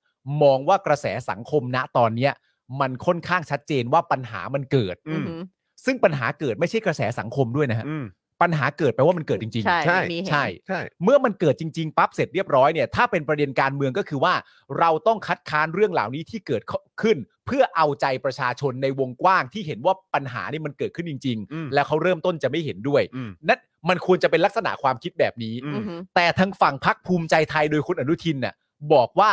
Speaker 5: มองว่ากระแสสังคมณตอนเนี้ยมันค่อนข้างชัดเจนว่าปัญหามันเกิด
Speaker 3: อืม
Speaker 4: อืม
Speaker 5: ซึ่งปัญหาเกิดไม่ใช่กระแสสังคมด้วยนะฮะ
Speaker 3: อืม
Speaker 5: ปัญหาเกิดแปลว่ามันเกิดจริง ๆ
Speaker 4: ใช่
Speaker 3: ใช่
Speaker 4: มีเหตุ
Speaker 5: ใช่
Speaker 3: ใช่
Speaker 5: เมื่อมันเกิดจริง ๆ ปั๊บเสร็จเรียบร้อยเนี่ยถ้าเป็นประเด็นการเมืองก็คือว่า เราต้องคัดค้านเรื่องเหล่านี้ที่เกิดขึ้น เพื่อเอาใจประชาชนในวงกว้างที่เห็นว่าปัญหานี่มันเกิดขึ้นจริง
Speaker 3: อืม
Speaker 5: ๆ แล้วเขาเริ่มต้นจะไม่เห็นด้วย
Speaker 3: อืม
Speaker 5: นั่นมันควรจะเป็นลักษณะความคิดแบบนี้
Speaker 3: อืม
Speaker 4: อือหือ
Speaker 5: แต่ทางฝั่งพักภูมิใจไทยโดยคุณอนุทินน่ะบอกว่า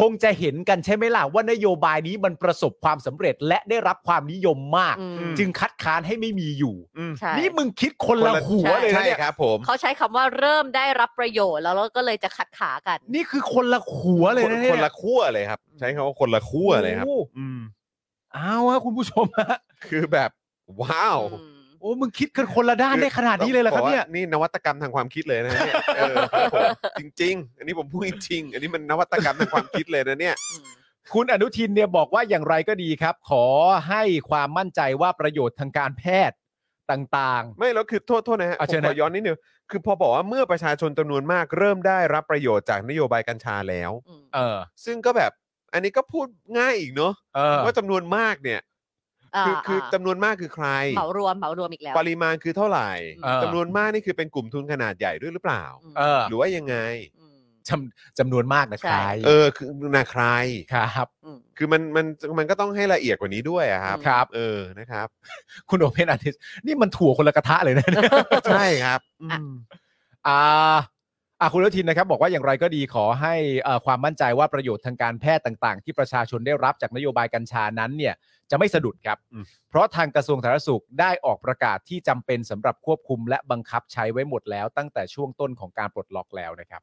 Speaker 5: คงจะเห็นกันใช่ไหมล่ะว่านโยบายนี้มันประสบความสำเร็จและได้รับความนิยมมาก
Speaker 4: อืม
Speaker 5: จึงคัดค้านให้ไม่มีอยู่
Speaker 3: อืม
Speaker 4: ใช่
Speaker 5: นี่มึงคิดคนละหัวเลย
Speaker 3: ใช่
Speaker 5: นะเนี่ย
Speaker 3: ครับผม
Speaker 4: เขาใช้คำว่าเริ่มได้รับประโยชน์แล้วเราก็เลยจะขัดขากัน
Speaker 5: นี่คือคนละหัวเลยนะเนี่ย
Speaker 3: คนละขั้วเลยครับ ใช้คำว่าคนละขั้วเลยครับ
Speaker 5: โอ้โห
Speaker 3: อืม
Speaker 5: เอาฮะคุณผู้ชมฮะ
Speaker 3: คือแบบว้าว
Speaker 4: อืม
Speaker 5: โอ้มึงคิดกันคนละด้านได้ขนาดนี้เลยเหรอครับเนี่ย
Speaker 3: ต้องอกว่านี่นวัตกรรมทางความคิดเลยนะเนี่ยเออครับผมจริง ๆ อันนี้ผมพูดจริงๆอันนี้มันนวัตกรรมทางความคิดเลยนะเนี่ย
Speaker 5: คุณอนุทินเนี่ยบอกว่าอย่างไรก็ดีครับ ขอให้ความมั่นใจว่าประโยชน์ทางการแพทย์ต่าง
Speaker 3: ไม่แล้วคือโทษโทษนะฮะผ
Speaker 5: อ่ะ
Speaker 3: ม
Speaker 5: เชิญ
Speaker 3: ข
Speaker 5: นะ
Speaker 3: อย้อนนิดนึงคือพอบอกว่าเมื่อประชาชนจำนวนมากเริ่มได้รับประโยชน์จากนโยบายกัญชาแล้ว
Speaker 4: อืม
Speaker 5: ๆ เออ
Speaker 3: ซึ่งก็แบบอันนี้ก็พูดง่ายอีกเนาะ
Speaker 5: เออ
Speaker 3: ว่าจำนวนมากเนี่ย คือ
Speaker 4: อ่า
Speaker 3: คือ
Speaker 4: อ่า
Speaker 3: จำนวนมากคือใคร
Speaker 4: เหมารวมเหมารวมอีกแล้ว
Speaker 3: ปริมาณคือเท่าไหร่
Speaker 5: เออ
Speaker 3: จำนวนมากนี่คือเป็นกลุ่มทุนขนาดใหญ่ด้วยหรือเปล่า
Speaker 4: ม
Speaker 5: เออ
Speaker 3: หรือว่ายังไง
Speaker 4: ม
Speaker 5: จำจำนวนมากนะค
Speaker 4: ใช่
Speaker 5: รบ
Speaker 3: เออคือนาใคร
Speaker 5: ครับ
Speaker 4: อืม
Speaker 3: คือมันมันมันก็ต้องให้ละเอียดกว่านี้ด้วยอะครับ
Speaker 5: ครับ
Speaker 3: เออนะครับ
Speaker 5: คุณโอเพนอาทิตย์นี่มันถั่วคนละกระทะเลยนะเนี่ย
Speaker 3: ใช่ครับอืม
Speaker 4: อ่ะ
Speaker 5: อ่าอ่าคุณอนุทินนะครับ บอกว่าอย่างไรก็ดีขอให้เอ่อความมั่นใจว่าประโยชน์ทางการแพทย์ต่าง ๆ ที่ประชาชนได้รับจากนโยบายกัญชานั้นเนี่ยจะไม่สะดุดครับ
Speaker 3: อืม
Speaker 5: เพราะทางกระทรวงสาธารณสุขได้ออกประกาศที่จำเป็นสำหรับควบคุมและบังคับใช้ไว้หมดแล้ว ตั้งแต่ช่วงต้นของการปลดล็อกแล้วนะครับ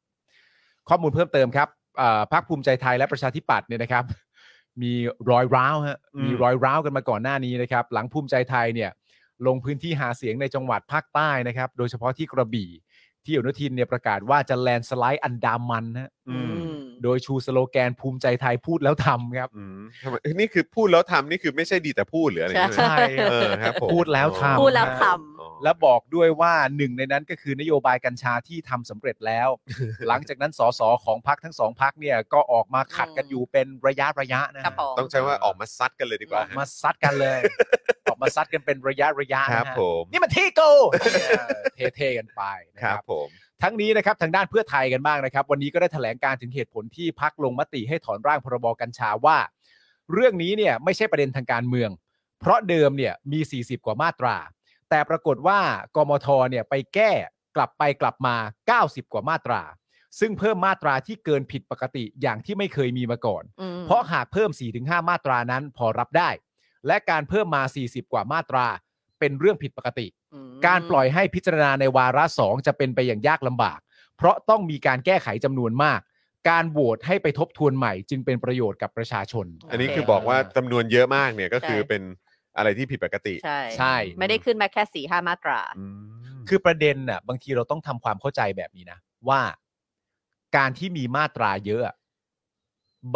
Speaker 5: ข้อมูลเพิ่มเติมครับเอ่อพรรคภูมิใจไทยและประชาธิปัตย์เนี่ยนะครับ มีรอยร้าวฮะมีรอยร้าวกันมาก่อนหน้านี้นะครับ หลังภูมิใจไทยเนี่ยลงพื้นที่หาเสียงในจังหวัดภาคใต้นะครับ โดยเฉพาะที่กระบี่ ที่อนุทินเนี่ยประกาศว่าจะแลนด์สไลด์อันดามันนะฮะ
Speaker 3: อืม
Speaker 4: อืม
Speaker 5: โดยชูสโลแกนภูมิใจไทยพูดแล้วทำครับ
Speaker 3: อืมทำไมนี่คือพูดแล้วทำนี่คือไม่ใช่ดีแต่พูดหรืออะไรอย่างเงี้ย
Speaker 4: ใช่
Speaker 3: เออครับผม
Speaker 5: พูดแล้วทำ
Speaker 4: พูดแล้วท
Speaker 3: อ๋อ
Speaker 5: และบอกด้วยว่าหนึ่งในนั้นก็คือนโยบายกัญชาที่ทำสำเร็จแล้ว หลังจากนั้นสสของพักทั้งสองพักเนี่ยก็ออกมาขัดกันอยู่เป็นระยะระยะนะฮะ
Speaker 4: ครับผม
Speaker 3: ต้องใช้ว่าออกมาซัดกันเลยดีก
Speaker 5: อ
Speaker 3: ว่า
Speaker 5: อกมาซัดกันเลย ออกมาซัดกันเป็นระยะระยะ
Speaker 3: ค
Speaker 5: นะ
Speaker 3: รับ
Speaker 5: ฮะ
Speaker 3: ผม
Speaker 5: นี่มันที่โก เท่ๆกันไปนะ
Speaker 3: ค
Speaker 5: ค
Speaker 3: รั
Speaker 5: รั
Speaker 3: บบ ผม
Speaker 5: ทั้งนี้นะครับทางด้านเพื่อไทยกันบ้างนะครับ วันนี้ก็ได้แถลงการถึงเหตุผลที่พักลงมติให้ถอนร่างพรบกัญชาว่า เรื่องนี้เนี่ยไม่ใช่ประเด็นทางการเมือง เพราะเดิมเนี่ยมี 40 กว่ามาตรา แต่ปรากฏว่ากมทเนี่ยไปแก้กลับไปกลับมา 90 กว่ามาตรา ซึ่งเพิ่มมาตราที่เกินผิดปกติอย่างที่ไม่เคยมีมาก่อน
Speaker 4: อืม
Speaker 5: เพราะหากเพิ่ม 4-5 มาตรานั้นพอรับได้ และการเพิ่มมา 40 กว่ามาตรา เป็นเรื่องผิดปกติ
Speaker 4: อืม
Speaker 5: การปล่อยให้พิจารณาในวาระสองจะเป็นไปอย่างยากลำบาก เพราะต้องมีการแก้ไขจำนวนมาก การโหวตให้ไปทบทวนใหม่ จึงเป็นประโยชน์กับประชาชน
Speaker 3: อันนี้
Speaker 4: โเ
Speaker 3: คือบอกว่าจำนวนเยอะมากเนี่ยก็คือ
Speaker 4: ใช่
Speaker 3: เป็นอะไรที่ผิดปกติ
Speaker 4: ใช่
Speaker 5: ใช่
Speaker 4: ไม่ได้ขึ้นมาแค่สี่ห้ามาตรา
Speaker 3: อืม
Speaker 5: คือประเด็นน่ะบางทีเราต้องทำความเข้าใจแบบนี้นะว่าการที่มีมาตราเยอะ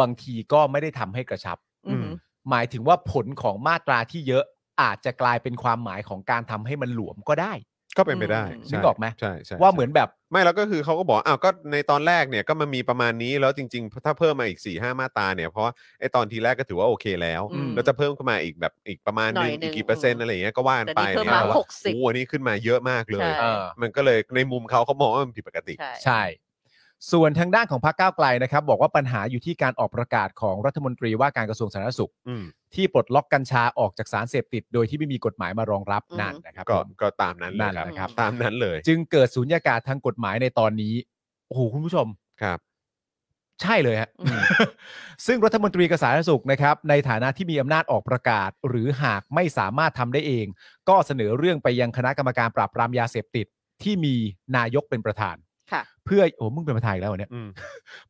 Speaker 5: บางทีก็ไม่ได้ทำให้กระชับ
Speaker 4: อืม
Speaker 5: หมายถึงว่าผลของมาตราที่เยอะอาจจะกลายเป็นความหมายของการทำให้มันหลวมก็ได้
Speaker 3: ก็เป็นไปได้
Speaker 4: อืม
Speaker 3: ใช่
Speaker 5: นึกออกไหม
Speaker 3: ใช่ใช่
Speaker 5: ว่าเหมือนแบบ
Speaker 3: ไม่แล้วก็คือเขาก็บอกอ้าวก็ในตอนแรกเนี่ยก็มันมีประมาณนี้แล้วจริง ๆ ถ้าเพิ่มมาอีก4ี่ห้ามาตราเนี่ยเพราะว่าไอตอนทีแรกก็ถือว่าโอเคแล้ว
Speaker 4: อืม
Speaker 3: แล้วจะเพิ่มเข้ามาอีกแบบอีกประมาณ
Speaker 4: ห
Speaker 3: นึ
Speaker 4: น่อง ยนึง
Speaker 3: อีกกี่เปอร์เซ็นต์อะไรอย่างเงี้ยก็ว่ากันไป
Speaker 4: แต่นี่เพิ่ม
Speaker 3: นี่ย
Speaker 5: มา
Speaker 3: ว่า
Speaker 4: หกสิบ
Speaker 3: โอ้อันนี้ขึ้นมาเยอะมากเลย
Speaker 4: ใช่
Speaker 5: เออ
Speaker 3: มันก็เลยในมุมเขาเขามองว่ามันผิดปกติ
Speaker 4: ใช่
Speaker 5: ใช่ ส่วนทางด้านของพรรคก้าวไกลนะครับ บอกว่าปัญหาอยู่ที่การออกประกาศของรัฐมนตรีว่าการกระทรวงสาธารณสุข
Speaker 3: อืม
Speaker 5: ที่ปลดล็อกกัญชาออกจากสารเสพติด โดยที่ไม่มีกฎหมายมารองรับ
Speaker 4: อืม
Speaker 5: นั่นนะครับ
Speaker 3: ก็
Speaker 5: ผม
Speaker 3: ก็ตามนั้นเลย
Speaker 5: นั่นแหละ
Speaker 3: ค
Speaker 5: ค
Speaker 3: รั
Speaker 5: รั
Speaker 3: บ
Speaker 5: บ
Speaker 3: ตามนั้นเลย
Speaker 5: จึงเกิดสูญญากาศทางกฎหมายในตอนนี้ โอ้โห คุณผู้ชม
Speaker 3: ครับ
Speaker 5: ใช่เลยฮะ
Speaker 4: อืม
Speaker 5: ซึ่งรัฐมนตรีกระทรวงสาธารณสุขนะครับ ในฐานะที่มีอำนาจออกประกาศ หรือหากไม่สามารถทำได้เอง ก็เสนอเรื่องไปยังคณะกรรมการปราบปรามยาเสพติดที่มีนายกเป็นประธาน
Speaker 4: ค่ะ
Speaker 5: เพื่อโอ้มึงเป็นประธานอีกแล้วเหรอเนี่ย
Speaker 3: อืม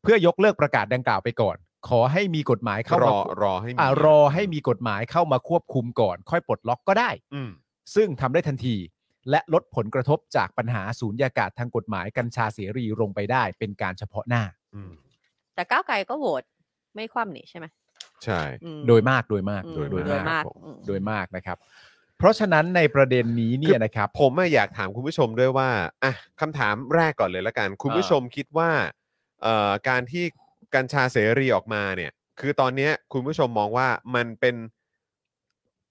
Speaker 5: เพื่อยกเลิกประกาศดังกล่าวไปก่อน ขอให้มีกฎหมายเข้าร มา
Speaker 3: อรอให้มี
Speaker 5: อ่ารอให้มีกฎหมายเข้ามาควบคุมก่อน ค่อยปลดล็อกก็ได้
Speaker 3: อืม
Speaker 5: ซึ่งทำได้ทันที และลดผลกระทบจากปัญหาสูญญากาศทางกฎหมายกัญชาเสรีลงไปได้ เป็นการเฉพาะหน้า
Speaker 3: อืม
Speaker 4: แต่ก้าวไกลก็โหวตไม่คว่ำนี่ใช่ไหม
Speaker 3: ใช่
Speaker 4: อืม
Speaker 5: โดยมากโดยมาก
Speaker 4: อืม
Speaker 3: โดย
Speaker 4: โดยมาก
Speaker 5: ครับ
Speaker 4: อืม
Speaker 5: โดยมากนะครับ เพราะฉะนั้นในประเด็นนี้เนี่ยนะครับ
Speaker 3: ผมอะอยากถามคุณผู้ชมด้วยว่าอ่ะคำถามแรกก่อนเลยละกัน คุณผู้ชมคิดว่าเอ่อการที่กัญชาเสรีออกมาเนี่ย คือตอนเนี้ยคุณผู้ชมมองว่ามันเป็น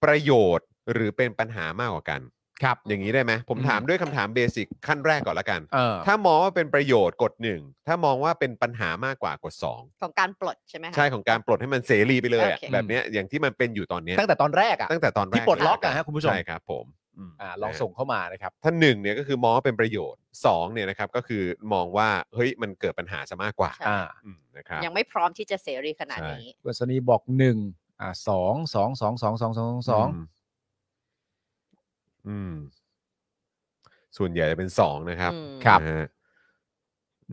Speaker 3: ประโยชน์หรือเป็นปัญหามากกว่ากัน
Speaker 5: ครับ
Speaker 3: อย่างนี้ได้ไหมผม
Speaker 5: อืม
Speaker 3: ถามด้วยคำถามเบสิกขั้นแรกก่อนละกัน
Speaker 5: เออ
Speaker 3: ถ้ามองว่าเป็นประโยชน์กดหนึ่งถ้ามองว่าเป็นปัญหามากกว่ากดสอง
Speaker 4: ของการปลดใช่ไหมคะ
Speaker 3: ใช่ของการปลดให้มันเสรีไปเลยอะ
Speaker 4: โอเค
Speaker 3: แบบเนี้ยอย่างที่มันเป็นอยู่ตอนเนี้ย
Speaker 5: ตั้งแต่ตอนแรกอ่ะ
Speaker 3: ตั้งแต่ตอนแรก
Speaker 5: ที่ปลดล็อกอะฮะคุณผู้ชม
Speaker 3: ใช่ครับผมม
Speaker 5: อ่าลองส่งเข้ามานะครับ
Speaker 3: ถ้าหนึ่งเนี่ยก็คือมองว่าเป็นประโยชน์สองเนี่ยนะครับก็คือมองว่าเฮ้ยมันเกิดปัญหาซะมากกว่า
Speaker 4: ใช่
Speaker 5: อ่า
Speaker 3: อืมนะครับ
Speaker 4: ยังไม่พร้อมที่จะเสรีขนาด
Speaker 3: ใช่
Speaker 4: นี้
Speaker 5: กฤษณีบอกหนึ่งอ่าสองสองสองสองสองสองสองสอง
Speaker 3: มอืม ส่วนใหญ่จะเป็นสองนะครับ
Speaker 4: อืม
Speaker 5: ครับ
Speaker 3: นะฮะ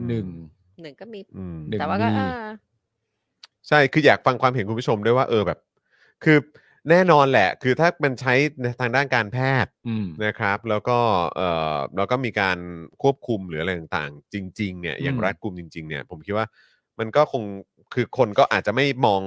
Speaker 5: หนึ่ง
Speaker 4: หนึ่งก็มี
Speaker 3: อืม
Speaker 5: หนึ่ง
Speaker 4: แต่ว่าก็
Speaker 5: มี
Speaker 4: อ่า
Speaker 3: ใช่ คืออยากฟังความเห็นคุณผู้ชมด้วยว่าเออแบบ คือแน่นอนแหละ คือถ้ามันใช้ในทางด้านการแพทย์
Speaker 5: อืม
Speaker 3: นะครับแล้วก็เอ่อแล้วก็มีการควบคุมหรืออะไรต่างๆ จริง ๆ เนี่ยอย่าง
Speaker 5: อืม
Speaker 3: รัดกุมจริง ๆ เนี่ย ผมคิดว่ามันก็คงคือคนก็อาจจะไม่มอง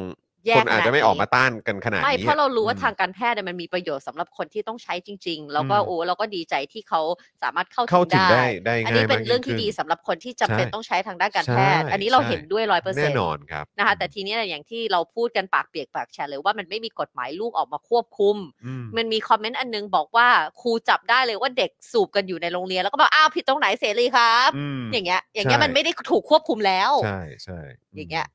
Speaker 4: แยก
Speaker 3: คนอาจ
Speaker 4: ขนาดนี้
Speaker 3: จะไม่ออกมาต้านกันขนาดนี้
Speaker 4: ไม่เพราะเรารู้ว่า
Speaker 3: อืม
Speaker 4: ทางการแพทย์เนี่ยมันมีประโยชน์สำหรับคนที่ต้องใช้จริง ๆ แล้วก็
Speaker 3: อืม
Speaker 4: โอ้เราก็ดีใจที่เขาสามารถเข้า
Speaker 3: เข้าถึงได้ได้
Speaker 4: อั
Speaker 3: ง่า
Speaker 4: น
Speaker 3: ย
Speaker 4: นี้เป็
Speaker 3: มาก
Speaker 4: น
Speaker 3: ยิ่
Speaker 4: เรื่องที่
Speaker 3: ขึ้น
Speaker 4: ดีสำหรับคนที่จำเป็น
Speaker 3: ใช่
Speaker 4: ต้องใช้ทางด้านการแพทย์
Speaker 3: ใช่
Speaker 4: อันนี้เรา
Speaker 3: ใช่
Speaker 4: เห็นด้วยร้อยเปอร์เซ็
Speaker 3: แน่
Speaker 4: นต์
Speaker 3: นอนครับ
Speaker 4: นะคะแต่ทีนี้เนี่ยอย่างที่เราพูดกันปากเปียกปากแฉะเลยว่ามันไม่มีกฎหมายลูกออกมาควบคุม
Speaker 3: อืม
Speaker 4: มันมีคอมเมนต์อันนึงบอกว่าครูจับได้เลยว่าเด็กสูบกันอยู่ในโรงเรียนแล้วก็บอกอ้าวผิดตรงไหนเสรีครับ
Speaker 3: อืม
Speaker 4: อย่างเงี้ย อย่างเงี้ย
Speaker 3: ใช่
Speaker 4: มันไม่ได้ถูกควบคุมแล้ว
Speaker 3: ใช่ใช่ม
Speaker 4: อย่างเงี้ย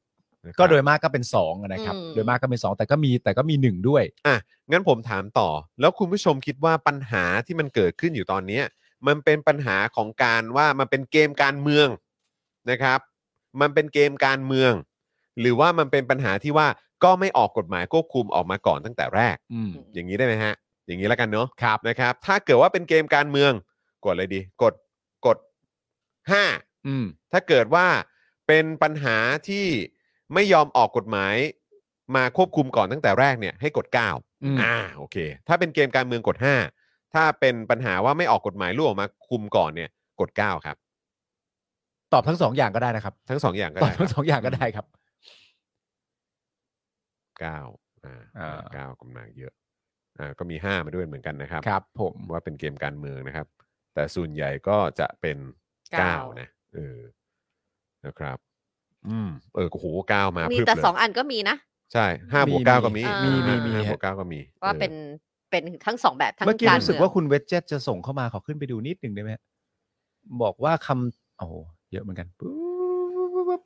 Speaker 3: นะครับ
Speaker 5: ก็โดยมากก็เป็นสองนะครับ
Speaker 4: อืม
Speaker 5: โดยมากก็เป็นสองแต่ก็มีแต่ก็มีหนึ่งด้วย
Speaker 3: อ่ะงั้นผมถามต่อ แล้วคุณผู้ชมคิดว่าปัญหาที่มันเกิดขึ้นอยู่ตอนเนี้ย มันเป็นปัญหาของการว่ามันเป็นเกมการเมืองนะครับ มันเป็นเกมการเมือง หรือว่ามันเป็นปัญหาที่ว่าก็ไม่ออกกฎหมายควบคุมออกมาก่อนตั้งแต่แรก
Speaker 5: อืม
Speaker 3: อย่างนี้ได้ไหมฮะ อย่างนี้แล้วกันเนาะ
Speaker 5: ครับ
Speaker 3: นะครับ ถ้าเกิดว่าเป็นเกมการเมืองกดเลยดี กดกดห้า
Speaker 5: อืม
Speaker 3: ถ้าเกิดว่าเป็นปัญหาที่ไม่ยอมออกกฎหมาย มาควบคุมก่อนตั้งแต่แรกเนี่ยให้กดเก้า
Speaker 5: อืม
Speaker 3: อ่าโอเค ถ้าเป็นเกมการเมืองกด 5 ถ้าเป็นปัญหาว่าไม่ออกกฎหมายลูกออกมาคุมก่อนเนี่ยกด 9 ครับ
Speaker 5: ตอบทั้งสองอย่างก็ได้นะครับ
Speaker 3: ทั้ง 2 อย่างก็
Speaker 5: ตอบ
Speaker 3: ได้ค รั
Speaker 5: ทั้งสองอย่างก็ได้ครับ
Speaker 3: 9อ่า
Speaker 5: อ่า
Speaker 3: เก้ากำลังเยอะอ่าก็มี 5 มาด้วยเหมือนกันนะครับ
Speaker 5: ครับ ผม
Speaker 3: ว่าเป็นเกมการเมืองนะครับ แต่ส่วนใหญ่ก็จะเป็น
Speaker 4: เก้า
Speaker 3: 9 นะเออนะครับ อืมเออโอ้โหเก้ามา
Speaker 4: มี
Speaker 3: พรึบ
Speaker 4: แต่
Speaker 3: เลย
Speaker 4: สองอันก็มีนะ
Speaker 3: ใช่ห้าบวกเก้าก็มี
Speaker 5: มีมีมี
Speaker 3: ห้าบว
Speaker 5: ฮะ
Speaker 3: กเก้าก็มี
Speaker 4: ว่า
Speaker 3: ออ
Speaker 4: เป็นเป็นทั้งสองแบบทั้ง
Speaker 5: เมื่อกี้
Speaker 4: การ
Speaker 5: รู้สึกว่าคุณเวจเจตจะส่งเข้ามาขอขึ้นไปดูนิดหนึ่งได้ไหมฮะบอกว่าคำโอ้โหเยอะเหมือนกันปุ๊บปุ๊บ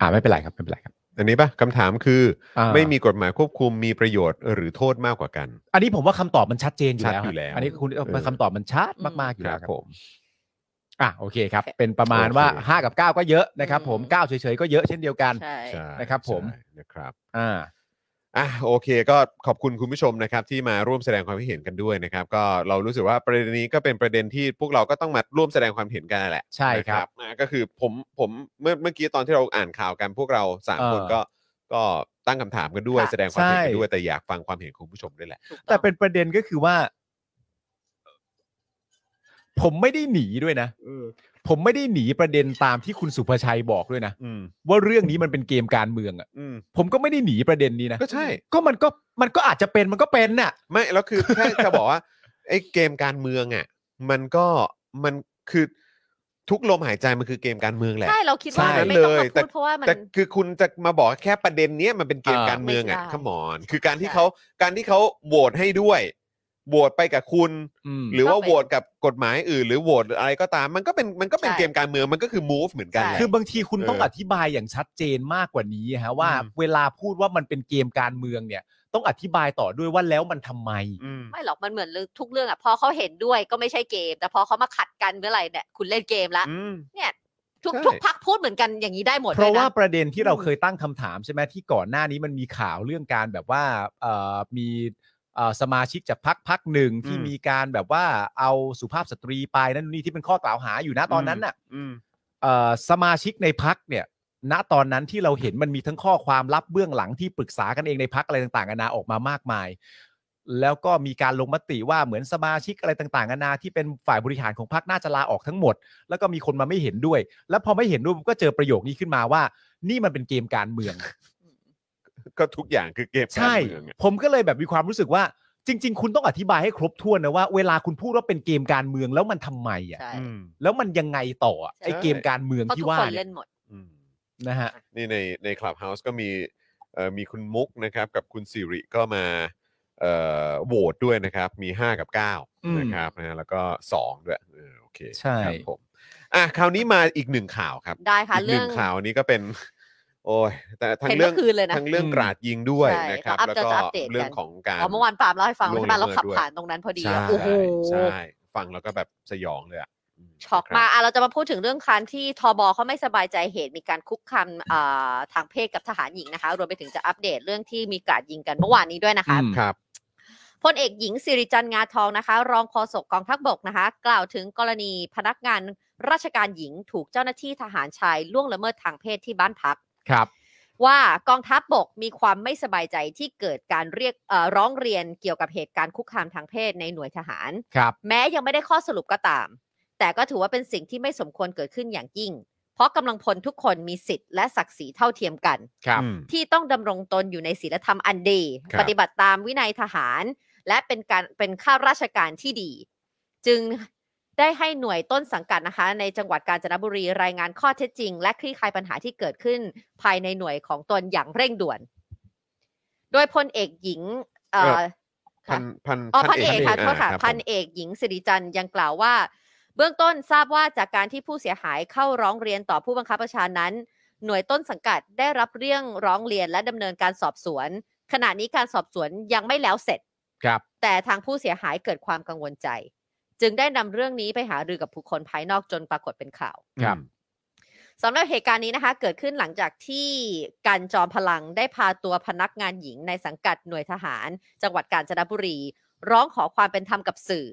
Speaker 5: อ่าไม่เป็นไรครับไม่เป็นไรครับ
Speaker 3: อันนี้ปะคำถามคืออ
Speaker 5: อ่า
Speaker 3: ไม่มีกฎหมายควบคุมมีประโยชน์หรือโทษมากกว่ากัน
Speaker 5: อันนี้ผมว่าคำตอบมันชัดเจนอยู่
Speaker 3: ชัด
Speaker 5: แล้ว
Speaker 3: อยู่แล้ว
Speaker 5: นนี้คุณ
Speaker 3: เออ
Speaker 5: คำตอบมันชัดมากๆอยู่
Speaker 3: ค
Speaker 5: แล้
Speaker 3: รั
Speaker 5: ว
Speaker 3: บ
Speaker 5: ครับ
Speaker 3: ผม
Speaker 5: อ่ะโอเคครับ เป็นประมาณว่า
Speaker 3: โอเค
Speaker 5: 5 กับ 9 ก็เยอะนะครับผม
Speaker 4: อืม
Speaker 5: 9 เฉยๆ ก็เยอะเช่นเดียวกัน
Speaker 4: ใช่
Speaker 3: ใช่
Speaker 5: นะครับผม
Speaker 3: ใช่นะครับ
Speaker 5: อ่า
Speaker 3: อ่ะโอเคก็ขอบคุณคุณผู้ชมนะครับที่มาร่วมแสดงความคิดเห็นกันด้วยนะครับก็เรารู้สึกว่าประเด็นนี้ก็เป็นประเด็นที่พวกเราก็ต้องมาร่วมแสดงความเห็นกันนั่นแหละ
Speaker 5: ใช่ครับ
Speaker 3: นะนะก็คือผมผมเมื่อเมื่อกี้ตอนที่เราอ่านข่าวกันพวกเราสาม
Speaker 5: เออ
Speaker 3: คนก็ก็ตั้งคำถามกันด้วย
Speaker 4: ค่ะ
Speaker 3: แสดงความเห็นกั
Speaker 5: ใช่
Speaker 3: นด้วยแต่อยากฟังความเห็นคุณผู้ชมด้วยแหละ
Speaker 4: ถูกอง
Speaker 5: แต่เป็นประเด็นก็คือว่า ผมไม่ได้หนีด้วยนะผมไม่ได้หนีประเด็นตามที่คุณสุภชัยบอกด้วยนะ
Speaker 3: อืม
Speaker 5: ว่าเรื่องนี้มันเป็นเกมการเมืองอ่ะ
Speaker 3: อืม
Speaker 5: ผมก็ไม่ได้หนีประเด็นนี้นะ
Speaker 3: ก็ใช่
Speaker 5: ก็มันก็มันก็อาจจะเป็นมันก็เป็นน่ะ
Speaker 3: ไม่แล้วคือ แค่จะบอกว่าไอ้เกมการเมืองอ่ะมันก็มันคือทุกลมหายใจมันคือเกมการเมืองแหละ
Speaker 4: ใช่เราคิดว่า
Speaker 5: ใช่
Speaker 4: มันไม่ต้องมา
Speaker 3: เลยแต่
Speaker 4: พูดเพราะว่ามัน
Speaker 3: แต่คือคุณจะมาบอกแค่ประเด็นเนี้ยมันเป็นเกม
Speaker 5: อ่า
Speaker 3: การเมืองอ่ะ
Speaker 4: ไม่ใช่
Speaker 3: ขมอนคือการที่
Speaker 4: ใช่
Speaker 3: เขาการที่เขาโหวตให้ด้วยโหวตไปกับคุณ
Speaker 5: อืม
Speaker 3: หรือว่าโหวตกับกฎหมายอื่น หรือโหวตอะไรก็ตาม มันก็เป็นมันก็เป็นเกมการเมืองมันก็คือ move เหมือนกันแหละ
Speaker 5: คือบางทีคุณต้อง
Speaker 3: เออ
Speaker 5: อ
Speaker 3: อ
Speaker 5: ธิบายอย่างชัดเจนมากกว่านี้ฮะว่า
Speaker 3: อืม
Speaker 5: เวลาพูดว่ามันเป็นเกมการเมืองเนี่ย ต้องอธิบายต่อด้วยว่าแล้วมันทำไม
Speaker 3: ม
Speaker 4: ไม่หรอกมันเหมือนทุกเรื่องอ่ะพอเขาเห็นด้วยก็ไม่ใช่เกม แต่พอเขามาขัดกันเมื่อไหร่เนี่ยคุณเล่นเกมละ
Speaker 3: อืม
Speaker 4: เนี่ยทุก
Speaker 3: ใช่
Speaker 4: ทุกพักพูดเหมือนกันอย่างนี้ได้หมด
Speaker 5: เพราะ
Speaker 4: ลยน
Speaker 5: ว่าประเด็นที่เราเคยตั้งคำถามใช่ไหมที่ก่อนหน้านี้มันมีข่าวเรื่องการแบบว่าเอ่อมีเอ่อสมาชิกจากพักพักหนึ่งที่
Speaker 3: อืม
Speaker 5: มีการแบบว่าเอาสุภาพสตรีไปนั่นนี่ที่เป็นข้อกล่าวหาอยู่นะตอนนั้นน่ะ
Speaker 3: อืม
Speaker 5: เอ่อสมาชิกในพักเนี่ย ณตอนนั้นที่เราเห็นมันมีทั้งข้อความลับเบื้องหลังที่ปรึกษากันเองในพักอะไรต่างๆนานาออกมามากมาย แล้วก็มีการลงมติว่าเหมือนสมาชิกอะไรต่างๆนานาที่เป็นฝ่ายบริหารของพักน่าจะลาออกทั้งหมด แล้วก็มีคนมาไม่เห็นด้วย แล้วพอไม่เห็นด้วยก็เจอประโยคนี้ขึ้นมาว่า นี่มันเป็นเกมการเมือง
Speaker 3: ก็ทุกอย่างคือเกมการ
Speaker 5: ใช่
Speaker 3: เมืองอะ
Speaker 5: ผมก็เลยแบบมีความรู้สึกว่า จริง ๆ คุณต้องอธิบายให้ครบถ้วนนะว่าเวลาคุณพูดว่าเป็นเกมการเมืองแล้วมันทำไมอ่ะ
Speaker 4: ใช่
Speaker 3: อืม
Speaker 5: แล้วมันยังไงต่ออะ
Speaker 3: ใช่
Speaker 5: ไอ้เกมการเมือง
Speaker 4: เพราะ
Speaker 5: ที่
Speaker 4: ทุก
Speaker 5: ว่า
Speaker 4: คน
Speaker 5: เนี่ย
Speaker 4: เล่นหมด
Speaker 3: อืม
Speaker 5: นะฮะ
Speaker 3: นี่ในในคลับเฮาส์ก็มีเอ่อมีคุณมุกนะครับกับคุณสิริก็มาเอ่อโหวตด้วยนะครับ มี 5 กับ
Speaker 5: อืม
Speaker 3: 9 นะครับนะแล้วก็ 2 ด้วยเออโอเค
Speaker 5: ใช่
Speaker 3: ครับผมอ่ะคราวนี้มาอีกหนึ่งข่าวครับ
Speaker 4: ได้ค่ะ
Speaker 3: อีกห
Speaker 4: เรื่
Speaker 3: นึ่
Speaker 4: อง
Speaker 3: งข่าวนี้ก็เป็น โอ้ยแต่ทั้ง
Speaker 4: เห็น
Speaker 3: เรื่อง
Speaker 4: เมื่อคืนเลยนะ
Speaker 3: ทั้งเรื่อง
Speaker 5: อืม
Speaker 3: กราดยิงด้วย
Speaker 4: ใช่
Speaker 3: นะครับ
Speaker 4: เราอัป
Speaker 3: แล้ว
Speaker 4: จะ
Speaker 3: ก็
Speaker 4: จะอัปเดตกัน
Speaker 3: เรื่องของการ
Speaker 4: อ๋อเมื่อวานปาล์มเล่าให้ฟัง
Speaker 3: ล่วง
Speaker 4: เมื่อวานเราขับ
Speaker 3: ละเมิดด้วย
Speaker 4: ผ่านตรงนั้นพอดี
Speaker 3: ใช่
Speaker 4: อะโอ้โห
Speaker 3: ใช่ฟังแล้วก็แบบสยองเลยอ่ะม
Speaker 4: ช็อก
Speaker 3: นะครับ
Speaker 4: มากอ่ะเราจะมาพูดถึงเรื่องคันที่ทบเขาไม่สบายใจเหตุมีการคุกคามอ่าทางเพศกับทหารหญิงนะคะ รวมไปถึงจะอัปเดตเรื่องที่มีการยิงกันเมื่อวานนี้ด้วยนะคะ
Speaker 5: อืม
Speaker 3: ครับ
Speaker 4: พลเอกหญิงสิริจันทร์งาทองนะคะ รองโฆษกกองทัพบกนะคะ กล่าวถึงกรณีพนักงานราชการหญิงถูกเจ้าหน้าที่ทหารชายล่วงละเมิดทางเพศที่บ้านพัก
Speaker 5: ครับ
Speaker 4: ว่ากองทัพบกมีความไม่สบายใจที่เกิดการเรียกเอ่อร้องเรียนเกี่ยวกับเหตุการณ์คุกคามทางเพศในหน่วยทหาร
Speaker 5: ครับ
Speaker 4: แม้ยังไม่ได้ข้อสรุปก็ตาม แต่ก็ถือว่าเป็นสิ่งที่ไม่สมควรเกิดขึ้นอย่างยิ่ง เพราะกำลังพลทุกคนมีสิทธิ์และศักดิ์ศรีเท่าเทียมกัน
Speaker 5: ครับ
Speaker 3: อืม
Speaker 4: ที่ต้องดำรงตนอยู่ในศีลธรรมอันดี
Speaker 3: ครับ
Speaker 4: ปฏิบัติตามวินัยทหาร และเป็นการเป็นข้าราชการที่ดี จึงได้ให้หน่วยต้นสังกัดนะคะ ในจังหวัดกาญจนบุรีรายงานข้อเท็จจริง และคลี่คลายปัญหาที่เกิดขึ้นภายในหน่วยของตนอย่างเร่งด่วน โดยพลเอกหญิงเอ่อ
Speaker 3: พันพัน
Speaker 4: อ๋อพันเอกค่ะ
Speaker 3: า
Speaker 4: โทษค่ะ
Speaker 3: รับ
Speaker 4: พัน
Speaker 3: ผม
Speaker 4: เอกหญิงสิริจันทร์ยังกล่าวว่า เบื้องต้นทราบว่าจากการที่ผู้เสียหายเข้าร้องเรียนต่อผู้บังคับบัญชานั้น หน่วยต้นสังกัดได้รับเรื่องร้องเรียนและดำเนินการสอบสวน ขณะนี้การสอบสวนยังไม่แล้วเสร็จ
Speaker 5: ครับ
Speaker 4: แต่ทางผู้เสียหายเกิดความกังวลใจ จึงได้นำเรื่องนี้ไปหารือกับบุคคลภายนอกจนปรากฏเป็นข่าว
Speaker 5: ครับ
Speaker 4: สำหรับเหตุการณ์นี้นะคะ เกิดขึ้นหลังจากที่การจอมพลังได้พาตัวพนักงานหญิงในสังกัดหน่วยทหาร จังหวัดกาญจนบุรี ร้องขอความเป็นธรรมกับสื่อ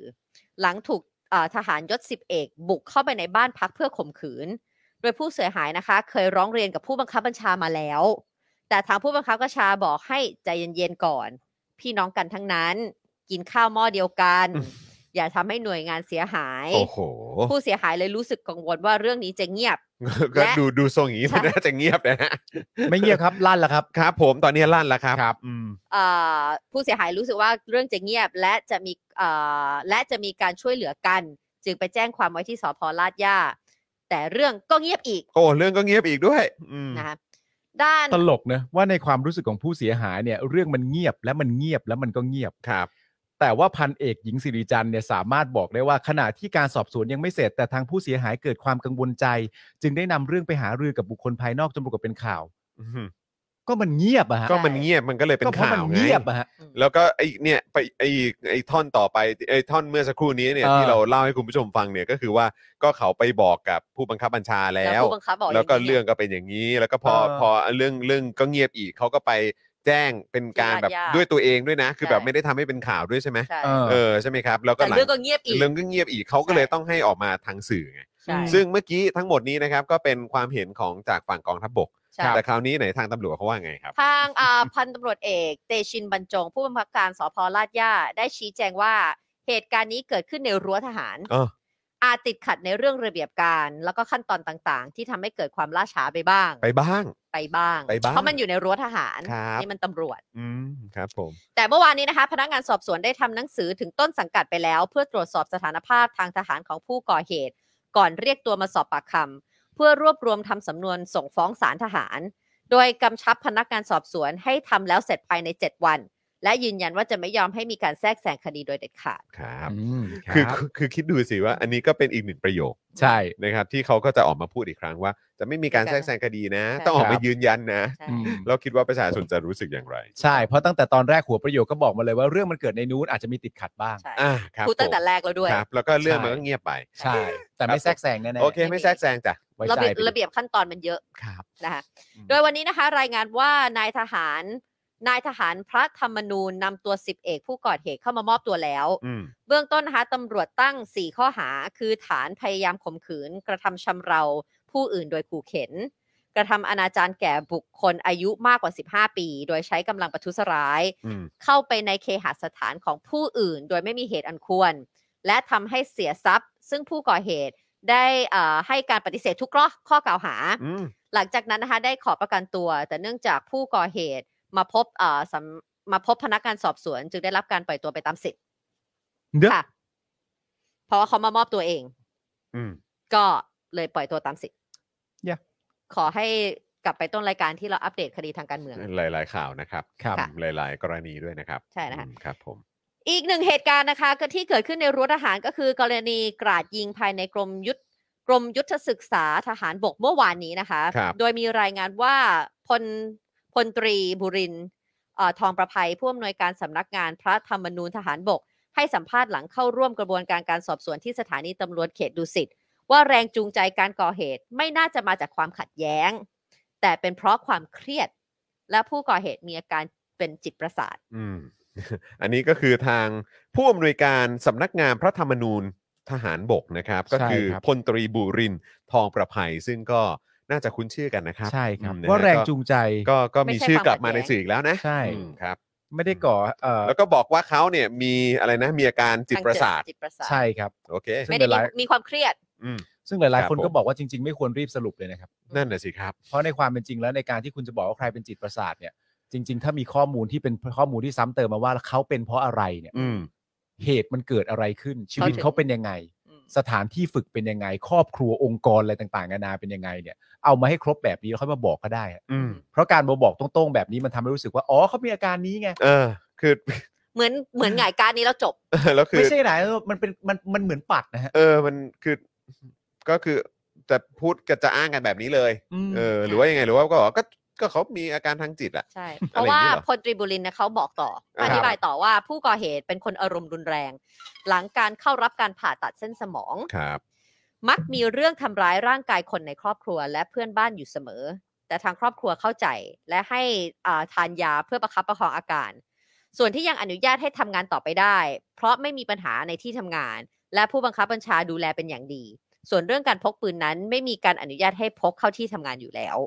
Speaker 4: หลังถูกเอ่อทหารยศสิบเอกบุกเข้าไปในบ้านพักเพื่อข่มขืน โดยผู้เสียหายนะคะ เคยร้องเรียนกับผู้บังคับบัญชามาแล้ว แต่ทางผู้บังคับบัญชาบอกให้ใจเย็นๆก่อน พี่น้องกันทั้งนั้น กินข้าวหม้อเดียวกัน อย่าทำให้หน่วยงานเสียหาย
Speaker 3: โอ้โห
Speaker 4: ผู้เสียหายเลยรู้สึกกังวลว่าเรื่องนี้จะเงียบ
Speaker 3: ก็
Speaker 4: และ
Speaker 3: ดูดูทรงอย่างนี้มันน่าจะเงียบนะฮะ
Speaker 5: ไม่เงียบครับ ลั่นแล้วครับ
Speaker 3: ครับ ผมตอนนี้ลั่นแล้วครับ
Speaker 5: ครับ
Speaker 3: อืม
Speaker 4: เอ่อผู้เสียหายรู้สึกว่าเรื่องจะเงียบและจะมีเอ่อและจะมีการช่วยเหลือกัน จึงไปแจ้งความไว้ที่สพลาดย่า แต่เรื่องก็เงียบอีก
Speaker 3: โอ้เรื่องก็เงียบอีกด้วยอืม
Speaker 4: นะคะด้าน
Speaker 5: ตลกนะว่าในความรู้สึกของผู้เสียหายเนี่ยเรื่องมันเงียบและมันเงียบแล้วมันก็เงียบ
Speaker 3: ครับ
Speaker 5: แต่ว่าพันเอกหญิงสิริจันทร์เนี่ยสามารถบอกได้ว่าขณะที่การสอบสวนยังไม่เสร็จแต่ทางผู้เสียหายเกิดความกังวลใจ จึงได้นำเรื่องไปหารือกับบุคคลภายนอกจนปรากฏเป็นข่าว
Speaker 3: อืม
Speaker 5: ก็มันเงียบอะฮะ
Speaker 3: ก็มันเงียบมันก็เลยเป็น
Speaker 5: ก็เพราะ
Speaker 3: ข่า
Speaker 5: มั
Speaker 3: วไง
Speaker 5: เงียบอะฮะ
Speaker 3: แล้วก็ไอ้เนี่ยไปไอ้ไอ้ท่อนต่อไปไอ้ท่อนเมื่อสักครู่นี้เนี่ย
Speaker 5: เออ
Speaker 3: ที่เราเล่าให้คุณผู้ชมฟังเนี่ยก็คือว่าก็เขาไปบอกกับผู้บังคับบัญชาแล้
Speaker 4: แล้ว
Speaker 3: ว
Speaker 4: ผู้บังคับบอก
Speaker 3: แล้วก็
Speaker 4: ย่านี้
Speaker 3: เรื่องก็เป็นอย่างนี้ แล้วก็พอ
Speaker 5: เออ
Speaker 3: พอเรื่องเรื่องก็เงียบอีกเขาก็ไปแจ้งเป็นการแบบ
Speaker 4: ที่อาญา
Speaker 3: ด้วยตัวเองด้วยนะ คือ
Speaker 4: ใช่
Speaker 3: แบบไม่ได้ทำให้เป็นข่าวด้วยใช่ไหม
Speaker 4: ใช่
Speaker 5: เออ
Speaker 3: เออใช่ไหมครับแล้วก็
Speaker 4: แต่
Speaker 3: หลัง
Speaker 4: เรื่องก็เงียบอีก
Speaker 3: เรื่องก็เงียบอีกเขาก็
Speaker 4: ใช่
Speaker 3: เลยต้องให้ออกมาทางสื่อไง
Speaker 4: ใช่
Speaker 3: ซึ่งเมื่อกี้ทั้งหมดนี้นะครับก็เป็นความเห็นของจากฝั่งกองทัพบก
Speaker 4: ใช่
Speaker 3: แต่คราวนี้ไหนทางตำรวจเขาว่าไงครับ
Speaker 4: ทางอ่า พันตำรวจเอกเตชินบรรจง ผู้บังคับการสพลาดย่าได้ชี้แจงว่าเหตุการณ์นี้เกิดขึ้นในรั้วทหาร
Speaker 3: เออ
Speaker 4: อาจติดขัดในเรื่องระเบียบการ แล้วก็ขั้นตอนต่างๆ ที่ทำให้เกิดความล่าช้าไปบ้าง
Speaker 3: ไปบ้าง
Speaker 4: ไปบ้าง
Speaker 3: ไปบ้าง
Speaker 4: เพราะมันอยู่ในรั้วทหาร
Speaker 3: ครับ
Speaker 4: นี่มันตำรวจ
Speaker 3: อืมครับผม
Speaker 4: แต่เมื่อวานนี้นะคะ พนักงานสอบสวนได้ทำหนังสือถึงต้นสังกัดไปแล้ว เพื่อตรวจสอบสถานภาพทางทหารของผู้ก่อเหตุ ก่อนเรียกตัวมาสอบปากคำเพื่อรวบรวมทำสำนวนส่งฟ้องศาลทหาร โดยกำชับพนักงานสอบสวนให้ทำแล้วเสร็จภายใน 7 วัน และยืนยันว่าจะไม่ยอมให้มีการแทรกแซงคดีโดยเด็ดขาด
Speaker 3: ครับ
Speaker 5: อืม
Speaker 3: คื
Speaker 5: คือ
Speaker 3: อคือคือคิดดูสิว่า อันนี้ก็เป็นอีกหนึ่งประโยค
Speaker 5: ใช่
Speaker 3: นะครับ ที่เขาก็จะออกมาพูดอีกครั้งว่า จะไม่มีการแทรกแซงคดีนะ
Speaker 4: ใช่
Speaker 3: ต้องออก
Speaker 5: ครั
Speaker 3: มา
Speaker 5: บ
Speaker 3: ยืนยันนะ
Speaker 4: ใช่
Speaker 5: อืม
Speaker 3: เราคิดว่าประชาชนจะรู้สึกอย่างไร
Speaker 5: ใช่ เพราะตั้งแต่ตอนแรกหัวประโยคก็บอกมาเลยว่าเรื่องมันเกิดในนู้นอาจจะมีติดขัดบ้าง
Speaker 4: ใช่
Speaker 3: อ่าครับ
Speaker 4: พูดตั้งแต่
Speaker 3: ผม
Speaker 4: แรกแล้วด้วย
Speaker 3: ครับ แล้วก็เรื่องมัน
Speaker 5: ใช่
Speaker 3: ก็เงียบไป
Speaker 5: ใช่ แต่ไม่แทรกแซงแน่ๆ
Speaker 3: โอเค
Speaker 4: ไม่
Speaker 3: ไม่
Speaker 4: มี
Speaker 3: แทรกแซงจ้ะ
Speaker 5: ไว้
Speaker 4: ระ
Speaker 5: ใจ
Speaker 4: เบียบ
Speaker 5: ไปดิ
Speaker 4: ระเบียบขั้นตอนมันเยอะ
Speaker 3: ครับ
Speaker 4: นะคะ
Speaker 5: อืม
Speaker 4: โดยวันนี้นะคะรายงานว่านายทหารนายทหารพระธรรมนูญนำตัวสิบเอกผู้ก่อเหตุเข้ามามอบตัวแล้ว
Speaker 3: อืม
Speaker 4: เบื้องต้นนะคะตำรวจตั้ง 4 ข้อหา คือฐานพยายามข่มขืน กระทำชำเรา ผู้อื่นโดยขู่เข็น กระทำอนาจารแก่บุคคลอายุมากกว่า 15 ปี โดยใช้กำลังประทุษร้าย
Speaker 3: อืม
Speaker 4: เข้าไปในเคหสถานของผู้อื่น โดยไม่มีเหตุอันควร และทำให้เสียทรัพย์ ซึ่งผู้ก่อเหตุได้เอ่อให้การปฏิเสธทุกข้อข้อกล่าวหา
Speaker 3: อืม
Speaker 4: หลังจากนั้นนะคะได้ขอประกันตัว แต่เนื่องจากผู้ก่อเหตุมาพบเอ่อสำมาพบพนักงานสอบสวน จึงได้รับการปล่อยตัวไปตามสิทธิ
Speaker 5: เด้อ
Speaker 4: ค่ะ เพราะว่าเขามามอบตัวเอง
Speaker 3: อืม
Speaker 4: ก็เลยปล่อยตัวตามสิทธิ์
Speaker 5: เยอะ
Speaker 4: ขอให้กลับไปต้นรายการที่เราอัปเดตคดีทางการเมือง
Speaker 3: หลาย ๆ ข่าวนะครับ
Speaker 5: ครับ
Speaker 4: ค่ะ
Speaker 3: หลาย ๆ กรณีด้วยนะครับ
Speaker 4: ใช่นะคะ
Speaker 3: อืมครับผม
Speaker 4: อีกหนึ่งเหตุการณ์นะคะก็ที่เกิดขึ้นในรั้วทหารก็คือกรณีกราดยิงภายในกรมยุทธกรมยุทธศึกษาทหารบกเมื่อวานนี้นะคะ
Speaker 3: ครับ
Speaker 4: โดยมีรายงานว่าพลพลตรีบุรินทร์เอ่อทองประภัยผู้อำนวยการสำนักงานพระธรรมนูญทหารบก ให้สัมภาษณ์หลังเข้าร่วมกระบวนการการสอบสวนที่สถานีตำรวจเขตดุสิตว่าแรงจูงใจการก่อเหตุไม่น่าจะมาจากความขัดแย้ง แต่เป็นเพราะความเครียด และผู้ก่อเหตุมีอาการเป็นจิตประสาท
Speaker 3: อืม อันนี้ก็คือทางผู้อำนวยการสำนักงานพระธรรมนูญทหารบกนะครับ ก็
Speaker 5: ใช่
Speaker 3: คือ
Speaker 5: ครับ
Speaker 3: พลตรีบุรินทร์ทองประภัย ซึ่งก็น่าจะคุ้นชื่อกันนะครับ
Speaker 5: ใช่ครับ
Speaker 3: อืมนะฮะ
Speaker 5: ว่าแรง
Speaker 3: ก็
Speaker 5: จูงใจ
Speaker 3: ก็ก็
Speaker 4: ไม่
Speaker 3: มี
Speaker 4: ใช่
Speaker 3: ชื่อกลับ
Speaker 4: ความขั
Speaker 3: มา
Speaker 4: ดแย้
Speaker 3: ใน
Speaker 4: ง
Speaker 3: สื่ออีกแล้วนะ
Speaker 5: ใช่
Speaker 3: อืมครับ
Speaker 5: ไม่ได้ก่อเอ่อ
Speaker 3: แล้วก็บอกว่าเขาเนี่ยมีอะไรนะมีอาการจิตประสาท
Speaker 4: จิตประสาท
Speaker 5: ใช่ครับ
Speaker 3: โอเค
Speaker 5: ซึ่ง
Speaker 4: ไม่ได้
Speaker 5: หลาย
Speaker 4: มีมีความเครียด
Speaker 3: อืม
Speaker 5: ซึ่งหลา
Speaker 3: ค
Speaker 5: ย
Speaker 3: รั
Speaker 5: ๆ
Speaker 3: บ
Speaker 5: คนก็
Speaker 3: ผม
Speaker 5: บอกว่าจริง ๆ ไม่ควรรีบสรุปเลยนะครับ
Speaker 3: นั่นน่ะสิครับ
Speaker 5: เพราะในความเป็นจริงแล้วในการที่คุณจะบอกว่าใครเป็นจิตประสาทเนี่ยจริง ๆ ถ้ามีข้อมูลที่เป็นข้อมูลที่ซ้ำเติมมาว่าเขาเป็นเพราะอะไรเนี่ย
Speaker 3: อืม
Speaker 5: เหตุมันเกิดอะไรขึ้น ชีวิตเขาเป็นยังไง
Speaker 4: อืม
Speaker 5: สถานที่ฝึกเป็นยังไง ครอบครัวองค์กรอะไรต่างๆนานาเป็นยังไงเนี่ยเอามาให้ครบแบบนี้แล้วค่อยมาบอกก็ได้อะ
Speaker 3: อืม
Speaker 5: เพราะการมาบอกตรงๆแบบนี้มันทำให้รู้สึกว่าอ๋อเขามีอาการนี้ไง
Speaker 3: เออ คือ
Speaker 4: เหมือนเหมือนหงายการดนี้แล้วจบ
Speaker 3: แล้วคือ
Speaker 5: ไม่ใช่ไหนมันเป็นมันมันเหมือนปัดนะฮะ
Speaker 3: เออ มันคือ ก็คือจะพูดกันจะอ้างกันแบบนี้เลย
Speaker 5: ม
Speaker 3: เออ หรือว่ายังไง หรือว่าก็บอกก็ก็เขามีอาการทางจิตอะ
Speaker 4: ใช่ เพ
Speaker 3: อะไร
Speaker 4: ราะ
Speaker 3: อย่า
Speaker 4: ว่าง
Speaker 3: นี้เหรอ
Speaker 4: พลตรีบุรินทร์เนยเขาบอกต่อ
Speaker 3: ครับ
Speaker 4: อธิบายต่อว่าผู้ก่อเหตุเป็นคนอารมณ์รุนแรง หลังการเข้ารับการผ่าตัดเส้นสมอง
Speaker 3: ครับ
Speaker 4: มักมีเรื่องทำร้ายร่างกายคนในครอบครัวและเพื่อนบ้านอยู่เสมอ แต่ทางครอบครัวเข้าใจและให้อ่าทานยาเพื่อประคับประคองอาการ ส่วนที่ยังอนุญาตให้ทำงานต่อไปได้ เพราะไม่มีปัญหาในที่ทำงาน และผู้บังคับบัญชาดูแลเป็นอย่างดี ส่วนเรื่องการพกปืนนั้น ไม่มีการอนุญาตให้พกเข้าที่ทำงานอยู่แล้ว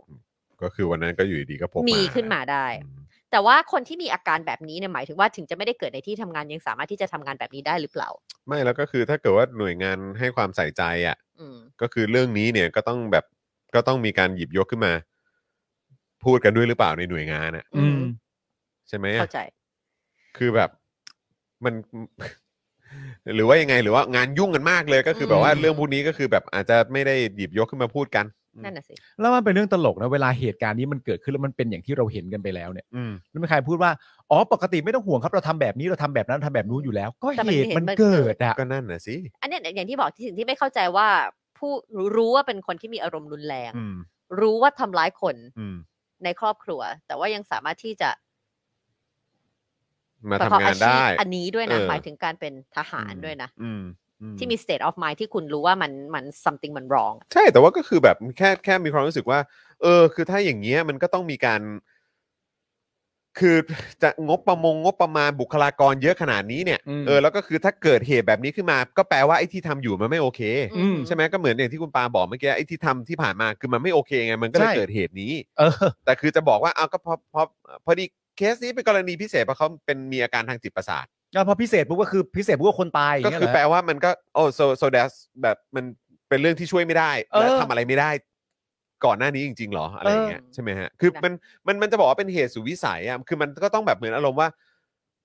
Speaker 3: ก็คือวันนั้นก็อยู่ดีๆก็พบ
Speaker 4: มีขึ้นมาได้
Speaker 3: อืม
Speaker 4: แต่ว่าคนที่มีอาการแบบนี้เนี่ยหมายถึงว่าถึงจะไม่ได้เกิดในที่ทำงานยังสามารถที่จะทำงานแบบนี้ได้หรือเปล่า
Speaker 3: ไม่แล้วก็คือถ้าเกิดว่าหน่วยงานให้ความใส่ใจอะ
Speaker 4: อืม
Speaker 3: ก็คือเรื่องนี้เนี่ยก็ต้องแบบก็ต้องมีการหยิบยกขึ้นมา พูดกันด้วยหรือเปล่าในหน่วยงานอะ
Speaker 5: อืม
Speaker 3: ใช่ไหมอะ
Speaker 4: เข้าใจ
Speaker 3: คือแบบมัน หรือว่ายังไงหรือว่างานยุ่งกันมากเลยก็คือแบบว่า
Speaker 5: อืม
Speaker 3: เรื่องพวกนี้ก็คือแบบอาจจะไม่ได้หยิบยกขึ้นมาพูดกัน
Speaker 4: นั่นน่ะสิ
Speaker 5: แล้วมันเป็นเรื่องตลกนะเวลาเหตุการณ์นี้มันเกิดขึ้นแล้วมันเป็นอย่างที่เราเห็นกันไปแล้วเนี่ย
Speaker 3: อืม
Speaker 5: แล้วมีใครพูดว่า อ๋อ ปกติไม่ต้องห่วงครับ เราทำแบบนี้ เราทำแบบนั้นทำแบบนู้นอยู่แล้ว ก็
Speaker 4: แต่มัน
Speaker 5: เหตุ
Speaker 4: เห็น
Speaker 5: มัน
Speaker 4: มัน
Speaker 5: เกิดอ่ะ
Speaker 3: ก็นั่นน่ะสิ
Speaker 4: อันเนี้ยอย่างที่บอกที่สิ่งที่ไม่เข้าใจว่า ผู้รู้ว่าเป็นคนที่มีอารมณ์รุนแรง
Speaker 3: อืม
Speaker 4: รู้ว่าทำร้ายคน
Speaker 3: อืม
Speaker 4: ใน ในครอบครัว แต่ว่ายังสามารถที่จะ
Speaker 3: มา
Speaker 4: ประกอบ
Speaker 3: ทำงา
Speaker 4: อาน ชี
Speaker 3: ได้
Speaker 4: พอันนี้ด้วยนะ
Speaker 3: เออ
Speaker 4: หมายถึงการเป็นทหารด้วยนะ
Speaker 3: อืมอื
Speaker 4: ที่มี state of mind ที่คุณรู้ว่ามันมัน something มัน wrong อะ
Speaker 3: ใช่แต่ว่าก็คือแบบแค่แค่มีความรู้สึกว่า เออ คือถ้าอย่างเงี้ยมันก็ต้องมีการ คือ จะงบประมงงบประมาณบุคลากรเยอะขนาดนี้เนี่ย
Speaker 5: อืม
Speaker 3: เออแล้วก็คือถ้าเกิดเหตุแบบนี้ขึ้นมา ก็แปลว่าไอ้ที่ทำอยู่มันไม่โอเค
Speaker 5: อืม
Speaker 3: ใช่ไหมก็เหมือนอย่างที่คุณปาบอกเมื่อกี้ไอ้ที่ทำที่ผ่านมาคือมันไม่โอเคไงมันก็เลย
Speaker 5: ใช่
Speaker 3: เกิดเหตุนี้
Speaker 5: เออ
Speaker 3: แต่คือจะบอกว่าเอาก็เพอพอพอดีเคสนี้เป็นกรณีพิเศษเพราะเขาเป็นมีอาการทางจิตประสาท
Speaker 5: ก็พอพิเศษปุ๊บก็คือพิเศษปุ๊บก็คนตาย
Speaker 3: ก็
Speaker 5: ย่างเงี้ย
Speaker 3: คือ
Speaker 5: เหร
Speaker 3: แปลว่ามันก็โอ้โซโซเดสแบบมันเป็นเรื่องที่ช่วยไม่ได้
Speaker 5: เออ
Speaker 3: และทำอะไรไม่ได้ ก่อนหน้านี้จริงๆหรออะไรอย่างเงี้ย
Speaker 4: เออ
Speaker 3: ใช่ไหมฮะคือมันมันมันจะบอกว่าเป็นเหตุสุดวิสัยอ่ะคือมันก็ต้องแบบเหมือนอารมณ์ว่า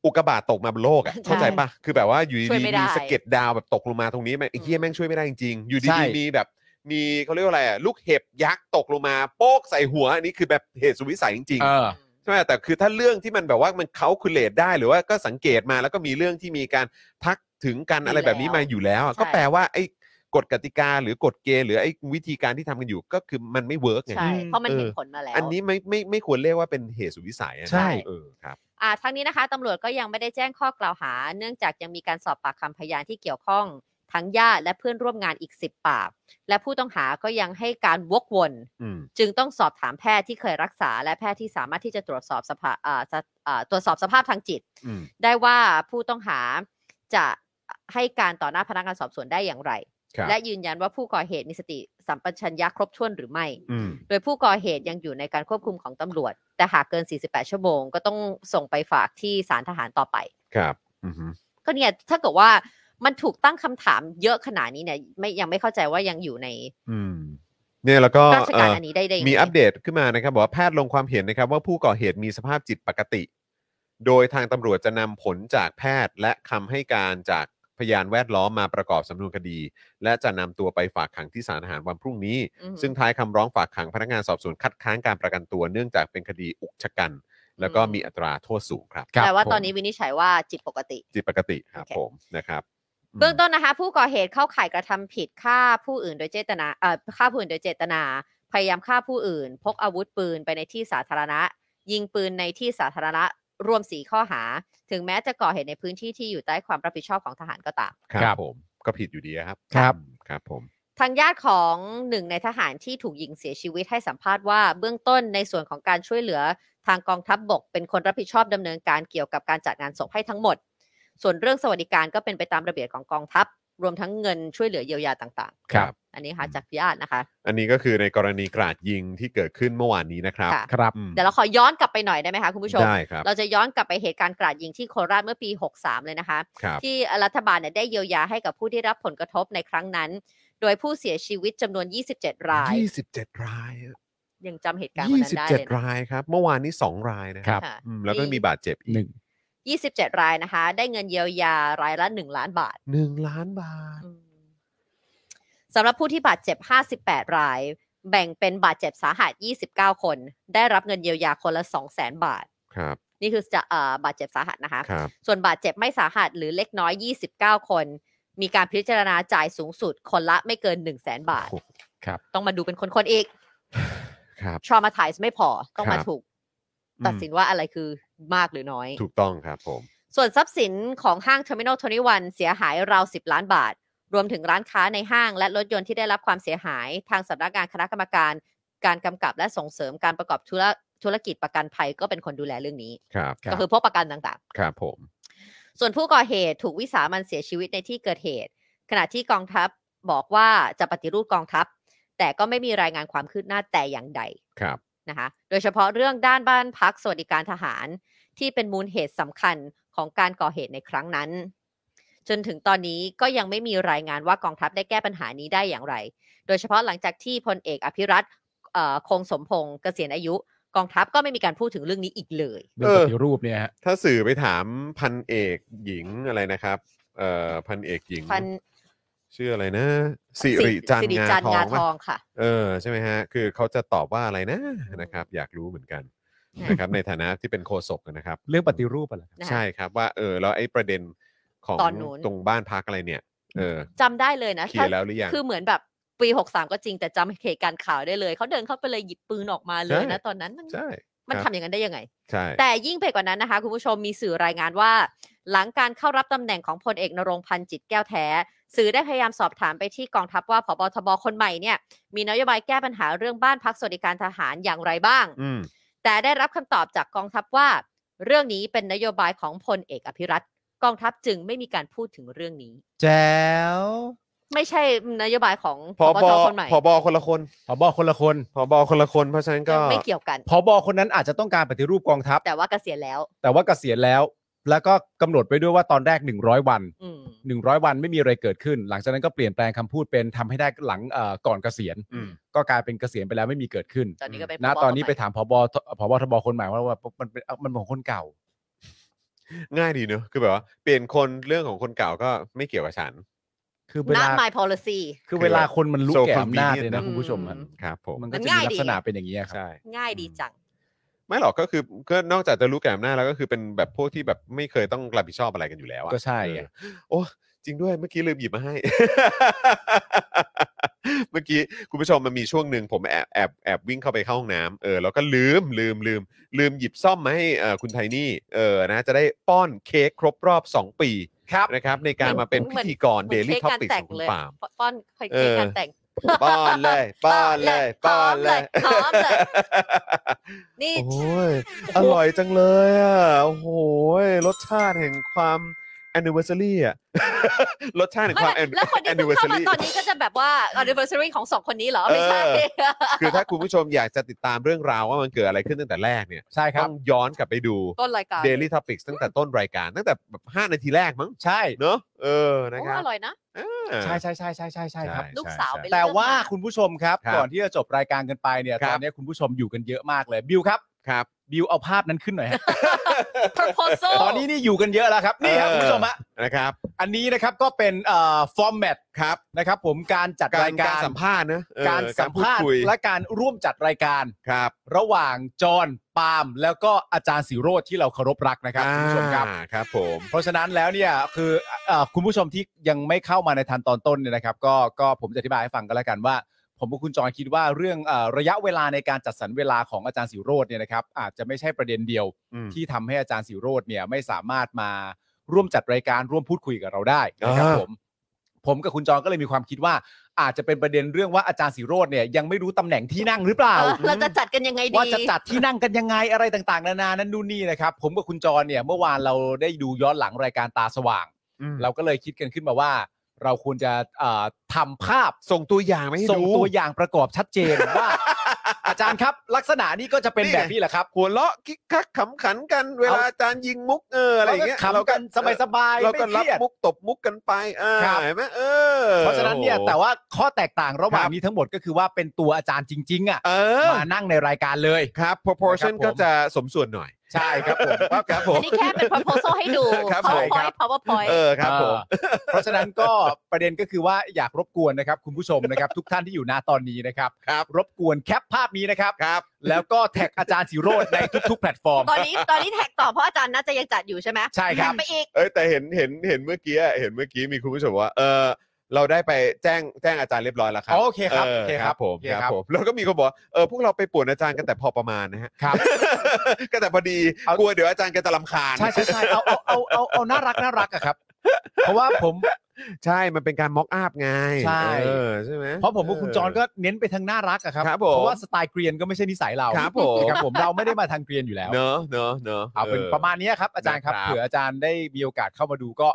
Speaker 3: อุกกาบาตตกมาบนโลกอ่ะ
Speaker 4: ใช่
Speaker 3: เข้าใจปะคือแบบว่าอยู่
Speaker 4: ช่วย
Speaker 3: ดีๆ
Speaker 4: ไม่ได้
Speaker 3: มีสะเก็ดดาวแบบตกลงมาตรงนี้แม่งไอ้เหี้ยแม่งช่วยไม่ได้จริงๆอยู่
Speaker 5: ใช่
Speaker 3: ดีๆมีแบบ มีเขาเรียกว่าอะไรอ่ะลูกเห็บยักษ์ตกลงมาโป๊กใส่หัวอันนี้คือแบบเหตุสุดวิสัยจริงๆ
Speaker 5: เออ
Speaker 3: ใช่ไหมแต่คือถ้าเรื่องที่มันแบบว่ามันเขาคุเลตได้หรือว่าก็สังเกตมาแล้วก็มีเรื่องที่มีการทักถึงกัน
Speaker 4: อยู่
Speaker 3: อะไรแบบนี้
Speaker 4: แล้ว
Speaker 3: มาอยู่แล้วอะ
Speaker 4: ใช่
Speaker 3: ก็แปลว่าไอ้กฎกติกาหรือกฎเกณฑ์หรือไอ้วิธีการที่ทำกันอยู่ก็คือมันไม่เวิร์กไง
Speaker 4: ใช่ เพราะมัน
Speaker 3: เออ
Speaker 4: เห็นผลมาแล้ว
Speaker 3: อันนี้ไม่ไม่ไม่ควรเรียกว่าเป็นเหตุสุดวิสัยอะนะ
Speaker 5: ใช่
Speaker 3: เออครับ
Speaker 4: อ่าทั้งนี้นะคะตำรวจก็ยังไม่ได้แจ้งข้อกล่าวหา เนื่องจากยังมีการสอบปากคำพยานที่เกี่ยวข้อง ทั้งญาติและเพื่อนร่วมงานอีก 10 ปาก และผู้ต้องหาก็ยังให้การวกวน
Speaker 3: อืม
Speaker 4: จึงต้องสอบถามแพทย์ที่เคยรักษา และแพทย์ที่สามารถที่จะตรวจสอบสภาอ่าสะอ่าตรวจสอบสภาพทางจิต
Speaker 3: อืม
Speaker 4: ได้ว่าผู้ต้องหาจะให้การต่อหน้าพนักงานสอบสวนได้อย่างไร
Speaker 3: ครับ
Speaker 4: และยืนยันว่าผู้ก่อเหตุมีสติสัมปชัญญะครบถ้วนหรือไม่
Speaker 3: อืม
Speaker 4: โดยผู้ก่อเหตุยังอยู่ในการควบคุมของตำรวจ แต่หากเกิน 48 ชั่วโมง ก็ต้องส่งไปฝากที่ศาลทหารต่อไป
Speaker 3: ครับอือฮึ
Speaker 4: ก็เนี่ยถ้าเกิดว่ามันถูกตั้งคำถามเยอะขนาดนี้เนี่ยไม่ยังไม่เข้าใจว่ายังอยู่ใน
Speaker 3: อืมเนี่ยแล้วก็
Speaker 4: ราชการ
Speaker 3: เอ่ออน
Speaker 4: นี้ได้ได้ยังไง
Speaker 3: มีอัปเดตขึ้นมานะครับบอกว่าแพทย์ลงความเห็นนะครับ ว่าผู้ก่อเหตุมีสภาพจิตปกติ โดยทางตำรวจจะนำผลจากแพทย์และคำให้การจากพยานแวดล้อมมาประกอบสำนวนคดี และจะนำตัวไปฝากขังที่ศาลทหารวันพรุ่งนี้
Speaker 4: อือหือ
Speaker 3: ซึ่งท้ายคำร้องฝากขังพนักงานสอบสวนคัดค้านการประกันตัวเนื่องจากเป็นคดีอุกชะกัน แล้วก็มีอัตราโทษสูงครับ
Speaker 5: ครับ
Speaker 4: แต่ว่า
Speaker 5: ผม
Speaker 4: ตอนนี้วินิจฉัยว่าจิตปกติ
Speaker 3: จิตปกติครับ
Speaker 4: โอเค
Speaker 3: ผมนะครับ
Speaker 4: เบื้องต้นนะคะ ผู้ก่อเหตุเข้าข่ายกระทำผิดฆ่าผู้อื่นโดยเจตนาเอ่อฆ่าผู้อื่นโดยเจตนา พยายามฆ่าผู้อื่น พกอาวุธปืนไปในที่สาธารณะ ยิงปืนในที่สาธารณะรวมสี่ข้อหา ถึงแม้จะก่อเหตุในพื้นที่ที่อยู่ใต้ความรับผิดชอบของทหารก็ตาม
Speaker 3: ครั
Speaker 5: ครับ บ
Speaker 3: ผมก็ผิดอยู่ดีครับ
Speaker 5: ครับ
Speaker 3: ครับผม
Speaker 4: ทางญาติของหนึ่งในทหารที่ถูกยิงเสียชีวิตให้สัมภาษณ์ว่าเบื้องต้นในส่วนของการช่วยเหลือทางกองทัพบบก เป็นคนรับผิดชอบดำเนินการเกี่ยวกับการจัดงานศพให้ทั้งหมด ส่วนเรื่องสวัสดิการก็เป็นไปตามระเบียบของกองทัพ รวมทั้งเงินช่วยเหลือเยียวยาต่างๆ
Speaker 5: ครับ
Speaker 4: อันนี้ค่ะจากญาตินะคะ
Speaker 3: อันนี้ก็คือในกรณีกราดยิงที่เกิดขึ้นเมื่อวานนี้นะครับ
Speaker 4: ค่ะ
Speaker 5: ครับ
Speaker 3: อืม
Speaker 4: เดี๋ยวเราขอย้อนกลับไปหน่อยได้ไหมคะคุณผู้ชม
Speaker 3: ได้ครับ
Speaker 4: เราจะย้อนกลับไปเหตุการณ์กราดยิงที่โคราชเมื่อปี 63 เลยนะคะ
Speaker 3: ครับ
Speaker 4: ที่รัฐบาลเนี่ยได้เยียวยาให้กับผู้ที่รับผลกระทบในครั้งนั้น โดยผู้เสียชีวิตจำนวน 27 ราย
Speaker 3: 27 รายอะ
Speaker 4: ยังจำเหตุการณ์วันนั้นได้เล
Speaker 3: 27
Speaker 4: ยนะ
Speaker 3: รายครับ เมื่อวานนี้ 2 รายนะ
Speaker 5: ครั บ
Speaker 4: ค่ะ
Speaker 3: อืมแล้วก็
Speaker 4: จริง
Speaker 3: มีบาดเจ็บอี
Speaker 5: ห
Speaker 3: ก
Speaker 5: นึ่ง
Speaker 4: 27 รายนะคะ ได้เงินเยียวยารายละ 1 ล้านบาท
Speaker 3: หนึ่งล้านบาท
Speaker 4: สำหรับผู้ที่บาดเจ็บ 58 ราย แบ่งเป็นบาดเจ็บสาหัส 29 คน ได้รับเงินเยียวยาคนละ 200,000 บาท
Speaker 3: ครับ
Speaker 4: นี่คือจะเอ่อบาดเจ็บสาหัสนะคะ
Speaker 3: ครับ
Speaker 4: ส่วนบาดเจ็บไม่สาหัสหรือเล็กน้อย 29 คน มีการพิจารณาจ่ายสูงสุด คนละไม่เกิน 1 0 0 0 0แบาท
Speaker 3: โอ้โห
Speaker 5: ครับ
Speaker 4: ต้องมาดูเป็นคนๆอีก
Speaker 3: ครับ
Speaker 4: traumatize ไม่พอต้องมา
Speaker 3: ครับ
Speaker 4: ถูก
Speaker 3: อืม
Speaker 4: ตัดสินว่าอะไรคือมากหรือน้อย
Speaker 3: ถูกต้องครับผม
Speaker 4: ส่วนทรัพย์สินของห้างเทอร์มินอลทนีวันเสียหายราว 10 ล้านบาท รวมถึงร้านค้าในห้างและรถยนต์ที่ได้รับความเสียหาย ทางสำนักงานคณะกรรมการ การกำกับและส่งเสริมการประกอบธุรธุรกิจประกันภัยก็เป็นคนดูแลเรื่องนี้
Speaker 3: ครับ
Speaker 4: ก็คือพวกประกันต่าง
Speaker 3: ครับผม
Speaker 4: ๆ ส่วนผู้ก่อเหตุถูกวิสามันเสียชีวิตในที่เกิดเหตุ ขณะที่กองทัพบอกว่าจะปฏิรูปกองทัพ แต่ก็ไม่มีรายงานความคืบหน้าแต่อย่างใด
Speaker 3: ครับ
Speaker 4: นะคะโดยเฉพาะเรื่องด้านบ้านพักสวัสดิการทหารที่เป็นมูลเหตุสำคัญของการก่อเหตุในครั้งนั้น จนถึงตอนนี้ก็ยังไม่มีรายงานว่ากองทัพได้แก้ปัญหานี้ได้อย่างไร โดยเฉพาะหลังจากที่พลเอกอภิรัตน์เอ่อคงสมพงศ์เกษียณอายุ กองทัพก็ไม่มีการพูดถึงเรื่องนี้อีกเลย
Speaker 5: เรื่องปฏิรูปเนี่ยฮะ
Speaker 3: ถ้าสื่อไปถามพันเอกหญิงอะไรนะครับ เอ่อพันเอกหญิง
Speaker 4: พัน
Speaker 3: ชื่ออะไรนะสิริจันทร์งาทอง
Speaker 4: งา
Speaker 3: ปะ
Speaker 4: ทองค่ะ
Speaker 3: เออใช่ไหมฮะ คือเขาจะตอบว่าอะไรนะนะครับ อยากรู้เหมือนกัน
Speaker 4: ค่ะ
Speaker 3: นะครับในฐานะที่เป็นโฆษกนะครับ
Speaker 5: เรื่องปฏิรูปอะไรอครับ
Speaker 4: นะคะ
Speaker 3: ใช่ครับว่าเออแล้วไอ้ประเด็นของ
Speaker 4: ตอนนู้น
Speaker 3: ตรงบ้านพักอะไรเนี่ย เออ
Speaker 4: จำได้เลยนะ
Speaker 3: เคลียร์แล้วหรือยัง
Speaker 4: คือเหมือนแบบ ปี 63 ก็จริงแต่จำเหตุการณ์ข่าวได้เลย เขาเดินเข้าไปเลยหยิบปืนออกมาเลยนะ ตอนนั้นมัน
Speaker 3: ใช่
Speaker 4: มันทำอย่างนั้นได้ยังไง
Speaker 3: ใช่
Speaker 4: แต่ยิ่งไปกว่านั้นนะคะ คุณผู้ชมมีสื่อรายงานว่า หลังการเข้ารับตำแหน่งของพลเอกนรงค์พันธ์จิตแก้วแท้ สื่อได้พยายามสอบถามไปที่กองทัพว่าผบทบคนใหม่เนี่ย มีนโยบายแก้ปัญหาเรื่องบ้านพักสวัสดิการทหารอย่างไรบ้าง
Speaker 3: อืม
Speaker 4: แต่ได้รับคำตอบจากกองทัพว่า เรื่องนี้เป็นนโยบายของพลเอกอภิรัตน์กองทัพจึงไม่มีการพูดถึงเรื่องนี้
Speaker 5: แจ๋ว
Speaker 4: ไม่ใช่นโยบายของ
Speaker 3: พอบอ
Speaker 4: คนใหม่
Speaker 3: พอบอคนละคน
Speaker 5: พบคนละคน
Speaker 3: พอบอคนละคนเพราะฉะนั้นก็
Speaker 4: ไม่เกี่ยวกัน
Speaker 5: พบคนนั้นอาจจะต้องการปฏิรูปกองทัพ
Speaker 4: แต่ว่าเกษียณแล้ว
Speaker 5: แต่ว่าเกษียณแล้ว แล้วก็กำหนดไปด้วยว่าตอนแรก 100 วัน
Speaker 4: อืม
Speaker 5: 100 วันไม่มีอะไรเกิดขึ้น หลังจากนั้นก็เปลี่ยนแปลงคำพูดเป็นทำให้ได้หลังเอ่อก่อนเกษียณ
Speaker 3: อืม
Speaker 5: ก็กลายเป็นเกษียณไปแล้วไม่มีเกิดขึ้น
Speaker 4: ตอนนี้ก็เป็น
Speaker 5: นะ
Speaker 4: ผบ
Speaker 5: ตอนนี้
Speaker 4: ค
Speaker 5: ไป
Speaker 4: ใหม่
Speaker 5: ถามพบพบทบคนใหม่ว่าว่ามันเป็นเอามันของคนเก่า
Speaker 3: ง่ายดีเนอะคือแบบว่าเปลี่ยนคนเรื่องของคนเก่าก็ไม่เกี่ยวกับฉัน
Speaker 5: คือเวลา
Speaker 4: not my policy
Speaker 5: คือเวลาคนมันลุก
Speaker 3: So
Speaker 5: แก่อำนาจ
Speaker 3: convenient
Speaker 5: เลยนะ
Speaker 4: นะ
Speaker 5: คุณผู้ชมอะ
Speaker 4: อืม
Speaker 3: ครับผม
Speaker 5: มันก็จะ
Speaker 4: มันง่าย
Speaker 5: มี
Speaker 4: ดี
Speaker 5: ลักษณะเป็นอย่างนี้ยครับ
Speaker 3: ใช่
Speaker 4: ง่ายดีจัง
Speaker 3: ไม่หรอกก็คือก็นอกจากจะรู้แก่อำนาจแล้วก็คือเป็นแบบพวกที่แบบไม่เคยต้องรับผิดชอบอะไรกันอยู่แล้วอะ
Speaker 5: ก็ใช่
Speaker 3: ใช่
Speaker 5: ไง
Speaker 3: โอ้จริงด้วยเมื่อกี้ลืมหยิบมาให้ เมื่อกี้คุณผู้ชมมันมีช่วงหนึ่งผมแอบแอบแอบวิ่งเข้าไปเข้าห้องน้ำเออแล้วก็ลืมลืมลืม ลืมหยิบซ่อมมาให้เอ่อคุณไทนี่เออนะจะได้ป้อนเค้กครบรอบ 2 ปี
Speaker 5: ครับ
Speaker 3: นะครับ ในการมาเป็นพิธีกร
Speaker 4: เหมือน
Speaker 3: Daily
Speaker 4: ค้ก
Speaker 3: t o
Speaker 4: การ
Speaker 3: p i c
Speaker 4: แต่
Speaker 3: ข
Speaker 4: ง
Speaker 3: องคุณ
Speaker 4: เลย
Speaker 3: ปาล์ม
Speaker 4: ป้อนเคย
Speaker 3: เอ
Speaker 4: เค้ก
Speaker 3: อ
Speaker 4: การแต่ง
Speaker 3: ป้อนเลยป้อนเลยป้อน เลย
Speaker 4: พร้อมเลยนี่
Speaker 3: โอ้ยอร่อยจังเลยอ่ะโอ้โหยรสชาติแห่งความ anniversary อ่ะ รสชาติแห่ง
Speaker 4: ไม่
Speaker 3: ความ
Speaker 4: ไม่แล้วคนที่เพิ่งเข้ามา
Speaker 3: anniversary
Speaker 4: ตอนนี้ก็จะแบบว่า anniversary ของสองคนนี้เหรอ ไม่ใช่
Speaker 3: เคือถ้าคุณผู้ชมอยากจะติดตามเรื่องราวว่ามันเกิดอะไรขึ้นตั้งแต่แรกเนี่ย
Speaker 5: ใช่ครั
Speaker 3: ต้
Speaker 5: บ
Speaker 3: องย้อนกลับไปดู
Speaker 4: ต้นรายการ
Speaker 3: Daily Topics ตั้งแต่ต้นรายการ ตั้งแต่แบบ5นาทีแรกมั้ง
Speaker 5: ใช่
Speaker 3: เนอะเออนะ
Speaker 4: โอ้
Speaker 3: ครับ
Speaker 4: อร่อยนะ
Speaker 5: ใช่ใช่ใช่ใช่ใช่ใช่ครับ
Speaker 4: ลูกสาวไป
Speaker 3: ใช่
Speaker 5: แต่ว่าคุณผู้ชมครับ
Speaker 3: ครับ
Speaker 5: ก่อนที่จะจบรายการกันไปเนี่ย
Speaker 3: ครั
Speaker 5: ต
Speaker 3: บ
Speaker 5: อนนี้คุณผู้ชมอยู่กันเยอะมากเลยบิวครับ
Speaker 3: ครับ
Speaker 5: บิวเอาภาพนั้นขึ้นหน่อยฮะ
Speaker 4: proposal
Speaker 5: ตอนนี้นี่อยู่กันเยอะแล้วครับนี่ครับ
Speaker 3: เออ
Speaker 5: คุณผู้ชมฮะ
Speaker 3: นะครับ
Speaker 5: อันนี้นะครับก็เป็นเอ่อฟอร์แมต
Speaker 3: ครับ
Speaker 5: นะครับผมการจัด
Speaker 3: การ
Speaker 5: รายการ
Speaker 3: การสัมภาษณ์นะเออ
Speaker 5: การสัม
Speaker 3: พูด
Speaker 5: ภาษณ์
Speaker 3: คุย
Speaker 5: และการร่วมจัดรายการ
Speaker 3: ครับ
Speaker 5: ระหว่างจอห์นปาล์มแล้วก็อาจารย์สิโรธที่เราเคารพรักนะครับคุณผู้ชมครับ
Speaker 3: อ่าครับผม
Speaker 5: เพราะฉะนั้นแล้วเนี่ยคือเอ่อคุณผู้ชมที่ยังไม่เข้ามาในทันตอนต้นเนี่ยนะครับ ก็ก็ผมจะอธิบายให้ฟังกันแล้วกันว่า ผมกับคุณจอนคิดว่าเรื่องเออระยะเวลาในการจัดสรรเวลาของอาจารย์สิโรธเนี่ยนะครับ อาจจะไม่ใช่ประเด็นเดียว
Speaker 3: อืม
Speaker 5: ที่ทำให้อาจารย์สิโรธเนี่ยไม่สามารถมาร่วมจัดรายการร่วมพูดคุยกับเราได้นะครับ
Speaker 3: อ่า
Speaker 5: ผม ผมกับคุณจอนก็เลยมีความคิดว่า อาจจะเป็นประเด็นเรื่องว่าอาจารย์สิโรธเนี่ยยังไม่รู้ตำแหน่งที่นั่งหรือเปล่า
Speaker 4: เออเราจะจัดกันยังไงดี
Speaker 5: ว่าจะจัดที่นั่งกันยังไงอะไรต่างๆ นานานั่นนู่นนี่นะครับ ผมกับคุณจรเนี่ยเมื่อวานเราได้ดูย้อนหลังรายการตาสว่าง
Speaker 3: อืม
Speaker 5: เราก็เลยคิดกันขึ้นมาว่า เราควรจะเอ่อทำภาพ
Speaker 3: ส่งตัวอย่างไม่ให้
Speaker 5: ส่ง
Speaker 3: ดู
Speaker 5: ตัวอย่างประกอบชัดเจนว่า อาจารย์ครับ ลักษณะนี้ก็จะเป็น
Speaker 3: นี่ไง
Speaker 5: แบบนี้แหละครับ
Speaker 3: หัวเราะคิกคักขำขันกัน เวลาอาจารย์ยิงมุกเอออะไรอย่างเงี้ย
Speaker 5: เราก็ขำกันสบาย
Speaker 3: เออ
Speaker 5: ๆ
Speaker 3: เรา
Speaker 5: ไม่
Speaker 3: ก็
Speaker 5: เค
Speaker 3: รับ
Speaker 5: รียด
Speaker 3: มุกตบมุกกันไปเออ
Speaker 5: ครับ
Speaker 3: เห็นไหมเออ
Speaker 5: เพราะฉะนั้นเนี่ย
Speaker 3: โอ้โห
Speaker 5: แต่ว่าข้อแตกต่างระห
Speaker 3: ค
Speaker 5: ว่าง
Speaker 3: รับ
Speaker 5: นี้ทั้งหมดก็คือว่าเป็นตัวอาจารย์จริง ๆ อ่ะ
Speaker 3: เออ
Speaker 5: มานั่งในรายการเลย
Speaker 3: ครับ proportion
Speaker 5: นะครับผม
Speaker 3: ก็จะสมส่วนหน่อย
Speaker 5: ใช่ครับผม
Speaker 3: ครับผม
Speaker 4: อันนี้แค่เป็น proposal ให้ดู
Speaker 3: ครับผม
Speaker 4: powerpoint powerpoint
Speaker 3: เออครับผม
Speaker 5: เออเพราะฉะนั้นก็ ประเด็นก็คือว่าอยากรบกวนนะครับ คุณผู้ชมนะครับ ทุกท่านที่อยู่หน้าตอนนี้นะครับ
Speaker 3: ครับ
Speaker 5: รบกวนแคปภาพนี้นะครับ
Speaker 3: ครับ
Speaker 5: แล้วก็แท็กอาจารย์สิโรธในทุก ๆ แพลตฟอร์ม
Speaker 4: ตอนนี้ตอนนี้แท็กต่อเพราะอาจารย์น่าจะยังจัดอยู่ใช่ไหม
Speaker 5: ใช่ครับ
Speaker 4: แท็กไปอีก
Speaker 3: เอ้ยแต่เห็นเห็นเห็นเมื่อกี้อะเห็นเมื่อกี้มีคุณผู้ชมว่าเออเราได้ไปแจ้งแจ้งอาจารย์เรียบร้อยแล้วครับ
Speaker 5: โอเคครับ
Speaker 3: ออ
Speaker 5: โอเคครับ
Speaker 3: ผม
Speaker 5: โอเค
Speaker 3: ค
Speaker 5: ครั
Speaker 3: รับบ ผมแล้วก็มีคนบอกว่าเออพวกเราไปป่วนอาจารย์กันแต่พอประมาณนะฮะ
Speaker 5: ครับ
Speaker 3: ก็แต่พอดี
Speaker 5: เอา
Speaker 3: ก
Speaker 5: ก
Speaker 3: ลัวเดี๋ยวอาจารย์แกจะลำคาญ
Speaker 5: ใช่ใช่ใช่เอาเอาเอาเอาเอาน่ารักน่ารักอะครับ เพราะว่าผม
Speaker 3: ใช่ มันเป็นการม็อกอัพไงเออใช่ไหม
Speaker 5: เพราะผมกับคุณจรก็เน้นไปทางน่ารักอะครับ
Speaker 3: ครับผม
Speaker 5: เพราะว่าสไตล์เกรียนก็ไม่ใช่นิสัยเรา
Speaker 3: ครับผม
Speaker 5: นะครับผมเราไม่ได้มาทางเกรียนอยู่แล้ว
Speaker 3: เนอะเนอะเนอะ
Speaker 5: เอาเป็นประมาณนี้ครับอาจารย์ครับ
Speaker 3: นะครับ
Speaker 5: เผื่ออาจารย์ได้มีโอกาสเข้ามาดูก็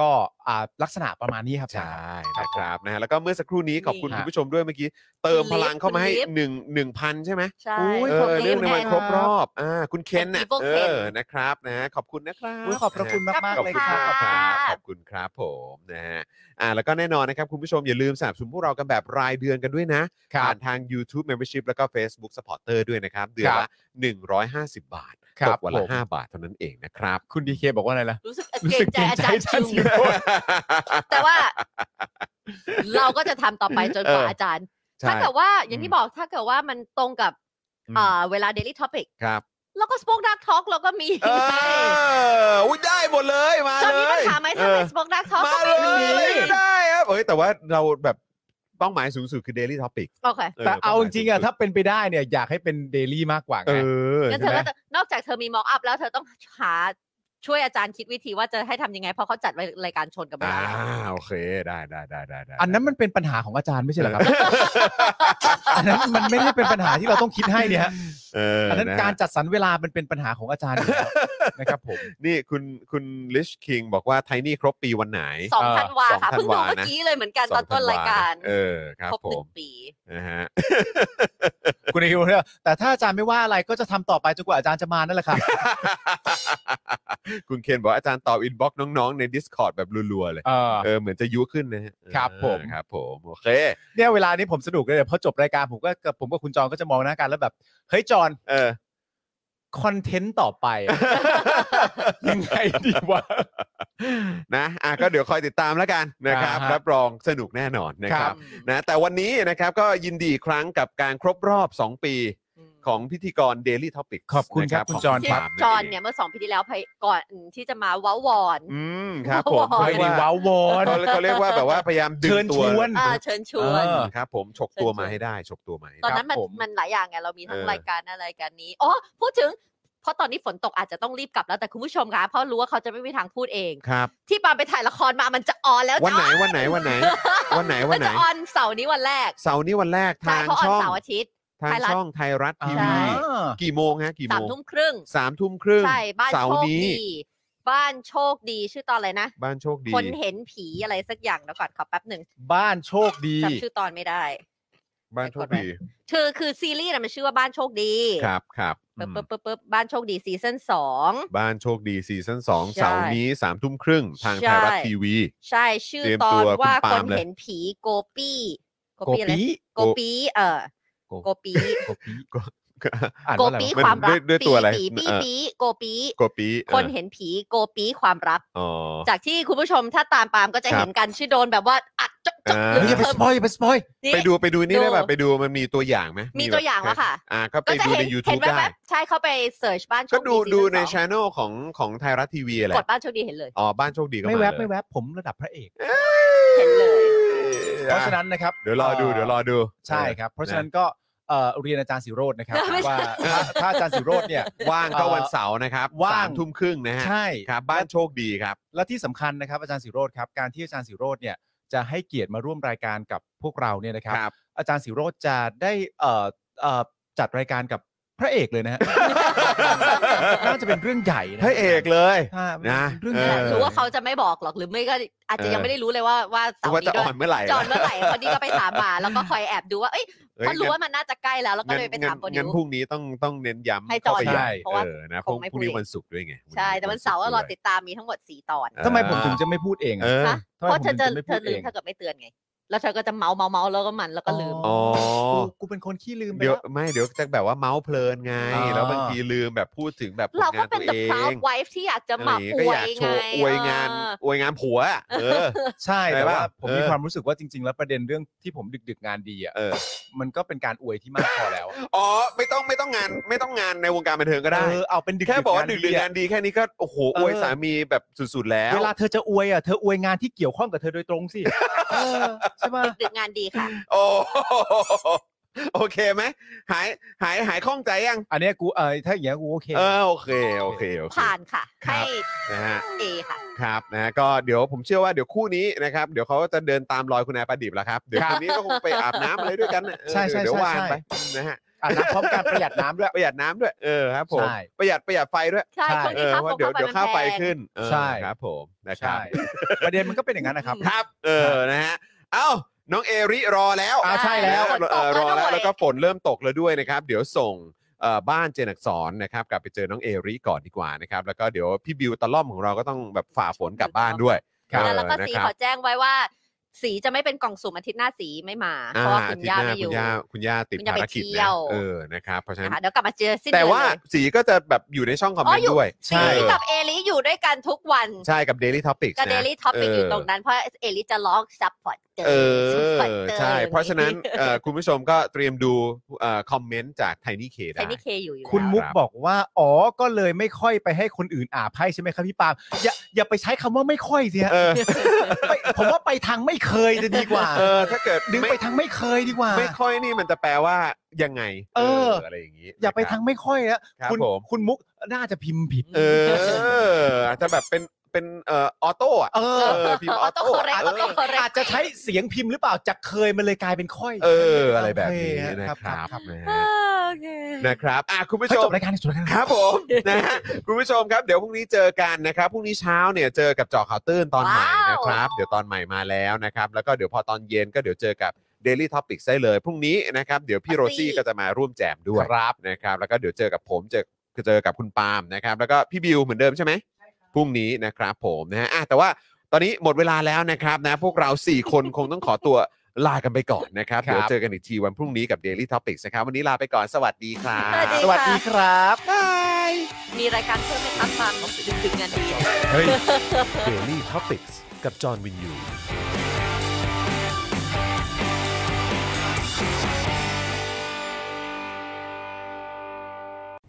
Speaker 5: ก็อ่าลักษณะประมาณนี้ครับอา
Speaker 3: ใช
Speaker 5: จารย์
Speaker 3: ่
Speaker 5: ค
Speaker 3: นะครั
Speaker 5: รับ
Speaker 3: บนะฮะแล้วก็เมื่อสักครู่นี้ขอบคุณ
Speaker 5: นี่
Speaker 3: คุณผู้ชมด้วยเมื่อกี้ เติมพลังเข้ามาให้
Speaker 4: คุณลิฟต์
Speaker 3: หนึ่งหนึ่งพันใช่ไหม
Speaker 4: ใช่
Speaker 5: อุ๊ย
Speaker 3: เอ
Speaker 5: ขอบ
Speaker 3: อ
Speaker 5: คุณ
Speaker 3: เรื่องในวัน
Speaker 5: แอน
Speaker 3: ครบรอบอ่าคุณเคนน่ะ
Speaker 4: Evil
Speaker 3: เอ
Speaker 4: Ken
Speaker 3: อนะครับนะฮะขอบคุณนะครับ
Speaker 5: อุ๊ยขอบพระคุณมากๆ
Speaker 3: ขอบณ
Speaker 5: เลยค่ะ
Speaker 3: มากครับขอบคุณครับผมนะฮะอ่าแล้วก็แน่นอนนะครับคุณผู้ชมอย่าลืมสนับสนุนพวกเรากันแบบรายเดือนกันด้วยนะ ผ่านทาง YouTube Membership แล้วก็ Facebook Supporter ด้วยนะครับ เดือนละ 150 บาท
Speaker 5: ค
Speaker 3: ต
Speaker 5: รับ
Speaker 3: กวันละ
Speaker 5: ผม
Speaker 3: 5 บาทเท่านั้นเองนะครับ
Speaker 5: คุณดีเคบอกว่าอะไรล่ะ
Speaker 4: รู้สึก
Speaker 5: รู้
Speaker 4: เกร
Speaker 5: สึก
Speaker 4: งใจอาจารย์
Speaker 5: เกรง
Speaker 4: จึง
Speaker 5: ใจอาจารย์จิง
Speaker 4: แต่ว่า เราก็จะทำต่อไปจนกว่า
Speaker 3: เอออ
Speaker 4: อาจารย์
Speaker 3: ใช่
Speaker 4: ถ้าเกิดว่าอย่างที่บอกถ้าเกิดว่ามันตรงกับ
Speaker 3: อืม
Speaker 4: เอ่อเวลา Daily Topic
Speaker 3: ครับ
Speaker 4: แล้วก็ Spoke Dark Talk เราก็มี
Speaker 3: เอออุ้ยได้หมดเลยมา
Speaker 4: จะ
Speaker 3: เล
Speaker 4: มีปัญ
Speaker 3: ย
Speaker 4: หาไหม
Speaker 3: เอ
Speaker 4: ถ้าเป็
Speaker 3: อน
Speaker 4: Spoke Dark Talk
Speaker 3: มา
Speaker 4: ก็
Speaker 3: เล
Speaker 4: ไม่มี
Speaker 3: ยได้ครับเอ้ยแต่ว่าเราแบบ เป้าหมายสูงสุดคือ Daily Topic
Speaker 4: โอเค
Speaker 5: แต่เอาจริงๆอะถ้าเป็นไปได้เนี่ยอยากให้เป็นเดลี่มากกว่าไง
Speaker 3: เออ
Speaker 4: งั้นเธ
Speaker 3: ใช่
Speaker 4: อ
Speaker 3: ไหม
Speaker 4: ก็จะนอกจากเธอมีมอกอัพแล้วเธอต้องหาช่วยอาจารย์คิดวิธีว่าจะให้ทำยังไง เพราะเขาจัดรายการชนกันไป
Speaker 3: อ่า
Speaker 4: แล้ว
Speaker 3: โอเคได้ได้ได้ได้ได้
Speaker 5: อันนั้นมันเป็นปัญหาของอาจารย์ไม่ใช่เหรอครับ อันนั้นมันไม่ได้เป็นปัญหาที่เราต้องคิดให้เนี่ยฮะ
Speaker 3: เออ
Speaker 5: อันนั้น
Speaker 3: นะ
Speaker 5: การจัดสรรเวลามันเป็นปัญหาของอาจารย์อยู่แล้วนะครับผม
Speaker 3: นี่คุณคุณลิชคิงบอกว่าไทนี่ครบปีวันไหน
Speaker 4: สองธันวา
Speaker 3: เออสอ
Speaker 4: ค่ะ
Speaker 3: ง
Speaker 4: เพิ่งดู
Speaker 3: ธันวานะ
Speaker 4: เมื่อกี้เลยเหมือนกันตอน
Speaker 3: สง
Speaker 4: ต้น
Speaker 3: ธัว
Speaker 4: รายการ
Speaker 3: เออครับ
Speaker 4: ครบ
Speaker 3: ผ
Speaker 4: หนึ่
Speaker 3: ม
Speaker 4: งปี
Speaker 3: นะฮะ
Speaker 5: คุณนิวเนี่ยแต่ถ้าอาจารย์ไม่ว่าอะไรก็จะทำต่อไปจนกว่าอาจารย์จะมานั่นแหละครับ
Speaker 3: คุณเคนบอกว่าอาจารย์ตอบอินบ็อกซ์น้องๆ ใน Discord แบบรัวๆเลย
Speaker 5: เออ
Speaker 3: เออเหมือนจะยุขึ้นนะฮะ
Speaker 5: ครับผม
Speaker 3: เออครับผมโอเค
Speaker 5: เนี่ยเวลานี้ผมสนุกเลยเพอจบรายการผมก็ผมกับคุณจอนก็จะมองหน้ากันแล้วแบบเฮ้ยจอน
Speaker 3: เออ
Speaker 5: คอนเทนต์ต่อไป ยังไงดีวะ
Speaker 3: นะอ่ะก็เดี๋ยวคอยติดตามแล้วกันนะครับ
Speaker 5: อ่าฮะ
Speaker 3: รับรองสนุกแน่นอนนะค
Speaker 5: ครั
Speaker 3: รับบ นะแต่วันนี้นะครับก็ยินดีอีกครั้งกับการครบรอบ 2 ปีของพิธีกร Daily Topic
Speaker 5: ขอบคุณครับคุณจอน
Speaker 4: ที่
Speaker 5: ปาล์ม
Speaker 4: จอนเนี่ยเมื่อสองปีที่แล้วไปก่อนที่จะมาเว้าวอน
Speaker 3: อืมครับผม
Speaker 4: ว้าว
Speaker 5: ไม่ได้ว้าววอน
Speaker 3: เขาเรียกว่าเขาเรียกว่าแบบว่าพยายามดึง
Speaker 5: เชิญ
Speaker 3: ตั
Speaker 5: ชวน
Speaker 4: อ่าเชิญชวน
Speaker 5: เออ
Speaker 3: ครับผมฉกตัวมาให้ได้ฉกตัวมาให้
Speaker 4: ตอน
Speaker 3: ได้
Speaker 4: นั้นมัน
Speaker 5: ผม
Speaker 4: มันหลายอย่างไงเรามีทั้ง
Speaker 3: เออ
Speaker 4: รายการอะไรายการนี้อ๋อพูดถึงเพราะตอนนี้ฝนตกอาจจะต้องรีบกลับแล้วแต่คุณผู้ชมคะเพราะรู้ว่าเขาจะไม่มีทางพูดเอง
Speaker 3: ครับ
Speaker 4: ที่ปาล์มไปถ่ายละครมามันจะออนแล้ว
Speaker 3: วันไหน
Speaker 4: จะออ
Speaker 3: วันไหน วันไหน วันไหนวั
Speaker 4: มัน น
Speaker 3: ไหน
Speaker 4: จะออนเสาร์นี้วันแรก
Speaker 3: เสาร์นี้วันแรก
Speaker 4: ใช่
Speaker 3: ทาง
Speaker 4: เพราะอ
Speaker 3: ช่อ
Speaker 4: อน
Speaker 3: ง
Speaker 4: เสาร์อาทิตย์
Speaker 3: ทาง
Speaker 4: ไทยรัฐ
Speaker 3: ช่องไทยรัฐทีวี
Speaker 4: ใช่
Speaker 5: อ่า
Speaker 3: กี่โมงฮะกี่
Speaker 4: สา
Speaker 3: โม
Speaker 4: ม
Speaker 3: ง
Speaker 4: ทุ่มครึ่ง
Speaker 3: สามทุ่มครึ่ง
Speaker 4: ใช่ บ้าน
Speaker 3: เสา
Speaker 4: โช
Speaker 3: ร์
Speaker 4: ค
Speaker 3: นี้
Speaker 4: ดี บ้านโชคดีชื่อตอนอะไรนะ
Speaker 3: บ้านโชคดี
Speaker 4: คนเห็นผีอะไรสักอย่างแล้วก่อนขอแป๊บหนึ่ง
Speaker 5: บ้านโชคดี
Speaker 4: จำชื่อตอนไม่ได้
Speaker 3: บ้านโชคดี
Speaker 4: เธอคือซีรีส์นะมันชื่อว่าบ้านโชคดี
Speaker 3: ครับครับอื
Speaker 4: ปึ๊บ
Speaker 3: ม
Speaker 4: ปึ๊บปึ๊บปึ๊บบ้านโชคดีซีซั่นสอง
Speaker 3: บ้านโชคดีซีซั่น2
Speaker 4: ใช่
Speaker 3: เสาร์นี้3ามทุ่มครึ่งทางไท
Speaker 4: ใช่
Speaker 3: ยรัฐทีวี
Speaker 4: ใช่ชื่อ
Speaker 3: เตรียม
Speaker 4: ตอ
Speaker 3: ตั
Speaker 4: น
Speaker 3: ว
Speaker 4: ว่า
Speaker 3: คุณปาล์
Speaker 4: คน
Speaker 3: มเลย
Speaker 4: เห็นผีโกปี้
Speaker 5: โกปี
Speaker 4: โกปี้เออโกปี้
Speaker 5: โกปีอ่าน
Speaker 4: โก
Speaker 5: ว่าอะไร
Speaker 4: ปี้
Speaker 5: วะ
Speaker 3: มัน
Speaker 4: ความรัก
Speaker 3: ด้วยด้วยตัวอะไร
Speaker 4: ปีปี
Speaker 3: เออ
Speaker 4: ปีโกปี้
Speaker 3: โกปี
Speaker 4: คนเห็นผีโกปี้ความรัก
Speaker 3: อ๋อ
Speaker 4: จากที่คุณผู้ชมถ้าตามปาล์มก็จะ
Speaker 3: ครับ
Speaker 4: เห็นกันชื่อโดนแบบว่าอัดจ๊อกจ๊อก
Speaker 3: อ่า
Speaker 4: หรื
Speaker 5: เฮ้ยอย่าไปสปอยอย่าไปสปอย
Speaker 4: นี่
Speaker 3: ไปดูไปดูนี่ได้ป่ะ
Speaker 4: ดู
Speaker 3: ไปดูมันมีตัวอย่างไหม
Speaker 4: มี
Speaker 3: แบบ
Speaker 4: ตัวอย่างแล้วค่ะ
Speaker 3: อ่าก็ไป
Speaker 4: ก็จะ
Speaker 3: ดูใน
Speaker 4: เห็นเห็น
Speaker 3: YouTube
Speaker 4: แบ
Speaker 3: ได้
Speaker 4: บๆใช่เข้าไปเสิร์ชบ้านโชค
Speaker 3: ก็ดู
Speaker 4: ซี
Speaker 3: ดูใน
Speaker 4: ซั่
Speaker 3: ช
Speaker 4: สอง
Speaker 3: anel ของของไทยรัฐทีวีแหละ
Speaker 4: กดบ้านโชคดีเห็นเลย
Speaker 3: อ๋อบ้านโชคดีก็
Speaker 5: ไม่
Speaker 3: มา
Speaker 5: แวบ
Speaker 3: เล
Speaker 5: ไม่
Speaker 3: ย
Speaker 5: แวบผมระดับพระเอก
Speaker 4: เห็นเลย
Speaker 5: เพราะฉะนั้นนะครับ
Speaker 3: เดี๋ยวรอดูเดี๋ยวรอดู
Speaker 5: ใช่ครับ เพราะฉะนั้นก็เอ่อเรียนอาจารย์สิโรจน์นะครับ
Speaker 4: ไม่ใช่
Speaker 5: ว่าถ้าถ้าอาจารย์สิโรจน์เนี่ย
Speaker 3: ว่างก็วันเสาร์นะครับ
Speaker 5: ว่าง
Speaker 3: สามทุ่มครึ่งนะฮะ
Speaker 5: ใช่
Speaker 3: ครับบ้านโชคดีครับ
Speaker 5: และที่สำคัญนะครับอาจารย์สิโรจน์ครับการที่อาจารย์สิโรจน์เนี่ยจะให้เกียรติมาร่วมรายการกับพวกเราเนี่ยนะครับ อาจารย์สิโรจน์จะได้เอ่อเอ่อจัดรายการกับพระเอกเลย นะฮะ น่าจะเป็นเรื่องใหญ่นะ
Speaker 3: พระเอกเลย
Speaker 5: ถ้า
Speaker 3: นะ
Speaker 5: เรื่อง
Speaker 3: เอ
Speaker 5: ใหญ่
Speaker 3: อ
Speaker 4: รู้ว่าเขาจะไม่บอกหรอกหรือไม่ก็อาจจะยังไม่ได้รู้เลยว่าว่าเสาร์
Speaker 3: ว่า
Speaker 4: นี้
Speaker 3: จะ
Speaker 4: ด้
Speaker 3: อ่
Speaker 4: วย
Speaker 3: อนเมื่อไหร่
Speaker 4: จอนเมื่อไหร่พอดีก็ไปถามมาแล้วก็คอยแอบดูว่าเอ้ย
Speaker 3: เอ้ย
Speaker 4: พอรู้ว่ามันน่าจะใกล้แล้วแล้วก็เลยไปถามโปรดิ
Speaker 3: งั้
Speaker 4: ว
Speaker 3: นพรุ่งนี้ต้องต้องเน้นย้ำ
Speaker 4: ให้จอ
Speaker 3: เข้าไป
Speaker 4: ใช่
Speaker 3: ญ่
Speaker 4: เพราะว่า
Speaker 3: เออนะ
Speaker 4: คงไม่
Speaker 3: พรุ่งนี้
Speaker 4: คุย
Speaker 3: วันศุกร์ด้วยไง
Speaker 4: ใช่ แต่วันเสาร์อะรอติดตามมีทั้งหมดสี่ตอน
Speaker 5: ทำไมผมถึงจะไม่พูดเอง
Speaker 3: เออ
Speaker 5: อะ
Speaker 4: ฮะ
Speaker 5: ทำไม
Speaker 4: เพราะ
Speaker 5: ผม
Speaker 4: เธ
Speaker 5: ถึ
Speaker 4: อง จะ
Speaker 5: จะไม่
Speaker 4: เธ
Speaker 5: พูด
Speaker 4: อลื
Speaker 5: เอ
Speaker 4: ม
Speaker 5: ง
Speaker 4: ถ้าเกิดไม่เตือนไง แล้วเธอก็จะเมาเมาเมาแล้วก็มันแล้วก็ลืม
Speaker 3: อ๋อ
Speaker 5: กูกูเป็นคนขี้ลืมไป
Speaker 3: เดี๋ยว
Speaker 5: แล้ว
Speaker 3: ไม่เดี๋ยวจะแบบว่าเมาส์เพลินไง
Speaker 5: อ๋อ
Speaker 3: แล้วบางทีลืมแบบพูดถึงแบบผล
Speaker 4: เรา
Speaker 3: งา
Speaker 4: ก็
Speaker 3: น
Speaker 4: เป็
Speaker 3: ตัว
Speaker 4: น the
Speaker 3: เอง
Speaker 4: proud wife ที่อยากจะมา
Speaker 3: ไร
Speaker 4: อ
Speaker 3: ก็
Speaker 4: ว
Speaker 3: อย ยากโช
Speaker 4: ไง
Speaker 3: ว์อวยงาน
Speaker 4: เออ
Speaker 3: อวยงานผัว อะเออ
Speaker 5: ใช่
Speaker 3: ใช่
Speaker 5: แต่ว่า
Speaker 3: ป่ะ
Speaker 5: ผม
Speaker 3: เออ
Speaker 5: มีความรู้สึกว่าจริง ๆ แล้วประเด็นเรื่องที่ผมดึกๆงานดีอ่ะ
Speaker 3: เออ
Speaker 5: มันก็เป็นการอวยที่มากพอแล้วอะ
Speaker 3: อ๋อไม่ต้องไม่ต้องงานไม่ต้องงานในวงการบันเทิงก็ได้
Speaker 5: เออเอาเป็นดึกๆ
Speaker 3: แค่บอกว่า
Speaker 5: าน
Speaker 3: ดึกๆงา
Speaker 5: อะ
Speaker 3: นดีแค่นี้ก็โอ้โห
Speaker 5: เอ
Speaker 3: อ
Speaker 5: อ
Speaker 3: วยสามีแบบสุดๆแล้ว
Speaker 5: เวลาเธอจะอวยอ่ะเธออวยงานที่เกี่ยวข้องกับเธอโดยตรงสิ เออใช่ป่ะ
Speaker 4: ดึกงานดีค่ะ
Speaker 3: โอ้โอเคไหมหายหายหายข้องใจยัง
Speaker 5: อันเนี้ยกูเออถ้าอย่างเงี้ยกูโอเค
Speaker 3: เออโอเคโอเคโอเค
Speaker 4: ผ่านค่ะ
Speaker 3: ครับ
Speaker 4: ให้
Speaker 3: นะฮะ
Speaker 4: เอค่ะ
Speaker 3: ครับนะก็เดี๋ยวผมเชื่อว่าเดี๋ยวคู่นี้นะครับเดี๋ยวเขาจะเดินตามรอยคุณนายประดิบแล้วครับ เดี๋ยว
Speaker 5: ครับ
Speaker 3: คู่นี้ก็คงไปอาบน้ำอะไรด้วยกันน่ะเออ
Speaker 5: ใช่ใช่
Speaker 3: เดี๋ยว
Speaker 5: ใช่
Speaker 3: วาง
Speaker 5: ใช่
Speaker 3: ไปนะฮะ
Speaker 5: อ่ะนะพร้อมการประหยัดน้ำด้วย
Speaker 3: ประหยัดน้ำด้วยเออครับผม
Speaker 5: ใช่
Speaker 3: ประหยัดประหยัดไฟด้วย
Speaker 4: ใช่ช่
Speaker 5: ใช่
Speaker 4: วง
Speaker 3: เอ
Speaker 4: นี้
Speaker 3: อ
Speaker 4: ค่า
Speaker 3: ว่า
Speaker 4: ฟง
Speaker 3: เดี๋ยวเดี๋ยว
Speaker 4: ค่า
Speaker 3: ค่า
Speaker 4: ไฟ
Speaker 3: ไฟ
Speaker 4: มันแพง
Speaker 3: ขึ้นเออ
Speaker 5: ใช่
Speaker 3: ครับผมนะครับ
Speaker 5: ใช่ประเด็นมันก็เป็นอย่างนั้นนะครับ
Speaker 3: ครับเออนะฮะเอ้าน้องเอริรอแล้ว
Speaker 5: อ่าใช่แล้ว
Speaker 3: เออเออ
Speaker 4: ฝ
Speaker 3: รอ
Speaker 4: นตกแล้ว
Speaker 3: แล้ว
Speaker 4: ด้วย
Speaker 3: แล้วก็ฝนเริ่มตกแล้วด้วยนะครับเดี๋ยวส่งเอ่อบ้านเจนอักสอนนะครับกลับไปเจอน้องเอริก่อนดีกว่านะครับแล้วก็เดี๋ยวพี่บิวตะล่อมของเราก็ต้องแบบฝ่าฝนกลับบ้านด้วย
Speaker 5: ครับ
Speaker 4: แล้วเราก็
Speaker 3: เออนะ
Speaker 4: สี
Speaker 3: ครับ
Speaker 4: ขอแจ้งไว้ว่า สีจะไม่เป็นกล่องสุ่มอาทิตย์หน้าสีไม่มา เพราะว่าคุณย่าไม่อยู่
Speaker 3: คุณย่าคุณย่าติด
Speaker 4: คุณย่า
Speaker 3: ภา
Speaker 4: ไป
Speaker 3: รกิจ
Speaker 4: เที่
Speaker 3: นะ
Speaker 4: ยว
Speaker 3: เออนะครับเพราะฉะนั้น
Speaker 4: นะคะเดี๋ยวกลับมาเจอสิ้นเดือน
Speaker 3: แต่ว่า
Speaker 4: เลย
Speaker 3: สีก็จะแบบอยู่ในช่องคอมเม
Speaker 4: อ๋
Speaker 3: น
Speaker 4: ออยู่
Speaker 3: ต์ด้วย
Speaker 5: ใช่
Speaker 4: สี
Speaker 3: เออ
Speaker 4: กับเอลิอยู่ด้วยกันทุกวัน
Speaker 3: ใช่กับ Daily Topics
Speaker 4: ก็
Speaker 3: นะ
Speaker 4: เดลี่ท็อปิกอยู่ตรง
Speaker 3: เ
Speaker 4: นั้นเพราะเอลิจะร้องซัพพอร์ตเตอร์
Speaker 3: เออใช่ เพราะฉะนั้นเอ่อคุณผู้ชมก็เตรียมดูเอ่อคอมเมนต์จากไทนี่เค
Speaker 4: ใช้
Speaker 3: ได้
Speaker 4: นิเคอยู่อยู่
Speaker 5: คุณ
Speaker 4: แล้ว
Speaker 5: มุกบอกว่า อ๋อ ก็เลยไม่ค่อยไปให้คนอื่นอาบให้ใช่ไหมครับพี่ปาล์มอย่าอย่าไปใช้คำว่าไม่ค่อยสิฮะ
Speaker 3: เออ
Speaker 5: ไม่ผมว่าไปทางไม่ เคยจะดีกว่า
Speaker 3: เออถ้าเกิด
Speaker 5: ดึงไปทางไม่เคยดีกว่า
Speaker 3: ไม่ค่อยนี่มันจะแปลว่ายังไง
Speaker 5: เออ
Speaker 3: ไรอย่างนี้
Speaker 5: อย่าไป
Speaker 3: นะครับ
Speaker 5: ทางไม่ค่อยนะครับ คุณ
Speaker 3: ผม
Speaker 5: คุณมุกน่าจะพิมพ์ผิด
Speaker 3: เอออาจจะแบบเป็นเป็นเอ่อออโต้อะ
Speaker 5: เออ
Speaker 3: เออพิมพ์ออโต้
Speaker 4: autocorrect
Speaker 3: เออ
Speaker 4: autocorrect
Speaker 5: อาจจะใช้เสียงพิมพ์หรือเปล่าจากเคยมันเลยกลายเป็นค่อย
Speaker 3: เอออะไรแบบนี้นะค
Speaker 5: ครั
Speaker 3: รับบ
Speaker 5: ครับ
Speaker 3: นะ
Speaker 4: อ่า
Speaker 3: ฮะ
Speaker 4: โอเค
Speaker 3: นะครับอ่ะคุณผู้
Speaker 5: เฮ้ย
Speaker 3: ช
Speaker 5: จ
Speaker 3: ม
Speaker 5: บรายการจบรายการ
Speaker 3: ครับผม นะฮะคุณผู้ชมครับเดี๋ยวพรุ่งนี้เจอกันนะครับพรุ่งนี้เช้าเนี่ยเจอกับเจอข่าวตื้นตอนใหม่
Speaker 4: ว้าว
Speaker 3: นะครับ เดี๋ยวตอนใหม่มาแล้วนะครับ แล้วก็เดี๋ยวพอตอนเย็นก็เดี๋ยวเจอกับ Daily Topics ได้เลยพรุ่งนี้นะครับเดี๋ยวพี่โรซี่ก็จะมาร่วมแจมด้วยครับนะครับ แล้วก็เดี๋ยวเจอกับผมเจอเจอกับคุณปาล์มนะครับ แล้วก็พี่บิวเหมือนเดิมใช่ไหมพรุ่งนี้นะครับผมนะฮะอ่ะแต่ว่าตอนนี้หมดเวลาแล้วนะครับนะพวกเราสี่คนคงต้องขอตัวลากันไปก่อนนะครับ
Speaker 5: ครับ
Speaker 3: เดี๋ยวเจอกันอีกทีวันพรุ่งนี้กับ Daily Topics นะครับวันนี้ลาไปก่อนสวัสดีครับ
Speaker 5: สวัสดีครับ
Speaker 3: บาย
Speaker 4: มีรายการเพิ่มไหมครับปาล์มดึกๆงานดี
Speaker 2: เฮ้ย Daily Topics กับจอห์นวินยู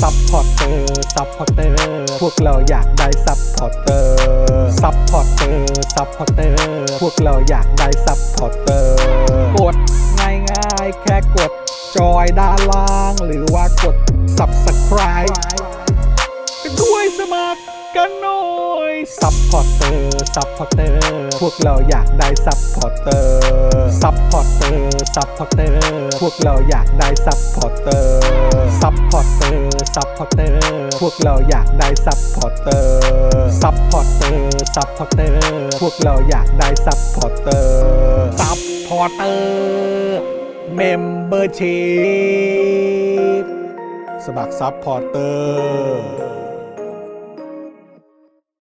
Speaker 1: ซัพพอร์เตอร์ ซัพพอร์เตอร์ พวกเราอยากได้ซัพพอร์เตอร์ ซัพพอร์เตอร์ ซัพพอร์เตอร์ พวกเราอยากได้ซัพพอร์เตอร์ กดง่ายๆ แค่กด จอยด้านล่าง หรือว่ากด subscribe ก็ด้วยสมัครกันหน่อย ซัพพอร์เตอร์ ซัพพอร์เตอร์ พวกเราอยากได้ซัพพอร์เตอร์ ซัพพอร์เตอร์ ซัพพอร์เตอร์ พวกเราอยากได้ซัพพอร์เตอร์ ซัพพอร์เตอร์ ซัพพอร์เตอร์ พวกเราอยากได้ซัพพอร์เตอร์ ซัพพอร์เตอร์ ซัพพอร์เตอร์ พวกเราอยากได้ซัพพอร์เตอร์ ซัพพอร์เตอร์ เมมเบอร์ชีพสมัครซัพพอร์เตอร์